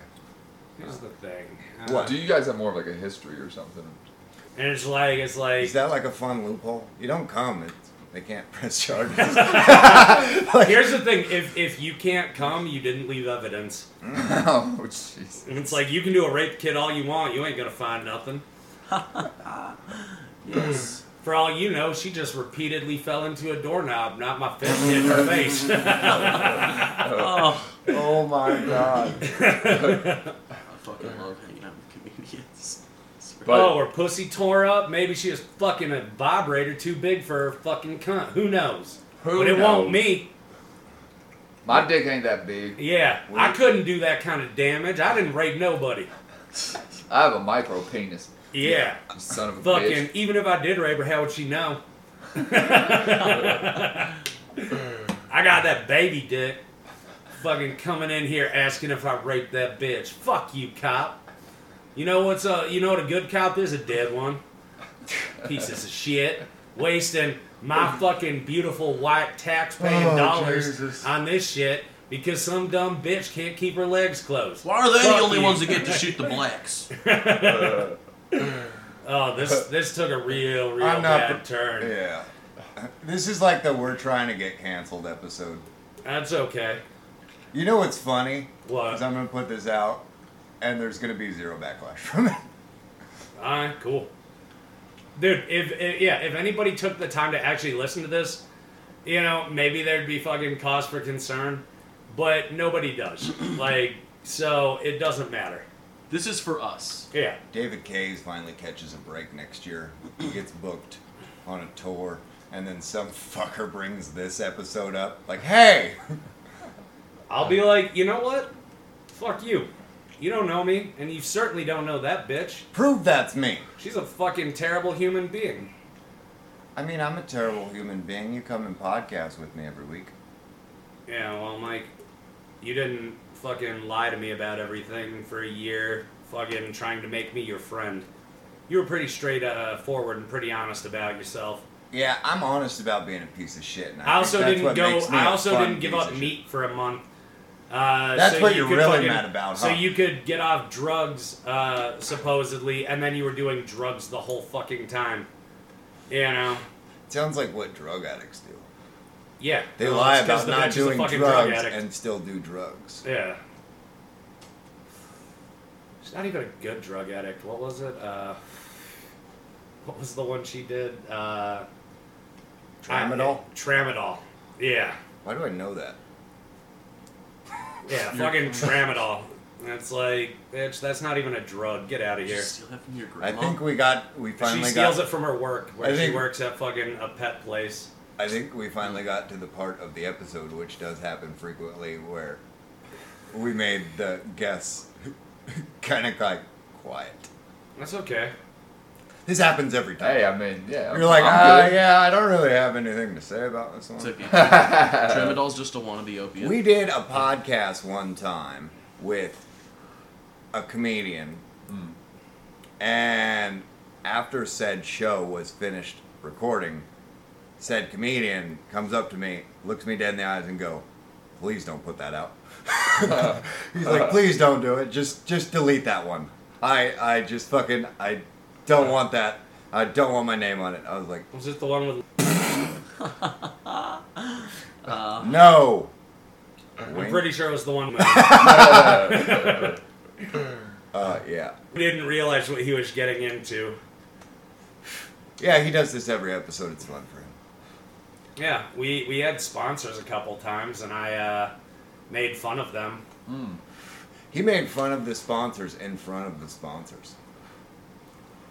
[SPEAKER 2] Here's the thing.
[SPEAKER 1] What?
[SPEAKER 4] Do you guys have more of like a history or something?
[SPEAKER 2] And it's like it's like
[SPEAKER 1] Is that like a fun loophole? You don't come, it, they can't press charges.
[SPEAKER 2] Here's the thing: if if you can't come, you didn't leave evidence.
[SPEAKER 4] oh jeez.
[SPEAKER 2] And it's like you can do a rape kit all you want, you ain't gonna find nothing.
[SPEAKER 3] yes.
[SPEAKER 2] For all you know, she just repeatedly fell into a doorknob, not my fist hit her face.
[SPEAKER 3] Oh,
[SPEAKER 1] oh my god.
[SPEAKER 3] I fucking love hanging out with comedians. It's great.
[SPEAKER 4] But-
[SPEAKER 2] oh, her pussy tore up. Maybe she was fucking a vibrator too big for her fucking cunt. Who knows?
[SPEAKER 4] Who
[SPEAKER 2] but it
[SPEAKER 4] knows?
[SPEAKER 2] won't me.
[SPEAKER 4] My dick ain't that big.
[SPEAKER 2] Yeah, I couldn't do that kind of damage. I didn't rape nobody.
[SPEAKER 4] I have a micro penis.
[SPEAKER 2] Yeah,
[SPEAKER 4] you Son of a
[SPEAKER 2] fucking.
[SPEAKER 4] bitch.
[SPEAKER 2] Even if I did rape her, how would she know? I got that baby dick. Fucking coming in here asking if I raped that bitch. Fuck you, cop. You know what's a you know what a good cop is? A dead one. Pieces of shit. Wasting my fucking beautiful white taxpaying
[SPEAKER 1] Oh,
[SPEAKER 2] dollars
[SPEAKER 1] Jesus.
[SPEAKER 2] on this shit because some dumb bitch can't keep her legs closed.
[SPEAKER 3] Why are they
[SPEAKER 2] Fuck
[SPEAKER 3] the only
[SPEAKER 2] you.
[SPEAKER 3] ones that get to shoot the blacks?
[SPEAKER 2] Oh, this this took a real, real
[SPEAKER 1] I'm not
[SPEAKER 2] bad
[SPEAKER 1] the-
[SPEAKER 2] turn.
[SPEAKER 1] Yeah. This is like the we're trying to get canceled episode.
[SPEAKER 2] That's okay.
[SPEAKER 1] You know what's funny?
[SPEAKER 2] What?
[SPEAKER 1] Is I'm gonna put this out, and there's gonna be zero backlash from it.
[SPEAKER 2] All right, cool. Dude, if, if yeah, if anybody took the time to actually listen to this, you know, maybe there'd be fucking cause for concern, but nobody does. like, so it doesn't matter.
[SPEAKER 3] This is for us.
[SPEAKER 2] Yeah.
[SPEAKER 1] David Kays finally catches a break next year. He gets booked on a tour, and then some fucker brings this episode up. Like, hey,
[SPEAKER 2] I'll be like, "You know what? Fuck you. You don't know me, and you certainly don't know that bitch.
[SPEAKER 1] prove that's me.
[SPEAKER 2] She's a fucking terrible human being."
[SPEAKER 1] I mean, I'm a terrible human being. You come and podcast with me every week.
[SPEAKER 2] Yeah, well, Mike, you didn't fucking lie to me about everything for a year, fucking trying to make me your friend. You were pretty straight uh, forward and pretty honest about yourself.
[SPEAKER 1] Yeah, I'm honest about being a piece of shit. And I,
[SPEAKER 2] I also
[SPEAKER 1] think that's
[SPEAKER 2] didn't
[SPEAKER 1] what
[SPEAKER 2] go.
[SPEAKER 1] makes me
[SPEAKER 2] I
[SPEAKER 1] a
[SPEAKER 2] also
[SPEAKER 1] fun
[SPEAKER 2] didn't give
[SPEAKER 1] piece
[SPEAKER 2] up
[SPEAKER 1] of shit.
[SPEAKER 2] meat for a month. Uh,
[SPEAKER 1] That's
[SPEAKER 2] so
[SPEAKER 1] what
[SPEAKER 2] you
[SPEAKER 1] you're
[SPEAKER 2] could
[SPEAKER 1] really
[SPEAKER 2] fucking-
[SPEAKER 1] mad about,
[SPEAKER 2] So
[SPEAKER 1] huh?
[SPEAKER 2] you could get off drugs, uh, supposedly, and then you were doing drugs the whole fucking time. You know?
[SPEAKER 1] Sounds like what drug addicts do.
[SPEAKER 2] Yeah.
[SPEAKER 1] They
[SPEAKER 2] Well,
[SPEAKER 1] lie
[SPEAKER 2] it's 'cause
[SPEAKER 1] about
[SPEAKER 2] the bitch
[SPEAKER 1] not
[SPEAKER 2] is a
[SPEAKER 1] doing drugs
[SPEAKER 2] fucking drug addict.
[SPEAKER 1] and still do drugs.
[SPEAKER 2] Yeah. She's not even a good drug addict. What was it? Uh, what was the one she did? Uh,
[SPEAKER 1] Tramadol?
[SPEAKER 2] I- tramadol. Yeah.
[SPEAKER 1] Why do I know that?
[SPEAKER 2] Yeah. fucking tramadol. That's like, bitch. That's not even a drug. Get out of
[SPEAKER 3] You
[SPEAKER 2] here.
[SPEAKER 3] steal that from your
[SPEAKER 1] I
[SPEAKER 3] grandma.
[SPEAKER 1] think we got we
[SPEAKER 2] She
[SPEAKER 1] finally
[SPEAKER 2] steals
[SPEAKER 1] got
[SPEAKER 2] it from her work, where
[SPEAKER 1] I
[SPEAKER 2] she
[SPEAKER 1] think-
[SPEAKER 2] works at fucking a pet place.
[SPEAKER 1] I think we finally got to the part of the episode which does happen frequently where we made the guess kind of like quiet.
[SPEAKER 2] That's okay.
[SPEAKER 1] This happens every time.
[SPEAKER 4] Hey, I mean, yeah.
[SPEAKER 1] You're like, ah,
[SPEAKER 4] I'm good.
[SPEAKER 1] yeah, I don't really have anything to say about this one.
[SPEAKER 3] It's okay. Tramadol's just a wannabe opiate.
[SPEAKER 1] We did a podcast one time with a comedian, and after said show was finished recording, said comedian comes up to me, looks me dead in the eyes, and go, "Please don't put that out." He's like, "Please don't do it. Just just delete that one. I I just fucking I don't want that. I don't want my name on it." I was like,
[SPEAKER 2] Was it the one with?
[SPEAKER 1] "No."
[SPEAKER 2] I'm
[SPEAKER 1] Wink.
[SPEAKER 2] pretty sure it was the one. With,
[SPEAKER 1] Uh, yeah.
[SPEAKER 2] we didn't realize what he was getting into.
[SPEAKER 1] Yeah, he does this every episode. It's fun for him.
[SPEAKER 2] Yeah, we we had sponsors a couple times, and I uh, made fun of them.
[SPEAKER 1] He made fun of the sponsors in front of the sponsors.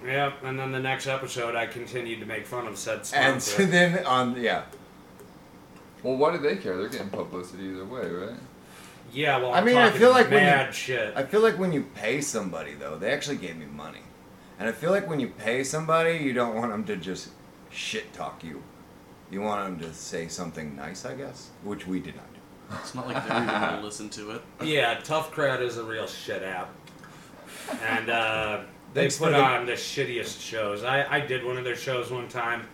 [SPEAKER 2] Yeah, and then the next episode, I continued to make fun of said
[SPEAKER 1] And
[SPEAKER 2] sponsor.
[SPEAKER 1] so then on yeah.
[SPEAKER 4] Well, why do they care? They're getting publicity either way, right?
[SPEAKER 2] yeah, well,
[SPEAKER 1] I
[SPEAKER 2] I'm
[SPEAKER 1] mean, I
[SPEAKER 2] talking
[SPEAKER 1] feel like when you-
[SPEAKER 2] mad shit.
[SPEAKER 1] I feel like when you pay somebody though, they actually gave me money. And I feel like when you pay somebody, you don't want them to just shit talk you. You want them to say something nice, I guess, which we did not do.
[SPEAKER 3] It's not like they're even gonna listen to it.
[SPEAKER 2] Yeah, Tough Crowd is a real shit app. And uh, they
[SPEAKER 1] Thanks
[SPEAKER 2] put
[SPEAKER 1] for the-
[SPEAKER 2] on the shittiest shows. I, I did one of their shows one time,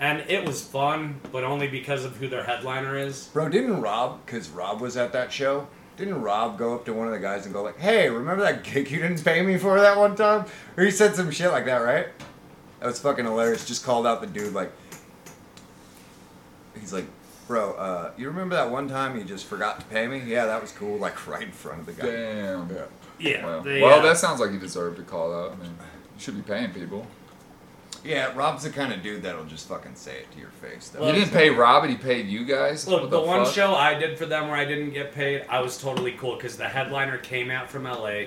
[SPEAKER 2] and it was fun, but only because of who their headliner is.
[SPEAKER 1] Bro, didn't Rob, because Rob was at that show, didn't Rob go up to one of the guys and go like, "Hey, remember that gig you didn't pay me for that one time?" Or he said some shit like that, right? That was fucking hilarious. Just called out the dude like, he's like, "Bro, uh, you remember that one time you just forgot to pay me? Yeah, that was cool." Like right in front of the guy.
[SPEAKER 4] Damn.
[SPEAKER 1] Yeah.
[SPEAKER 2] Yeah.
[SPEAKER 4] Wow.
[SPEAKER 2] they,
[SPEAKER 4] well,
[SPEAKER 2] uh,
[SPEAKER 4] that sounds like you deserve to call out. I mean, you should be paying people.
[SPEAKER 1] Yeah, Rob's the kind of dude that'll just fucking say it to your face. Though.
[SPEAKER 2] Well,
[SPEAKER 4] he didn't pay Rob, and he paid you guys.
[SPEAKER 2] Look,
[SPEAKER 4] What
[SPEAKER 2] the, one
[SPEAKER 4] fuck?
[SPEAKER 2] show I did for them where I didn't get paid, I was totally cool because the headliner came out from LA.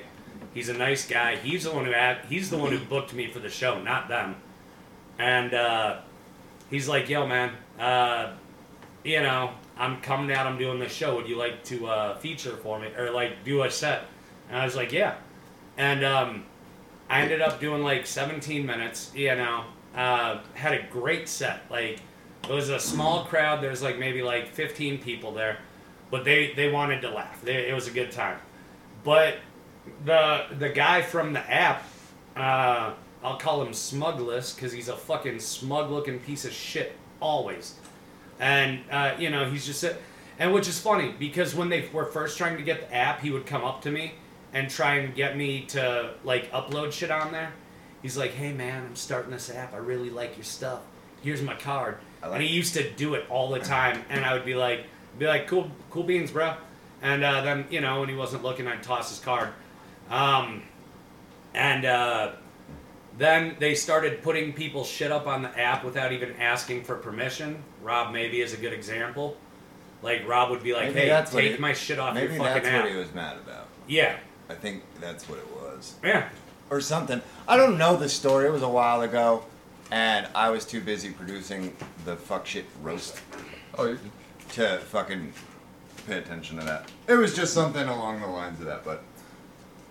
[SPEAKER 2] He's a nice guy. He's the one who had, he's the one who booked me for the show, not them. And uh, he's like, "Yo, man, uh, you know, I'm coming out. I'm doing this show. Would you like to uh, feature for me or like do a set?" And I was like, "Yeah." And um, I ended up doing like 17 minutes, you know. Uh, had a great set. Like, it was a small crowd. There's like maybe like 15 people there, but they they wanted to laugh. They, it was a good time. But the the guy from the app, uh, I'll call him Smugless because he's a fucking smug looking piece of shit always, and uh, you know he's just a, and which is funny because when they were first trying to get the app, he would come up to me and try and get me to like upload shit on there. He's like, "Hey man, I'm starting this app. I really like your stuff. Here's my card."
[SPEAKER 1] I like
[SPEAKER 2] and he used to do it all the time, and I would be like, "Be like, cool, cool beans, bro." And uh, then you know when he wasn't looking, I'd toss his card. Um, and uh, then they started putting people's shit up on the app without even asking for permission. Rob maybe is a good example. Like Rob would be like,
[SPEAKER 1] Maybe
[SPEAKER 2] "Hey,
[SPEAKER 1] that's what
[SPEAKER 2] take
[SPEAKER 1] it-
[SPEAKER 2] my shit off
[SPEAKER 1] Maybe
[SPEAKER 2] your fucking
[SPEAKER 1] that's
[SPEAKER 2] app."
[SPEAKER 1] what he was mad about.
[SPEAKER 2] yeah,
[SPEAKER 1] I think that's what it was.
[SPEAKER 2] yeah.
[SPEAKER 1] or something. I don't know the story. It was a while ago, and I was too busy producing the fuck shit roast
[SPEAKER 4] Oh, you
[SPEAKER 1] to fucking pay attention to that. It was just something along the lines of that. But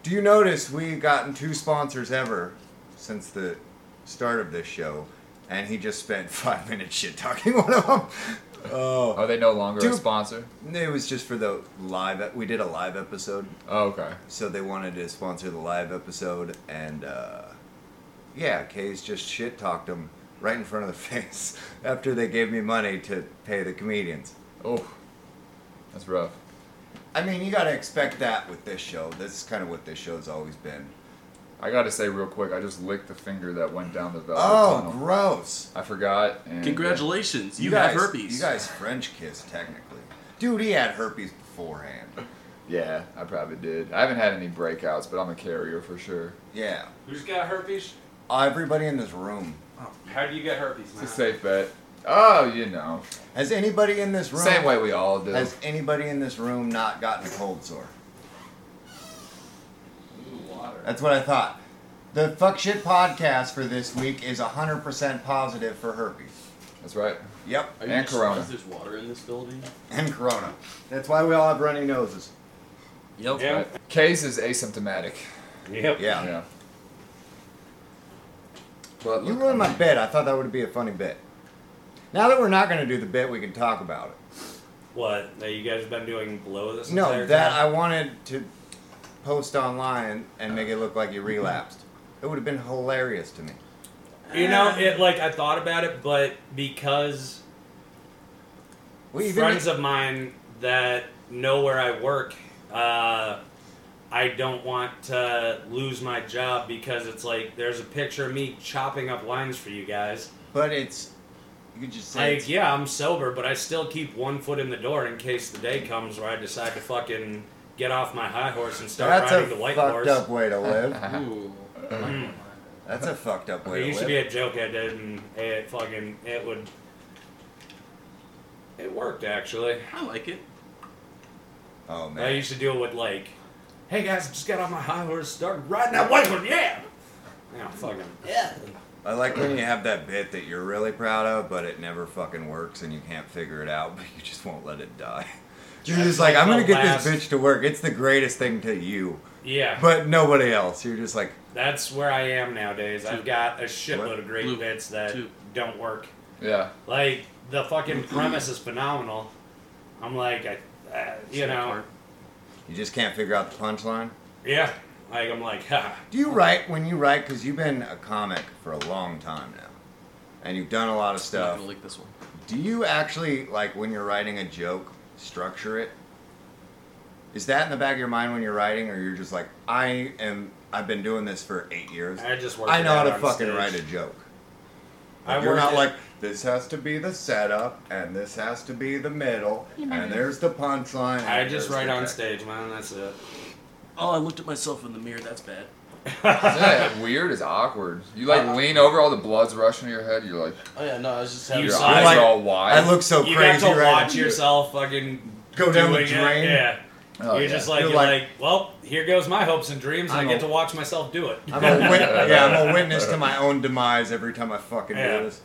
[SPEAKER 1] do you notice we've gotten two sponsors ever since the start of this show, and he just spent five minutes shit talking one of them. Oh,
[SPEAKER 4] are they no longer
[SPEAKER 1] Dude.
[SPEAKER 4] a sponsor?
[SPEAKER 1] it was just for the live. e, We did a live episode
[SPEAKER 4] Oh, okay.
[SPEAKER 1] so they wanted to sponsor the live episode and uh, yeah Kay's just shit talked them right in front of the face after they gave me money to pay the comedians
[SPEAKER 4] Oh, that's rough.
[SPEAKER 1] i mean you gotta expect that with this show this is kind of what this show's always been
[SPEAKER 4] I gotta say real quick, I just licked the finger that went down the velvet
[SPEAKER 1] oh
[SPEAKER 4] tunnel.
[SPEAKER 1] gross
[SPEAKER 4] I forgot. And
[SPEAKER 3] Congratulations, you,
[SPEAKER 1] guys,
[SPEAKER 3] have herpes.
[SPEAKER 1] you guys french kissed technically dude he had herpes beforehand
[SPEAKER 4] Yeah, I probably did. I haven't had any breakouts, but I'm a carrier for sure.
[SPEAKER 1] yeah
[SPEAKER 2] Who's got herpes?
[SPEAKER 1] everybody in this room
[SPEAKER 2] How do you get herpes,
[SPEAKER 4] It's a safe bet. Oh, you know,
[SPEAKER 1] has anybody in this room
[SPEAKER 4] same way we all do.
[SPEAKER 1] has anybody in this room not gotten a cold sore That's what I thought. The fuck shit podcast for this week is 100% positive for herpes.
[SPEAKER 4] That's right.
[SPEAKER 1] Yep.
[SPEAKER 3] Are you
[SPEAKER 4] and Corona.
[SPEAKER 3] surprised There's water in this building.
[SPEAKER 1] And corona. That's why we all have runny noses.
[SPEAKER 3] Yep.
[SPEAKER 2] Yeah.
[SPEAKER 4] Right. Case is asymptomatic.
[SPEAKER 2] Yep.
[SPEAKER 1] Yeah.
[SPEAKER 4] Yeah. But
[SPEAKER 1] You
[SPEAKER 4] look,
[SPEAKER 1] ruined my bit. I thought that would be a funny bit. Now that we're not going to do the bit, we can talk about it.
[SPEAKER 2] What? That you guys have been doing blow this
[SPEAKER 1] No,
[SPEAKER 2] entire
[SPEAKER 1] that I
[SPEAKER 2] time?
[SPEAKER 1] wanted to post online and make it look like you relapsed. It would have been hilarious to me.
[SPEAKER 2] You know, it like I thought about it, but because
[SPEAKER 1] We even-
[SPEAKER 2] friends of mine that know where I work, uh, I don't want to lose my job because it's like there's a picture of me chopping up lines for you guys.
[SPEAKER 1] but it's you could just say
[SPEAKER 2] Like, yeah, I'm sober, but I still keep one foot in the door in case the day comes where I decide to fucking get off my high horse and start
[SPEAKER 1] that's
[SPEAKER 2] riding
[SPEAKER 1] a
[SPEAKER 2] the white
[SPEAKER 1] fucked
[SPEAKER 2] horse. Mm.
[SPEAKER 1] up way to live.
[SPEAKER 3] Ooh.
[SPEAKER 1] That's a fucked up
[SPEAKER 2] It
[SPEAKER 1] way
[SPEAKER 2] used
[SPEAKER 1] to
[SPEAKER 2] to be
[SPEAKER 1] live.
[SPEAKER 2] a joke I did, and it fucking it would. It worked actually.
[SPEAKER 3] I like it.
[SPEAKER 1] Oh
[SPEAKER 2] I
[SPEAKER 1] man,
[SPEAKER 2] used to do it with like, "Hey guys, just got off my high horse, started riding that white one, yeah." Yeah, fucking.
[SPEAKER 5] Yeah.
[SPEAKER 1] I like when you have that bit that you're really proud of, but it never fucking works and you can't figure it out, but you just won't let it die. You're
[SPEAKER 2] That's
[SPEAKER 1] just like,
[SPEAKER 2] like
[SPEAKER 1] I'm gonna
[SPEAKER 2] the
[SPEAKER 1] get
[SPEAKER 2] last-
[SPEAKER 1] this bitch to work. It's the greatest thing to you,
[SPEAKER 2] Yeah,
[SPEAKER 1] but nobody else. You're just like,
[SPEAKER 2] that's where I am nowadays. I've got a shitload of great
[SPEAKER 3] Blue.
[SPEAKER 2] bits that
[SPEAKER 3] Two.
[SPEAKER 2] don't work.
[SPEAKER 4] yeah.
[SPEAKER 2] Like the fucking premise is phenomenal. I'm like, I, uh, you know,
[SPEAKER 3] Part.
[SPEAKER 1] you just can't figure out the punchline.
[SPEAKER 2] yeah. Like I'm like, ha.
[SPEAKER 1] Do you write when you write? Because you've been a comic for a long time now, and you've done a lot of
[SPEAKER 3] I'm not
[SPEAKER 1] stuff.
[SPEAKER 3] gonna lick this one.
[SPEAKER 1] Do you actually like when you're writing a joke, structure it? Is that in the back of your mind when you're writing, or you're just like, I am? I've been doing this for eight years.
[SPEAKER 2] I just work.
[SPEAKER 1] I
[SPEAKER 2] it
[SPEAKER 1] know how
[SPEAKER 2] out
[SPEAKER 1] to
[SPEAKER 2] on
[SPEAKER 1] fucking
[SPEAKER 2] stage.
[SPEAKER 1] write a joke.
[SPEAKER 2] I
[SPEAKER 1] you're
[SPEAKER 2] worked
[SPEAKER 1] not
[SPEAKER 2] it-
[SPEAKER 1] like this has to be the setup, and this has to be the middle, and there's the punchline. and
[SPEAKER 2] I
[SPEAKER 1] there's
[SPEAKER 2] just write
[SPEAKER 1] the
[SPEAKER 2] on
[SPEAKER 1] tech."
[SPEAKER 2] stage, man. That's it.
[SPEAKER 3] Oh, I looked at myself in the mirror. That's bad.
[SPEAKER 4] Isn't that weird? It's awkward. You like lean over, all the blood's rushing to your head. You're like,
[SPEAKER 3] Oh yeah, no, I was just
[SPEAKER 2] having- You
[SPEAKER 4] your
[SPEAKER 2] saw
[SPEAKER 4] eyes
[SPEAKER 1] like-
[SPEAKER 4] are all wide.
[SPEAKER 1] I look so
[SPEAKER 2] you
[SPEAKER 1] crazy.
[SPEAKER 2] got to
[SPEAKER 1] right?
[SPEAKER 2] watch yourself fucking
[SPEAKER 1] Go down the
[SPEAKER 2] doing it.
[SPEAKER 1] drain?
[SPEAKER 2] Yeah.
[SPEAKER 4] Oh,
[SPEAKER 2] you're
[SPEAKER 4] yeah.
[SPEAKER 2] just like
[SPEAKER 1] You're
[SPEAKER 2] you're,
[SPEAKER 1] like-
[SPEAKER 2] like, well, here goes my hopes and dreams, and
[SPEAKER 1] I'm
[SPEAKER 2] I get
[SPEAKER 1] a-
[SPEAKER 2] to watch myself do it.
[SPEAKER 1] I'm a wit- yeah, I'm a witness to my own demise every time I fucking
[SPEAKER 2] Yeah.
[SPEAKER 1] do this.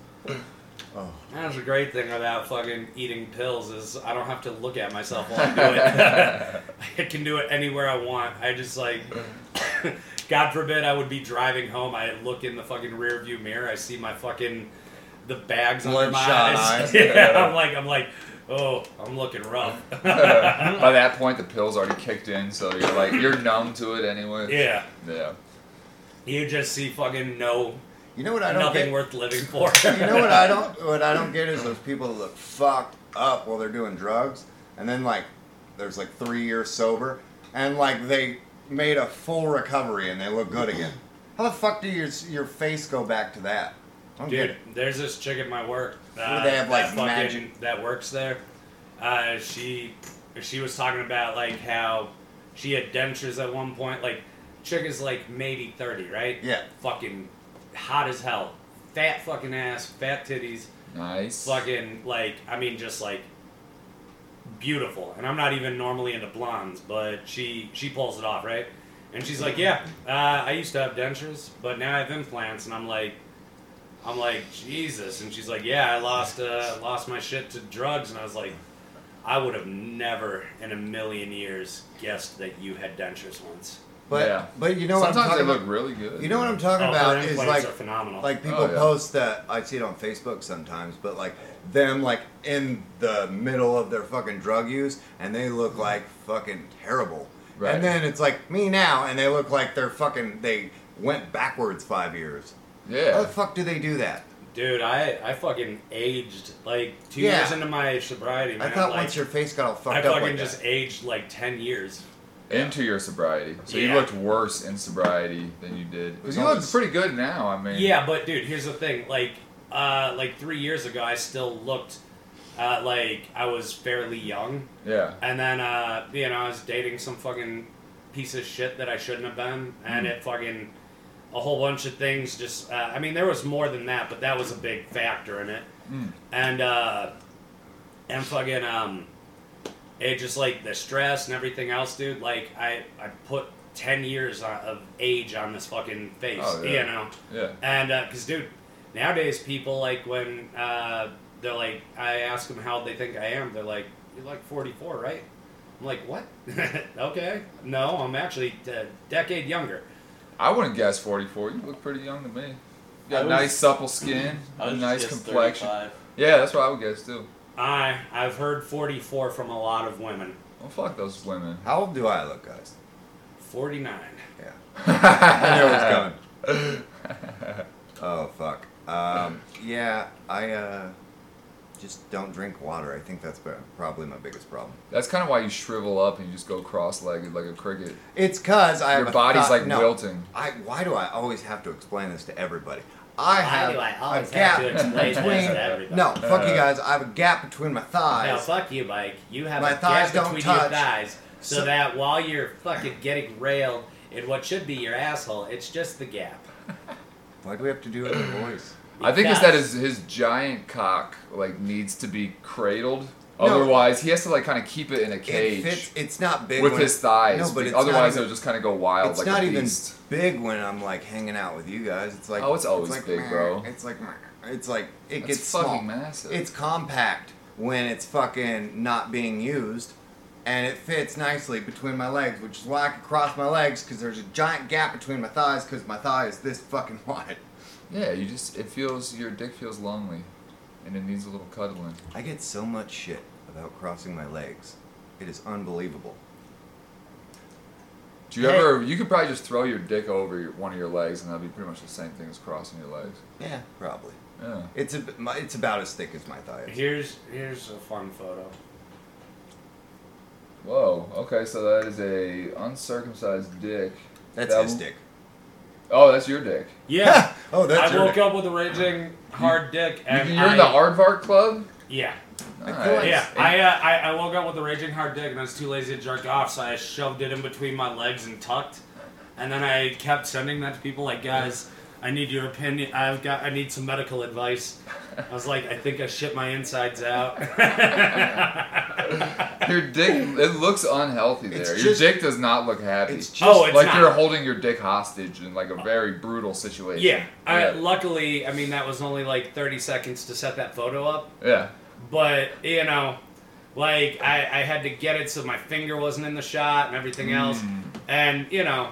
[SPEAKER 2] That's a great thing about fucking eating pills is I don't have to look at myself while I do it. I can do it anywhere I want. I just like, God forbid, I would be driving home. I look in the fucking rearview mirror. I see my fucking the bags under my
[SPEAKER 1] Bloodshot
[SPEAKER 2] eyes.
[SPEAKER 1] eyes.
[SPEAKER 2] yeah, I'm like, I'm like, oh, I'm looking rough.
[SPEAKER 4] By that point, the pill's already kicked in, so you're like, you're numb to it anyway.
[SPEAKER 2] yeah,
[SPEAKER 4] Yeah.
[SPEAKER 2] you just see fucking no
[SPEAKER 1] You know what I don't
[SPEAKER 2] nothing
[SPEAKER 1] get?
[SPEAKER 2] worth living for.
[SPEAKER 1] You know what I don't what I don't get is those people that look fucked up while they're doing drugs, and then like there's like three years sober, and like they made a full recovery and they look good again. How the fuck do your your face go back to that? I don't get
[SPEAKER 2] Dude,
[SPEAKER 1] it.
[SPEAKER 2] there's this chick at my work.
[SPEAKER 1] What do they have, like,
[SPEAKER 2] that fucking-
[SPEAKER 1] magic-
[SPEAKER 2] that works there. Uh, she she was talking about like how she had dentures at one point. Like, chick is like maybe thirty, right?
[SPEAKER 1] Yeah.
[SPEAKER 2] Fucking hot as hell, fat fucking ass, fat titties,
[SPEAKER 4] Nice.
[SPEAKER 2] fucking like I mean just like beautiful. And I'm not even normally into blondes, but she she pulls it off, right? And she's like, yeah, uh, I used to have dentures, but now I have implants, and I'm like. I'm like Jesus, and she's like, "Yeah, I lost uh, lost my shit to drugs," and I was like, "I would have never in a million years guessed that you had dentures once."
[SPEAKER 1] But
[SPEAKER 4] Yeah.
[SPEAKER 1] but you know what I'm
[SPEAKER 4] Sometimes they
[SPEAKER 1] talking
[SPEAKER 4] look
[SPEAKER 1] about.
[SPEAKER 4] really good.
[SPEAKER 1] You know what I'm talking
[SPEAKER 2] Oh, her
[SPEAKER 1] about is
[SPEAKER 2] implants
[SPEAKER 1] like
[SPEAKER 2] are phenomenal.
[SPEAKER 1] like people
[SPEAKER 4] Oh, yeah.
[SPEAKER 1] post that I see it on Facebook sometimes, but like them like in the middle of their fucking drug use and they look like fucking terrible.
[SPEAKER 4] Mm-hmm. Right.
[SPEAKER 1] And then it's like me now and they look like they're fucking they went backwards five years. How the
[SPEAKER 4] Yeah.
[SPEAKER 1] fuck do they do that?
[SPEAKER 2] dude, I I fucking aged like two
[SPEAKER 1] Yeah.
[SPEAKER 2] years into my sobriety. Man,
[SPEAKER 1] I thought
[SPEAKER 2] like,
[SPEAKER 1] once your face got all fucked
[SPEAKER 2] I
[SPEAKER 1] up
[SPEAKER 2] fucking
[SPEAKER 1] like
[SPEAKER 2] just
[SPEAKER 1] that.
[SPEAKER 2] aged like ten years.
[SPEAKER 4] Into your sobriety. So you
[SPEAKER 2] Yeah.
[SPEAKER 4] looked worse in sobriety than you did. 'Cause you
[SPEAKER 1] Well,
[SPEAKER 4] look
[SPEAKER 1] it's-
[SPEAKER 4] pretty good now, I mean.
[SPEAKER 2] Yeah, but dude, here's the thing. Like, uh, like three years ago, I still looked uh, like I was fairly young.
[SPEAKER 4] Yeah.
[SPEAKER 2] And then, uh, you know, I was dating some fucking piece of shit that I shouldn't have been, and
[SPEAKER 4] Hmm.
[SPEAKER 2] it fucking a whole bunch of things. Just, uh, I mean, there was more than that, but that was a big factor in it.
[SPEAKER 4] Hmm.
[SPEAKER 2] And uh, and fucking um, it just like the stress and everything else, dude. Like I I put ten years on, of age on this fucking face,
[SPEAKER 4] Oh, yeah.
[SPEAKER 2] you know.
[SPEAKER 4] Yeah.
[SPEAKER 2] And because, dude, nowadays people like when uh, they're like, I ask them how they think I am. They're like, you're like 44, right? I'm like, what? okay, no, I'm actually a decade younger.
[SPEAKER 4] I wouldn't guess 44. You look pretty young to me. Got
[SPEAKER 3] I was-
[SPEAKER 4] nice supple skin,
[SPEAKER 3] I would
[SPEAKER 4] nice
[SPEAKER 3] just guess
[SPEAKER 4] complexion.
[SPEAKER 3] 35.
[SPEAKER 4] Yeah, that's what I would guess too.
[SPEAKER 2] I I've heard 44 from a lot of women.
[SPEAKER 4] Well, fuck those women.
[SPEAKER 1] How old do I look, guys?
[SPEAKER 2] 49.
[SPEAKER 1] Yeah. I knew it was coming. Oh fuck. Um, yeah, I uh, just don't drink water. I think that's been- probably my biggest problem.
[SPEAKER 4] That's kind of why you shrivel up and you just go cross-legged like a cricket.
[SPEAKER 1] It's cause I have
[SPEAKER 4] Your
[SPEAKER 1] a
[SPEAKER 4] body's
[SPEAKER 1] thought-
[SPEAKER 4] like
[SPEAKER 1] no.
[SPEAKER 4] wilting.
[SPEAKER 1] I why do I always have to explain this to everybody? I
[SPEAKER 5] Why
[SPEAKER 1] have
[SPEAKER 5] do I always
[SPEAKER 1] a
[SPEAKER 5] have
[SPEAKER 1] gap
[SPEAKER 5] to explain this to
[SPEAKER 1] between
[SPEAKER 5] everybody?
[SPEAKER 1] no fuck
[SPEAKER 4] Uh.
[SPEAKER 1] you guys. I have a gap between my
[SPEAKER 5] Now,
[SPEAKER 1] thighs.
[SPEAKER 5] fuck you, Mike. You have
[SPEAKER 1] My
[SPEAKER 5] a
[SPEAKER 1] thighs
[SPEAKER 5] gap
[SPEAKER 1] don't
[SPEAKER 5] between
[SPEAKER 1] touch.
[SPEAKER 5] your thighs, so,
[SPEAKER 1] So-
[SPEAKER 5] that while you're fucking getting railed in what should be your asshole, it's just the gap.
[SPEAKER 1] Why do we have to do it in voice?
[SPEAKER 4] I think it's that
[SPEAKER 5] Because-
[SPEAKER 4] his his giant cock like needs to be cradled.
[SPEAKER 1] No.
[SPEAKER 4] Otherwise, he has to like kind of keep it in a
[SPEAKER 1] It
[SPEAKER 4] cage
[SPEAKER 1] fits. It's not big
[SPEAKER 4] with
[SPEAKER 1] when
[SPEAKER 4] his
[SPEAKER 1] it-
[SPEAKER 4] thighs.
[SPEAKER 1] No, but it's
[SPEAKER 4] otherwise
[SPEAKER 1] not
[SPEAKER 4] it'll
[SPEAKER 1] even,
[SPEAKER 4] just kind of go wild
[SPEAKER 1] it's
[SPEAKER 4] like
[SPEAKER 1] not
[SPEAKER 4] a
[SPEAKER 1] even
[SPEAKER 4] beast.
[SPEAKER 1] big when I'm like hanging out with you guys. It's like
[SPEAKER 4] Oh, it's always
[SPEAKER 1] like,
[SPEAKER 4] big,
[SPEAKER 1] meh.
[SPEAKER 4] bro.
[SPEAKER 1] It's like meh. it's like it
[SPEAKER 4] That's
[SPEAKER 1] gets
[SPEAKER 4] fucking
[SPEAKER 1] small.
[SPEAKER 4] massive.
[SPEAKER 1] It's compact when it's fucking not being used, and it fits nicely between my legs, which is why I can cross my legs because there's a giant gap between my thighs because my thigh is this fucking wide.
[SPEAKER 4] Yeah, you just it feels your dick feels lonely, and it needs a little cuddling.
[SPEAKER 1] I get so much shit about crossing my legs. It is unbelievable.
[SPEAKER 4] Do you
[SPEAKER 1] Hey.
[SPEAKER 4] ever? You could probably just throw your dick over your, one of your legs, and that'd be pretty much the same thing as crossing your legs.
[SPEAKER 1] Yeah, probably.
[SPEAKER 4] Yeah.
[SPEAKER 1] It's a, my- it's about as thick as my thigh. Is.
[SPEAKER 2] Here's here's a fun photo.
[SPEAKER 4] Whoa. Okay, so that is a uncircumcised dick.
[SPEAKER 1] That's
[SPEAKER 4] That-
[SPEAKER 1] his dick.
[SPEAKER 4] Oh, that's your dick.
[SPEAKER 2] Yeah.
[SPEAKER 1] Oh, that's
[SPEAKER 2] I
[SPEAKER 1] your
[SPEAKER 2] woke
[SPEAKER 1] dick.
[SPEAKER 2] up with a raging hard dick
[SPEAKER 4] You,
[SPEAKER 2] and
[SPEAKER 4] you're
[SPEAKER 2] I,
[SPEAKER 4] in the Aardvark Club.
[SPEAKER 2] yeah.
[SPEAKER 1] I feel like-
[SPEAKER 2] Yeah, I,
[SPEAKER 4] Nice.
[SPEAKER 2] uh, I I woke up with a raging hard dick and I was too lazy to jerk off, so I shoved it in between my legs and tucked. And then I kept sending that to people like, guys, I need your opinion. I've got I need some medical advice. I was like, I think I shit my insides out. Oh,
[SPEAKER 4] Your dick. It looks unhealthy there.
[SPEAKER 1] It's
[SPEAKER 4] your
[SPEAKER 1] just-
[SPEAKER 4] dick does not look happy.
[SPEAKER 1] It's just
[SPEAKER 2] oh, it's
[SPEAKER 4] like
[SPEAKER 2] not.
[SPEAKER 4] you're holding your dick hostage in like a very brutal situation.
[SPEAKER 2] yeah. I,
[SPEAKER 4] yeah.
[SPEAKER 2] Luckily, I mean that was only like 30 seconds to set that photo up,
[SPEAKER 4] Yeah.
[SPEAKER 2] but you know, like I I had to get it so my finger wasn't in the shot and
[SPEAKER 1] Mm.
[SPEAKER 2] everything else. And, you know,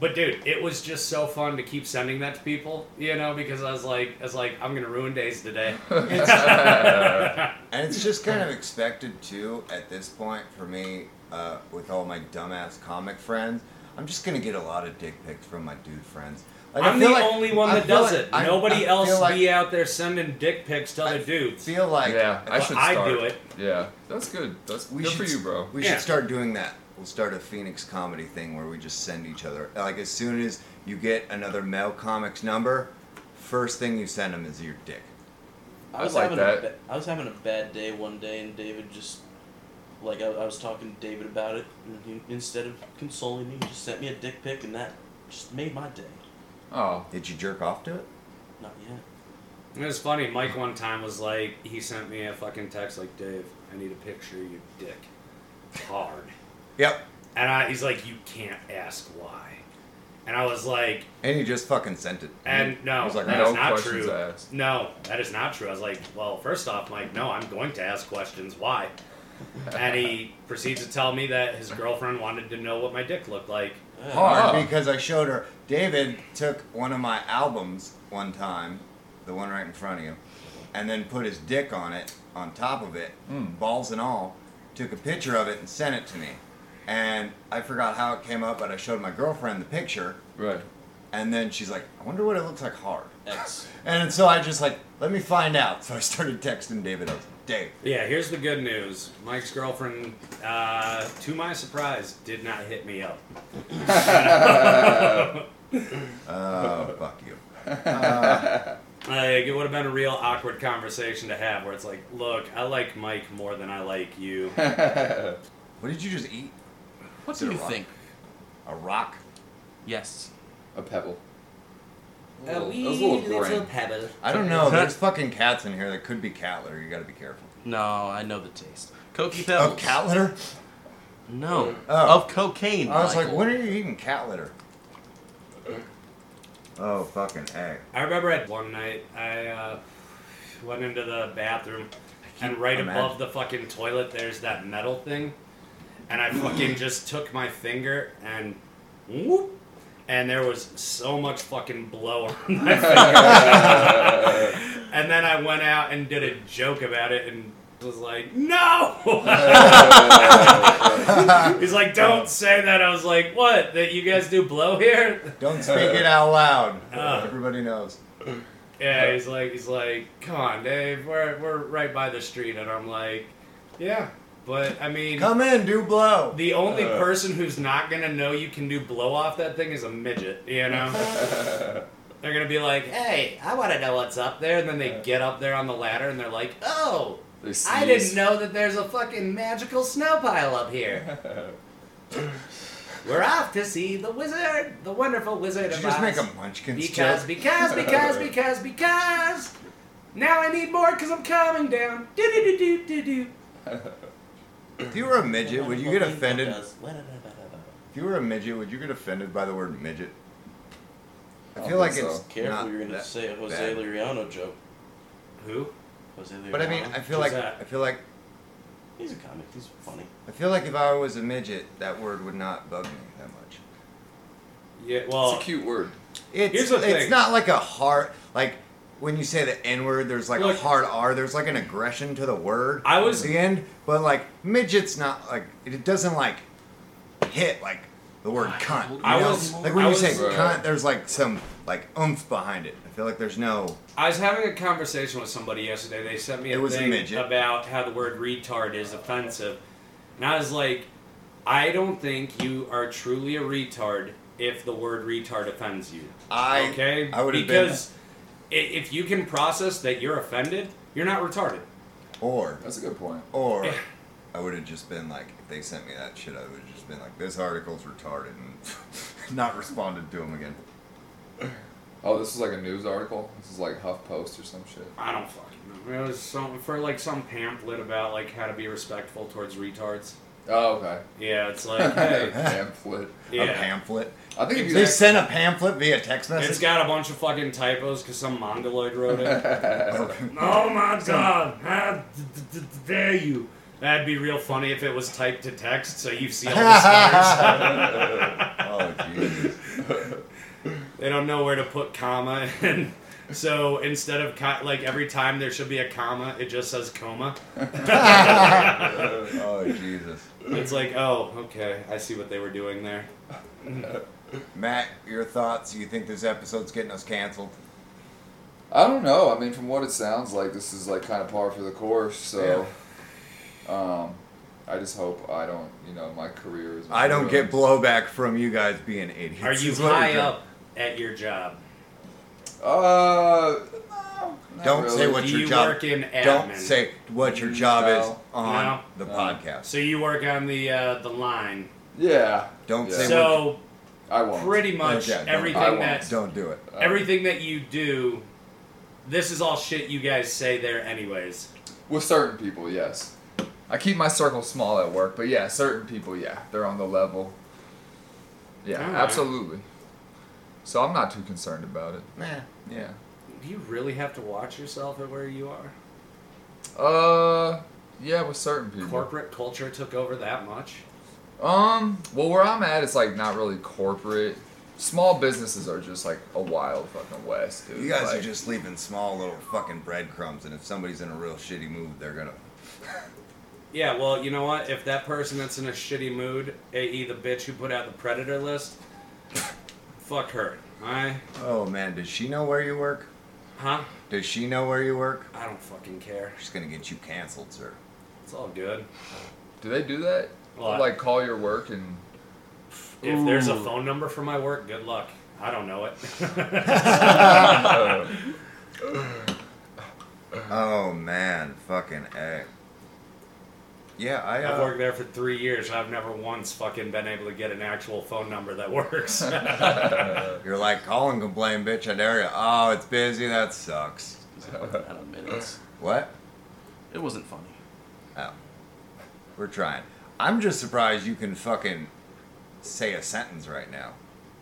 [SPEAKER 2] but dude, it was just so fun to keep sending that to people, you know, because I was like, I was like, I'm gonna ruin days today.
[SPEAKER 1] And it's just kind of expected too at this point for me, uh, with all my dumbass comic friends. I'm just gonna get a lot of dick pics from my dude friends. Like, I
[SPEAKER 2] I'm the
[SPEAKER 1] feel like-
[SPEAKER 2] only one
[SPEAKER 1] I
[SPEAKER 2] that
[SPEAKER 1] feel
[SPEAKER 2] does
[SPEAKER 1] like-
[SPEAKER 2] it.
[SPEAKER 1] I-
[SPEAKER 2] Nobody
[SPEAKER 1] I
[SPEAKER 2] else
[SPEAKER 1] feel like,
[SPEAKER 2] be out there sending dick pics to other dudes.
[SPEAKER 1] Feel like
[SPEAKER 4] yeah. I
[SPEAKER 2] Well,
[SPEAKER 4] should
[SPEAKER 2] I
[SPEAKER 4] start.
[SPEAKER 2] do it.
[SPEAKER 4] Yeah. That's good. That's
[SPEAKER 1] we
[SPEAKER 4] good
[SPEAKER 1] should
[SPEAKER 4] for you,
[SPEAKER 1] s-
[SPEAKER 4] bro.
[SPEAKER 1] We
[SPEAKER 2] Yeah.
[SPEAKER 1] should start doing that. We'll start a Phoenix comedy thing where we just send each other. Like as soon as you get another male comics number, first thing you send them is your dick.
[SPEAKER 4] I'd
[SPEAKER 3] I was
[SPEAKER 4] like
[SPEAKER 3] having
[SPEAKER 4] that.
[SPEAKER 3] A ba- I was having a bad day one day, and David just like I, I was talking to David about it, and he, instead of consoling me, he just sent me a dick pic, and that just made my day.
[SPEAKER 4] Oh.
[SPEAKER 1] Did you jerk off to it?
[SPEAKER 3] Not yet.
[SPEAKER 2] It was funny. Mike one time was like, he sent me a fucking text like, Dave, I need a picture of your dick, hard.
[SPEAKER 1] Yep.
[SPEAKER 2] And I, he's like, you can't ask why. And I was like,
[SPEAKER 1] And you just fucking sent it.
[SPEAKER 2] And no,
[SPEAKER 1] It was like,
[SPEAKER 2] that
[SPEAKER 4] no
[SPEAKER 2] is not
[SPEAKER 4] questions
[SPEAKER 2] true.
[SPEAKER 4] asked.
[SPEAKER 2] No, that is not true. I was like, well, first off, Mike, no, I'm going to ask questions. Why? And he proceeds to tell me that his girlfriend wanted to know what my dick looked like.
[SPEAKER 3] Uh,
[SPEAKER 1] hard
[SPEAKER 4] Oh.
[SPEAKER 1] because I showed her. David took one of my albums one time, the one right in front of you, and then put his dick on it, on top of it, balls and all, took a picture of it and sent it to me. And I forgot how it came up, but I showed my girlfriend the picture,
[SPEAKER 4] Right.
[SPEAKER 1] and then she's like, I wonder what it looks like hard.
[SPEAKER 3] X.
[SPEAKER 1] And so I just like, let me find out. So I started texting David. I was like, Dave,
[SPEAKER 2] Yeah, here's the good news. Mike's girlfriend, uh, to my surprise, did not hit me up.
[SPEAKER 1] oh, fuck you.
[SPEAKER 2] Like, it would have been a real awkward conversation to have where it's like, look, I like Mike more than I like you.
[SPEAKER 1] What did you just eat?
[SPEAKER 3] What
[SPEAKER 1] do you think? A rock?
[SPEAKER 3] Yes.
[SPEAKER 4] A pebble.
[SPEAKER 5] A
[SPEAKER 4] That was
[SPEAKER 5] wee
[SPEAKER 4] a little
[SPEAKER 5] little
[SPEAKER 4] brain.
[SPEAKER 5] pebble.
[SPEAKER 1] I don't know. There's fucking cats in here that could be cat litter. You gotta be careful.
[SPEAKER 3] No, I know the taste. Cokie
[SPEAKER 1] Of
[SPEAKER 3] pebbles.
[SPEAKER 1] cat litter?
[SPEAKER 3] No.
[SPEAKER 1] Oh.
[SPEAKER 3] Of cocaine.
[SPEAKER 1] I was like,
[SPEAKER 3] Michael.
[SPEAKER 1] when are you eating cat litter? Oh, fucking egg.
[SPEAKER 2] I remember at one night I uh, went into the bathroom and right
[SPEAKER 1] imagin-
[SPEAKER 2] above the fucking toilet there's that metal thing and I fucking just took my finger and whoop and there was so much fucking blow on my
[SPEAKER 4] yeah.
[SPEAKER 2] And then I went out and did a joke about it and was like, no! He's like, don't say that. I was like, what? That you guys do blow here?
[SPEAKER 1] Don't speak it out loud.
[SPEAKER 2] Ah.
[SPEAKER 1] Everybody knows.
[SPEAKER 2] Yeah, he's like, he's like, come on, Dave, we're, we're right by the street. And I'm like, yeah, but I mean,
[SPEAKER 1] Come in, do blow.
[SPEAKER 2] the only person who's not going to know you can do blow off that thing is a midget, you know? they're going to be like, hey, I want to know what's up there. And then they get up there on the ladder and they're like, oh,
[SPEAKER 4] They
[SPEAKER 2] I
[SPEAKER 4] sneeze.
[SPEAKER 2] didn't know that there's a fucking magical snow pile up here. We're off to see the wizard, the wonderful wizard
[SPEAKER 1] Did
[SPEAKER 2] of
[SPEAKER 1] you just make
[SPEAKER 2] Oz.
[SPEAKER 1] a munchkins
[SPEAKER 2] because,
[SPEAKER 1] joke?
[SPEAKER 2] because, because, because, because. Now I need more because I'm calming down. Do do do do do do.
[SPEAKER 1] If you were a midget, would you get offended? If
[SPEAKER 5] Well,
[SPEAKER 1] you were a midget, would you get offended by the word midget? I
[SPEAKER 4] I
[SPEAKER 1] feel
[SPEAKER 4] don't
[SPEAKER 1] like
[SPEAKER 4] think
[SPEAKER 1] it's
[SPEAKER 4] so.
[SPEAKER 3] Careful,
[SPEAKER 1] not
[SPEAKER 3] you're gonna
[SPEAKER 1] that
[SPEAKER 3] say a Jose
[SPEAKER 1] bad.
[SPEAKER 3] Liriano joke.
[SPEAKER 2] Who?
[SPEAKER 3] Jose Liriano.
[SPEAKER 1] But I mean, I feel like
[SPEAKER 2] Who's that?
[SPEAKER 1] I feel like
[SPEAKER 3] he's a comic. He's funny.
[SPEAKER 1] I feel like if I was a midget, that word would not bug me that much.
[SPEAKER 2] Yeah,
[SPEAKER 4] It's a
[SPEAKER 2] well,
[SPEAKER 4] cute word.
[SPEAKER 1] It's
[SPEAKER 2] Here's the
[SPEAKER 1] it's
[SPEAKER 2] thing.
[SPEAKER 1] not like a hard like when you say the N word. There's like
[SPEAKER 2] Look-
[SPEAKER 1] a hard R. There's like an aggression to the word.
[SPEAKER 2] I was-
[SPEAKER 1] at the end, but like midget's not like it doesn't like hit like the word cunt. you
[SPEAKER 2] I
[SPEAKER 1] know?
[SPEAKER 2] was-
[SPEAKER 1] like when
[SPEAKER 2] I
[SPEAKER 1] you
[SPEAKER 2] was-
[SPEAKER 1] say
[SPEAKER 4] Right.
[SPEAKER 1] cunt, there's like some like oomph behind it. I feel like there's no
[SPEAKER 2] I was having a conversation with somebody yesterday. They sent me a
[SPEAKER 1] It was a
[SPEAKER 2] thing
[SPEAKER 1] midget.
[SPEAKER 2] about how the word retard is offensive. And I was like, I don't think you are truly a retard if the word retard offends you.
[SPEAKER 1] I
[SPEAKER 2] okay?
[SPEAKER 1] I would have been
[SPEAKER 2] because i- if you can process that you're offended, you're not retarded.
[SPEAKER 1] or
[SPEAKER 4] That's a good point.
[SPEAKER 1] or. I would have just been like, if they sent me that shit, I would have just been like, this article's retarded and not responded to them again.
[SPEAKER 4] Oh, this is like a news article. This is like HuffPost or some shit.
[SPEAKER 2] I don't fucking know. It was some for like some pamphlet about like how to be respectful towards retards.
[SPEAKER 4] Oh, okay.
[SPEAKER 2] Yeah, it's like hey,
[SPEAKER 4] Pamphlet.
[SPEAKER 1] A
[SPEAKER 2] yeah.
[SPEAKER 1] pamphlet.
[SPEAKER 4] I think if you
[SPEAKER 1] They sent a pamphlet via text message.
[SPEAKER 2] It's got a bunch of fucking typos because some mongoloid wrote it.
[SPEAKER 7] Oh my god, how d- d- d- dare you!
[SPEAKER 2] That'd be real funny if it was typed to text, so you see all the stars.
[SPEAKER 1] oh Jesus!
[SPEAKER 2] they don't know where to put comma, and so instead of co- like every time there should be a comma, it just says coma.
[SPEAKER 1] Oh Jesus!
[SPEAKER 2] It's like, oh, okay, I see what they were doing there.
[SPEAKER 1] Matt, your thoughts? You think this episode's getting us canceled?
[SPEAKER 4] I don't know. I mean, from what it sounds like, this is like kind of par for the course. So, um, I just hope I don't. You know, my career is.
[SPEAKER 1] I don't get
[SPEAKER 4] ruined.
[SPEAKER 1] blowback from you guys being idiots.
[SPEAKER 2] Are you
[SPEAKER 1] is what
[SPEAKER 2] high
[SPEAKER 1] you're-
[SPEAKER 2] up at your job?
[SPEAKER 4] Uh, no, not
[SPEAKER 1] Don't say
[SPEAKER 4] really.
[SPEAKER 1] what
[SPEAKER 2] Do
[SPEAKER 1] your
[SPEAKER 2] you
[SPEAKER 1] job.
[SPEAKER 2] work in admin?
[SPEAKER 1] don't say what your job is
[SPEAKER 4] No.
[SPEAKER 1] on
[SPEAKER 2] No.
[SPEAKER 1] the
[SPEAKER 4] No.
[SPEAKER 1] podcast.
[SPEAKER 2] So you work on the uh, the line.
[SPEAKER 4] Yeah,
[SPEAKER 1] Don't
[SPEAKER 4] Yeah.
[SPEAKER 1] say what.
[SPEAKER 2] so
[SPEAKER 4] I won't.
[SPEAKER 2] pretty much
[SPEAKER 1] Yeah, don't-
[SPEAKER 4] I
[SPEAKER 2] everything
[SPEAKER 4] won't.
[SPEAKER 2] that
[SPEAKER 1] Don't do it.
[SPEAKER 4] Uh,
[SPEAKER 2] everything that you do, this is all shit you guys say there, anyways.
[SPEAKER 4] with certain people, yes. I keep my circle small at work, but yeah, certain people, yeah, they're on the level. Yeah,
[SPEAKER 2] Alright.
[SPEAKER 4] absolutely. So I'm not too concerned about it.
[SPEAKER 1] Nah.
[SPEAKER 4] Yeah.
[SPEAKER 2] Do you really have to watch yourself at where you are?
[SPEAKER 4] Uh, yeah, with certain
[SPEAKER 1] Mm-hmm.
[SPEAKER 4] people.
[SPEAKER 2] Corporate culture took over that much.
[SPEAKER 4] Um, well, where I'm at, it's like not really corporate. Small businesses are just like a wild fucking west, dude.
[SPEAKER 1] You guys
[SPEAKER 4] like,
[SPEAKER 1] are just leaving small little fucking breadcrumbs, and if somebody's in a real shitty mood, they're gonna.
[SPEAKER 2] Yeah, well, you know what? If that person that's in a shitty mood, i.e., the bitch who put out the predator list, fuck her. I,
[SPEAKER 1] Oh man, does she know where you work?
[SPEAKER 2] huh?
[SPEAKER 1] Does she know where you work?
[SPEAKER 2] I don't fucking care.
[SPEAKER 1] She's gonna get you canceled, sir.
[SPEAKER 2] It's all good.
[SPEAKER 4] Do they do that?
[SPEAKER 2] What?
[SPEAKER 4] Like call your work and
[SPEAKER 2] If there's a phone number for my work, good luck. I don't know it.
[SPEAKER 1] Oh man, fucking a. Yeah, I.
[SPEAKER 2] I've
[SPEAKER 1] Uh,
[SPEAKER 2] worked there for three years. I've never once fucking been able to get an actual phone number that works.
[SPEAKER 1] you're like call and complain, bitch. I dare you. Oh, it's busy. That sucks.
[SPEAKER 3] He's like, "Out of minutes."
[SPEAKER 1] What?
[SPEAKER 3] It wasn't funny.
[SPEAKER 1] Oh, we're trying. I'm just surprised you can fucking say a sentence right now.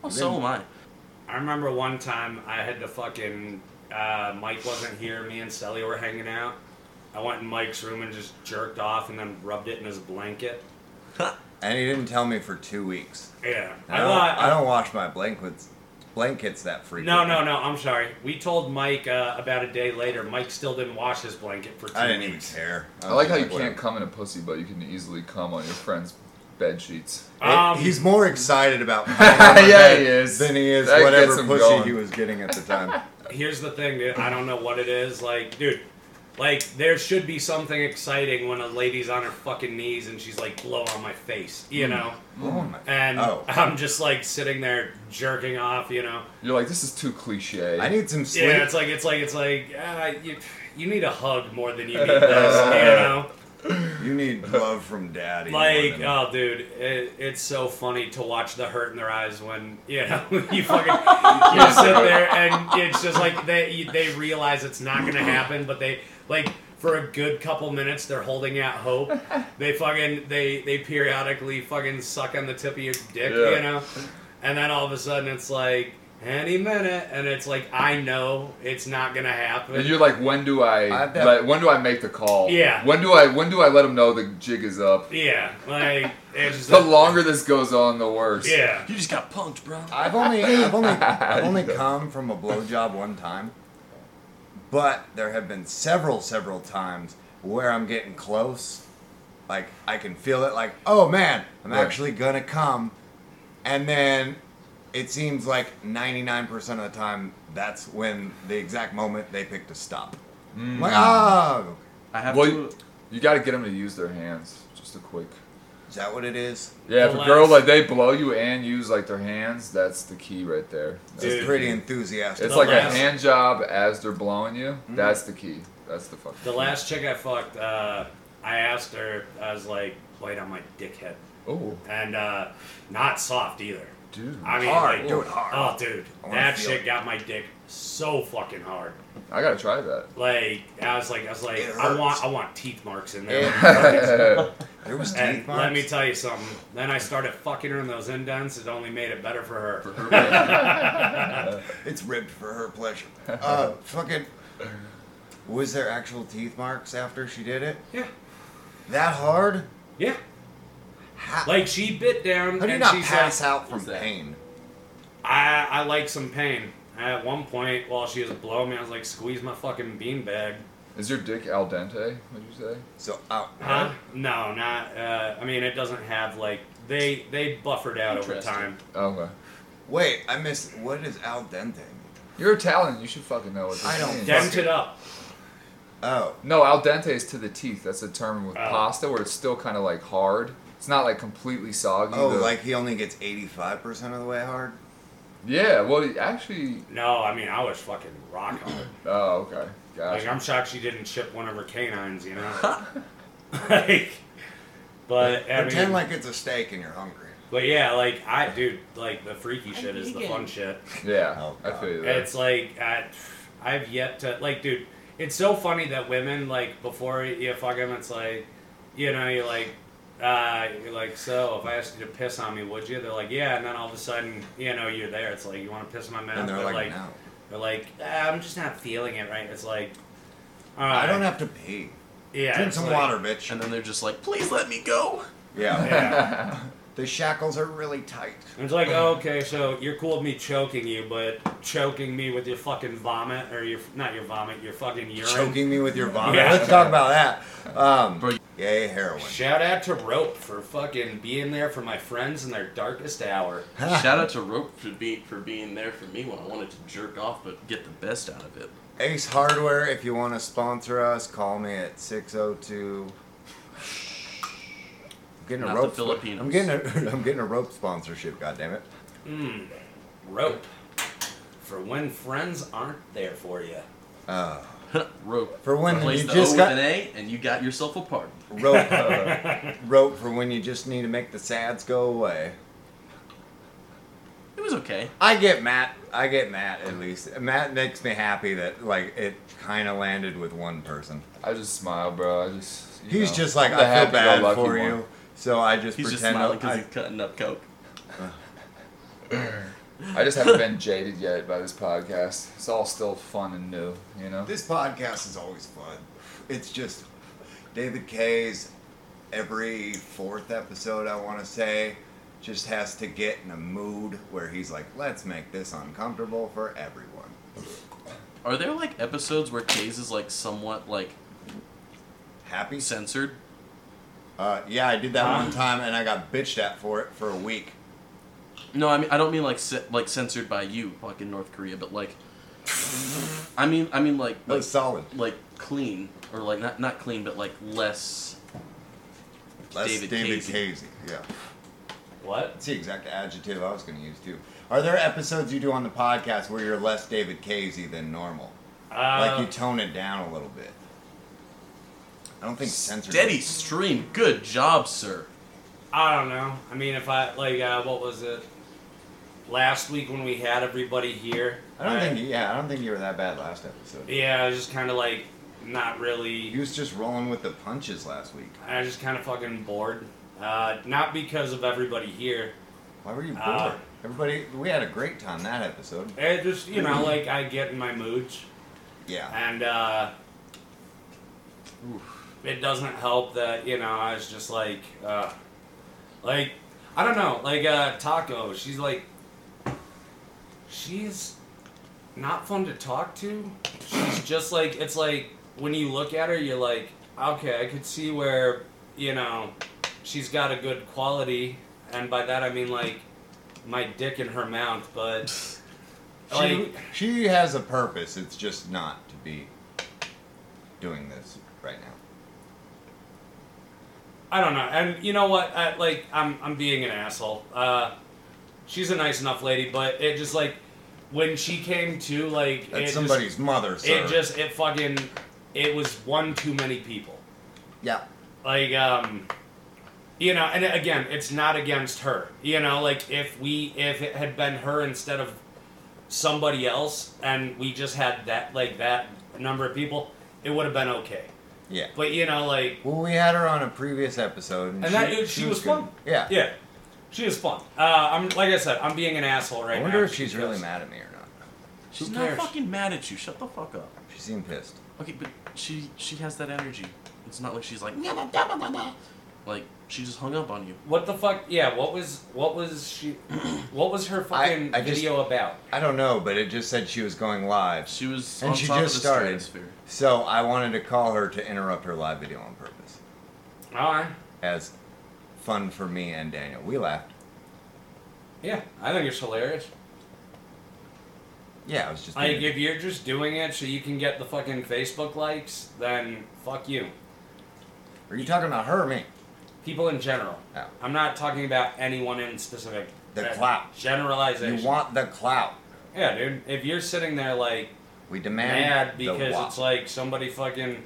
[SPEAKER 3] Well, so am I.
[SPEAKER 2] I remember one time I had to fucking uh, Mike wasn't here. Me and Sally were hanging out. I went in Mike's room and just jerked off and then rubbed it in his blanket.
[SPEAKER 1] and he didn't tell me for two weeks.
[SPEAKER 2] Yeah.
[SPEAKER 1] I,
[SPEAKER 2] I
[SPEAKER 1] don't,
[SPEAKER 2] thought.
[SPEAKER 1] I don't wash my blankets blankets that frequently.
[SPEAKER 2] no, no, no. I'm sorry. We told Mike uh, about a day later. Mike still didn't wash his blanket for two
[SPEAKER 1] I didn't even
[SPEAKER 2] weeks.
[SPEAKER 1] care.
[SPEAKER 4] I like how you
[SPEAKER 1] Whatever.
[SPEAKER 4] can't come in a pussy, but you can easily come on your friend's bed sheets.
[SPEAKER 2] Um,
[SPEAKER 1] He's more excited about pineapple
[SPEAKER 4] Yeah,
[SPEAKER 1] than-
[SPEAKER 4] he is.
[SPEAKER 1] than he is
[SPEAKER 4] That
[SPEAKER 1] whatever
[SPEAKER 4] gets him
[SPEAKER 1] pussy
[SPEAKER 4] going.
[SPEAKER 1] he was getting at the time.
[SPEAKER 2] here's the thing, dude. I don't know what it is. Like, dude, like there should be something exciting when a lady's on her fucking knees and she's like, blow on my face, you know?
[SPEAKER 1] oh my!
[SPEAKER 2] And
[SPEAKER 1] Oh.
[SPEAKER 2] I'm just like sitting there jerking off, you know?
[SPEAKER 4] You're like, this is too cliche.
[SPEAKER 1] I need some sleep.
[SPEAKER 2] Yeah, it's like it's like it's like ah, you, you need a hug more than you need this, you know.
[SPEAKER 1] you need love from daddy. more
[SPEAKER 2] Like,
[SPEAKER 1] than-
[SPEAKER 2] oh, dude, it, it's so funny to watch the hurt in their eyes when you know you fucking you sit there and it's just like they you- they realize it's not gonna happen, but they like for a good couple minutes they're holding out hope. They fucking they they periodically fucking suck on the tip of your dick,
[SPEAKER 4] Yeah.
[SPEAKER 2] you know, and then all of a sudden it's like. Any minute, and it's like I know it's not gonna happen.
[SPEAKER 4] and you're like, when do I?
[SPEAKER 1] I've done-
[SPEAKER 4] like, when do I make the call?
[SPEAKER 2] Yeah.
[SPEAKER 4] When do I? When do I let them know the jig is up?
[SPEAKER 2] Yeah, like it's just
[SPEAKER 4] The longer this goes on, the worse.
[SPEAKER 2] Yeah,
[SPEAKER 3] You just got punked, bro.
[SPEAKER 1] I've only I've only I've only come from a blowjob one time, but there have been several several times where I'm getting close, like I can feel it, like oh man, I'm
[SPEAKER 4] Right.
[SPEAKER 1] actually gonna come, and then it seems like 99% of the time that's when the exact moment they pick to stop. I'm
[SPEAKER 4] Mm-hmm.
[SPEAKER 1] like oh,
[SPEAKER 3] I have
[SPEAKER 4] Well,
[SPEAKER 3] to.
[SPEAKER 4] you, you got to get them to use their hands. Just a quick.
[SPEAKER 1] is that what it is?
[SPEAKER 4] Yeah,
[SPEAKER 2] The
[SPEAKER 4] if a girl
[SPEAKER 2] last-
[SPEAKER 4] like they blow you and use like their hands, that's the key right there. That's
[SPEAKER 2] Dude.
[SPEAKER 4] the
[SPEAKER 1] Pretty
[SPEAKER 4] key.
[SPEAKER 1] enthusiastic.
[SPEAKER 4] It's
[SPEAKER 2] The
[SPEAKER 4] like
[SPEAKER 2] last- Mm-hmm.
[SPEAKER 4] a hand job as they're blowing you. That's the key. That's the fucking.
[SPEAKER 2] the last chick I fucked, uh, I asked her, I was like, light on my dickhead,
[SPEAKER 4] Oh,
[SPEAKER 2] and uh, not soft either.
[SPEAKER 4] dude.
[SPEAKER 2] I mean,
[SPEAKER 1] Hard,
[SPEAKER 2] like,
[SPEAKER 1] do it hard.
[SPEAKER 2] Oh, dude,
[SPEAKER 1] I wanna
[SPEAKER 2] that
[SPEAKER 1] feel
[SPEAKER 2] shit
[SPEAKER 1] it.
[SPEAKER 2] got my dick so fucking hard.
[SPEAKER 4] I gotta try that.
[SPEAKER 2] Like, I was like, I was like,
[SPEAKER 1] It
[SPEAKER 2] I want,
[SPEAKER 1] hurts.
[SPEAKER 2] I want teeth marks in there.
[SPEAKER 4] yeah,
[SPEAKER 1] there was
[SPEAKER 2] And
[SPEAKER 1] teeth
[SPEAKER 2] let me
[SPEAKER 1] marks.
[SPEAKER 2] tell you something. Then I started fucking her in those indents. It only made it better for her.
[SPEAKER 1] It's ribbed for her pleasure. Uh, fucking. Was there actual teeth marks after she did it?
[SPEAKER 2] Yeah,
[SPEAKER 1] That hard?
[SPEAKER 2] yeah.
[SPEAKER 1] How,
[SPEAKER 2] Like she bit down,
[SPEAKER 1] how do you
[SPEAKER 2] and
[SPEAKER 1] not
[SPEAKER 2] she's
[SPEAKER 1] pass
[SPEAKER 2] like,
[SPEAKER 1] out from
[SPEAKER 3] Who's that?
[SPEAKER 1] pain?
[SPEAKER 2] I, I like some pain. At one point, while she was blowing me, I was like, squeeze my fucking beanbag.
[SPEAKER 4] Is your dick al dente? Would you say?
[SPEAKER 1] So, uh, out.
[SPEAKER 2] Huh? No, not. Uh, I mean, it doesn't have like they they buffered out over
[SPEAKER 3] Interesting.
[SPEAKER 2] time.
[SPEAKER 4] Oh, Okay.
[SPEAKER 1] Wait, I missed. What is al dente?
[SPEAKER 4] You're Italian. You should fucking know what this
[SPEAKER 1] I don't
[SPEAKER 4] means.
[SPEAKER 1] fucking-
[SPEAKER 2] Dented up.
[SPEAKER 1] Oh,
[SPEAKER 4] No, al dente is to the teeth. That's a term with
[SPEAKER 2] Oh.
[SPEAKER 4] pasta where it's still kind of like hard. It's not like completely soggy.
[SPEAKER 1] oh,
[SPEAKER 4] The-
[SPEAKER 1] like he only gets eighty-five percent of the way hard.
[SPEAKER 4] yeah. Well, it actually.
[SPEAKER 2] No, I mean I was fucking rock hard.
[SPEAKER 4] Oh, okay. Gotcha.
[SPEAKER 2] Like I'm shocked she didn't ship one of her canines. You know. like, but I
[SPEAKER 1] Pretend
[SPEAKER 2] mean,
[SPEAKER 1] like it's a steak and you're hungry.
[SPEAKER 2] but yeah, like I dude, like the freaky shit is the
[SPEAKER 5] vegan.
[SPEAKER 2] fun shit.
[SPEAKER 4] yeah,
[SPEAKER 1] Oh,
[SPEAKER 4] I
[SPEAKER 1] God.
[SPEAKER 4] feel you. There.
[SPEAKER 2] It's like I, I've yet to like, dude. It's so funny that women like before you fuck them, it's like, you know, you're like, uh, you're like, so if I asked you to piss on me, would you? They're like, yeah, and then all of a sudden, you know, you're there. It's like you want to piss on my mouth,
[SPEAKER 1] And they're like,
[SPEAKER 2] like,
[SPEAKER 1] no,
[SPEAKER 2] they're like, ah, I'm just not feeling it right. It's like, all right,
[SPEAKER 1] I don't have to pee.
[SPEAKER 2] uh, yeah,
[SPEAKER 1] Drink
[SPEAKER 2] it's
[SPEAKER 1] some
[SPEAKER 2] like-
[SPEAKER 1] water, bitch.
[SPEAKER 3] And then they're just like, please let me go.
[SPEAKER 1] yeah,
[SPEAKER 2] Yeah.
[SPEAKER 1] the shackles are really tight.
[SPEAKER 2] And It's like, oh, okay, so you're cool with me choking you, but choking me with your fucking vomit, or your, not your vomit, your fucking urine.
[SPEAKER 1] Choking me with your vomit.
[SPEAKER 2] Yeah.
[SPEAKER 1] Let's talk about that.
[SPEAKER 3] Bro,
[SPEAKER 1] Um,
[SPEAKER 3] you-
[SPEAKER 1] yay, heroin.
[SPEAKER 2] Shout out to Rope for fucking being there for my friends in their darkest hour.
[SPEAKER 3] Shout out to Rope for being for being there for me when I wanted to jerk off but get the best out of it.
[SPEAKER 1] Ace Hardware, if you want to sponsor us, call me at 602. I'm getting
[SPEAKER 3] Not
[SPEAKER 1] a rope.
[SPEAKER 3] the Filipinos.
[SPEAKER 1] I'm getting a, I'm getting a rope sponsorship. God damn it!
[SPEAKER 2] Rope for when friends aren't there for you.
[SPEAKER 1] Uh,
[SPEAKER 3] Rope.
[SPEAKER 1] For when
[SPEAKER 3] Replace
[SPEAKER 1] you
[SPEAKER 3] the
[SPEAKER 1] just
[SPEAKER 3] O
[SPEAKER 1] got-
[SPEAKER 3] with an A, and you got yourself a pardon.
[SPEAKER 1] rope, rope for when you just need to make the sads go away.
[SPEAKER 3] It was okay.
[SPEAKER 1] I get Matt. I get Matt at least. Matt makes me happy that like it kind of landed with one person.
[SPEAKER 4] I just smile, bro. I just. you
[SPEAKER 1] He's
[SPEAKER 4] know,
[SPEAKER 1] just like
[SPEAKER 4] I'm the
[SPEAKER 1] I feel bad
[SPEAKER 4] happy-go-lucky
[SPEAKER 1] for
[SPEAKER 4] one.
[SPEAKER 1] you, so I just
[SPEAKER 3] He's just
[SPEAKER 1] pretend.
[SPEAKER 3] smiling because
[SPEAKER 1] I-
[SPEAKER 3] he's cutting up coke.
[SPEAKER 4] I just haven't been jaded yet by this podcast. It's all still fun and new, you know.
[SPEAKER 1] This podcast is always fun. It's just David K's every fourth episode, I want to say, just has to get in a mood where he's like, let's make this uncomfortable for everyone.
[SPEAKER 3] Are there like episodes where Kays is like somewhat like
[SPEAKER 1] Happy?
[SPEAKER 3] censored?
[SPEAKER 1] Uh, yeah, I did that one time and I got bitched at for it for a week.
[SPEAKER 3] No, I mean I don't mean like ce- like censored by you, fucking North Korea, but like I mean I mean like
[SPEAKER 1] That
[SPEAKER 3] like
[SPEAKER 1] was solid.
[SPEAKER 3] like clean or like not not clean, but like less.
[SPEAKER 1] That's
[SPEAKER 3] David
[SPEAKER 1] David,
[SPEAKER 3] Casey.
[SPEAKER 1] Casey. Yeah.
[SPEAKER 2] What?
[SPEAKER 1] That's the exact adjective I was going to use too. Are there episodes you do on the podcast where you're less David Casey than normal?
[SPEAKER 2] Uh,
[SPEAKER 1] like you tone it down a little bit. I don't think censored.
[SPEAKER 3] Steady stream, good job, sir.
[SPEAKER 2] I don't know. I mean, if I like, uh, what was it? Last week when we had everybody here,
[SPEAKER 1] I don't think. Yeah, I don't think you were that bad last episode.
[SPEAKER 2] Yeah, I was just kind of like not
[SPEAKER 1] He
[SPEAKER 2] really.
[SPEAKER 1] was just rolling with the punches last week.
[SPEAKER 2] I was just kind of fucking bored. Uh, not because of everybody here.
[SPEAKER 1] Why were you bored?
[SPEAKER 2] Ah.
[SPEAKER 1] Everybody, we had a great time that episode.
[SPEAKER 2] It just you know like I get in my moods,
[SPEAKER 1] Yeah.
[SPEAKER 2] and uh, it doesn't help that you know I was just like uh, like I don't know like uh, Taco. She's like she's not fun to talk to. She's just like it's like when you look at her, you're like, okay, I could see where you know she's got a good quality, and by that I mean like my dick in her mouth, but like
[SPEAKER 1] she, she has a purpose. It's just not to be doing this right now.
[SPEAKER 2] I don't know. And you know what? I, like I'm I'm being an asshole. Uh, she's a nice enough lady, but it just like when she came to like it
[SPEAKER 1] That's
[SPEAKER 2] just-
[SPEAKER 1] somebody's mother, sir.
[SPEAKER 2] it just it fucking it was one too many people.
[SPEAKER 1] yeah.
[SPEAKER 2] like um you know and again it's not against her you know like if we if it had been her instead of somebody else and we just had that like that number of people it would have been okay
[SPEAKER 1] Yeah.
[SPEAKER 2] but you know like
[SPEAKER 1] Well, we had her on a previous episode, and,
[SPEAKER 2] and that she, was,
[SPEAKER 1] good.
[SPEAKER 2] fun
[SPEAKER 1] Yeah.
[SPEAKER 2] yeah she was fun uh i'm like i said i'm being an asshole
[SPEAKER 1] I
[SPEAKER 2] right now
[SPEAKER 1] wonder if she's really
[SPEAKER 2] because-
[SPEAKER 1] mad at me or not.
[SPEAKER 3] She's
[SPEAKER 2] cares?
[SPEAKER 3] not fucking mad at you. Shut the fuck up.
[SPEAKER 1] She seemed pissed.
[SPEAKER 3] Okay, but she she has that energy. It's not like she's like like she just hung up on you.
[SPEAKER 2] what the fuck yeah what was what was she what was her
[SPEAKER 1] I-
[SPEAKER 2] fucking
[SPEAKER 1] I just-
[SPEAKER 2] video about
[SPEAKER 1] I don't know, but it just said she was going live.
[SPEAKER 3] She was
[SPEAKER 1] And
[SPEAKER 3] on
[SPEAKER 1] she
[SPEAKER 3] top
[SPEAKER 1] just
[SPEAKER 3] of the
[SPEAKER 1] started.
[SPEAKER 3] stratosphere.
[SPEAKER 1] So I wanted to call her to interrupt her live video on purpose.
[SPEAKER 2] all right
[SPEAKER 1] As fun for me and Daniel. We laughed.
[SPEAKER 2] yeah i think it's hilarious
[SPEAKER 1] Yeah, I was just.
[SPEAKER 2] Like,
[SPEAKER 1] being-
[SPEAKER 2] if you're just doing it so you can get the fucking Facebook likes, then fuck you.
[SPEAKER 1] Are you talking about her or me?
[SPEAKER 2] People in general.
[SPEAKER 1] Oh.
[SPEAKER 2] I'm not talking about anyone in specific.
[SPEAKER 1] The
[SPEAKER 2] That's
[SPEAKER 1] clout.
[SPEAKER 2] Generalization.
[SPEAKER 1] You want the clout.
[SPEAKER 2] yeah, dude. If you're sitting there, like,
[SPEAKER 1] We demand
[SPEAKER 2] mad
[SPEAKER 1] the
[SPEAKER 2] because
[SPEAKER 1] wa-
[SPEAKER 2] it's like somebody fucking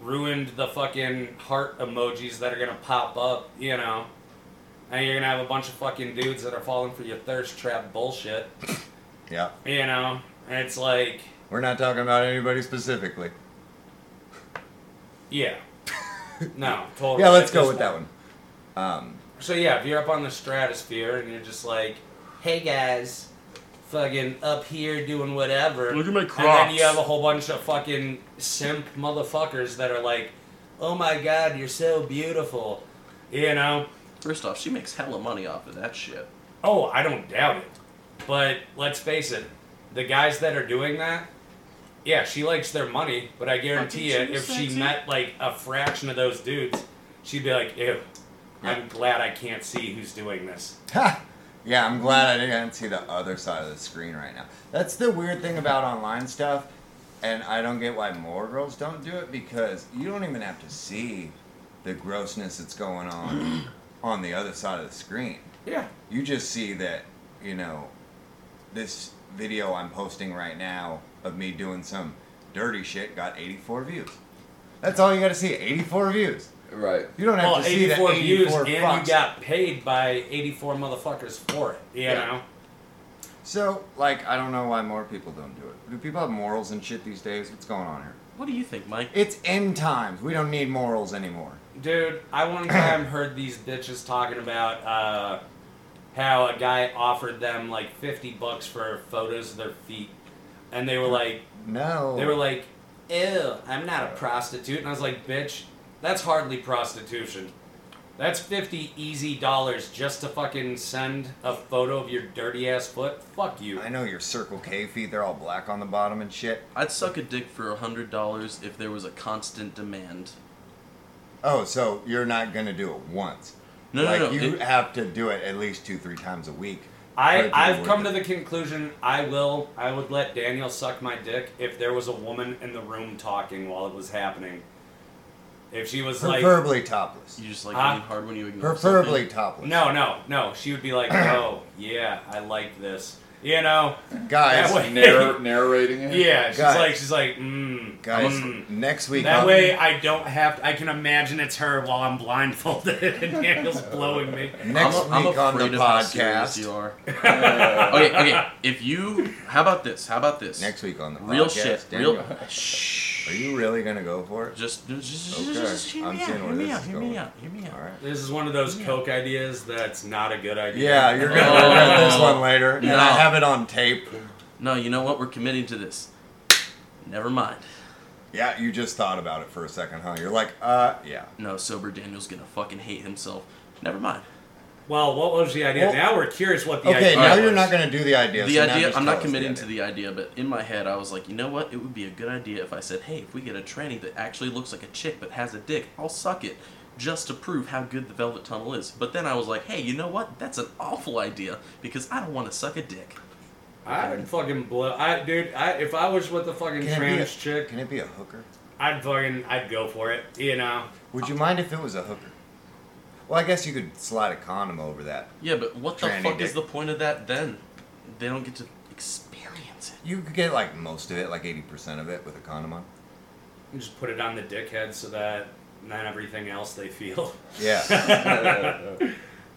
[SPEAKER 2] ruined the fucking heart emojis that are gonna pop up, you know. And you're gonna have a bunch of fucking dudes that are falling for your thirst trap bullshit,
[SPEAKER 1] Yeah,
[SPEAKER 2] you know. And it's like,
[SPEAKER 1] we're not talking about anybody specifically.
[SPEAKER 2] yeah. No, totally.
[SPEAKER 1] Yeah, let's
[SPEAKER 2] At
[SPEAKER 1] go
[SPEAKER 2] this
[SPEAKER 1] with that
[SPEAKER 2] point.
[SPEAKER 1] one. Um,
[SPEAKER 2] So yeah, if you're up on the stratosphere and you're just like, hey guys, fucking up here doing whatever.
[SPEAKER 3] Look at my
[SPEAKER 2] And then
[SPEAKER 3] Crocs.
[SPEAKER 2] you have a whole bunch of fucking simp motherfuckers that are like, oh my god, you're so beautiful. You know?
[SPEAKER 3] First off, she makes hella money off of that shit.
[SPEAKER 2] Oh, I don't doubt it. But let's face it, the guys that are doing that, yeah, she likes their money, but I guarantee you,
[SPEAKER 3] Fucking
[SPEAKER 2] if she
[SPEAKER 3] sexy.
[SPEAKER 2] met like a fraction of those dudes, she'd be like, ew, I'm glad I can't see who's doing this.
[SPEAKER 1] Ha! Yeah, I'm glad I didn't see the other side of the screen right now. That's the weird thing about online stuff, and I don't get why more girls don't do it because you don't even have to see the grossness that's going on on the other side of the screen.
[SPEAKER 2] Yeah.
[SPEAKER 1] You just see that, you know, this video I'm posting right now of me doing some dirty shit got 84 views. That's all you got to see, 84 views.
[SPEAKER 4] Right.
[SPEAKER 1] You don't have
[SPEAKER 2] Well,
[SPEAKER 1] to see the
[SPEAKER 2] 84 views,
[SPEAKER 1] 84
[SPEAKER 2] and you
[SPEAKER 1] fucks.
[SPEAKER 2] got paid by 84 motherfuckers for it. You
[SPEAKER 1] Yeah.
[SPEAKER 2] know?
[SPEAKER 1] So, like, I don't know why more people don't do it. Do people have morals and shit these days? What's going on here?
[SPEAKER 3] What do you think, Mike?
[SPEAKER 1] It's end times. We don't need morals anymore.
[SPEAKER 2] Dude, I one time heard these bitches talking about uh, how a guy offered them like 50 bucks for photos of their feet. And they were like,
[SPEAKER 1] No.
[SPEAKER 2] they were like, ew, I'm not a prostitute. And I was like, bitch, that's hardly prostitution. That's 50 easy dollars just to fucking send a photo of your dirty ass foot. Fuck you.
[SPEAKER 1] I know your Circle K feet, they're all black on the bottom and shit.
[SPEAKER 3] I'd suck a dick for a hundred dollars if there was a constant demand.
[SPEAKER 1] Oh, so you're not gonna do it once.
[SPEAKER 3] No,
[SPEAKER 1] like
[SPEAKER 3] no, no.
[SPEAKER 1] you
[SPEAKER 3] it-
[SPEAKER 1] have to do it at least two, three times a week.
[SPEAKER 2] I,
[SPEAKER 1] Right,
[SPEAKER 2] I've
[SPEAKER 1] people
[SPEAKER 2] come to
[SPEAKER 1] would-
[SPEAKER 2] the conclusion I will I would let Daniel suck my dick if there was a woman in the room talking while it was happening. If she was like
[SPEAKER 1] Preferably topless.
[SPEAKER 3] you just like
[SPEAKER 2] Huh?
[SPEAKER 3] really hard when you ignore
[SPEAKER 1] Preferably topless.
[SPEAKER 2] No, no, no. She would be like, Oh, yeah, I like this. You know?
[SPEAKER 1] guys,
[SPEAKER 2] That way-
[SPEAKER 4] Narr- narrating it.
[SPEAKER 2] Yeah. She's
[SPEAKER 1] Guys.
[SPEAKER 2] like she's like, mmm.
[SPEAKER 1] guys,
[SPEAKER 2] mm.
[SPEAKER 1] next week.
[SPEAKER 2] That
[SPEAKER 1] I'll-
[SPEAKER 2] way I don't have I can imagine it's her while I'm blindfolded and Daniel's blowing me.
[SPEAKER 1] next
[SPEAKER 3] something. I'm,
[SPEAKER 1] week on
[SPEAKER 3] I'm
[SPEAKER 1] the
[SPEAKER 3] afraid of how serious
[SPEAKER 1] podcast.
[SPEAKER 3] you are.
[SPEAKER 4] Uh,
[SPEAKER 3] okay, okay. If you, how about this? How about this?
[SPEAKER 1] Next week on the
[SPEAKER 3] real
[SPEAKER 1] podcast.
[SPEAKER 3] shit.
[SPEAKER 1] Daniel,
[SPEAKER 3] Real. Shh.
[SPEAKER 1] Are you really gonna go for it?
[SPEAKER 3] Just, just, just,
[SPEAKER 1] Okay,
[SPEAKER 3] just hear
[SPEAKER 1] I'm
[SPEAKER 3] me out.
[SPEAKER 1] seeing
[SPEAKER 3] Hear
[SPEAKER 1] where
[SPEAKER 3] me
[SPEAKER 1] this
[SPEAKER 3] out.
[SPEAKER 1] is
[SPEAKER 3] Hear
[SPEAKER 1] going.
[SPEAKER 3] me out. Hear me out.
[SPEAKER 1] All right.
[SPEAKER 2] This is one of those Coke ideas that's not a good idea.
[SPEAKER 1] Yeah, you're gonna
[SPEAKER 3] Oh.
[SPEAKER 1] regret this one later, and I
[SPEAKER 3] No.
[SPEAKER 1] have it on tape.
[SPEAKER 3] No, you know what? We're committing to this. Never mind.
[SPEAKER 1] Yeah, you just thought about it for a second, huh? You're like, uh, yeah.
[SPEAKER 3] No, sober Daniel's gonna fucking hate himself. Never mind.
[SPEAKER 2] Well, what was the idea?
[SPEAKER 1] Well-
[SPEAKER 2] now we're curious what the
[SPEAKER 1] Okay,
[SPEAKER 2] idea
[SPEAKER 1] now
[SPEAKER 2] was.
[SPEAKER 1] you're not gonna do the idea.
[SPEAKER 3] the
[SPEAKER 1] so now
[SPEAKER 3] idea,
[SPEAKER 1] just
[SPEAKER 3] I'm
[SPEAKER 1] tell
[SPEAKER 3] not
[SPEAKER 1] us
[SPEAKER 3] committing to
[SPEAKER 1] idea.
[SPEAKER 3] the idea, but in my head, I was like, you know what? It would be a good idea if I said, hey, if we get a tranny that actually looks like a chick but has a dick, I'll suck it just to prove how good the Velvet Tunnel is. But then I was like, hey, you know what? That's an awful idea because I don't want to suck a dick.
[SPEAKER 2] I would fucking blow. I dude, I if I was with a
[SPEAKER 1] Can
[SPEAKER 2] fucking
[SPEAKER 1] it be a-
[SPEAKER 2] trans chick,
[SPEAKER 1] Can it be a hooker?
[SPEAKER 2] I'd fucking I'd go for it. You know,
[SPEAKER 1] Would you mind if it was a hooker? Well, I guess you could slide a condom over that.
[SPEAKER 3] Yeah, but what the
[SPEAKER 1] Tranny
[SPEAKER 3] fuck is
[SPEAKER 1] dick.
[SPEAKER 3] the point of that then? They don't get to experience it.
[SPEAKER 1] You could get like most of it, like 80% of it with a condom on.
[SPEAKER 2] And just put it on the dickhead so that not everything else they feel.
[SPEAKER 1] Yeah.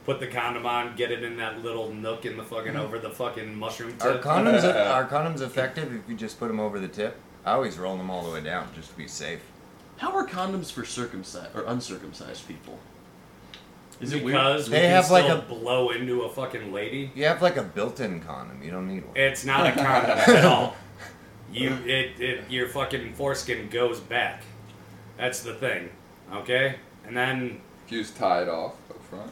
[SPEAKER 2] Put the condom on, get it in that little nook in the
[SPEAKER 1] Mm-hmm.
[SPEAKER 2] fucking over the fucking mushroom tip.
[SPEAKER 1] are condoms are condoms effective if you just put them over the tip? I always roll them all the way down just to be safe.
[SPEAKER 3] How are condoms for circumcised or uncircumcised people? Is it weird?
[SPEAKER 2] because
[SPEAKER 1] They
[SPEAKER 2] we can
[SPEAKER 1] have, like,
[SPEAKER 2] still
[SPEAKER 1] a-
[SPEAKER 2] blow into a fucking lady.
[SPEAKER 1] You have like a built-in condom. You don't need one.
[SPEAKER 2] It's not a condom at all. You it, it your fucking foreskin goes back. That's the thing. Okay? And then
[SPEAKER 4] You just tie it off up front.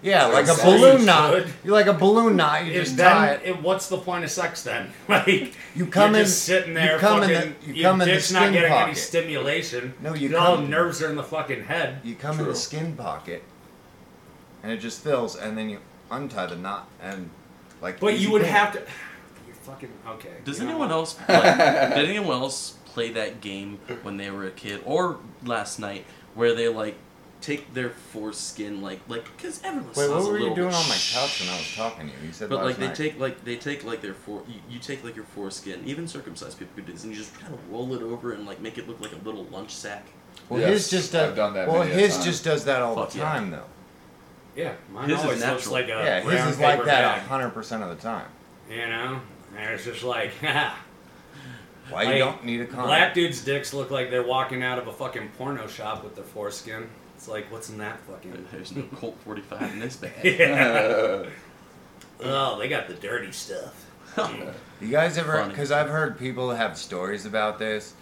[SPEAKER 1] yeah, like a
[SPEAKER 4] Sounds
[SPEAKER 1] balloon
[SPEAKER 2] good.
[SPEAKER 1] knot. You're like a balloon knot. You
[SPEAKER 2] it,
[SPEAKER 1] just
[SPEAKER 2] then
[SPEAKER 1] tie it.
[SPEAKER 2] it- what's the point of sex then? Like
[SPEAKER 1] You come
[SPEAKER 2] you're
[SPEAKER 1] in-
[SPEAKER 2] just sitting
[SPEAKER 1] you
[SPEAKER 2] there
[SPEAKER 1] come in
[SPEAKER 2] fucking
[SPEAKER 1] the- you come
[SPEAKER 2] your
[SPEAKER 1] in the
[SPEAKER 2] dick's
[SPEAKER 1] skin
[SPEAKER 2] not getting any
[SPEAKER 1] pocket.
[SPEAKER 2] stimulation.
[SPEAKER 1] No, you
[SPEAKER 2] all
[SPEAKER 1] come-
[SPEAKER 2] the nerves are in the fucking head.
[SPEAKER 1] You come in
[SPEAKER 4] True.
[SPEAKER 1] the skin pocket, and it just fills, and then you untie the knot, and like.
[SPEAKER 2] But
[SPEAKER 1] easy
[SPEAKER 2] you would
[SPEAKER 1] peasy.
[SPEAKER 2] have to You're fucking okay.
[SPEAKER 3] Does
[SPEAKER 2] you know
[SPEAKER 3] anyone
[SPEAKER 2] what?
[SPEAKER 3] else play, did anyone else play that game when they were a kid or last night where they like take their foreskin like like because everyone
[SPEAKER 1] Wait,
[SPEAKER 3] sounds
[SPEAKER 1] what
[SPEAKER 3] a
[SPEAKER 1] were you
[SPEAKER 3] little
[SPEAKER 1] doing
[SPEAKER 3] bit
[SPEAKER 1] on my
[SPEAKER 3] sh-
[SPEAKER 1] couch when I was talking to you? You said
[SPEAKER 3] But
[SPEAKER 1] last
[SPEAKER 3] like they
[SPEAKER 1] night.
[SPEAKER 3] take like they take like their fore you, you take like your foreskin even circumcised people do this and you just kind of roll it over and like make it look like a little lunch sack.
[SPEAKER 1] Well,
[SPEAKER 4] Yes,
[SPEAKER 1] his just does.
[SPEAKER 4] I've done that
[SPEAKER 1] well,
[SPEAKER 4] many a
[SPEAKER 1] his
[SPEAKER 4] time.
[SPEAKER 1] just does that all
[SPEAKER 3] Fuck
[SPEAKER 1] the
[SPEAKER 3] yeah.
[SPEAKER 1] time, though.
[SPEAKER 2] Yeah, mine
[SPEAKER 3] His is
[SPEAKER 2] always looks
[SPEAKER 3] natural.
[SPEAKER 2] like a
[SPEAKER 1] yeah,
[SPEAKER 2] brown
[SPEAKER 1] his is like
[SPEAKER 2] paper
[SPEAKER 1] that
[SPEAKER 2] bag,
[SPEAKER 1] hundred percent of the time.
[SPEAKER 2] You know? And it's just like, haha.
[SPEAKER 1] Why you
[SPEAKER 2] Like,
[SPEAKER 1] don't need a condom?
[SPEAKER 2] Black dudes' dicks look like they're walking out of a fucking porno shop with their foreskin. It's like, what's in that fucking?
[SPEAKER 3] There's no Colt 45 in this bag.
[SPEAKER 2] Yeah.
[SPEAKER 4] Uh,
[SPEAKER 2] oh, they got the dirty stuff.
[SPEAKER 1] You guys ever?
[SPEAKER 3] Funny.
[SPEAKER 1] Because I've heard people have stories about this.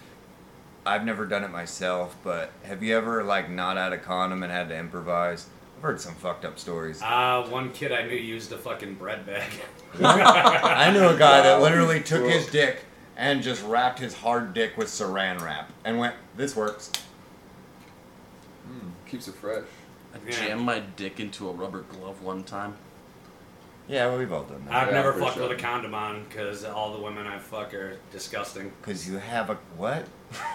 [SPEAKER 1] I've never done it myself, but have you ever like not had a condom and had to improvise? I've heard some fucked up stories.
[SPEAKER 2] Uh, one kid I knew used a fucking bread bag.
[SPEAKER 1] I knew a guy that
[SPEAKER 4] Wow.
[SPEAKER 1] literally took
[SPEAKER 4] Cool.
[SPEAKER 1] his dick and just wrapped his hard dick with saran wrap and went, "This works."
[SPEAKER 4] keeps it fresh.
[SPEAKER 3] I
[SPEAKER 2] Yeah.
[SPEAKER 3] jammed my dick into a rubber glove one time.
[SPEAKER 1] Yeah, well, we've all done that.
[SPEAKER 2] I've
[SPEAKER 4] Yeah,
[SPEAKER 2] never
[SPEAKER 4] for
[SPEAKER 2] fucked
[SPEAKER 4] sure.
[SPEAKER 2] with a condom on because all the women I fuck are disgusting.
[SPEAKER 1] Because you have a what?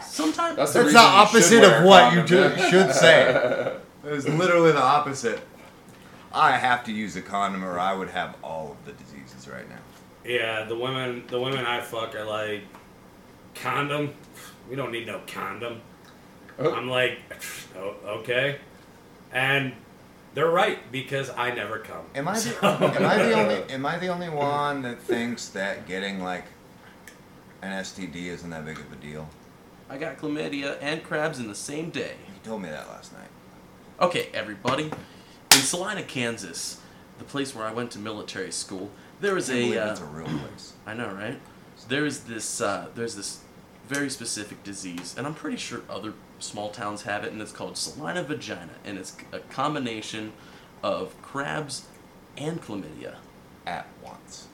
[SPEAKER 3] Sometimes
[SPEAKER 4] That's
[SPEAKER 1] That's
[SPEAKER 4] reason
[SPEAKER 1] the
[SPEAKER 4] you should
[SPEAKER 1] opposite
[SPEAKER 4] wear
[SPEAKER 1] of
[SPEAKER 4] a
[SPEAKER 1] what you
[SPEAKER 4] condom,
[SPEAKER 1] do,
[SPEAKER 4] yeah.
[SPEAKER 1] should say. It's literally the opposite. I have to use a condom, or I would have all of the diseases right now.
[SPEAKER 2] Yeah, the women the women I fuck are like condom. We don't need no condom.
[SPEAKER 4] Oh.
[SPEAKER 2] I'm like, "Oh, okay, and they're right because I never come.
[SPEAKER 1] Am I the, am I the only am I the only one that thinks that getting like an STD isn't that big of a deal?
[SPEAKER 3] I got chlamydia and crabs in the same day.
[SPEAKER 1] You told me that last night.
[SPEAKER 3] Okay, everybody. In Salina, Kansas, the place where I went to military school, there was
[SPEAKER 1] I can't
[SPEAKER 3] a.
[SPEAKER 1] believe
[SPEAKER 3] Uh,
[SPEAKER 1] it's a real place.
[SPEAKER 3] I know, right? There is this. Uh, there's this very specific disease, and I'm pretty sure other small towns have it, and it's called salina vagina, and it's a combination of crabs and chlamydia.
[SPEAKER 1] at once.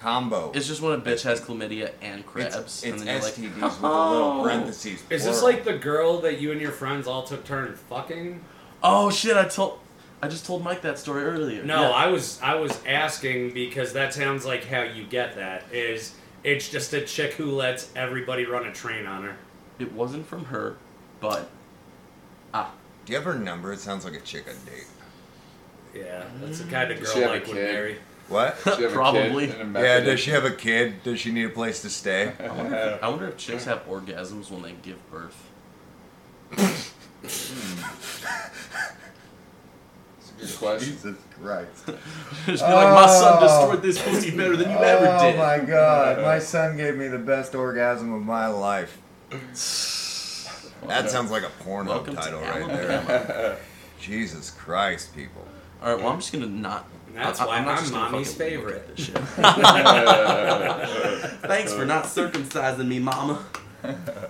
[SPEAKER 1] Combo.
[SPEAKER 3] It's just when a bitch has chlamydia and crabs,
[SPEAKER 1] It's,
[SPEAKER 3] and
[SPEAKER 1] it's
[SPEAKER 3] then
[SPEAKER 1] STDs
[SPEAKER 3] you're like,
[SPEAKER 1] with a little
[SPEAKER 3] "Oh."
[SPEAKER 1] parentheses.
[SPEAKER 2] Is this
[SPEAKER 1] plural.
[SPEAKER 2] like the girl that you and your friends all took turn fucking?
[SPEAKER 3] Oh shit! I told, I just told Mike that story earlier.
[SPEAKER 2] No,
[SPEAKER 3] Yeah.
[SPEAKER 2] I was I was asking because that sounds like how you get that is it's just a chick who lets everybody run a train on her.
[SPEAKER 3] it wasn't from her, but ah,
[SPEAKER 1] Do you have her number? It sounds like a chick I'd date.
[SPEAKER 2] Yeah, that's the kind of
[SPEAKER 4] Does she
[SPEAKER 2] girl
[SPEAKER 4] have a
[SPEAKER 2] Mike would
[SPEAKER 4] kid?
[SPEAKER 2] marry.
[SPEAKER 1] What?
[SPEAKER 4] She have a
[SPEAKER 3] Probably.
[SPEAKER 4] kid and a
[SPEAKER 1] yeah,
[SPEAKER 4] method
[SPEAKER 1] does she have a kid? Does she need a place to stay?
[SPEAKER 3] I wonder, if, I wonder if chicks have orgasms when they give birth.
[SPEAKER 4] It's a good question.
[SPEAKER 1] Jesus Christ.
[SPEAKER 3] just be like, my son
[SPEAKER 1] Oh.
[SPEAKER 3] destroyed this pussy better than you ever
[SPEAKER 1] Oh
[SPEAKER 3] did.
[SPEAKER 1] my god, my son gave me the best orgasm of my life. That sounds like a porno
[SPEAKER 3] Welcome to
[SPEAKER 1] title right
[SPEAKER 3] Alabama.
[SPEAKER 1] there. Jesus Christ, people.
[SPEAKER 3] All right, well, I'm just gonna not.
[SPEAKER 2] That's
[SPEAKER 3] I-
[SPEAKER 2] why
[SPEAKER 3] not
[SPEAKER 2] I'm
[SPEAKER 3] just gonna
[SPEAKER 2] mommy's
[SPEAKER 3] fucking look at
[SPEAKER 2] favorite.
[SPEAKER 3] This shit. Thanks for not circumcising me, mama.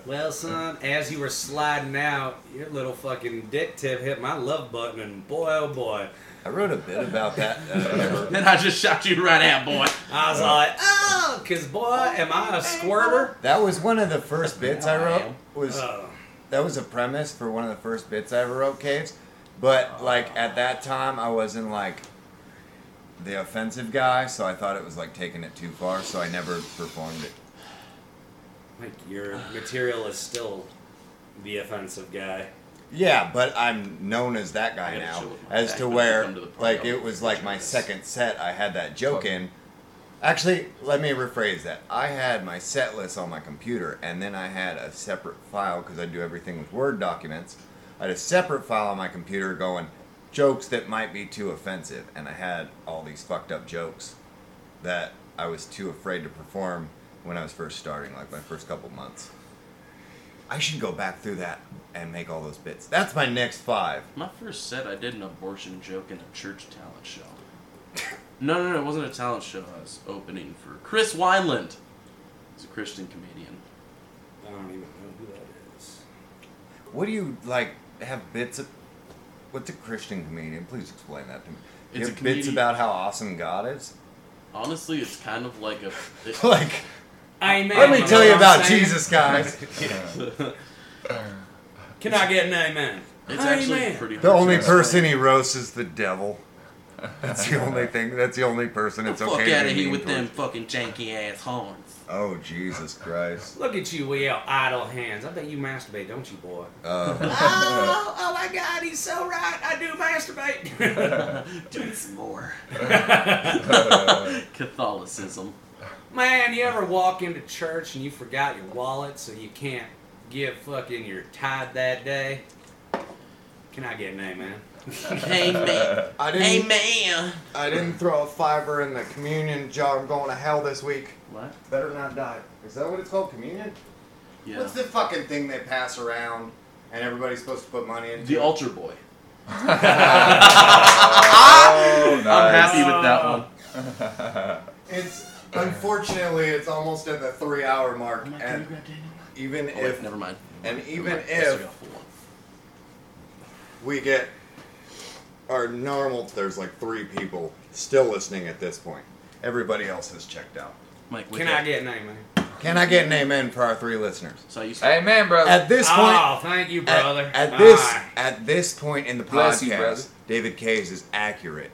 [SPEAKER 2] Well, son, as you were sliding out, your little fucking dick tip hit my love button, and boy, oh boy,
[SPEAKER 1] I wrote a bit about that. Uh,
[SPEAKER 3] Then I just shot you right out, boy.
[SPEAKER 2] I was like, oh, cause boy, am I a squirter?
[SPEAKER 1] that was one of the first bits I wrote. Was
[SPEAKER 3] Uh.
[SPEAKER 2] Oh,
[SPEAKER 1] that was a premise for one of the first bits I ever wrote, Caves.
[SPEAKER 3] Uh.
[SPEAKER 1] But like at that time, I wasn't like the offensive guy, so I thought it was like taking it too far. So I never performed it.
[SPEAKER 2] like your material is still the offensive guy.
[SPEAKER 1] Yeah, but I'm known as that guy
[SPEAKER 3] I gotta
[SPEAKER 1] now.
[SPEAKER 3] chill with my
[SPEAKER 1] As
[SPEAKER 3] back
[SPEAKER 1] to
[SPEAKER 3] when I
[SPEAKER 1] where,
[SPEAKER 3] come to the party,
[SPEAKER 1] like,
[SPEAKER 3] I'll
[SPEAKER 1] it was like
[SPEAKER 3] picture
[SPEAKER 1] my
[SPEAKER 3] this.
[SPEAKER 1] second set, I had that joke in. Actually, let me rephrase that. I had my set list on my computer, and then I had a separate file because I do everything with Word documents. I had a separate file on my computer going jokes that might be too offensive, and I had all these fucked up jokes that I was too afraid to perform when I was first starting, like my first couple months. I should go back through that and make all those bits. That's my next five.
[SPEAKER 3] My first set, I did an abortion joke in a church talent show. No, no, no, it wasn't a talent show. I was opening for Chris Wineland. He's a Christian comedian.
[SPEAKER 2] I don't even know who that is.
[SPEAKER 1] What do you like have bits of? What's a Christian comedian? Please explain that to me. You
[SPEAKER 3] It's
[SPEAKER 1] have bits
[SPEAKER 3] a comedian-
[SPEAKER 1] about how awesome God is.
[SPEAKER 3] Honestly, it's kind of like a. it-
[SPEAKER 1] Like,
[SPEAKER 2] Amen.
[SPEAKER 1] let me
[SPEAKER 2] know
[SPEAKER 1] tell
[SPEAKER 2] what
[SPEAKER 1] you
[SPEAKER 2] I'm
[SPEAKER 1] about
[SPEAKER 2] saying?
[SPEAKER 1] Jesus, guys.
[SPEAKER 2] Can I get an amen?
[SPEAKER 3] It's actually
[SPEAKER 2] Amen.
[SPEAKER 3] pretty.
[SPEAKER 1] The
[SPEAKER 3] hard to
[SPEAKER 1] only
[SPEAKER 3] explain.
[SPEAKER 1] person he roasts is the devil. That's the only thing. That's the only person it's
[SPEAKER 3] Fuck
[SPEAKER 1] okay. to
[SPEAKER 3] out
[SPEAKER 1] be
[SPEAKER 3] of here
[SPEAKER 1] mean
[SPEAKER 3] with them
[SPEAKER 1] towards.
[SPEAKER 3] fucking janky ass horns.
[SPEAKER 1] Oh Jesus Christ!
[SPEAKER 2] Look at you with your idle hands. I bet you masturbate, don't you, boy?
[SPEAKER 1] Uh,
[SPEAKER 2] oh, oh my God, he's so right. I do masturbate.
[SPEAKER 3] Doing some more.
[SPEAKER 4] Oh,
[SPEAKER 3] Catholicism.
[SPEAKER 2] Man, you ever walk into church and you forgot your wallet, so you can't give fucking your tithe that day? Can I get an amen?
[SPEAKER 3] Amen.
[SPEAKER 1] I
[SPEAKER 3] Amen.
[SPEAKER 1] I didn't throw a fiver in the communion jar. I'm going to hell this week.
[SPEAKER 3] What?
[SPEAKER 1] Better not die. Is that what it's called? Communion?
[SPEAKER 3] Yeah.
[SPEAKER 1] What's the fucking thing they pass around and everybody's supposed to put money into?
[SPEAKER 3] the altar boy.
[SPEAKER 4] oh,
[SPEAKER 3] I'm
[SPEAKER 4] nice.
[SPEAKER 3] happy with that one.
[SPEAKER 1] It's unfortunately it's almost at the three hour mark, and even
[SPEAKER 3] Oh, wait,
[SPEAKER 1] if
[SPEAKER 3] never mind.
[SPEAKER 1] and
[SPEAKER 3] Never
[SPEAKER 1] even
[SPEAKER 3] mind. I still
[SPEAKER 1] if-
[SPEAKER 3] got full one.
[SPEAKER 1] we get our normal, there's like three people still listening at this point. Everybody else has checked out.
[SPEAKER 3] Mike, wake
[SPEAKER 2] Can
[SPEAKER 3] up.
[SPEAKER 2] I get an amen?
[SPEAKER 1] Can I get an amen for our three listeners?
[SPEAKER 3] So you said,
[SPEAKER 4] Amen, brother.
[SPEAKER 1] At this point,
[SPEAKER 2] Oh, thank you,
[SPEAKER 1] at-
[SPEAKER 2] brother. Ah.
[SPEAKER 1] At, this
[SPEAKER 2] Aye.
[SPEAKER 1] at this point in the
[SPEAKER 4] Bless you, brother.
[SPEAKER 1] podcast, David Kays is accurate.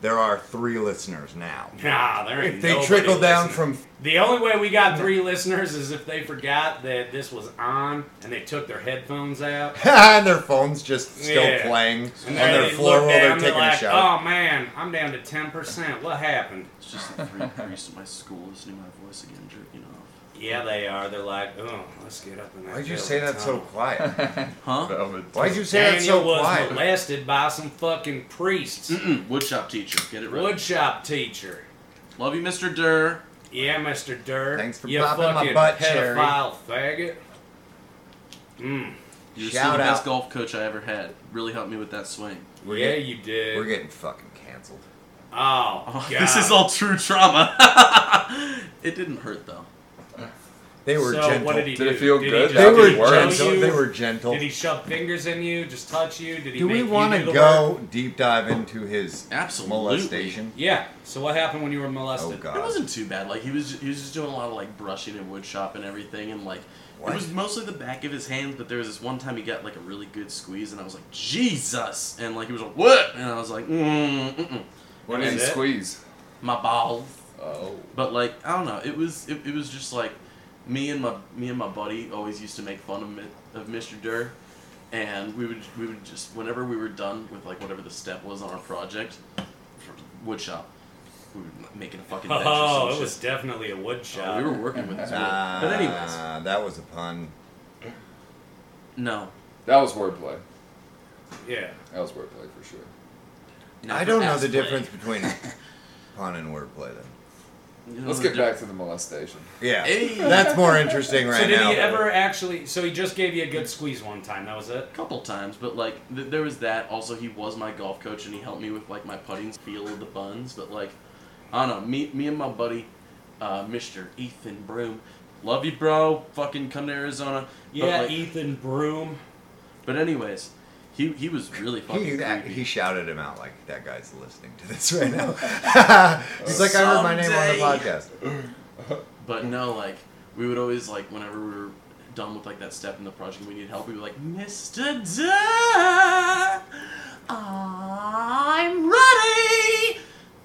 [SPEAKER 1] There are three listeners now.
[SPEAKER 2] Nah, there ain't
[SPEAKER 1] If they
[SPEAKER 2] nobody
[SPEAKER 1] trickle down
[SPEAKER 2] listening.
[SPEAKER 1] from
[SPEAKER 2] The only way we got three listeners is if they forgot that this was on and they took their headphones out.
[SPEAKER 1] and their phones just still
[SPEAKER 2] Yeah.
[SPEAKER 1] playing on
[SPEAKER 2] then
[SPEAKER 1] their
[SPEAKER 2] they
[SPEAKER 1] floor
[SPEAKER 2] look
[SPEAKER 1] while they're
[SPEAKER 2] down,
[SPEAKER 1] taking
[SPEAKER 2] like,
[SPEAKER 1] a shower.
[SPEAKER 2] Oh man, I'm down to ten percent. What happened?
[SPEAKER 3] it's just the three priests at my school listening to my voice again, jerking off.
[SPEAKER 2] Yeah, they are. They're like, oh, let's get up in that.
[SPEAKER 1] Why'd you
[SPEAKER 2] hill
[SPEAKER 1] say that so
[SPEAKER 2] tunnel."
[SPEAKER 1] quiet?
[SPEAKER 3] Huh?
[SPEAKER 4] Velvet.
[SPEAKER 1] Why'd you say that
[SPEAKER 2] Daniel
[SPEAKER 1] so
[SPEAKER 2] was
[SPEAKER 1] quiet? Mm-hmm.
[SPEAKER 2] molested by some fucking priests,
[SPEAKER 3] Mm-mm. Woodshop teacher. Get it right.
[SPEAKER 2] woodshop teacher.
[SPEAKER 3] Love you, Mr. Durr.
[SPEAKER 2] Yeah, Mister Durr.
[SPEAKER 1] Thanks for
[SPEAKER 2] you
[SPEAKER 1] popping my
[SPEAKER 2] fucking
[SPEAKER 1] butt, Cherry.
[SPEAKER 2] pedophile faggot. Mm.
[SPEAKER 3] You're
[SPEAKER 1] Shout
[SPEAKER 3] still the best
[SPEAKER 1] out.
[SPEAKER 3] golf coach I ever had. Really helped me with that swing.
[SPEAKER 1] We're
[SPEAKER 2] yeah,
[SPEAKER 1] getting-
[SPEAKER 2] you did.
[SPEAKER 1] We're getting fucking canceled.
[SPEAKER 2] oh,
[SPEAKER 3] Oh,
[SPEAKER 2] God.
[SPEAKER 3] this is all true trauma. it didn't hurt though.
[SPEAKER 1] They were
[SPEAKER 2] so
[SPEAKER 1] gentle.
[SPEAKER 2] what did he
[SPEAKER 4] Did
[SPEAKER 2] do?
[SPEAKER 4] it feel
[SPEAKER 2] did
[SPEAKER 4] good?
[SPEAKER 2] He
[SPEAKER 1] they,
[SPEAKER 4] Did
[SPEAKER 2] just,
[SPEAKER 1] were
[SPEAKER 4] he work?
[SPEAKER 2] did he
[SPEAKER 1] gentle.
[SPEAKER 2] show you?
[SPEAKER 1] they were gentle.
[SPEAKER 2] Did he shove fingers in you? Just touch you? Did he?
[SPEAKER 1] Do we
[SPEAKER 2] want to
[SPEAKER 1] go deep dive into his
[SPEAKER 3] Absolutely.
[SPEAKER 1] molestation?
[SPEAKER 2] Yeah. So what happened when you were molested?
[SPEAKER 1] Oh
[SPEAKER 3] It
[SPEAKER 1] god.
[SPEAKER 3] wasn't too bad. Like he was, he was just doing a lot of like brushing and wood shop and everything, and like
[SPEAKER 1] What?
[SPEAKER 3] it was mostly the back of his hands. But there was this one time he got like a really good squeeze, and I was like, Jesus! And like he was like, what? And I was like, mm, mm-mm.
[SPEAKER 4] What did he
[SPEAKER 2] Is it?
[SPEAKER 4] squeeze?
[SPEAKER 3] my balls.
[SPEAKER 4] Oh.
[SPEAKER 3] But like I don't know, it was it, it was just like me and my me and my buddy always used to make fun of mi- of Mr. Durr, and we would we would just whenever we were done with like whatever the step was on our project, for woodshop, we were making a fucking bench or
[SPEAKER 2] Oh,
[SPEAKER 3] some
[SPEAKER 2] it
[SPEAKER 3] shit.
[SPEAKER 2] was definitely a wood
[SPEAKER 3] Uh,
[SPEAKER 2] shot.
[SPEAKER 3] we were working with this wood.
[SPEAKER 1] Ah,
[SPEAKER 3] But anyways,
[SPEAKER 1] that was a pun.
[SPEAKER 3] no.
[SPEAKER 4] That was wordplay.
[SPEAKER 2] yeah.
[SPEAKER 4] That was wordplay for sure.
[SPEAKER 1] I don't know the difference between pun and wordplay then.
[SPEAKER 4] Let's get back to the molestation.
[SPEAKER 1] Yeah,
[SPEAKER 3] Hey.
[SPEAKER 1] that's more interesting right
[SPEAKER 2] so did
[SPEAKER 1] now.
[SPEAKER 2] he ever actually? So he just gave you a good squeeze one time. That was it.
[SPEAKER 3] a couple times, but like th- there was that. Also, he was my golf coach, and he helped me with like my putting feel of the buns. But like, I don't know. Me, me and my buddy, uh, Mister Ethan Broom, love you, bro. Fucking come to Arizona.
[SPEAKER 2] Yeah,
[SPEAKER 3] But, like-
[SPEAKER 2] Ethan Broom.
[SPEAKER 3] but anyways, he he was really fucking.
[SPEAKER 1] He, that,
[SPEAKER 3] creepy.
[SPEAKER 1] he shouted him out like that guy's listening to this right now. He's like, I heard my name on the
[SPEAKER 3] Someday.
[SPEAKER 1] podcast.
[SPEAKER 3] But no, like we would always like whenever we were done with like that step in the project, and we need help. We were like, Mister Duh, I'm ready.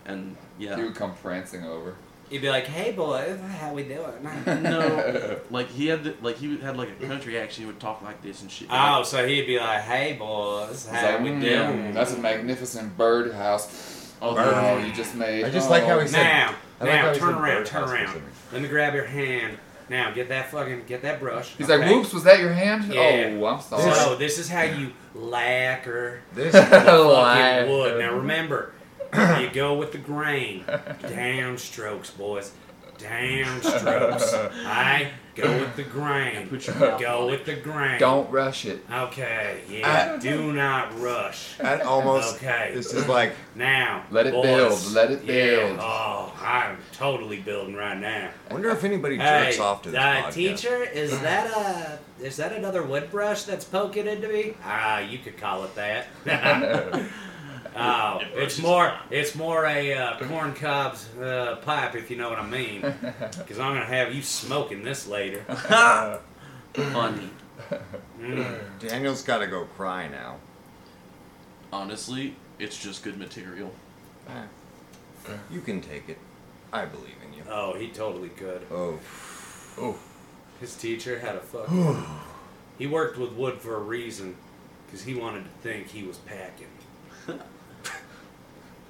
[SPEAKER 3] And yeah,
[SPEAKER 4] He would come prancing over.
[SPEAKER 5] You'd be like, hey, boys, how we doing?
[SPEAKER 3] No, like he had the, like he had like a country accent. He would talk like this and shit.
[SPEAKER 2] Oh, so he'd be like, "Hey, boys,
[SPEAKER 4] He's
[SPEAKER 2] how
[SPEAKER 4] like,
[SPEAKER 2] we
[SPEAKER 4] "Mm,
[SPEAKER 2] doing?"
[SPEAKER 4] That's a magnificent birdhouse. Oh,
[SPEAKER 1] Bird.
[SPEAKER 4] oh, you just made. Oh.
[SPEAKER 1] I just like how he said-
[SPEAKER 2] Now,
[SPEAKER 1] I like
[SPEAKER 2] now,
[SPEAKER 1] how he
[SPEAKER 2] turn
[SPEAKER 1] said
[SPEAKER 2] around,
[SPEAKER 1] birdhouse
[SPEAKER 2] turn
[SPEAKER 1] for
[SPEAKER 2] around.
[SPEAKER 1] some reason.
[SPEAKER 2] Let me grab your hand. Now, get that fucking, get that brush.
[SPEAKER 4] He's like,
[SPEAKER 2] Okay.
[SPEAKER 4] "Whoops, was that your hand?
[SPEAKER 2] Yeah.
[SPEAKER 4] Oh, I'm sorry."
[SPEAKER 2] So this is how you lacquer
[SPEAKER 1] This,
[SPEAKER 2] fucking
[SPEAKER 4] Liar.
[SPEAKER 2] wood. Now remember, you go with the grain. Down strokes, boys. Down strokes. I go with the grain.
[SPEAKER 3] Put your mouth
[SPEAKER 2] Go
[SPEAKER 3] on
[SPEAKER 2] with the grain.
[SPEAKER 4] Don't Ah. rush it.
[SPEAKER 2] Okay, yeah. Do not rush.
[SPEAKER 1] that almost.
[SPEAKER 2] Okay.
[SPEAKER 1] This is like
[SPEAKER 2] Now,
[SPEAKER 4] Let it
[SPEAKER 2] boys.
[SPEAKER 4] build, let it
[SPEAKER 2] Yeah.
[SPEAKER 4] build.
[SPEAKER 2] Oh, I'm totally building right now.
[SPEAKER 1] Wonder if anybody
[SPEAKER 2] Hey,
[SPEAKER 1] jerks off to this
[SPEAKER 5] Uh,
[SPEAKER 1] podcast.
[SPEAKER 5] teacher, is that a is that another wood brush that's poking into me?
[SPEAKER 2] Ah, you could call it that. oh,
[SPEAKER 3] It
[SPEAKER 2] it's
[SPEAKER 3] brushes
[SPEAKER 2] more it's more a uh, corn cobs uh, pipe if you know what I mean. Because I'm gonna have you smoking this later.
[SPEAKER 1] Uh,
[SPEAKER 3] Funny.
[SPEAKER 2] Mm.
[SPEAKER 1] Daniel's got to go cry now.
[SPEAKER 3] Honestly, it's just good material.
[SPEAKER 1] You can take it. I believe in you.
[SPEAKER 2] Oh, he totally could.
[SPEAKER 1] Oh,
[SPEAKER 4] Oh,
[SPEAKER 2] His teacher had a fucking. he worked with wood for a reason, because he wanted to think he was packing.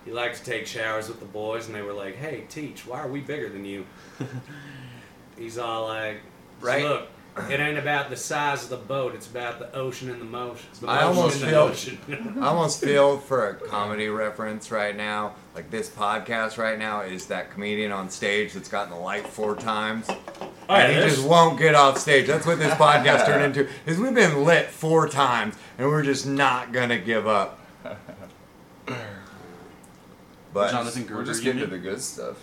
[SPEAKER 2] he liked to take showers with the boys, and they were like, "Hey, teach, why are we bigger than you?" He's all like,
[SPEAKER 1] Right.
[SPEAKER 2] "Look, it ain't about the size of the boat; it's about the ocean and the motion." The
[SPEAKER 1] I
[SPEAKER 2] motion
[SPEAKER 1] almost
[SPEAKER 2] and the
[SPEAKER 1] feel-
[SPEAKER 2] ocean.
[SPEAKER 1] I almost feel for a comedy reference right now. Like this podcast right now is that comedian on stage that's gotten the light four times.
[SPEAKER 2] all right,
[SPEAKER 1] and he
[SPEAKER 2] there's-
[SPEAKER 1] just won't get off stage. That's what this podcast turned into. Is we've been lit four times and we're just not gonna give up. But
[SPEAKER 3] Jonathan Gerber.
[SPEAKER 4] we're just
[SPEAKER 3] you
[SPEAKER 4] getting to the
[SPEAKER 3] mean?
[SPEAKER 4] good stuff.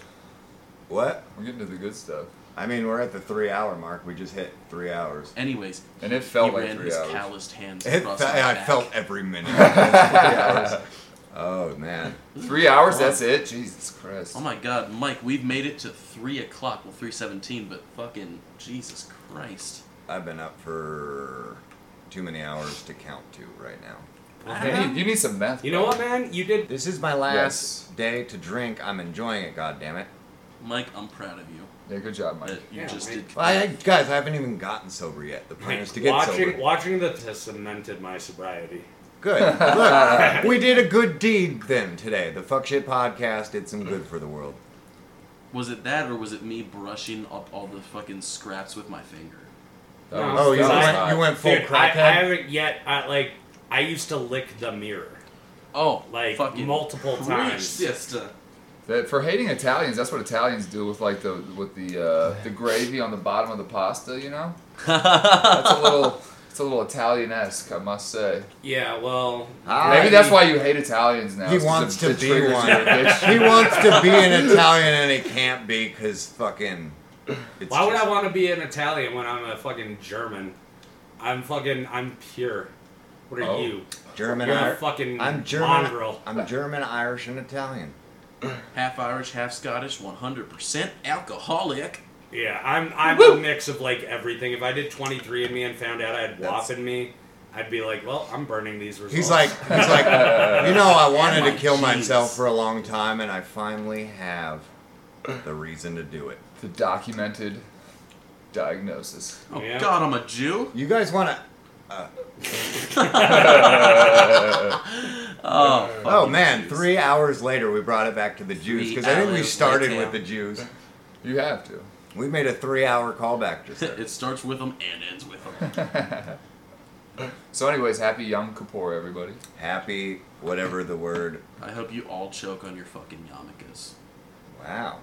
[SPEAKER 1] what?
[SPEAKER 4] We're getting to the good stuff,
[SPEAKER 1] I mean, we're at the three-hour mark. We just hit three hours.
[SPEAKER 3] Anyways,
[SPEAKER 4] and it
[SPEAKER 3] he
[SPEAKER 4] felt like
[SPEAKER 3] ran
[SPEAKER 4] three
[SPEAKER 3] his
[SPEAKER 4] hours.
[SPEAKER 3] calloused hands
[SPEAKER 1] It
[SPEAKER 3] across
[SPEAKER 1] fe-
[SPEAKER 3] my
[SPEAKER 1] I
[SPEAKER 3] back.
[SPEAKER 1] felt every minute. of those three hours. Oh man,
[SPEAKER 4] Three hours? That's it? Jesus Christ!
[SPEAKER 3] Oh my God, Mike, we've made it to three o'clock. Well, three seventeen, but fucking Jesus Christ.
[SPEAKER 1] I've been up for too many hours to count to right now.
[SPEAKER 4] You need, you need some meth.
[SPEAKER 2] you know what, man? You did
[SPEAKER 1] This is my last day to drink. I'm enjoying it. God damn it.
[SPEAKER 3] Mike, I'm proud of you.
[SPEAKER 4] Yeah, good job,
[SPEAKER 3] That
[SPEAKER 4] Mike.
[SPEAKER 3] you
[SPEAKER 2] Yeah,
[SPEAKER 3] just
[SPEAKER 2] right.
[SPEAKER 3] did.
[SPEAKER 1] Well, I, I- guys, I haven't even gotten sober yet. The plan is to get
[SPEAKER 2] watching
[SPEAKER 1] sober.
[SPEAKER 2] watching the has cemented my sobriety.
[SPEAKER 1] Good. Look, we did a good deed then today. The fuck shit podcast did some good for the world.
[SPEAKER 3] Was it that, or was it me brushing up all the fucking scraps with my finger?
[SPEAKER 4] That
[SPEAKER 2] No.
[SPEAKER 4] was-
[SPEAKER 1] Oh, you
[SPEAKER 4] that was
[SPEAKER 2] I-
[SPEAKER 1] went,
[SPEAKER 4] hot.
[SPEAKER 1] you went full
[SPEAKER 2] Dude, I, I
[SPEAKER 1] crackhead.
[SPEAKER 2] haven't yet. I like. I used to lick the mirror.
[SPEAKER 3] Oh,
[SPEAKER 2] Like,
[SPEAKER 3] fucking
[SPEAKER 2] multiple
[SPEAKER 3] preach,
[SPEAKER 2] times.
[SPEAKER 3] sister.
[SPEAKER 4] That- for hating Italians, that's what Italians do with like the with the uh, the gravy on the bottom of the pasta. You know, that's a little it's a little Italian esque, I must say.
[SPEAKER 2] Yeah. Well.
[SPEAKER 1] Ah,
[SPEAKER 4] Maybe that's
[SPEAKER 1] he-
[SPEAKER 4] why you hate Italians now.
[SPEAKER 1] He
[SPEAKER 4] is 'cause
[SPEAKER 1] wants
[SPEAKER 4] it-
[SPEAKER 1] to
[SPEAKER 4] it
[SPEAKER 1] be
[SPEAKER 4] triggers
[SPEAKER 1] one.
[SPEAKER 4] you, bitch.
[SPEAKER 1] He wants to be an Italian and he can't be because fucking It's
[SPEAKER 2] Why would
[SPEAKER 1] just-
[SPEAKER 2] I want to be an Italian when I'm a fucking German? I'm fucking, I'm pure. What are
[SPEAKER 4] Oh.
[SPEAKER 2] you?
[SPEAKER 1] German?
[SPEAKER 2] You're
[SPEAKER 1] Ir-
[SPEAKER 2] a fucking
[SPEAKER 1] I'm German.
[SPEAKER 2] mongrel.
[SPEAKER 1] I'm German, Irish, and Italian.
[SPEAKER 3] Half Irish, half Scottish, 100% alcoholic.
[SPEAKER 2] Yeah, I'm, I'm a mix of like everything. If I did 23 in me and found out I had
[SPEAKER 4] That's-
[SPEAKER 2] WAP in me, I'd be like, well, I'm burning these results.
[SPEAKER 1] He's like, he's like, you know, I wanted
[SPEAKER 3] my
[SPEAKER 1] to kill
[SPEAKER 3] jeans.
[SPEAKER 1] myself for a long time, and I finally have the reason to do it.
[SPEAKER 4] The documented diagnosis.
[SPEAKER 3] Oh,
[SPEAKER 2] Yeah.
[SPEAKER 3] God, I'm a Jew.
[SPEAKER 1] You guys want to?
[SPEAKER 3] Oh,
[SPEAKER 1] Oh
[SPEAKER 3] fucking
[SPEAKER 1] man,
[SPEAKER 3] Jews.
[SPEAKER 1] three hours later, we brought it back to the Jews because I think we
[SPEAKER 3] hours
[SPEAKER 1] started
[SPEAKER 3] later.
[SPEAKER 1] with the Jews.
[SPEAKER 4] You have to.
[SPEAKER 1] We made a three-hour callback just there.
[SPEAKER 3] It starts with them and ends with them.
[SPEAKER 4] So, anyways, happy Yom Kippur, everybody.
[SPEAKER 1] Happy, whatever the word.
[SPEAKER 3] I hope you all choke on your fucking yarmulkes.
[SPEAKER 1] Wow,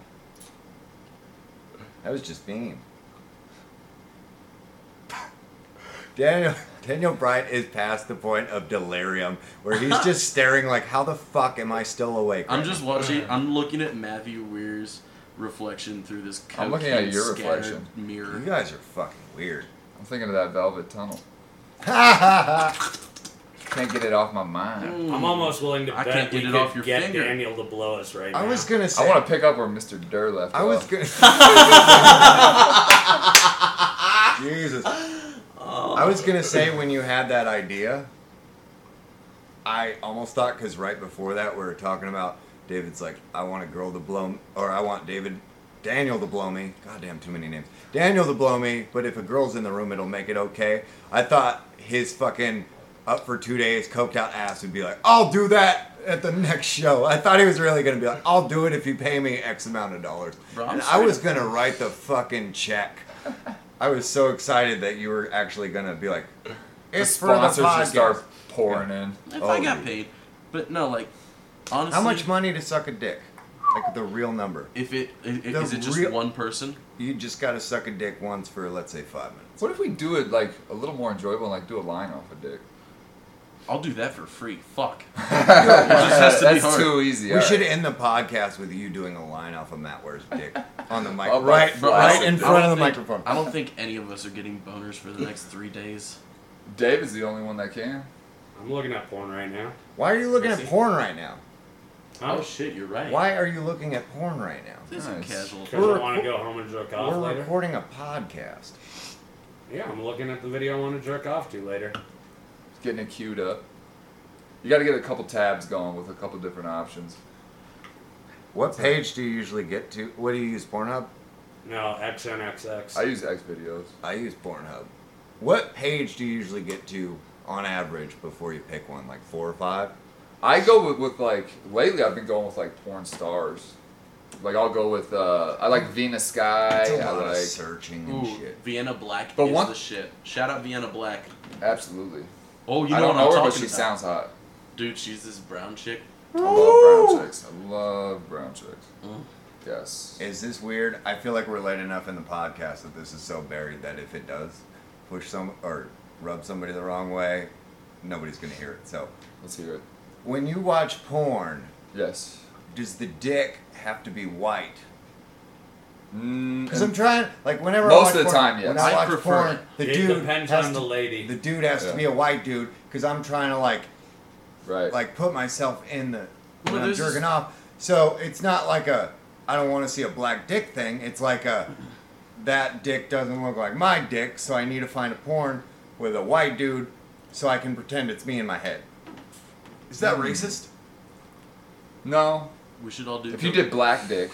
[SPEAKER 1] that was just mean. Daniel Daniel Bryant is past the point of delirium where he's just staring like, "How the fuck am I still awake?"
[SPEAKER 3] I'm
[SPEAKER 1] right
[SPEAKER 3] just watching. I'm looking at Matthew Weir's reflection through this.
[SPEAKER 4] I'm looking at
[SPEAKER 3] cocaine
[SPEAKER 4] your
[SPEAKER 3] scattered
[SPEAKER 4] reflection.
[SPEAKER 1] You
[SPEAKER 3] Mirror.
[SPEAKER 1] guys are fucking weird.
[SPEAKER 4] I'm thinking of that velvet tunnel. Can't get it off my mind.
[SPEAKER 3] Hmm.
[SPEAKER 2] I'm almost willing to
[SPEAKER 3] I
[SPEAKER 2] bet
[SPEAKER 3] can't
[SPEAKER 2] we
[SPEAKER 3] get it
[SPEAKER 2] could
[SPEAKER 3] off your
[SPEAKER 2] get
[SPEAKER 3] finger.
[SPEAKER 2] Daniel to blow us right now.
[SPEAKER 1] I was gonna say.
[SPEAKER 4] I want to pick up where Mr. Durr left
[SPEAKER 1] I was
[SPEAKER 4] off.
[SPEAKER 1] gonna. Jesus. I was gonna say when you had that idea, I almost thought because right before that we were talking about David's like I want a girl to blow m- or I want David Daniel to blow me. Goddamn, too many names. Daniel to blow me, but if a girl's in the room, it'll make it okay. I thought his fucking up for two days, coked out ass would be like, I'll do that at the next show. I thought he was really gonna be like, I'll do it if you pay me X amount of dollars.
[SPEAKER 3] Bro, I'm
[SPEAKER 1] and I
[SPEAKER 3] straight
[SPEAKER 1] was
[SPEAKER 3] up-
[SPEAKER 1] gonna write the fucking check. I was so excited that you were actually gonna be like,
[SPEAKER 4] the
[SPEAKER 1] it's for the
[SPEAKER 4] sponsors
[SPEAKER 1] podcast.
[SPEAKER 4] just start pouring in.
[SPEAKER 3] If
[SPEAKER 1] Oh,
[SPEAKER 3] I got
[SPEAKER 1] dude.
[SPEAKER 3] paid, but no, like honestly,
[SPEAKER 1] How much money to suck a dick? Like the real number.
[SPEAKER 3] If it i- i- is
[SPEAKER 1] The
[SPEAKER 3] it just
[SPEAKER 1] real-
[SPEAKER 3] one person?
[SPEAKER 1] You just gotta suck a dick once for let's say five minutes.
[SPEAKER 4] What if we do it like a little more enjoyable and like do a line off a dick?
[SPEAKER 3] I'll do that for free. Fuck. has to be
[SPEAKER 4] That's
[SPEAKER 3] hard.
[SPEAKER 4] too easy.
[SPEAKER 1] we
[SPEAKER 4] all
[SPEAKER 1] should
[SPEAKER 4] right.
[SPEAKER 1] end the podcast with you doing a line off of Matt Ware's dick on the mic,
[SPEAKER 4] I'll-
[SPEAKER 1] right,
[SPEAKER 4] bro,
[SPEAKER 3] I
[SPEAKER 1] right
[SPEAKER 3] don't-
[SPEAKER 1] in
[SPEAKER 3] I
[SPEAKER 1] front of
[SPEAKER 3] don't
[SPEAKER 1] the
[SPEAKER 3] think-
[SPEAKER 1] microphone.
[SPEAKER 3] I don't think any of us are getting boners for the next three days.
[SPEAKER 4] David's the only one that can.
[SPEAKER 2] I'm looking at porn right now.
[SPEAKER 1] Why are you looking at porn right now?
[SPEAKER 2] Huh?
[SPEAKER 3] Oh shit, you're right.
[SPEAKER 1] Why are you looking at porn right now?
[SPEAKER 3] This is a
[SPEAKER 4] Nice.
[SPEAKER 3] casual.
[SPEAKER 2] Because
[SPEAKER 1] We're-
[SPEAKER 2] I want to go home and jerk off
[SPEAKER 1] We're
[SPEAKER 2] later.
[SPEAKER 1] recording a podcast.
[SPEAKER 2] Yeah, I'm looking at the video I want to jerk off to later.
[SPEAKER 4] Getting it queued up. You got to get a couple tabs going with a couple different options.
[SPEAKER 1] What page do you usually get to? What do you use, Pornhub?
[SPEAKER 2] No, XNXX.
[SPEAKER 4] I use X videos.
[SPEAKER 1] I use Pornhub. What page do you usually get to on average before you pick one? Like four or five?
[SPEAKER 4] I go with, with like lately. I've been going with like porn stars. Like I'll go with uh, I like Venus Sky.
[SPEAKER 1] It's a
[SPEAKER 4] I
[SPEAKER 1] lot of
[SPEAKER 4] like
[SPEAKER 1] searching and
[SPEAKER 3] Ooh,
[SPEAKER 1] shit.
[SPEAKER 3] Vienna Black
[SPEAKER 4] But
[SPEAKER 3] is
[SPEAKER 4] one-
[SPEAKER 3] the shit. Shout out Vienna Black.
[SPEAKER 4] absolutely.
[SPEAKER 3] Oh, you know
[SPEAKER 4] I
[SPEAKER 3] what
[SPEAKER 4] don't
[SPEAKER 3] I'm
[SPEAKER 4] know her,
[SPEAKER 3] talking
[SPEAKER 4] but she
[SPEAKER 3] about.
[SPEAKER 4] sounds hot.
[SPEAKER 3] Dude, she's this brown chick.
[SPEAKER 4] I love brown chicks. I love brown chicks.
[SPEAKER 3] Mm.
[SPEAKER 4] Yes.
[SPEAKER 1] Is this weird? I feel like we're late enough in the podcast that this is so buried that if it does push some or rub somebody the wrong way, nobody's gonna hear it. So
[SPEAKER 4] Let's hear it.
[SPEAKER 1] when you watch porn,
[SPEAKER 4] Yes.
[SPEAKER 1] does the dick have to be white?
[SPEAKER 4] Mm,
[SPEAKER 1] Because I'm trying, like whenever I
[SPEAKER 4] Most
[SPEAKER 1] watch
[SPEAKER 4] of the
[SPEAKER 1] porn,
[SPEAKER 4] time, yes.
[SPEAKER 1] When I,
[SPEAKER 3] I
[SPEAKER 1] watch
[SPEAKER 3] prefer
[SPEAKER 1] porn,
[SPEAKER 3] it.
[SPEAKER 1] the
[SPEAKER 2] it
[SPEAKER 1] dude
[SPEAKER 2] depends
[SPEAKER 1] has
[SPEAKER 2] on the
[SPEAKER 1] to-
[SPEAKER 2] lady.
[SPEAKER 1] The dude has
[SPEAKER 4] Yeah.
[SPEAKER 1] to be a white dude because I'm trying to like
[SPEAKER 4] right.
[SPEAKER 1] like put myself in the when
[SPEAKER 3] Well,
[SPEAKER 1] I'm
[SPEAKER 3] there's this-
[SPEAKER 1] jerking off. So it's not like a I don't want to see a black dick thing. It's like a that dick doesn't look like my dick, so I need to find a porn with a white dude so I can pretend it's me in my head. Is
[SPEAKER 3] Hmm.
[SPEAKER 1] that racist?
[SPEAKER 4] no.
[SPEAKER 3] We should all do.
[SPEAKER 4] If you
[SPEAKER 3] the-
[SPEAKER 4] did black dick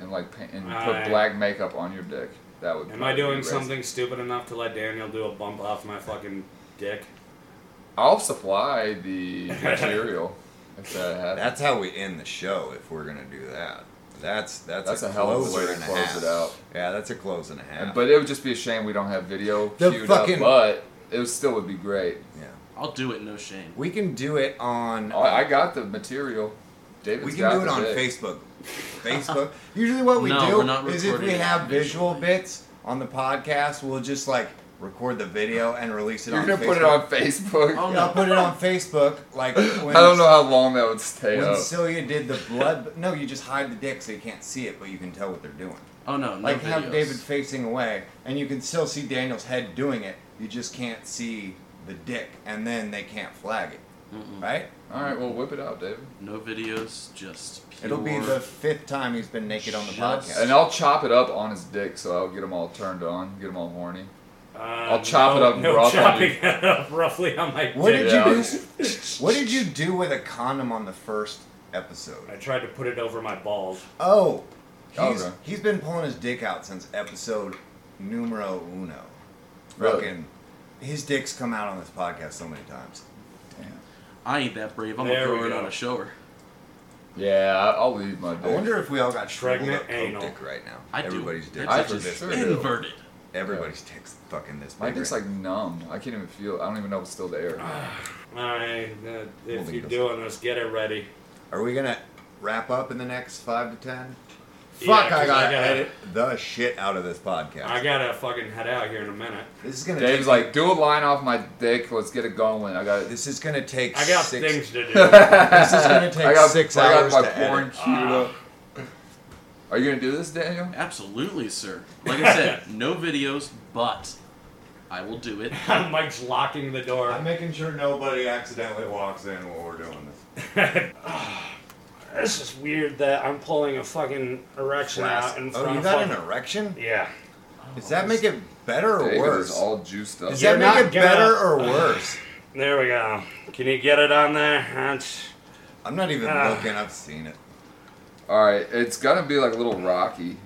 [SPEAKER 4] and like pa- and
[SPEAKER 2] I-
[SPEAKER 4] put black makeup on your dick, that would.
[SPEAKER 2] Am I
[SPEAKER 4] probably be
[SPEAKER 2] doing
[SPEAKER 4] racist.
[SPEAKER 2] something stupid enough to let Daniel do a bump off my fucking dick?
[SPEAKER 4] I'll supply the material if that happens.
[SPEAKER 1] That's how we end the show if we're gonna do that. That's that's,
[SPEAKER 4] That's
[SPEAKER 1] a,
[SPEAKER 4] a hell of a
[SPEAKER 1] closer
[SPEAKER 4] way to
[SPEAKER 1] and
[SPEAKER 4] close
[SPEAKER 1] half.
[SPEAKER 4] it out.
[SPEAKER 1] Yeah, that's a close and a half.
[SPEAKER 4] But it would just be a shame we don't have video
[SPEAKER 1] The
[SPEAKER 4] queued
[SPEAKER 1] fucking-
[SPEAKER 4] up, but it was, still would be great.
[SPEAKER 1] yeah,
[SPEAKER 3] I'll do it. No shame.
[SPEAKER 1] we can do it on.
[SPEAKER 4] Oh, I got the material. David's
[SPEAKER 1] We
[SPEAKER 4] got
[SPEAKER 1] can do it
[SPEAKER 4] the
[SPEAKER 1] on
[SPEAKER 4] bit.
[SPEAKER 1] Facebook. Facebook. Usually, what we
[SPEAKER 3] No, we're not
[SPEAKER 1] do is if we
[SPEAKER 3] recording it
[SPEAKER 1] have visual
[SPEAKER 3] visually.
[SPEAKER 1] bits on the podcast, we'll just like record the video and release it
[SPEAKER 4] You're
[SPEAKER 1] on
[SPEAKER 4] gonna
[SPEAKER 1] Facebook.
[SPEAKER 4] put it on Facebook.
[SPEAKER 3] Oh,
[SPEAKER 1] Yeah, I'll put it on Facebook. Like when,
[SPEAKER 4] I don't know how long that would stay
[SPEAKER 1] When
[SPEAKER 4] up.
[SPEAKER 1] Celia did the blood, no, you just hide the dick so you can't see it, but you can tell what they're doing.
[SPEAKER 3] Oh no, no
[SPEAKER 1] like have
[SPEAKER 3] videos.
[SPEAKER 1] David facing away, and you can still see Daniel's head doing it. You just can't see the dick, and then they can't flag it,
[SPEAKER 3] Mm-mm.
[SPEAKER 1] right?
[SPEAKER 4] All right, well, whip it out, David.
[SPEAKER 3] No videos, just pure.
[SPEAKER 1] It'll be the fifth time he's been naked on the
[SPEAKER 3] Just-
[SPEAKER 1] podcast.
[SPEAKER 4] And I'll chop it up on his dick, so I'll get him all turned on, get him all horny.
[SPEAKER 2] Uh,
[SPEAKER 4] I'll chop
[SPEAKER 2] no-
[SPEAKER 4] it up
[SPEAKER 2] No
[SPEAKER 4] rough on
[SPEAKER 2] chopping
[SPEAKER 4] you.
[SPEAKER 2] it up roughly on my
[SPEAKER 1] What
[SPEAKER 2] dick.
[SPEAKER 1] did
[SPEAKER 4] Yeah.
[SPEAKER 1] you do? What did you do with a condom on the first
[SPEAKER 2] I
[SPEAKER 1] episode?
[SPEAKER 2] tried to put it over my balls.
[SPEAKER 1] Oh, he's,
[SPEAKER 4] Okay.
[SPEAKER 1] he's been pulling his dick out since episode numero uno.
[SPEAKER 4] Really?
[SPEAKER 1] Fucking, his dick's come out on this podcast so many times.
[SPEAKER 3] I ain't that brave. I'm
[SPEAKER 2] There
[SPEAKER 3] gonna
[SPEAKER 2] we
[SPEAKER 3] throw it
[SPEAKER 2] go.
[SPEAKER 3] on a shower.
[SPEAKER 4] Yeah, I- I'll leave my dick.
[SPEAKER 1] I wonder if we all got shriveled
[SPEAKER 2] Pregnant
[SPEAKER 1] up
[SPEAKER 2] anal.
[SPEAKER 1] anal. dick right now.
[SPEAKER 3] I do.
[SPEAKER 1] Everybody's
[SPEAKER 3] Their
[SPEAKER 1] dick
[SPEAKER 4] I
[SPEAKER 3] dick
[SPEAKER 4] for
[SPEAKER 3] is
[SPEAKER 4] sure do.
[SPEAKER 3] inverted.
[SPEAKER 1] Everybody's dick's fucking this big.
[SPEAKER 4] my dick's
[SPEAKER 1] right
[SPEAKER 4] like numb. I can't even feel. I don't even know if it's still there.
[SPEAKER 1] Ah.
[SPEAKER 2] Alright, uh, if
[SPEAKER 1] leave
[SPEAKER 2] you're
[SPEAKER 1] us.
[SPEAKER 2] doing this, get it ready.
[SPEAKER 1] now. Are we gonna wrap up in the next five to ten?
[SPEAKER 2] Yeah,
[SPEAKER 1] Fuck!
[SPEAKER 2] 'cause
[SPEAKER 1] I
[SPEAKER 2] I
[SPEAKER 1] gotta
[SPEAKER 2] gotta-
[SPEAKER 1] edit the shit out of this podcast.
[SPEAKER 2] I gotta fucking head out here in a minute.
[SPEAKER 1] this is gonna.
[SPEAKER 4] Dave's
[SPEAKER 1] take,
[SPEAKER 4] like, do a line off my dick. Let's get it going. I got.
[SPEAKER 1] This is gonna take.
[SPEAKER 2] I got
[SPEAKER 1] six,
[SPEAKER 2] things to do.
[SPEAKER 1] This is gonna take
[SPEAKER 4] I got
[SPEAKER 1] six
[SPEAKER 4] I
[SPEAKER 1] hours
[SPEAKER 4] got my
[SPEAKER 1] to edit.
[SPEAKER 4] porn queued up. Are you gonna do this, Daniel?
[SPEAKER 3] Absolutely, sir. Like I said, no videos, but I will do it.
[SPEAKER 2] Mike's locking the door.
[SPEAKER 1] making sure nobody accidentally walks in while we're doing this.
[SPEAKER 2] This is weird that I'm pulling a fucking erection out in front
[SPEAKER 1] oh, you
[SPEAKER 2] of
[SPEAKER 1] got
[SPEAKER 2] fucking-
[SPEAKER 1] an erection?
[SPEAKER 2] Yeah.
[SPEAKER 1] Does that make it better or
[SPEAKER 4] David
[SPEAKER 1] worse?
[SPEAKER 4] is all juiced up.
[SPEAKER 1] Does
[SPEAKER 2] You're
[SPEAKER 1] that
[SPEAKER 2] not
[SPEAKER 1] make it
[SPEAKER 2] gonna-
[SPEAKER 1] better or worse?
[SPEAKER 2] There we go. Can you get it on there? That's
[SPEAKER 1] I'm not even
[SPEAKER 2] Ah.
[SPEAKER 1] looking. I've seen it.
[SPEAKER 4] All right, it's gonna be like a little rocky.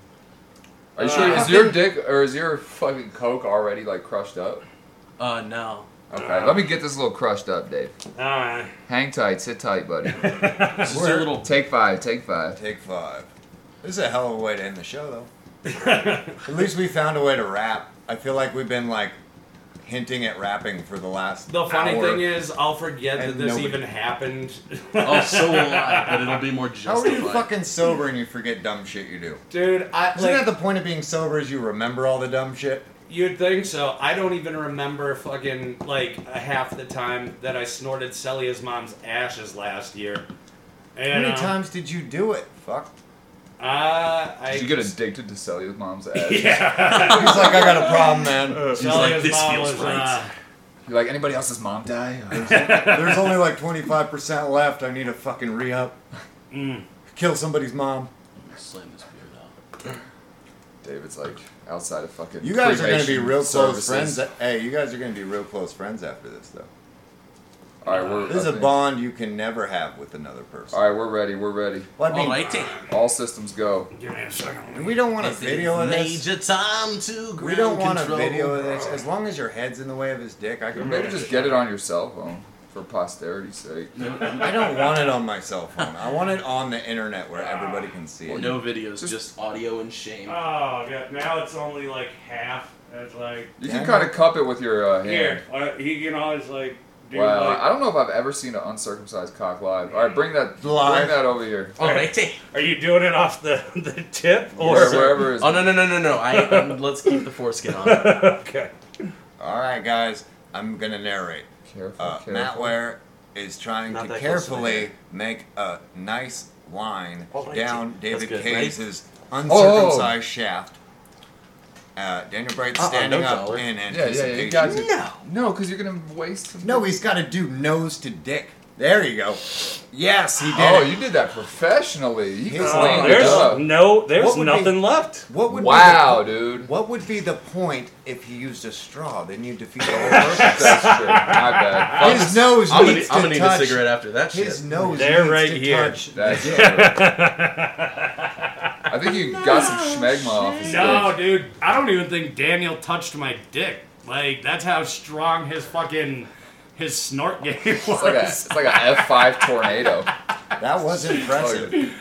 [SPEAKER 4] Are you sure?
[SPEAKER 2] Uh,
[SPEAKER 4] Is your dick or is your fucking coke already like crushed up?
[SPEAKER 3] Uh, no.
[SPEAKER 4] Okay, let me get this little crushed up, Dave.
[SPEAKER 2] alright.
[SPEAKER 4] Hang tight, sit tight, buddy.
[SPEAKER 3] It's just
[SPEAKER 1] Where-
[SPEAKER 3] a little.
[SPEAKER 4] take five, take five.
[SPEAKER 1] Take five. This is a hell of a way to end the show, though. at least we found a way to wrap. I feel like we've been like hinting at rapping for the last.
[SPEAKER 2] The funny
[SPEAKER 1] hour.
[SPEAKER 2] thing is, I'll forget
[SPEAKER 1] And
[SPEAKER 2] that this
[SPEAKER 1] nobody-
[SPEAKER 2] even happened.
[SPEAKER 3] Oh, so will I, but it'll be more
[SPEAKER 1] how
[SPEAKER 3] justified.
[SPEAKER 1] are you fucking sober and you forget dumb shit you do?
[SPEAKER 2] Dude, I
[SPEAKER 1] Isn't
[SPEAKER 2] like,
[SPEAKER 1] that the point of being sober? Is you remember all the dumb shit?
[SPEAKER 2] you'd think so. I don't even remember fucking like half the time that I snorted Celia's mom's ashes last year. And,
[SPEAKER 1] How many
[SPEAKER 2] uh,
[SPEAKER 1] times did you do it? Fuck.
[SPEAKER 2] Uh, I
[SPEAKER 4] Did you get addicted to Celia's mom's ass?
[SPEAKER 2] Yeah.
[SPEAKER 1] He's like, I got a problem, man.
[SPEAKER 2] Celia's
[SPEAKER 3] like, "This
[SPEAKER 2] mom
[SPEAKER 3] feels
[SPEAKER 2] was,
[SPEAKER 3] right."
[SPEAKER 2] uh,
[SPEAKER 4] You're like anybody else's mom die?
[SPEAKER 1] There's only like 25% left. I need a fucking re up. Kill somebody's mom.
[SPEAKER 3] Slam this beard out.
[SPEAKER 4] David's like outside of fucking.
[SPEAKER 1] You guys are going to be
[SPEAKER 4] cremation
[SPEAKER 1] real close
[SPEAKER 4] services.
[SPEAKER 1] friends. Hey, you guys are going to be real close friends after this, though.
[SPEAKER 4] All right, we're.
[SPEAKER 1] This is
[SPEAKER 4] I
[SPEAKER 1] a
[SPEAKER 4] think-
[SPEAKER 1] bond you can never have with another person.
[SPEAKER 4] All right, we're ready. We're ready.
[SPEAKER 1] Well, I mean,
[SPEAKER 3] Alrighty.
[SPEAKER 4] All systems go.
[SPEAKER 2] Give me a second.
[SPEAKER 1] we don't want a video of this.
[SPEAKER 3] Major time to ground
[SPEAKER 1] We don't want
[SPEAKER 3] control.
[SPEAKER 1] a video of this. As long as your head's in the way of his dick, I can.
[SPEAKER 4] Maybe just get it on your cell phone for posterity's sake.
[SPEAKER 1] I don't want it on my cell phone. I want it on the internet where everybody can see it.
[SPEAKER 3] No videos, just, audio and shame.
[SPEAKER 2] Oh, yeah. Now it's only like half. It's like
[SPEAKER 4] You
[SPEAKER 1] Yeah.
[SPEAKER 4] can kind of cup it with your uh, hand.
[SPEAKER 2] here. Uh, he can always like do
[SPEAKER 4] Wow,
[SPEAKER 2] like.
[SPEAKER 4] I don't know if I've ever seen an uncircumcised cock live. All right, bring that
[SPEAKER 1] Live.
[SPEAKER 4] bring that over here.
[SPEAKER 3] Alrighty.
[SPEAKER 2] Are you doing it off the the tip
[SPEAKER 4] Or wherever is.
[SPEAKER 3] Oh no no no no no! I um, let's keep the foreskin on.
[SPEAKER 2] okay.
[SPEAKER 1] All right, guys, I'm gonna narrate.
[SPEAKER 4] Careful,
[SPEAKER 1] Uh,
[SPEAKER 4] careful.
[SPEAKER 1] Matt Ware is trying
[SPEAKER 3] Not
[SPEAKER 1] to
[SPEAKER 3] that close to the
[SPEAKER 1] carefully
[SPEAKER 3] hand.
[SPEAKER 1] make a nice line
[SPEAKER 3] Alrighty.
[SPEAKER 1] down David
[SPEAKER 3] good,
[SPEAKER 1] Caves's
[SPEAKER 4] Oh.
[SPEAKER 1] uncircumcised shaft. Uh, Daniel Bright's
[SPEAKER 3] Uh-uh,
[SPEAKER 1] standing
[SPEAKER 3] no
[SPEAKER 1] up
[SPEAKER 3] dollar.
[SPEAKER 1] in
[SPEAKER 4] yeah, yeah,
[SPEAKER 1] anticipation.
[SPEAKER 4] you guys.
[SPEAKER 3] No.
[SPEAKER 4] no, because you're gonna waste. Some
[SPEAKER 1] No, he's got to do nose to dick. There you go. Yes, he did.
[SPEAKER 4] Oh,
[SPEAKER 1] it.
[SPEAKER 4] you did that professionally. You
[SPEAKER 1] He's-
[SPEAKER 4] cleaned
[SPEAKER 1] Oh,
[SPEAKER 4] it
[SPEAKER 2] there's
[SPEAKER 4] up.
[SPEAKER 2] no, there's
[SPEAKER 1] What would
[SPEAKER 2] nothing
[SPEAKER 1] be-
[SPEAKER 2] left.
[SPEAKER 1] What would
[SPEAKER 4] Wow,
[SPEAKER 1] Be the,
[SPEAKER 4] dude.
[SPEAKER 1] what would be the point if he used a straw? Then you defeat the whole purpose.
[SPEAKER 4] That's true. My bad. Fuck.
[SPEAKER 1] His nose
[SPEAKER 3] I'm gonna,
[SPEAKER 1] needs
[SPEAKER 3] I'm
[SPEAKER 1] to
[SPEAKER 3] gonna need
[SPEAKER 1] touch.
[SPEAKER 3] a cigarette after that
[SPEAKER 1] His
[SPEAKER 3] shit.
[SPEAKER 1] nose
[SPEAKER 2] They're
[SPEAKER 1] needs
[SPEAKER 2] right
[SPEAKER 1] to
[SPEAKER 2] here.
[SPEAKER 1] touch.
[SPEAKER 4] That's true. I think you got some schmegma off his
[SPEAKER 2] No,
[SPEAKER 4] dick.
[SPEAKER 2] dude, I don't even think Daniel touched my dick. Like that's how strong his fucking his snort game was.
[SPEAKER 4] It's like a, it's like a F five tornado. Oh,
[SPEAKER 1] That was impressive.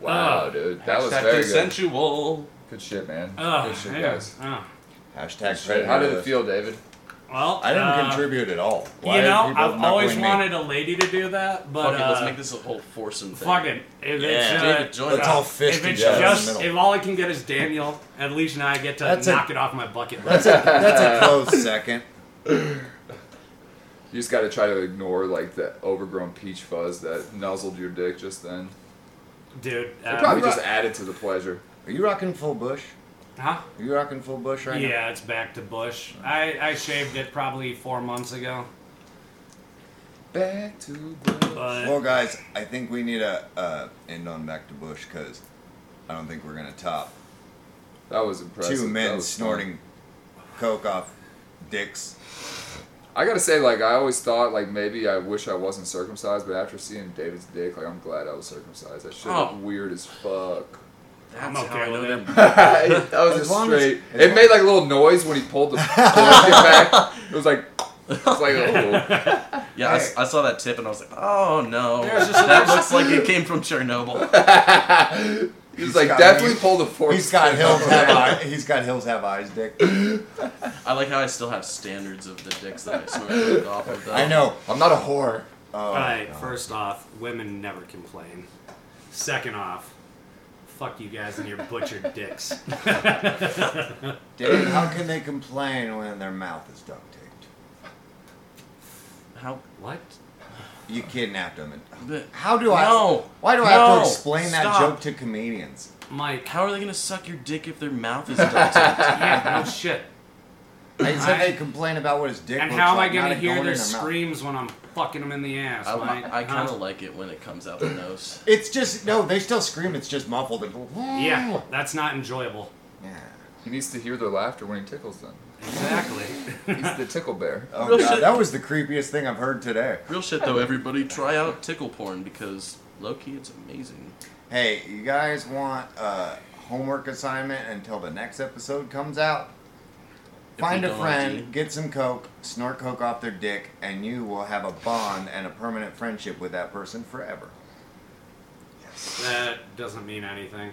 [SPEAKER 4] Wow, dude, that was
[SPEAKER 3] Hashtag
[SPEAKER 4] very good.
[SPEAKER 3] consensual.
[SPEAKER 4] Good shit, man.
[SPEAKER 2] Ugh,
[SPEAKER 4] Good shit,
[SPEAKER 2] yeah,
[SPEAKER 4] guys.
[SPEAKER 2] ugh.
[SPEAKER 1] Hashtag.
[SPEAKER 4] Right, how did it feel, David?
[SPEAKER 2] Well,
[SPEAKER 1] I didn't
[SPEAKER 2] uh,
[SPEAKER 1] contribute at all. Why
[SPEAKER 2] You
[SPEAKER 1] did
[SPEAKER 2] know,
[SPEAKER 1] people
[SPEAKER 2] I've
[SPEAKER 1] not
[SPEAKER 2] always
[SPEAKER 1] win me?
[SPEAKER 2] wanted a lady to do that, but
[SPEAKER 3] Fuck it, let's
[SPEAKER 2] uh,
[SPEAKER 3] make this a whole foursome thing.
[SPEAKER 2] fucking if
[SPEAKER 3] Yeah,
[SPEAKER 2] it's uh,
[SPEAKER 3] David, join
[SPEAKER 1] Let's
[SPEAKER 3] us.
[SPEAKER 1] all fish
[SPEAKER 2] if it's
[SPEAKER 1] together in
[SPEAKER 2] just
[SPEAKER 1] the
[SPEAKER 2] if
[SPEAKER 1] middle.
[SPEAKER 2] all I can get is Daniel, at least now I get to
[SPEAKER 1] That's a-
[SPEAKER 2] knock it off my bucket list.
[SPEAKER 1] That's a, that's a close second.
[SPEAKER 4] You just got to try to ignore like the overgrown peach fuzz that nuzzled your dick just then.
[SPEAKER 2] Dude,
[SPEAKER 4] It
[SPEAKER 2] uh,
[SPEAKER 4] probably just added to the pleasure.
[SPEAKER 1] Are you rocking full bush?
[SPEAKER 2] Huh?
[SPEAKER 1] Are you rocking full bush right now?
[SPEAKER 2] Yeah, it's back to bush. I, I shaved it probably four months ago.
[SPEAKER 4] Back to the
[SPEAKER 2] But
[SPEAKER 1] Well, guys, I think we need to uh, end on back to bush because I don't think we're gonna top
[SPEAKER 4] That was impressive.
[SPEAKER 1] two
[SPEAKER 4] That
[SPEAKER 1] men
[SPEAKER 4] was
[SPEAKER 1] snorting coke off dicks.
[SPEAKER 4] fun. I gotta say, like I always thought, like maybe I wish I wasn't circumcised, but after seeing David's dick, like I'm glad I was circumcised. That shit
[SPEAKER 3] Oh.
[SPEAKER 4] looked weird as fuck.
[SPEAKER 3] That's
[SPEAKER 2] I'm
[SPEAKER 3] how
[SPEAKER 2] okay
[SPEAKER 3] I know
[SPEAKER 2] with
[SPEAKER 3] them.
[SPEAKER 4] that was
[SPEAKER 1] As
[SPEAKER 4] just
[SPEAKER 1] long as-
[SPEAKER 4] straight.
[SPEAKER 1] as
[SPEAKER 4] it
[SPEAKER 1] long-
[SPEAKER 4] made like a little noise when he pulled the blanket back. It was like, it's like, oh.
[SPEAKER 3] Yeah, I, s- I saw that tip and I was like, oh no,
[SPEAKER 2] There's just-
[SPEAKER 3] that looks like it came from Chernobyl.
[SPEAKER 4] He
[SPEAKER 1] He's
[SPEAKER 4] was oh. like,
[SPEAKER 1] got-
[SPEAKER 4] definitely pulled a fork.
[SPEAKER 1] He's got hills have eyes. He's got hills have eyes dick.
[SPEAKER 3] I like how I still have standards of the dicks that I snorted off of. Though.
[SPEAKER 1] I know. I'm not a whore. Oh,
[SPEAKER 2] Alright,
[SPEAKER 1] God.
[SPEAKER 2] first off, women never complain. Second off, fuck you guys and your butchered dicks.
[SPEAKER 1] Dude, how can they complain when their mouth is duct taped?
[SPEAKER 3] How?
[SPEAKER 2] What?
[SPEAKER 1] You kidnapped them. And,
[SPEAKER 3] The,
[SPEAKER 1] how do I?
[SPEAKER 3] No.
[SPEAKER 1] Why do I have to
[SPEAKER 3] No.
[SPEAKER 1] explain that
[SPEAKER 3] Stop.
[SPEAKER 1] joke to comedians?
[SPEAKER 2] Mike,
[SPEAKER 3] how are they gonna suck your dick if their mouth is duct
[SPEAKER 2] yeah, no shit.
[SPEAKER 1] I said
[SPEAKER 2] I-
[SPEAKER 1] they complain about what his dick.
[SPEAKER 2] And
[SPEAKER 1] looks
[SPEAKER 2] how am I
[SPEAKER 1] like, not
[SPEAKER 2] gonna
[SPEAKER 1] it
[SPEAKER 2] hear
[SPEAKER 1] going
[SPEAKER 2] their
[SPEAKER 1] in mouth.
[SPEAKER 2] screams when I'm fucking them in the ass,
[SPEAKER 3] I,
[SPEAKER 2] Mike?
[SPEAKER 3] I kind
[SPEAKER 2] Huh?
[SPEAKER 3] of like it when it comes out the nose.
[SPEAKER 1] It's just no. They still scream. It's just muffled. And,
[SPEAKER 2] Yeah, that's not enjoyable.
[SPEAKER 1] Yeah.
[SPEAKER 4] He needs to hear their laughter when he tickles them.
[SPEAKER 2] Exactly.
[SPEAKER 4] He's the tickle bear.
[SPEAKER 1] Oh
[SPEAKER 3] Real
[SPEAKER 1] god,
[SPEAKER 3] shit.
[SPEAKER 1] that was the creepiest thing I've heard today.
[SPEAKER 3] Real shit though, everybody. Try out tickle porn because low key, it's amazing.
[SPEAKER 1] Hey, you guys want a homework assignment until the next episode comes out?
[SPEAKER 3] If
[SPEAKER 1] Find
[SPEAKER 3] we
[SPEAKER 1] a
[SPEAKER 3] don't
[SPEAKER 1] friend,
[SPEAKER 3] ID.
[SPEAKER 1] get some coke, snort coke off their dick, and you will have a bond and a permanent friendship with that person forever.
[SPEAKER 2] that doesn't mean anything.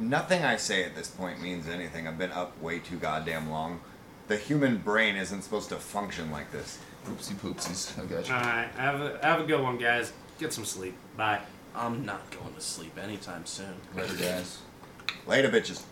[SPEAKER 1] Nothing I say at this point means anything. I've been up way too goddamn long. The human brain isn't supposed to function like this.
[SPEAKER 4] Poopsie poopsies. I got you.
[SPEAKER 2] Alright, have a, have a good one, guys. Get some sleep. Bye.
[SPEAKER 3] I'm not going to sleep anytime soon.
[SPEAKER 4] Later, guys.
[SPEAKER 1] Later, bitches.